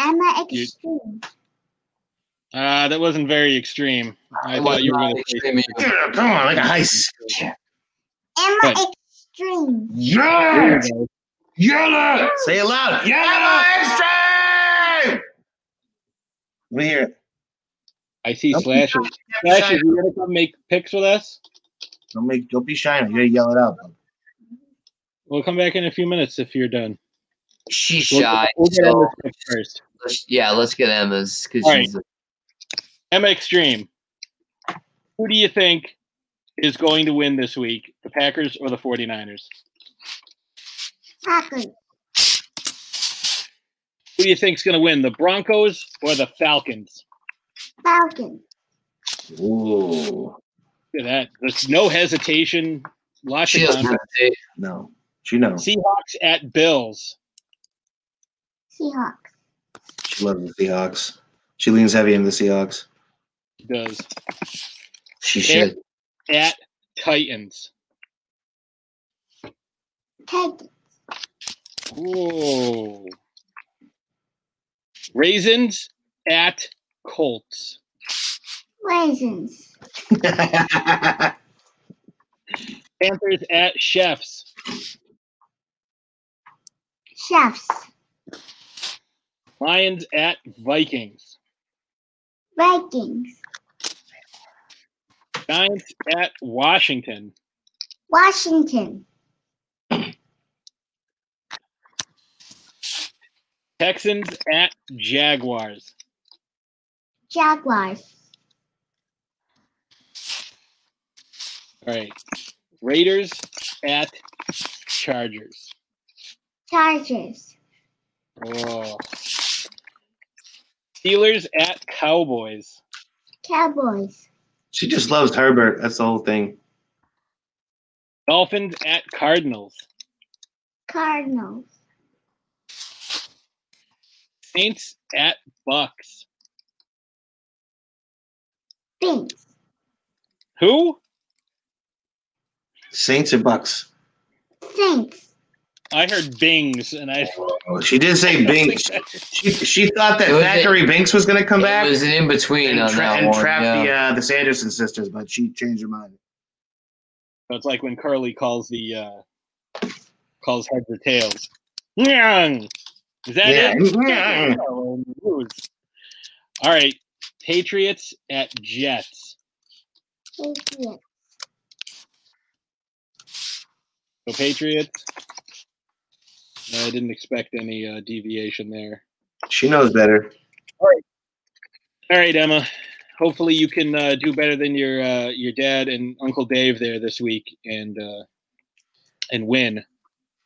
Speaker 4: Emma
Speaker 1: You-
Speaker 4: Extreme.
Speaker 1: Uh, that wasn't very extreme. I thought you were going to say
Speaker 2: Yeah, come on, like a heist.
Speaker 4: Emma
Speaker 1: Good.
Speaker 4: Extreme.
Speaker 2: Yeah, yeah. Say it loud. Yeah, extreme. Let me hear it.
Speaker 1: I see
Speaker 2: Nope.
Speaker 1: slashes.
Speaker 2: Don't be shy.
Speaker 1: Slashes, you going to come make picks with us?
Speaker 2: Don't make. Don't be shy. You gotta yell it out.
Speaker 1: We'll come back in a few minutes if you're done.
Speaker 3: she's
Speaker 1: We'll-
Speaker 3: shy.
Speaker 1: we'll get
Speaker 3: so
Speaker 1: Emma's pick first.
Speaker 3: let's- yeah, let's get Emma's because
Speaker 1: All right.
Speaker 3: she's
Speaker 1: Emma Extreme, who do you think is going to win this week, the Packers or the 49ers?
Speaker 4: Packers.
Speaker 1: Who do you think's going to win, the Broncos or the Falcons?
Speaker 4: Falcon.
Speaker 2: Ooh.
Speaker 1: Look at that. There's no hesitation. Lots
Speaker 3: she
Speaker 1: of
Speaker 3: doesn't
Speaker 1: confidence.
Speaker 3: hesitate.
Speaker 2: No, she knows.
Speaker 1: Seahawks at Bills.
Speaker 4: Seahawks.
Speaker 2: She loves the Seahawks. She leans heavy into the (laughs) Seahawks.
Speaker 1: Does
Speaker 3: She should.
Speaker 1: at Titans.
Speaker 4: Ted.
Speaker 1: Whoa. Raisins at Colts.
Speaker 4: Raisins.
Speaker 1: Panthers at Chefs.
Speaker 4: Chefs.
Speaker 1: Lions at Vikings.
Speaker 4: Vikings.
Speaker 1: Giants at Washington.
Speaker 4: Washington.
Speaker 1: Texans at Jaguars.
Speaker 4: Jaguars.
Speaker 1: All right. Raiders at Chargers.
Speaker 4: Chargers.
Speaker 1: Oh. Steelers at Cowboys.
Speaker 4: Cowboys.
Speaker 2: She just loves Herbert. That's the whole thing.
Speaker 1: Dolphins at Cardinals.
Speaker 4: Cardinals.
Speaker 1: Saints at Bucks.
Speaker 4: Saints.
Speaker 1: Who?
Speaker 2: Saints or Bucks?
Speaker 4: Saints.
Speaker 1: I heard Bings, and
Speaker 2: (laughs)
Speaker 1: I.
Speaker 2: Oh, She did
Speaker 3: (laughs)
Speaker 2: say Binks. She, she thought that
Speaker 3: It was
Speaker 2: Thackeray Binks was going to come back
Speaker 3: It was an in between
Speaker 2: and,
Speaker 3: on
Speaker 2: tra-
Speaker 3: that
Speaker 2: and
Speaker 3: one.
Speaker 2: trap
Speaker 3: yeah.
Speaker 2: the uh, the Sanderson sisters, but she changed her mind.
Speaker 1: So it's like when Carly calls the uh calls heads or tails. Nyang! Is that
Speaker 2: Yeah. Mm-hmm.
Speaker 1: it?
Speaker 2: Nyang!
Speaker 1: Oh, lose. All right. Patriots at Jets.
Speaker 4: Patriots.
Speaker 1: So Patriots. No, I didn't expect any uh, deviation there.
Speaker 2: She knows better.
Speaker 1: All right, Emma. Hopefully you can uh, do better than your uh, your dad and Uncle Dave there this week and uh, and win.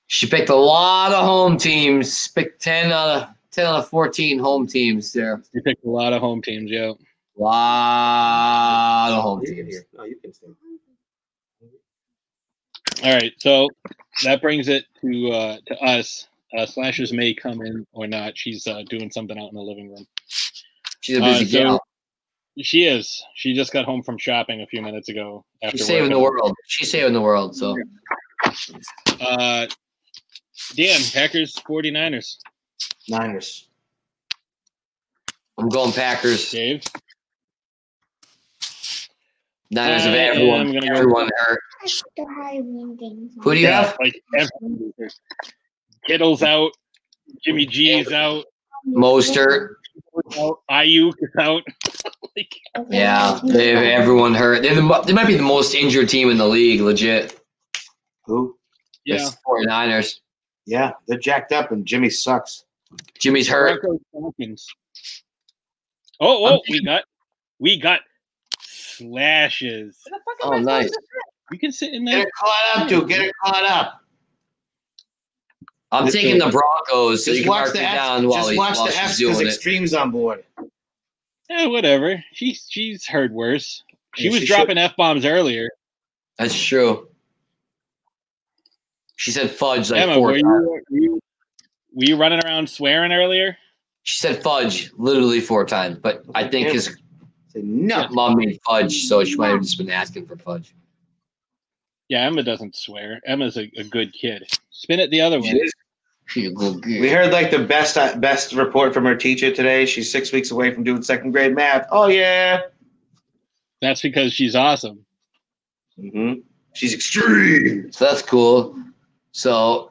Speaker 3: She picked a lot of home teams. Picked ten out of ten out of fourteen home teams there.
Speaker 1: You picked a lot of home teams, yeah.
Speaker 3: Lot of home
Speaker 8: You can
Speaker 3: teams.
Speaker 8: hear. No, you can stay.
Speaker 1: All right, so that brings it to uh, to us. Uh, slashers may come in or not. She's uh, doing something out in the living room.
Speaker 3: She's a busy
Speaker 1: Uh, so-
Speaker 3: gal.
Speaker 1: She is. She just got home from shopping a few minutes ago. After
Speaker 3: She's saving the
Speaker 1: work.
Speaker 3: world. She's saving the world. So
Speaker 1: Uh, Dan, Packers, 49ers.
Speaker 8: Niners.
Speaker 3: I'm going Packers.
Speaker 1: Dave,
Speaker 3: Niners of
Speaker 1: I am
Speaker 3: everyone.
Speaker 1: gonna go-
Speaker 3: Everyone hurt.
Speaker 4: That's the Halloween things.
Speaker 3: Who do you have?
Speaker 1: like everyone. Kittle's out. Jimmy G's out.
Speaker 3: Mostert.
Speaker 1: Ayuk is out. like,
Speaker 3: Yeah, they have everyone hurt. They're the, mo- they might be the most injured team in the league. Legit.
Speaker 8: Who?
Speaker 1: yeah.
Speaker 3: It's 49ers.
Speaker 8: Yeah, they're jacked up, and Jimmy sucks.
Speaker 3: Jimmy's hurt.
Speaker 1: Broncos, Falcons. Oh, whoa, we got we got slashes.
Speaker 3: Oh, nice.
Speaker 1: You can sit in
Speaker 2: Get
Speaker 1: there.
Speaker 2: her caught up, dude. Get her caught up.
Speaker 3: I'm taking the Broncos. So
Speaker 2: Just
Speaker 3: you can
Speaker 2: watch
Speaker 3: mark
Speaker 2: the
Speaker 3: me
Speaker 2: F.
Speaker 3: down while,
Speaker 2: Just
Speaker 3: he,
Speaker 2: watch
Speaker 3: while
Speaker 2: the F
Speaker 3: she's
Speaker 2: because
Speaker 3: doing it.
Speaker 2: Extreme's on board.
Speaker 1: Yeah, Eh, whatever. She's she's heard worse. She
Speaker 2: Yeah,
Speaker 1: was
Speaker 2: she should.
Speaker 1: dropping f bombs earlier.
Speaker 3: That's true. She said fudge like
Speaker 1: Emma,
Speaker 3: four
Speaker 1: were you,
Speaker 3: times.
Speaker 1: were you were you running around swearing earlier?
Speaker 3: She said fudge literally four times, but I think his
Speaker 8: Say no.
Speaker 3: mom made fudge, so she might have just been asking for fudge.
Speaker 1: Yeah, Emma doesn't swear. Emma's a, a good kid. Spin it the other way.
Speaker 3: She a good
Speaker 2: We
Speaker 3: girl.
Speaker 2: heard like the best uh, best report from her teacher today. She's six weeks away from doing second grade math. Oh yeah.
Speaker 1: That's because she's awesome.
Speaker 2: Mm-hmm. She's extreme.
Speaker 3: So that's cool. So,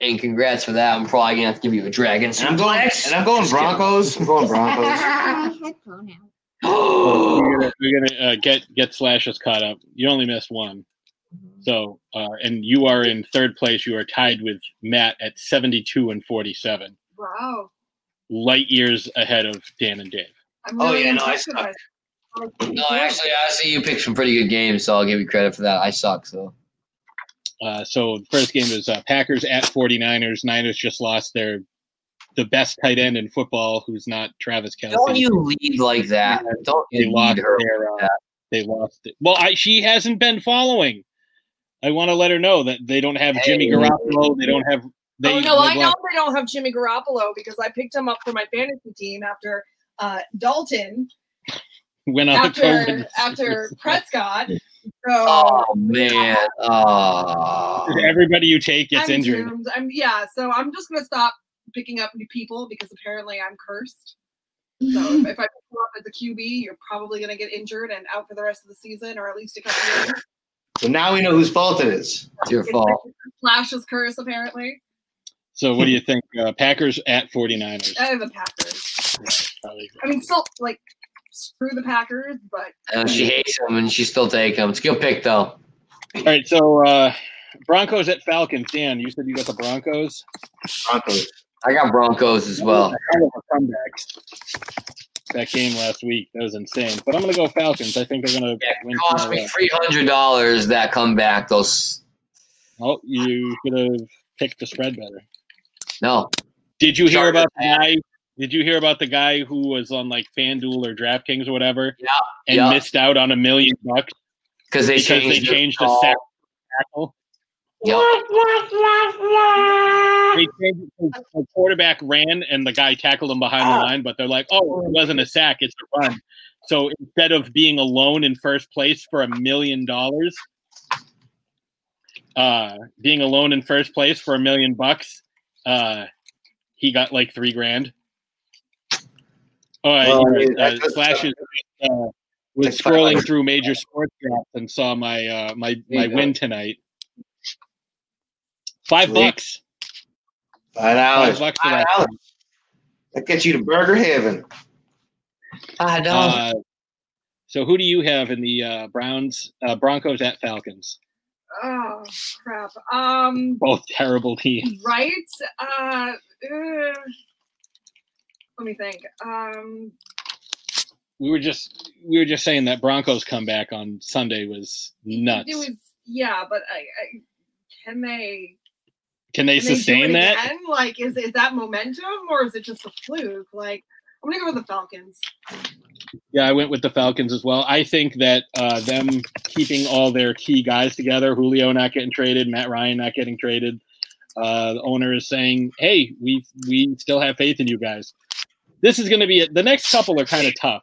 Speaker 3: and congrats for that. I'm probably gonna have to give you a dragon.
Speaker 2: And I'm going.
Speaker 3: suplex.
Speaker 2: And I'm going
Speaker 3: Just kidding.
Speaker 2: Broncos. I'm
Speaker 8: (gasps)
Speaker 2: going
Speaker 3: (laughs)
Speaker 2: Broncos.
Speaker 4: My headphone out.
Speaker 1: We're gonna, we're gonna uh, get get slashes caught up. You only missed one, so uh, and you are in third place. You are tied with Matt at seventy two and forty seven,
Speaker 9: Wow.
Speaker 1: light years ahead of Dan and Dave.
Speaker 9: I'm
Speaker 2: Oh,
Speaker 9: really
Speaker 2: yeah, no, I
Speaker 9: impressed with
Speaker 2: suck.
Speaker 9: myself.
Speaker 3: No, actually, I see you picked some pretty good games, so I'll give you credit for that. I suck, so
Speaker 1: Uh, so the first game is uh, Packers at 49ers. Niners just lost their the best tight end in football, who's not Travis Kelsey.
Speaker 3: don't you lead like that. Don't
Speaker 1: they
Speaker 3: you lead
Speaker 1: lost
Speaker 3: her.
Speaker 1: their, uh,
Speaker 3: that.
Speaker 1: they lost it. Well, I, she hasn't been following. I want to let her know that they don't have Jimmy
Speaker 3: Hey.
Speaker 1: Garoppolo. They don't have. They,
Speaker 9: oh no,
Speaker 1: they
Speaker 9: I know
Speaker 1: lost-
Speaker 9: they don't have Jimmy Garoppolo because I picked him up for my fantasy team after uh, Dalton,
Speaker 1: Went on a
Speaker 9: after
Speaker 1: COVID. (laughs)
Speaker 9: after Prescott. So
Speaker 3: Oh man. Oh.
Speaker 1: Everybody you take gets
Speaker 9: I'm
Speaker 1: injured.
Speaker 9: doomed. I'm yeah. So I'm just gonna stop picking up new people because apparently I'm cursed.
Speaker 1: (laughs)
Speaker 9: So if, if I pick you up as a QB, you're probably gonna get injured and out for the rest of the season, or at least a couple years.
Speaker 2: So now we know whose fault it is.
Speaker 3: It's your
Speaker 1: (laughs)
Speaker 9: It's
Speaker 3: fault.
Speaker 9: like Flash's curse, apparently.
Speaker 1: So what do you think? Uh, Packers at 49ers.
Speaker 9: I have a Packers.
Speaker 1: Probably.
Speaker 9: Uh, I mean, still like screw the Packers, but
Speaker 3: And she hates him and she still takes him. It's a good pick though.
Speaker 1: All right. So uh, Broncos at Falcons. Dan, you said you got the Broncos.
Speaker 2: Broncos.
Speaker 3: I got Broncos as well.
Speaker 1: Kind of a comeback. that game last week. That was insane. But I'm going to go Falcons. I think they're going to
Speaker 3: Yeah,
Speaker 1: win.
Speaker 3: Cost me three hundred dollars that comeback. Those
Speaker 1: Oh, you should have picked the spread better.
Speaker 3: no,
Speaker 1: Did you hear
Speaker 3: Chargers
Speaker 1: about the guy? Did you hear about the guy who was on like FanDuel or DraftKings or whatever,
Speaker 3: Yeah,
Speaker 1: and
Speaker 3: yeah.
Speaker 1: missed out on a million bucks
Speaker 3: because they
Speaker 1: because
Speaker 3: changed.
Speaker 1: they changed the
Speaker 3: call.
Speaker 1: sack tackle?
Speaker 3: Yep.
Speaker 1: They changed it to- the quarterback ran and the guy tackled him behind the line, but they're like, "Oh, it wasn't a sack; it's a run." So instead of being alone in first place for a million dollars, uh, being alone in first place for a million bucks, uh, he got like three grand. Oh, uh,
Speaker 8: Well, I
Speaker 1: he
Speaker 8: mean,
Speaker 1: was,
Speaker 8: that
Speaker 1: uh,
Speaker 8: does-
Speaker 1: Flashes uh, was
Speaker 8: Like five
Speaker 1: scrolling
Speaker 8: hundred.
Speaker 1: through major sports apps and saw my uh, my
Speaker 8: There
Speaker 1: my
Speaker 8: you go.
Speaker 1: win tonight. Five
Speaker 8: Sweet.
Speaker 1: bucks.
Speaker 8: Five
Speaker 1: Five
Speaker 8: dollars.
Speaker 1: bucks for
Speaker 8: Five
Speaker 1: that.
Speaker 8: dollars. uh, That gets you to Burger Heaven.
Speaker 3: Five dollars.
Speaker 1: Uh, so who do you have in the uh, Browns uh, Broncos at Falcons?
Speaker 9: Oh crap. Um,
Speaker 1: Both terrible teams.
Speaker 9: right. Uh, uh, let me think. Um,
Speaker 1: We were just we were just saying that Broncos comeback on Sunday was
Speaker 9: It
Speaker 1: nuts.
Speaker 9: was yeah, but I, I can they
Speaker 1: Can they
Speaker 9: can do
Speaker 1: sustain
Speaker 9: it
Speaker 1: that?
Speaker 9: Again? Like, is is that momentum or is it just a fluke? Like, I'm gonna go with the Falcons.
Speaker 1: Yeah, I went with the Falcons as well. I think that uh, them keeping all their key guys together, Julio not getting traded, Matt Ryan not getting traded. Uh, the owner is saying, "Hey, we we still have faith in you guys." This is going to be the next couple are kind of tough.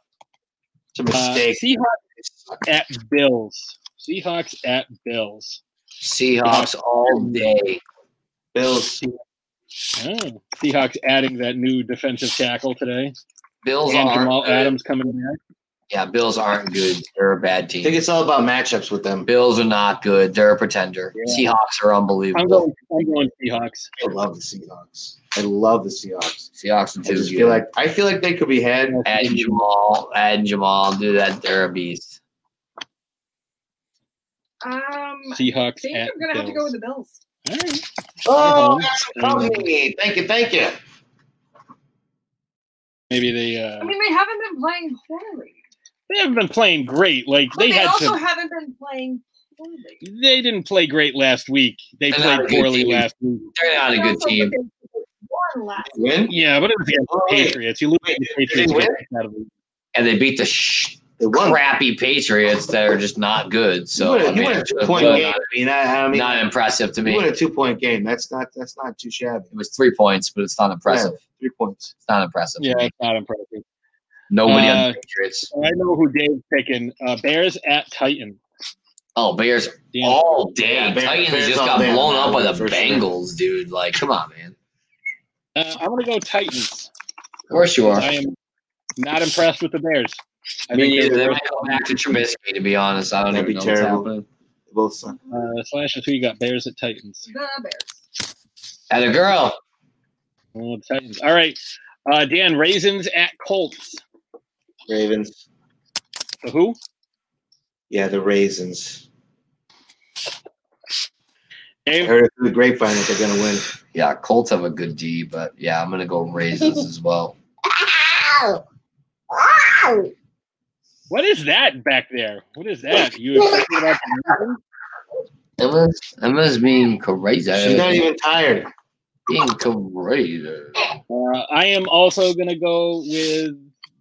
Speaker 8: It's a
Speaker 1: Uh,
Speaker 8: mistake.
Speaker 1: Seahawks at Bills. Seahawks at Bills.
Speaker 3: Seahawks all day.
Speaker 8: Bills.
Speaker 1: Oh, Seahawks adding that new defensive tackle today.
Speaker 3: Bills
Speaker 1: And
Speaker 3: aren't.
Speaker 1: Jamal
Speaker 3: good.
Speaker 1: Adams coming back.
Speaker 3: Yeah, Bills aren't good. They're a bad
Speaker 8: I think
Speaker 3: team.
Speaker 8: it's all about matchups with them.
Speaker 3: Bills are not good. They're a pretender.
Speaker 1: Yeah.
Speaker 3: Seahawks are
Speaker 1: I'm
Speaker 3: unbelievable.
Speaker 1: going, I'm going Seahawks.
Speaker 8: I love the Seahawks. I love the Seahawks.
Speaker 3: Seahawks are
Speaker 8: I
Speaker 3: too
Speaker 8: just
Speaker 3: good.
Speaker 8: feel like I feel like they could be had.
Speaker 3: Add Jamal, add Jamal, do that. They're a beast.
Speaker 9: Um, I
Speaker 1: Seahawks
Speaker 9: think
Speaker 1: at
Speaker 9: I'm gonna have to go with
Speaker 1: Bills.
Speaker 9: the Bills.
Speaker 1: All
Speaker 8: Oh,
Speaker 1: right.
Speaker 8: that's a company. Thank you, thank you.
Speaker 1: Maybe they uh,
Speaker 9: I mean, they haven't been playing poorly,
Speaker 1: they haven't been playing great. Like
Speaker 9: but
Speaker 1: they
Speaker 9: they,
Speaker 1: had
Speaker 9: also
Speaker 1: to.
Speaker 9: haven't been playing poorly.
Speaker 1: They didn't play great last week. They
Speaker 3: They're
Speaker 1: played
Speaker 3: not a good
Speaker 1: poorly
Speaker 3: team.
Speaker 1: last week.
Speaker 3: They're not a
Speaker 9: They
Speaker 3: good
Speaker 9: also
Speaker 3: team.
Speaker 9: freaking won last week.
Speaker 8: Win?
Speaker 1: Yeah, but it was against the
Speaker 8: Oh, wait.
Speaker 1: Patriots. You lose
Speaker 8: Wait,
Speaker 1: to the
Speaker 8: did they
Speaker 1: Patriots. you
Speaker 8: win?
Speaker 1: get kicked out of the league.
Speaker 3: And they beat the sh-
Speaker 8: They won.
Speaker 3: crappy Patriots that are just not good.
Speaker 8: You
Speaker 3: So
Speaker 8: win,
Speaker 3: I
Speaker 8: a- you
Speaker 3: mean,
Speaker 8: win a
Speaker 3: it's
Speaker 8: two point
Speaker 3: not-
Speaker 8: game. I mean, I, I mean,
Speaker 3: not impressive to me.
Speaker 8: you win
Speaker 3: It
Speaker 8: a two point game. That's not that's not too shabby.
Speaker 3: was three points, but it's not impressive.
Speaker 8: Yeah, three points.
Speaker 3: It's not impressive.
Speaker 1: Yeah, it's not impressive.
Speaker 3: Nobody on
Speaker 1: Uh,
Speaker 3: the Patriots.
Speaker 1: I know who Dave's picking. Uh, Bears at Titan.
Speaker 3: Oh, Bears
Speaker 1: Dan.
Speaker 3: all day.
Speaker 8: Yeah, Bears-
Speaker 3: Titans
Speaker 8: Bears
Speaker 3: just
Speaker 8: all
Speaker 3: got
Speaker 8: day.
Speaker 3: blown up by the
Speaker 8: For sure.
Speaker 3: Bengals, dude. Like, come on, man.
Speaker 1: Uh, I'm going to go Titans.
Speaker 3: Of course you are.
Speaker 1: I am not impressed with the Bears. I
Speaker 3: Me
Speaker 1: think
Speaker 3: neither.
Speaker 1: they're
Speaker 3: They
Speaker 1: the
Speaker 3: might come back to Trubisky, to be honest. I don't
Speaker 8: That'd
Speaker 3: even
Speaker 8: be
Speaker 3: know
Speaker 8: terrible.
Speaker 3: what's happening.
Speaker 8: They both suck.
Speaker 1: worst. Uh, slash is who you got. Bears at Titans.
Speaker 9: The Bears.
Speaker 3: At a girl.
Speaker 1: Oh, the Titans. All right. Uh, Dan, Raisins at Colts.
Speaker 8: Ravens.
Speaker 1: The who?
Speaker 8: Yeah, the raisins. I
Speaker 1: Dave?
Speaker 8: heard it through the grapevine that they're gonna win.
Speaker 3: Yeah, Colts have a good D, but yeah, I'm gonna go
Speaker 1: (laughs)
Speaker 3: Raisins as well.
Speaker 4: Ow! Ow!
Speaker 1: What is that back there? What is that? You excited about the Ravens?
Speaker 3: Emma's Emma's being crazy.
Speaker 8: She's not even tired.
Speaker 3: being crazy.
Speaker 1: uh, I am also going to go with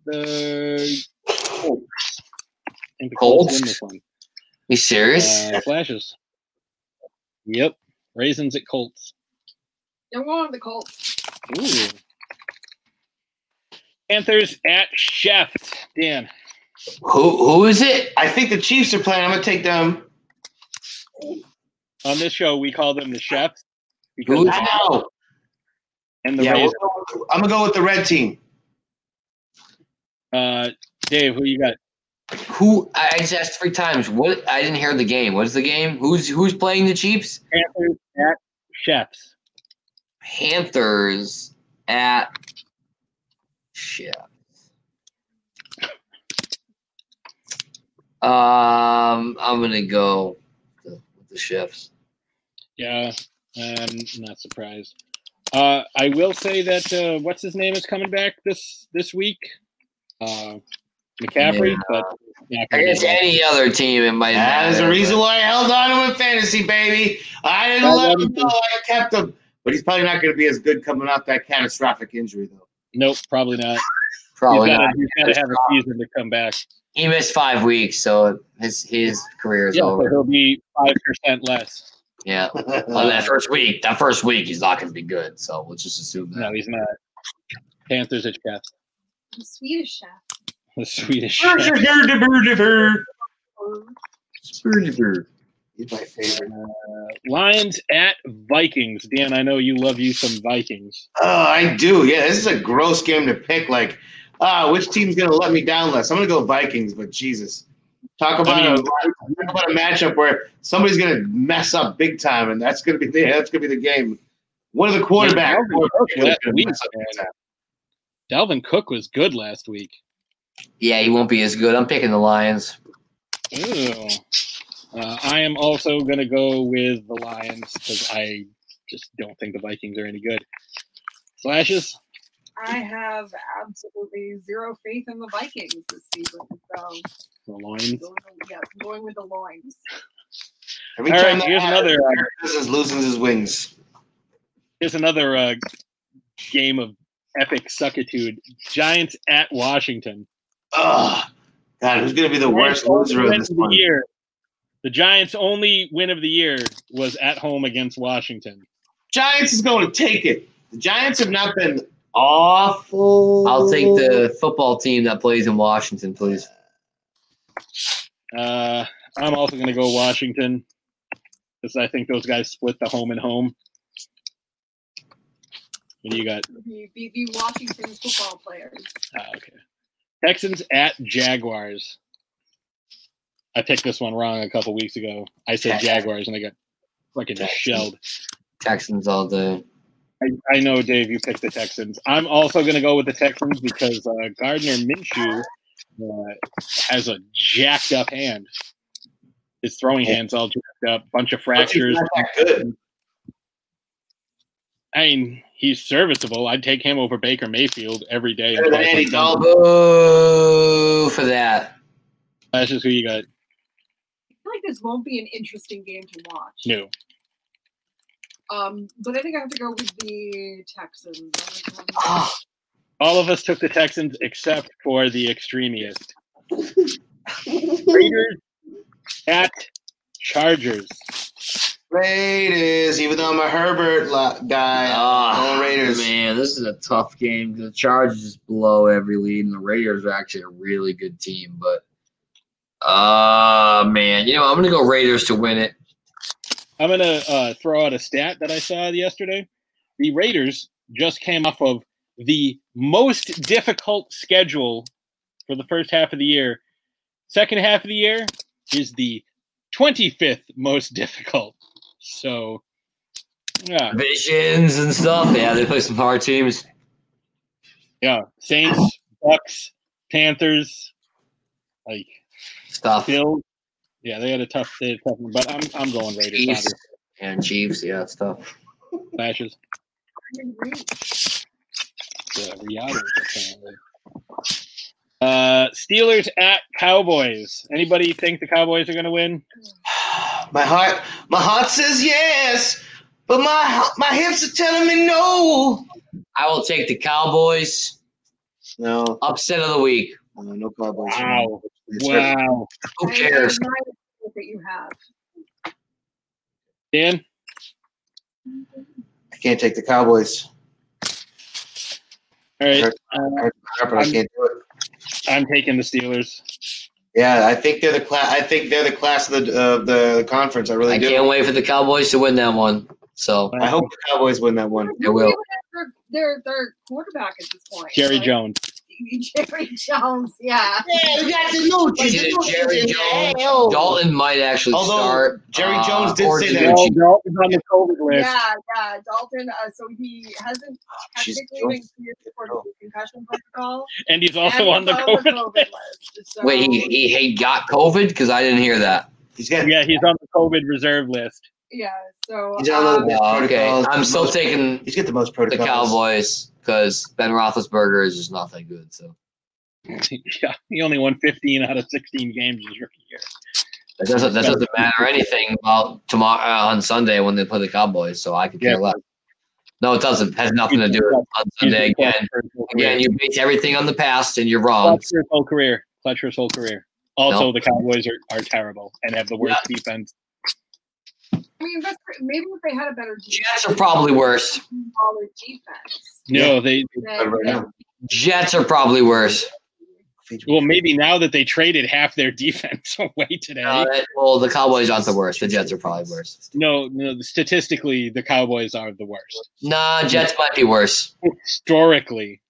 Speaker 1: the Colts. I think the Colts win this one.
Speaker 3: You serious?
Speaker 1: Uh, flashes. Yep. Raisins at Colts.
Speaker 9: They're one of the Colts.
Speaker 1: Ooh. Panthers at Shaft. Dan.
Speaker 3: who who is it?
Speaker 8: I think the Chiefs are playing. I'm gonna take them.
Speaker 1: On this show, we call them the Chefs. Because
Speaker 3: Who's
Speaker 8: I know.
Speaker 1: and the
Speaker 8: Yeah, we'll
Speaker 1: Raisins.
Speaker 8: go with- I'm gonna go with the red team.
Speaker 1: Uh, Dave, who you got?
Speaker 3: who? I just asked three times. What? I didn't hear the game. What's the game? Who's who's playing the Chiefs?
Speaker 1: Panthers at Chefs.
Speaker 3: Panthers at shit. Um, I'm gonna go with the Chiefs.
Speaker 1: Yeah, I'm not surprised. Uh, I will say that uh, what's his name is coming back this this week. uh, McCaffrey,
Speaker 3: Yeah.
Speaker 1: but McCaffrey
Speaker 3: Against any other team, it might.
Speaker 2: That is the
Speaker 3: matter,
Speaker 2: reason why I held on to him in fantasy, baby. I didn't let him go. I kept him.
Speaker 7: But he's probably not going to be as good coming off that catastrophic injury, though.
Speaker 8: (laughs)
Speaker 1: nope, probably not.
Speaker 3: but Probably
Speaker 1: he's
Speaker 3: not.
Speaker 1: got to have a season to come back.
Speaker 3: He missed five weeks, so his his career is
Speaker 1: Yeah, so
Speaker 3: over.
Speaker 1: he'll be five percent less.
Speaker 3: Yeah. Well, that first week, that first week, he's not going to be good. So we'll just assume that.
Speaker 1: No, he's not. Panthers are cats.
Speaker 9: The Swedish chef.
Speaker 1: (laughs) The Swedish.
Speaker 8: He's my favorite.
Speaker 1: Lions at Vikings. Dan, I know you love you some Vikings.
Speaker 7: Oh, I do. Yeah, this is a gross game to pick. Like, ah, which team's going to let me down less? I'm going to go Vikings, but Jesus. Talk about,
Speaker 1: I
Speaker 7: a, talk about a matchup where somebody's going to mess up big time, and that's going to be the, that's going to be the game. One of the quarterbacks.
Speaker 1: Last week, man. Dalvin Cook was good last week.
Speaker 3: Yeah, he won't be as good. I'm picking the Lions.
Speaker 1: Ew. Uh, I am also going to go with the Lions because I just don't think the Vikings are any good. Slashes?
Speaker 9: I have absolutely zero faith in the Vikings this season. So
Speaker 1: The
Speaker 3: Mm.
Speaker 1: Lions.
Speaker 9: going, yeah, going with the loins.
Speaker 1: All
Speaker 8: Every time
Speaker 1: right,
Speaker 8: that
Speaker 1: here's another,
Speaker 8: happens,
Speaker 1: uh,
Speaker 8: Kirk Cousins loses his wings.
Speaker 1: here's another uh, game of epic suckitude. Giants at Washington.
Speaker 8: Ugh. God, who's going to be the
Speaker 1: Giants'
Speaker 8: worst
Speaker 1: only
Speaker 8: loser of
Speaker 1: win
Speaker 8: this
Speaker 1: the
Speaker 8: one?
Speaker 1: year. The Giants' only win of the year was at home against Washington.
Speaker 7: Giants is going to take it. The Giants have not been awful.
Speaker 3: I'll take the football team that plays in Washington, please.
Speaker 1: Uh, I'm also going to go Washington because I think those guys split the home and home. What do you got?
Speaker 9: The, the, the Washington football players.
Speaker 1: Ah, okay. Texans at Jaguars. I picked this one wrong a couple weeks ago. I said Jaguars and I got fucking shelled.
Speaker 3: Texans all day.
Speaker 1: I, I know, Dave, you picked the Texans. I'm also going to go with the Texans because uh, Gardner Minshew uh, has a jacked up hand. His throwing hand's all jacked up, bunch of fractures. I mean, he's serviceable. I'd take him over Baker Mayfield every day.
Speaker 8: Better than Andy Dalton.
Speaker 3: Boo for that.
Speaker 1: That's just who you got.
Speaker 9: I feel like this won't be an interesting game to watch.
Speaker 1: No.
Speaker 9: Um, but I think I have to go with the Texans. I'm gonna go
Speaker 3: Ah,
Speaker 1: All of us took the Texans except for the extremist. Raiders at Chargers.
Speaker 8: Raiders, even though I'm a Herbert lo- guy.
Speaker 3: Ah,
Speaker 8: Go Raiders.
Speaker 3: Man, this is a tough game. The Chargers just blow every lead, and the Raiders are actually a really good team. But, ah, man, you know, I'm going to go Raiders to win it.
Speaker 1: I'm going to uh, throw out a stat that I saw yesterday. The Raiders just came off of the most difficult schedule for the first half of the year. Second half of the year is the 25th most (laughs) difficult. So, yeah.
Speaker 3: Visions and stuff. Yeah, they play some hard teams.
Speaker 1: Yeah, Saints, Bucks, Panthers, like
Speaker 3: Stuff.
Speaker 1: Bills. Yeah, they had a tough, they had a tough one, but I'm I'm going Raiders.
Speaker 3: Chiefs.
Speaker 1: Obviously.
Speaker 3: And Chiefs, yeah, stuff.
Speaker 1: Flashes.
Speaker 9: with the Saints.
Speaker 1: Yeah, Rihanna, apparently. Uh, Steelers at Cowboys. Anybody think the Cowboys are going to win?
Speaker 8: My heart, my heart says yes, but my my hips are telling me no.
Speaker 3: I will take the Cowboys.
Speaker 8: No,
Speaker 3: Upset of the week.
Speaker 8: no, no Cowboys.
Speaker 1: Wow!
Speaker 8: It's Herbert.
Speaker 1: Wow!
Speaker 3: Who
Speaker 9: I- I
Speaker 3: cares?
Speaker 9: admire the faith that you have.
Speaker 1: Dan,
Speaker 8: I can't take the Cowboys.
Speaker 1: all right, uh,
Speaker 8: Harper, I
Speaker 1: I'm-
Speaker 8: can't do it.
Speaker 1: I'm taking the Steelers.
Speaker 8: Yeah, I think they're the class. I think they're the class of the of the conference. I really
Speaker 3: I
Speaker 8: do.
Speaker 3: can't wait for the Cowboys to win that one. So
Speaker 8: I hope the Cowboys win that one.
Speaker 3: They will.
Speaker 9: They're, they're, they're quarterback at this point.
Speaker 1: Jerry
Speaker 9: Like,
Speaker 1: Jones.
Speaker 9: (laughs) Jerry Jones, yeah.
Speaker 7: Yeah, we got the new
Speaker 3: Either Jerry Jones, Dalton might actually
Speaker 7: Although
Speaker 3: start. uh,
Speaker 7: Jerry Jones did
Speaker 3: or
Speaker 7: say that-
Speaker 3: Digucci.
Speaker 1: Oh, Dalton's on the COVID list.
Speaker 9: Yeah, yeah, Dalton. Uh, so he hasn't
Speaker 3: Ah,
Speaker 8: she's-
Speaker 9: technically been cleared for the concussion protocol.
Speaker 1: and he's (laughs) also on the
Speaker 9: And he's
Speaker 1: COVID. list.
Speaker 9: list. So,
Speaker 3: Wait, he, he, he got COVID? Because I didn't hear that.
Speaker 8: He's got.
Speaker 1: Yeah, he's on the COVID reserve list. (laughs)
Speaker 9: yeah. So
Speaker 8: He's on
Speaker 9: um,
Speaker 8: the-
Speaker 3: Oh, okay.
Speaker 8: Protocols,
Speaker 3: I'm still
Speaker 8: most-
Speaker 3: taking
Speaker 8: He's got the most
Speaker 3: the
Speaker 8: protocols.
Speaker 3: Cowboys because Ben Roethlisberger is just not that good. So
Speaker 1: yeah, he only won 15 out of 16 games his rookie year.
Speaker 3: That doesn't that doesn't matter anything about tomorrow uh, on Sunday when they play the Cowboys. So I could care
Speaker 1: Yeah.
Speaker 3: less. No, it doesn't. has nothing to do with it. on
Speaker 1: He's
Speaker 3: Sunday
Speaker 1: been clutch
Speaker 3: again.
Speaker 1: for his whole career.
Speaker 3: Again, you base everything on the past, and you're wrong.
Speaker 1: clutch for his whole career. Clutch for his whole career. Also,
Speaker 3: No.
Speaker 1: the Cowboys are, are terrible and have the worst defense.
Speaker 9: I mean, that's, great. maybe if they had a better defense,
Speaker 3: Jets are probably worse.
Speaker 9: smaller defense,
Speaker 1: No, they
Speaker 9: then
Speaker 3: Jets are probably worse.
Speaker 1: well maybe now that they traded half their (laughs) defense away today.
Speaker 3: Uh, that- well, the Cowboys aren't the worst. The Jets are probably worse.
Speaker 1: no, no, statistically, the Cowboys are the worst
Speaker 3: Nah, Jets might be worse.
Speaker 1: historically.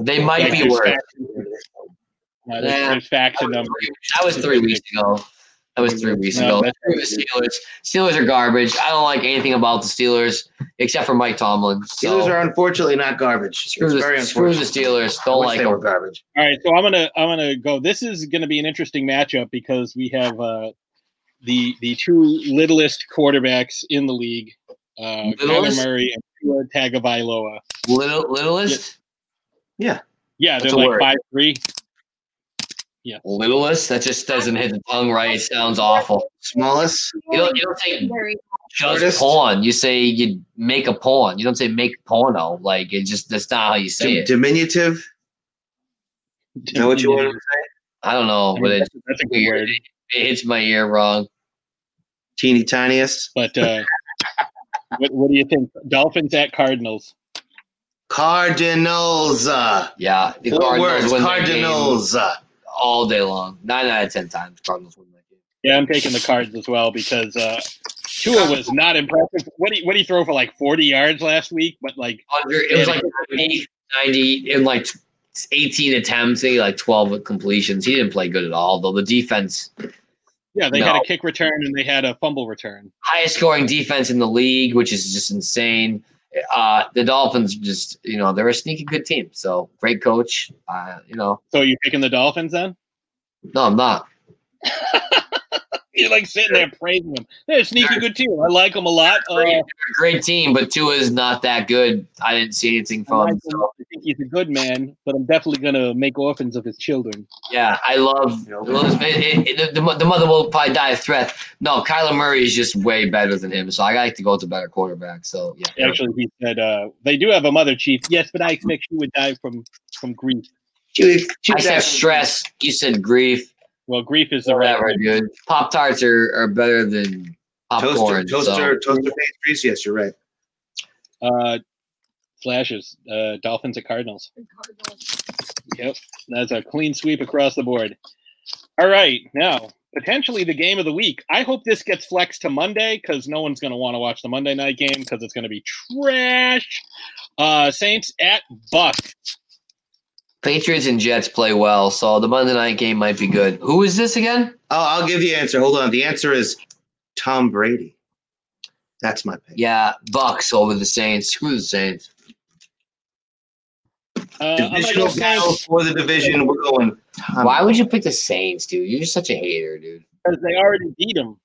Speaker 3: They might
Speaker 1: Like,
Speaker 3: be
Speaker 1: there's
Speaker 3: worse.
Speaker 1: facts in there. No, uh, there's,
Speaker 3: Nah.
Speaker 1: there's facts
Speaker 3: That
Speaker 1: in
Speaker 3: was,
Speaker 1: them.
Speaker 3: three, that was three weeks ago. That was three weeks
Speaker 1: No,
Speaker 3: ago.
Speaker 1: that's-
Speaker 3: Screw the Steelers. Steelers are garbage. I don't like anything about the Steelers except for Mike Tomlin. So
Speaker 2: Steelers are unfortunately not garbage.
Speaker 3: screw,
Speaker 2: it's very
Speaker 3: the, screw the
Speaker 2: unfortunate.
Speaker 3: Steelers.
Speaker 2: I
Speaker 3: Don't
Speaker 2: wish
Speaker 3: like
Speaker 2: they were
Speaker 3: them.
Speaker 2: garbage.
Speaker 1: All right, so I'm gonna I'm gonna go. This is gonna be an interesting matchup because we have uh, the the two littlest quarterbacks in the league, uh, Kyler
Speaker 3: Littlest?
Speaker 1: Murray and Tua Tagovailoa.
Speaker 3: Little, littlest?
Speaker 1: Yeah,
Speaker 3: That's
Speaker 1: they're
Speaker 3: a
Speaker 1: like
Speaker 3: word.
Speaker 1: five three.
Speaker 3: Littlest? That just doesn't hit the tongue right. It sounds awful.
Speaker 2: Smallest.
Speaker 3: You (laughs) don't, you don't say
Speaker 9: very
Speaker 3: just
Speaker 2: Shortest?
Speaker 3: porn. You say you make a porn. You don't say make porno. Like it just that's not how you say
Speaker 2: Dim-
Speaker 3: it.
Speaker 2: diminutive. Is
Speaker 1: (laughs)
Speaker 2: that what you want?
Speaker 3: I don't know, but it,
Speaker 1: that's, that's a good
Speaker 3: it,
Speaker 1: word.
Speaker 3: hits my ear wrong.
Speaker 2: Teeny tiniest.
Speaker 1: But uh, what, what do you think? Dolphins at Cardinals.
Speaker 2: Cardinals. Uh,
Speaker 3: Yeah, the
Speaker 2: four words.
Speaker 3: win that game
Speaker 2: Cardinals. Uh,
Speaker 3: all day long. Nine out of ten times, Cardinals win that game.
Speaker 1: Yeah, I'm taking the Cards as well because uh, Tua was not impressive. What do you, what do you throw for like 40 yards last week? But like
Speaker 3: Hundred. It was like 90, 90 in like eighteen attempts, maybe like twelve completions. He didn't play good at all. Though the defense,
Speaker 1: Yeah, they had a
Speaker 3: No.
Speaker 1: kick return and they had a fumble return.
Speaker 3: highest scoring defense in the league, which is just insane. Uh, the Dolphins just, you know, they're a sneaky good team. So great coach. Uh, you know,
Speaker 1: So you picking the Dolphins then?
Speaker 3: no, I'm not.
Speaker 1: You're like sitting there praising them. They're a sneaky good team. I like them a lot. Uh, I
Speaker 3: They're a great team, but Tua is not that good. I didn't see anything from
Speaker 1: like
Speaker 3: him.
Speaker 1: him.
Speaker 3: So,
Speaker 1: I think he's a good man, but I'm definitely gonna make orphans of his children.
Speaker 3: yeah, I love, I love his, it, it, the, the mo- the mother will probably die of threat. No, Kyler Murray is just way better than him. So I like to go with a better quarterback. So yeah,
Speaker 1: Actually, he said uh, they do have a mother chief. Yes, but I expect she would die from from grief.
Speaker 2: she, she
Speaker 3: I
Speaker 2: was
Speaker 3: said
Speaker 2: actually-
Speaker 3: stress. You said grief.
Speaker 1: Well, grief is the right
Speaker 3: Whatever,
Speaker 1: word.
Speaker 3: dude. Pop tarts are, are better than
Speaker 2: Toaster,
Speaker 3: popcorn. so-
Speaker 2: toaster, toaster pastries. Yes, you're right.
Speaker 1: Uh, slashes. Uh, Dolphins at Cardinals.
Speaker 9: Cardinals.
Speaker 1: Yep. That's a clean sweep across the board. All right. Now, potentially the game of the week. I hope this gets flexed to Monday because no one's going to want to watch the Monday night game because it's going to be trash. Uh, Saints at Bucks.
Speaker 3: Patriots and Jets play well, so the Monday night game might be good. Who is this again?
Speaker 2: Oh, I'll give you an answer. Hold on. The answer is Tom Brady. That's my pick.
Speaker 3: Yeah, Bucks over the Saints. Screw the Saints.
Speaker 1: Uh, I'm gonna go
Speaker 2: Divisional battle
Speaker 1: Saints
Speaker 2: for the division. We're going. Tom
Speaker 3: Why would you pick the Saints, dude? You're just such a hater, dude.
Speaker 1: because they already beat them.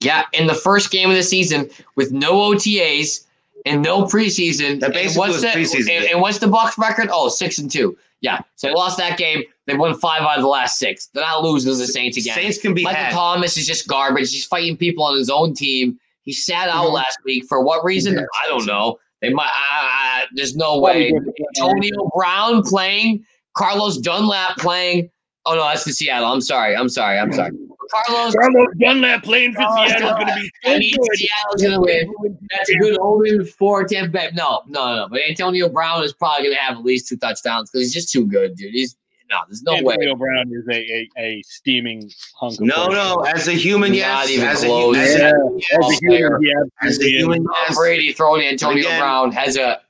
Speaker 3: Yeah, in the first game of the season with no OTAs and no preseason.
Speaker 2: That basically
Speaker 3: and what's
Speaker 2: was
Speaker 3: the,
Speaker 2: preseason.
Speaker 3: And, and what's the Bucks record? Oh, six and two. Yeah, so they lost that game. They won five out of the last six. They're not losing to the Saints again.
Speaker 2: Saints can be
Speaker 3: Michael
Speaker 2: had.
Speaker 3: Thomas is just garbage. He's fighting people on his own team. He sat out last week for what reason?
Speaker 2: Mm-hmm. Yeah.
Speaker 3: I don't know. They might. I, I, there's no
Speaker 1: Probably good
Speaker 3: way.
Speaker 1: for them.
Speaker 3: Antonio Brown playing. Carlos Dunlap playing. Oh no, that's the Seattle. I'm sorry. I'm sorry. I'm sorry. Carlos.
Speaker 1: Carlos Dunlap playing for
Speaker 3: Carlos
Speaker 1: Seattle is going to be so
Speaker 3: I mean,
Speaker 1: good.
Speaker 3: Seattle's gonna win. That's a good omen for Tampa Bay. No, no, no. But Antonio Brown is probably gonna have at least two touchdowns because he's just too good, dude. He's no. There's no way.
Speaker 1: Antonio Brown is a, a, a steaming hunk. Of
Speaker 2: No,
Speaker 1: bullshit.
Speaker 2: no. As a human,
Speaker 3: Not
Speaker 2: yes.
Speaker 3: even
Speaker 2: as,
Speaker 3: close.
Speaker 2: A, as,
Speaker 1: Yeah,
Speaker 2: a,
Speaker 1: as a human, he
Speaker 2: as a
Speaker 1: absolutely is.
Speaker 2: human,
Speaker 3: Tom
Speaker 2: yes.
Speaker 3: Brady throwing Antonio
Speaker 2: Again,
Speaker 3: Brown has a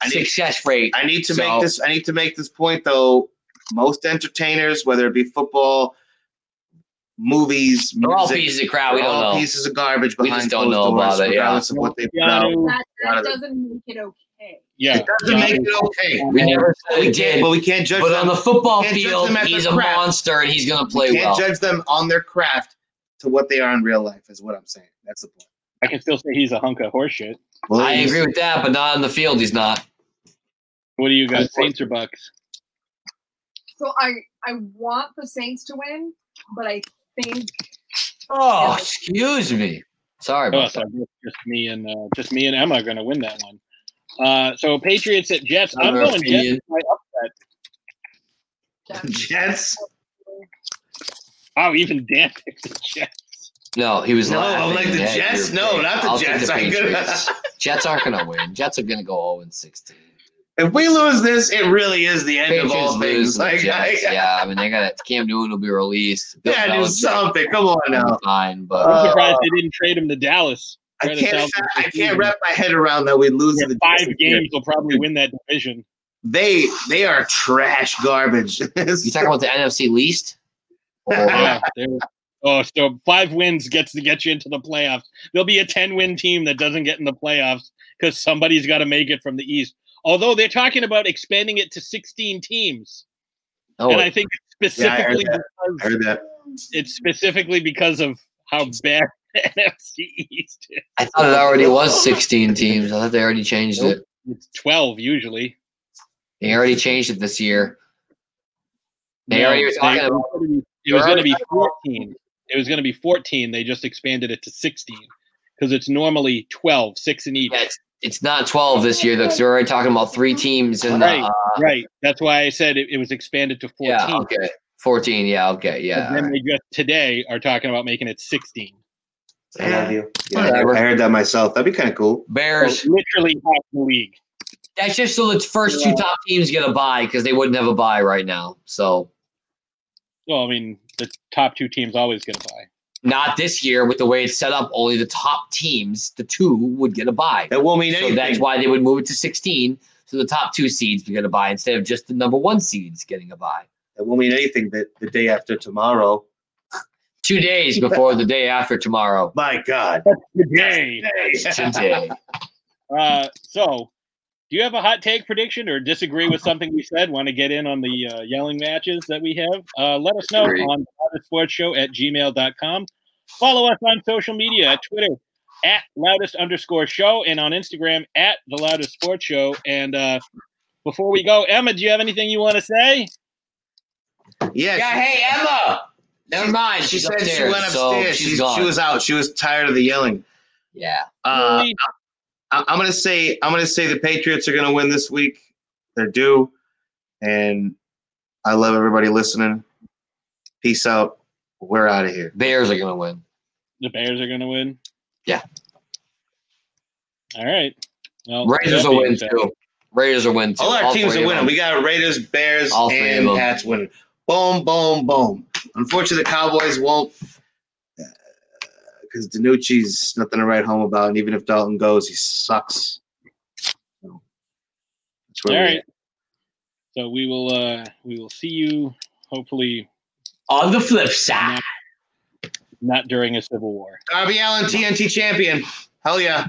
Speaker 2: I need-
Speaker 3: success rate.
Speaker 2: I need to
Speaker 3: So-
Speaker 2: make this. I need to make this point though. Most entertainers, whether it be football, movies,
Speaker 3: They're all
Speaker 2: music,
Speaker 3: pieces of crap. We
Speaker 2: they're
Speaker 3: don't
Speaker 2: all
Speaker 3: know.
Speaker 2: pieces of garbage
Speaker 3: We
Speaker 2: behind
Speaker 3: just don't
Speaker 2: closed
Speaker 3: know
Speaker 2: doors,
Speaker 3: about it, yeah.
Speaker 2: regardless of what they put out.
Speaker 1: Keanu-
Speaker 9: That, that doesn't make it okay.
Speaker 1: yeah,
Speaker 2: It doesn't make it okay.
Speaker 3: We never said
Speaker 2: We
Speaker 3: it
Speaker 2: can't,
Speaker 3: did.
Speaker 2: but we can't judge
Speaker 3: But
Speaker 2: them.
Speaker 3: on the football
Speaker 2: can't judge
Speaker 3: field,
Speaker 2: them at
Speaker 3: he's
Speaker 2: their
Speaker 3: a
Speaker 2: craft.
Speaker 3: monster and he's going to play
Speaker 2: can't
Speaker 3: well.
Speaker 2: judge them on their craft to what they are in real life. Is what I'm saying. That's the point.
Speaker 1: I can still say he's a hunk of horseshit.
Speaker 3: I agree with that, but not on the field. He's not.
Speaker 1: What do you got, Saints or Bucks?
Speaker 9: So I I want the Saints to win, but I think
Speaker 3: Oh, excuse me. Sorry
Speaker 1: Oh,
Speaker 3: about
Speaker 1: so
Speaker 3: that.
Speaker 1: just just me and uh, just me and Emma are going to win that one. Uh, so Patriots at Jets. I'm
Speaker 3: Another
Speaker 1: going Jets. oh,
Speaker 3: opinion.
Speaker 1: by upset.
Speaker 9: that's
Speaker 2: (laughs) Jets.
Speaker 1: Wow, even (laughs) Dan picked the Jets.
Speaker 3: No, he was
Speaker 2: No,
Speaker 3: laughing.
Speaker 2: I'm like the
Speaker 3: Yeah,
Speaker 2: Jets.
Speaker 3: you're
Speaker 2: No,
Speaker 3: big.
Speaker 2: not the
Speaker 3: I'll take
Speaker 2: Jets. I'm gonna-
Speaker 3: Patriots. Jets aren't going to win. Jets are going to go 0 and 16.
Speaker 2: If we lose this, it really is the end of
Speaker 3: Patriots
Speaker 2: all
Speaker 3: lose.
Speaker 2: things.
Speaker 3: to the
Speaker 2: Like, I,
Speaker 3: Jets. yeah, I mean, they got Cam Newton will be released. Bill
Speaker 2: (laughs) yeah, do
Speaker 3: Belichick
Speaker 2: something. Come on
Speaker 3: will be
Speaker 2: now.
Speaker 3: Fine, but
Speaker 1: I'm
Speaker 2: Uh,
Speaker 1: surprised they didn't trade him to Dallas.
Speaker 2: I
Speaker 1: Try to
Speaker 2: can't.
Speaker 1: salvage
Speaker 2: I
Speaker 1: the
Speaker 2: can't
Speaker 1: season.
Speaker 2: wrap my head around that we lose to
Speaker 1: Yeah,
Speaker 2: the
Speaker 1: five
Speaker 2: Jets this year.
Speaker 1: games will probably win that division.
Speaker 2: They they are trash garbage. (laughs)
Speaker 3: you talking about the NFC least? Or,
Speaker 1: Yeah, they're- oh, so five wins gets to get you into the playoffs. There'll be a ten-win team that doesn't get in the playoffs because somebody's got to make it from the East. Although they're talking about expanding it to sixteen teams,
Speaker 3: oh,
Speaker 1: and I think it's
Speaker 2: Yeah, I heard
Speaker 1: specifically
Speaker 2: I
Speaker 1: because
Speaker 2: heard that.
Speaker 1: it's specifically because of how bad (laughs) the NFC East is.
Speaker 3: I thought it already was 16 teams. I thought they already changed
Speaker 1: Nope.
Speaker 3: it.
Speaker 1: It's twelve usually.
Speaker 3: They already changed it this year. They
Speaker 1: No,
Speaker 3: already were
Speaker 1: they-
Speaker 3: talking about
Speaker 1: it was going to be 14. It was going to be 14. They just expanded it to 16 because it's normally 12, six in each.
Speaker 3: Yeah, it's, it's not 12 this year, though, because we're already talking about three teams. And
Speaker 1: Right,
Speaker 3: uh,
Speaker 1: right. That's why I said it, it was expanded to 14.
Speaker 3: yeah, okay. 14, yeah, okay, yeah.
Speaker 1: and then they just today are talking about making it 16.
Speaker 2: I love you. Yeah,
Speaker 3: Whatever.
Speaker 2: I heard that myself. That'd be kind of cool.
Speaker 3: Bears.
Speaker 1: So literally half the league.
Speaker 3: That's just so the first two top teams get a buy because they wouldn't have a buy right now. So
Speaker 1: Well, I mean, the top two teams always get a buy.
Speaker 3: not this year with the way it's set up. Only the top teams, the two, would get a buy.
Speaker 2: That won't mean
Speaker 3: So
Speaker 2: anything.
Speaker 3: that's why they would move it to 16. So the top two seeds would get a buy instead of just the number one seeds getting a buy.
Speaker 2: that won't mean anything. That the day after tomorrow.
Speaker 3: Two days before the day after tomorrow.
Speaker 2: My God.
Speaker 1: Today.
Speaker 2: (laughs)
Speaker 3: Today.
Speaker 1: Uh, so, do you have a hot take prediction or disagree with something we said? Want to get in on the uh, yelling matches that we have? Uh, let us know
Speaker 3: Disagree.
Speaker 1: on sportsshow at gmail.com. Follow us on social media at Twitter at loudest underscore show and on Instagram at the loudest sports show. And uh, before we go, Emma, do you have anything you want to say?
Speaker 2: Yeah.
Speaker 3: Yeah, hey, Emma. Never mind.
Speaker 2: She
Speaker 3: She's
Speaker 2: said
Speaker 3: upstairs,
Speaker 2: she went
Speaker 3: So
Speaker 2: upstairs.
Speaker 3: she's
Speaker 2: she,
Speaker 3: gone.
Speaker 2: she was out. She was tired of the yelling.
Speaker 3: yeah.
Speaker 2: Uh, I, I'm gonna say I'm gonna say the Patriots are gonna win this week. They're due, and I love everybody listening. Peace out. We're out of here.
Speaker 3: Bears are going to win.
Speaker 1: The Bears are going to win.
Speaker 3: Yeah.
Speaker 1: All right. Well,
Speaker 3: Raiders
Speaker 1: that
Speaker 3: will
Speaker 1: being
Speaker 3: win,
Speaker 1: said-
Speaker 3: too. Raiders will win, too.
Speaker 2: All our teams
Speaker 3: three
Speaker 2: are
Speaker 3: of
Speaker 2: winning.
Speaker 3: them.
Speaker 2: We got Raiders, Bears,
Speaker 3: All three
Speaker 2: and
Speaker 3: of them.
Speaker 2: Pats winning. Boom, boom, boom. Unfortunately, the Cowboys won't because Danucci's nothing to write home about. And even if Dalton goes, he sucks. So, that's
Speaker 1: All
Speaker 2: where we-
Speaker 1: right. So we will uh we will see you hopefully
Speaker 3: On the flip side.
Speaker 1: not during a civil war.
Speaker 2: Darby Allen, TNT champion. Hell yeah.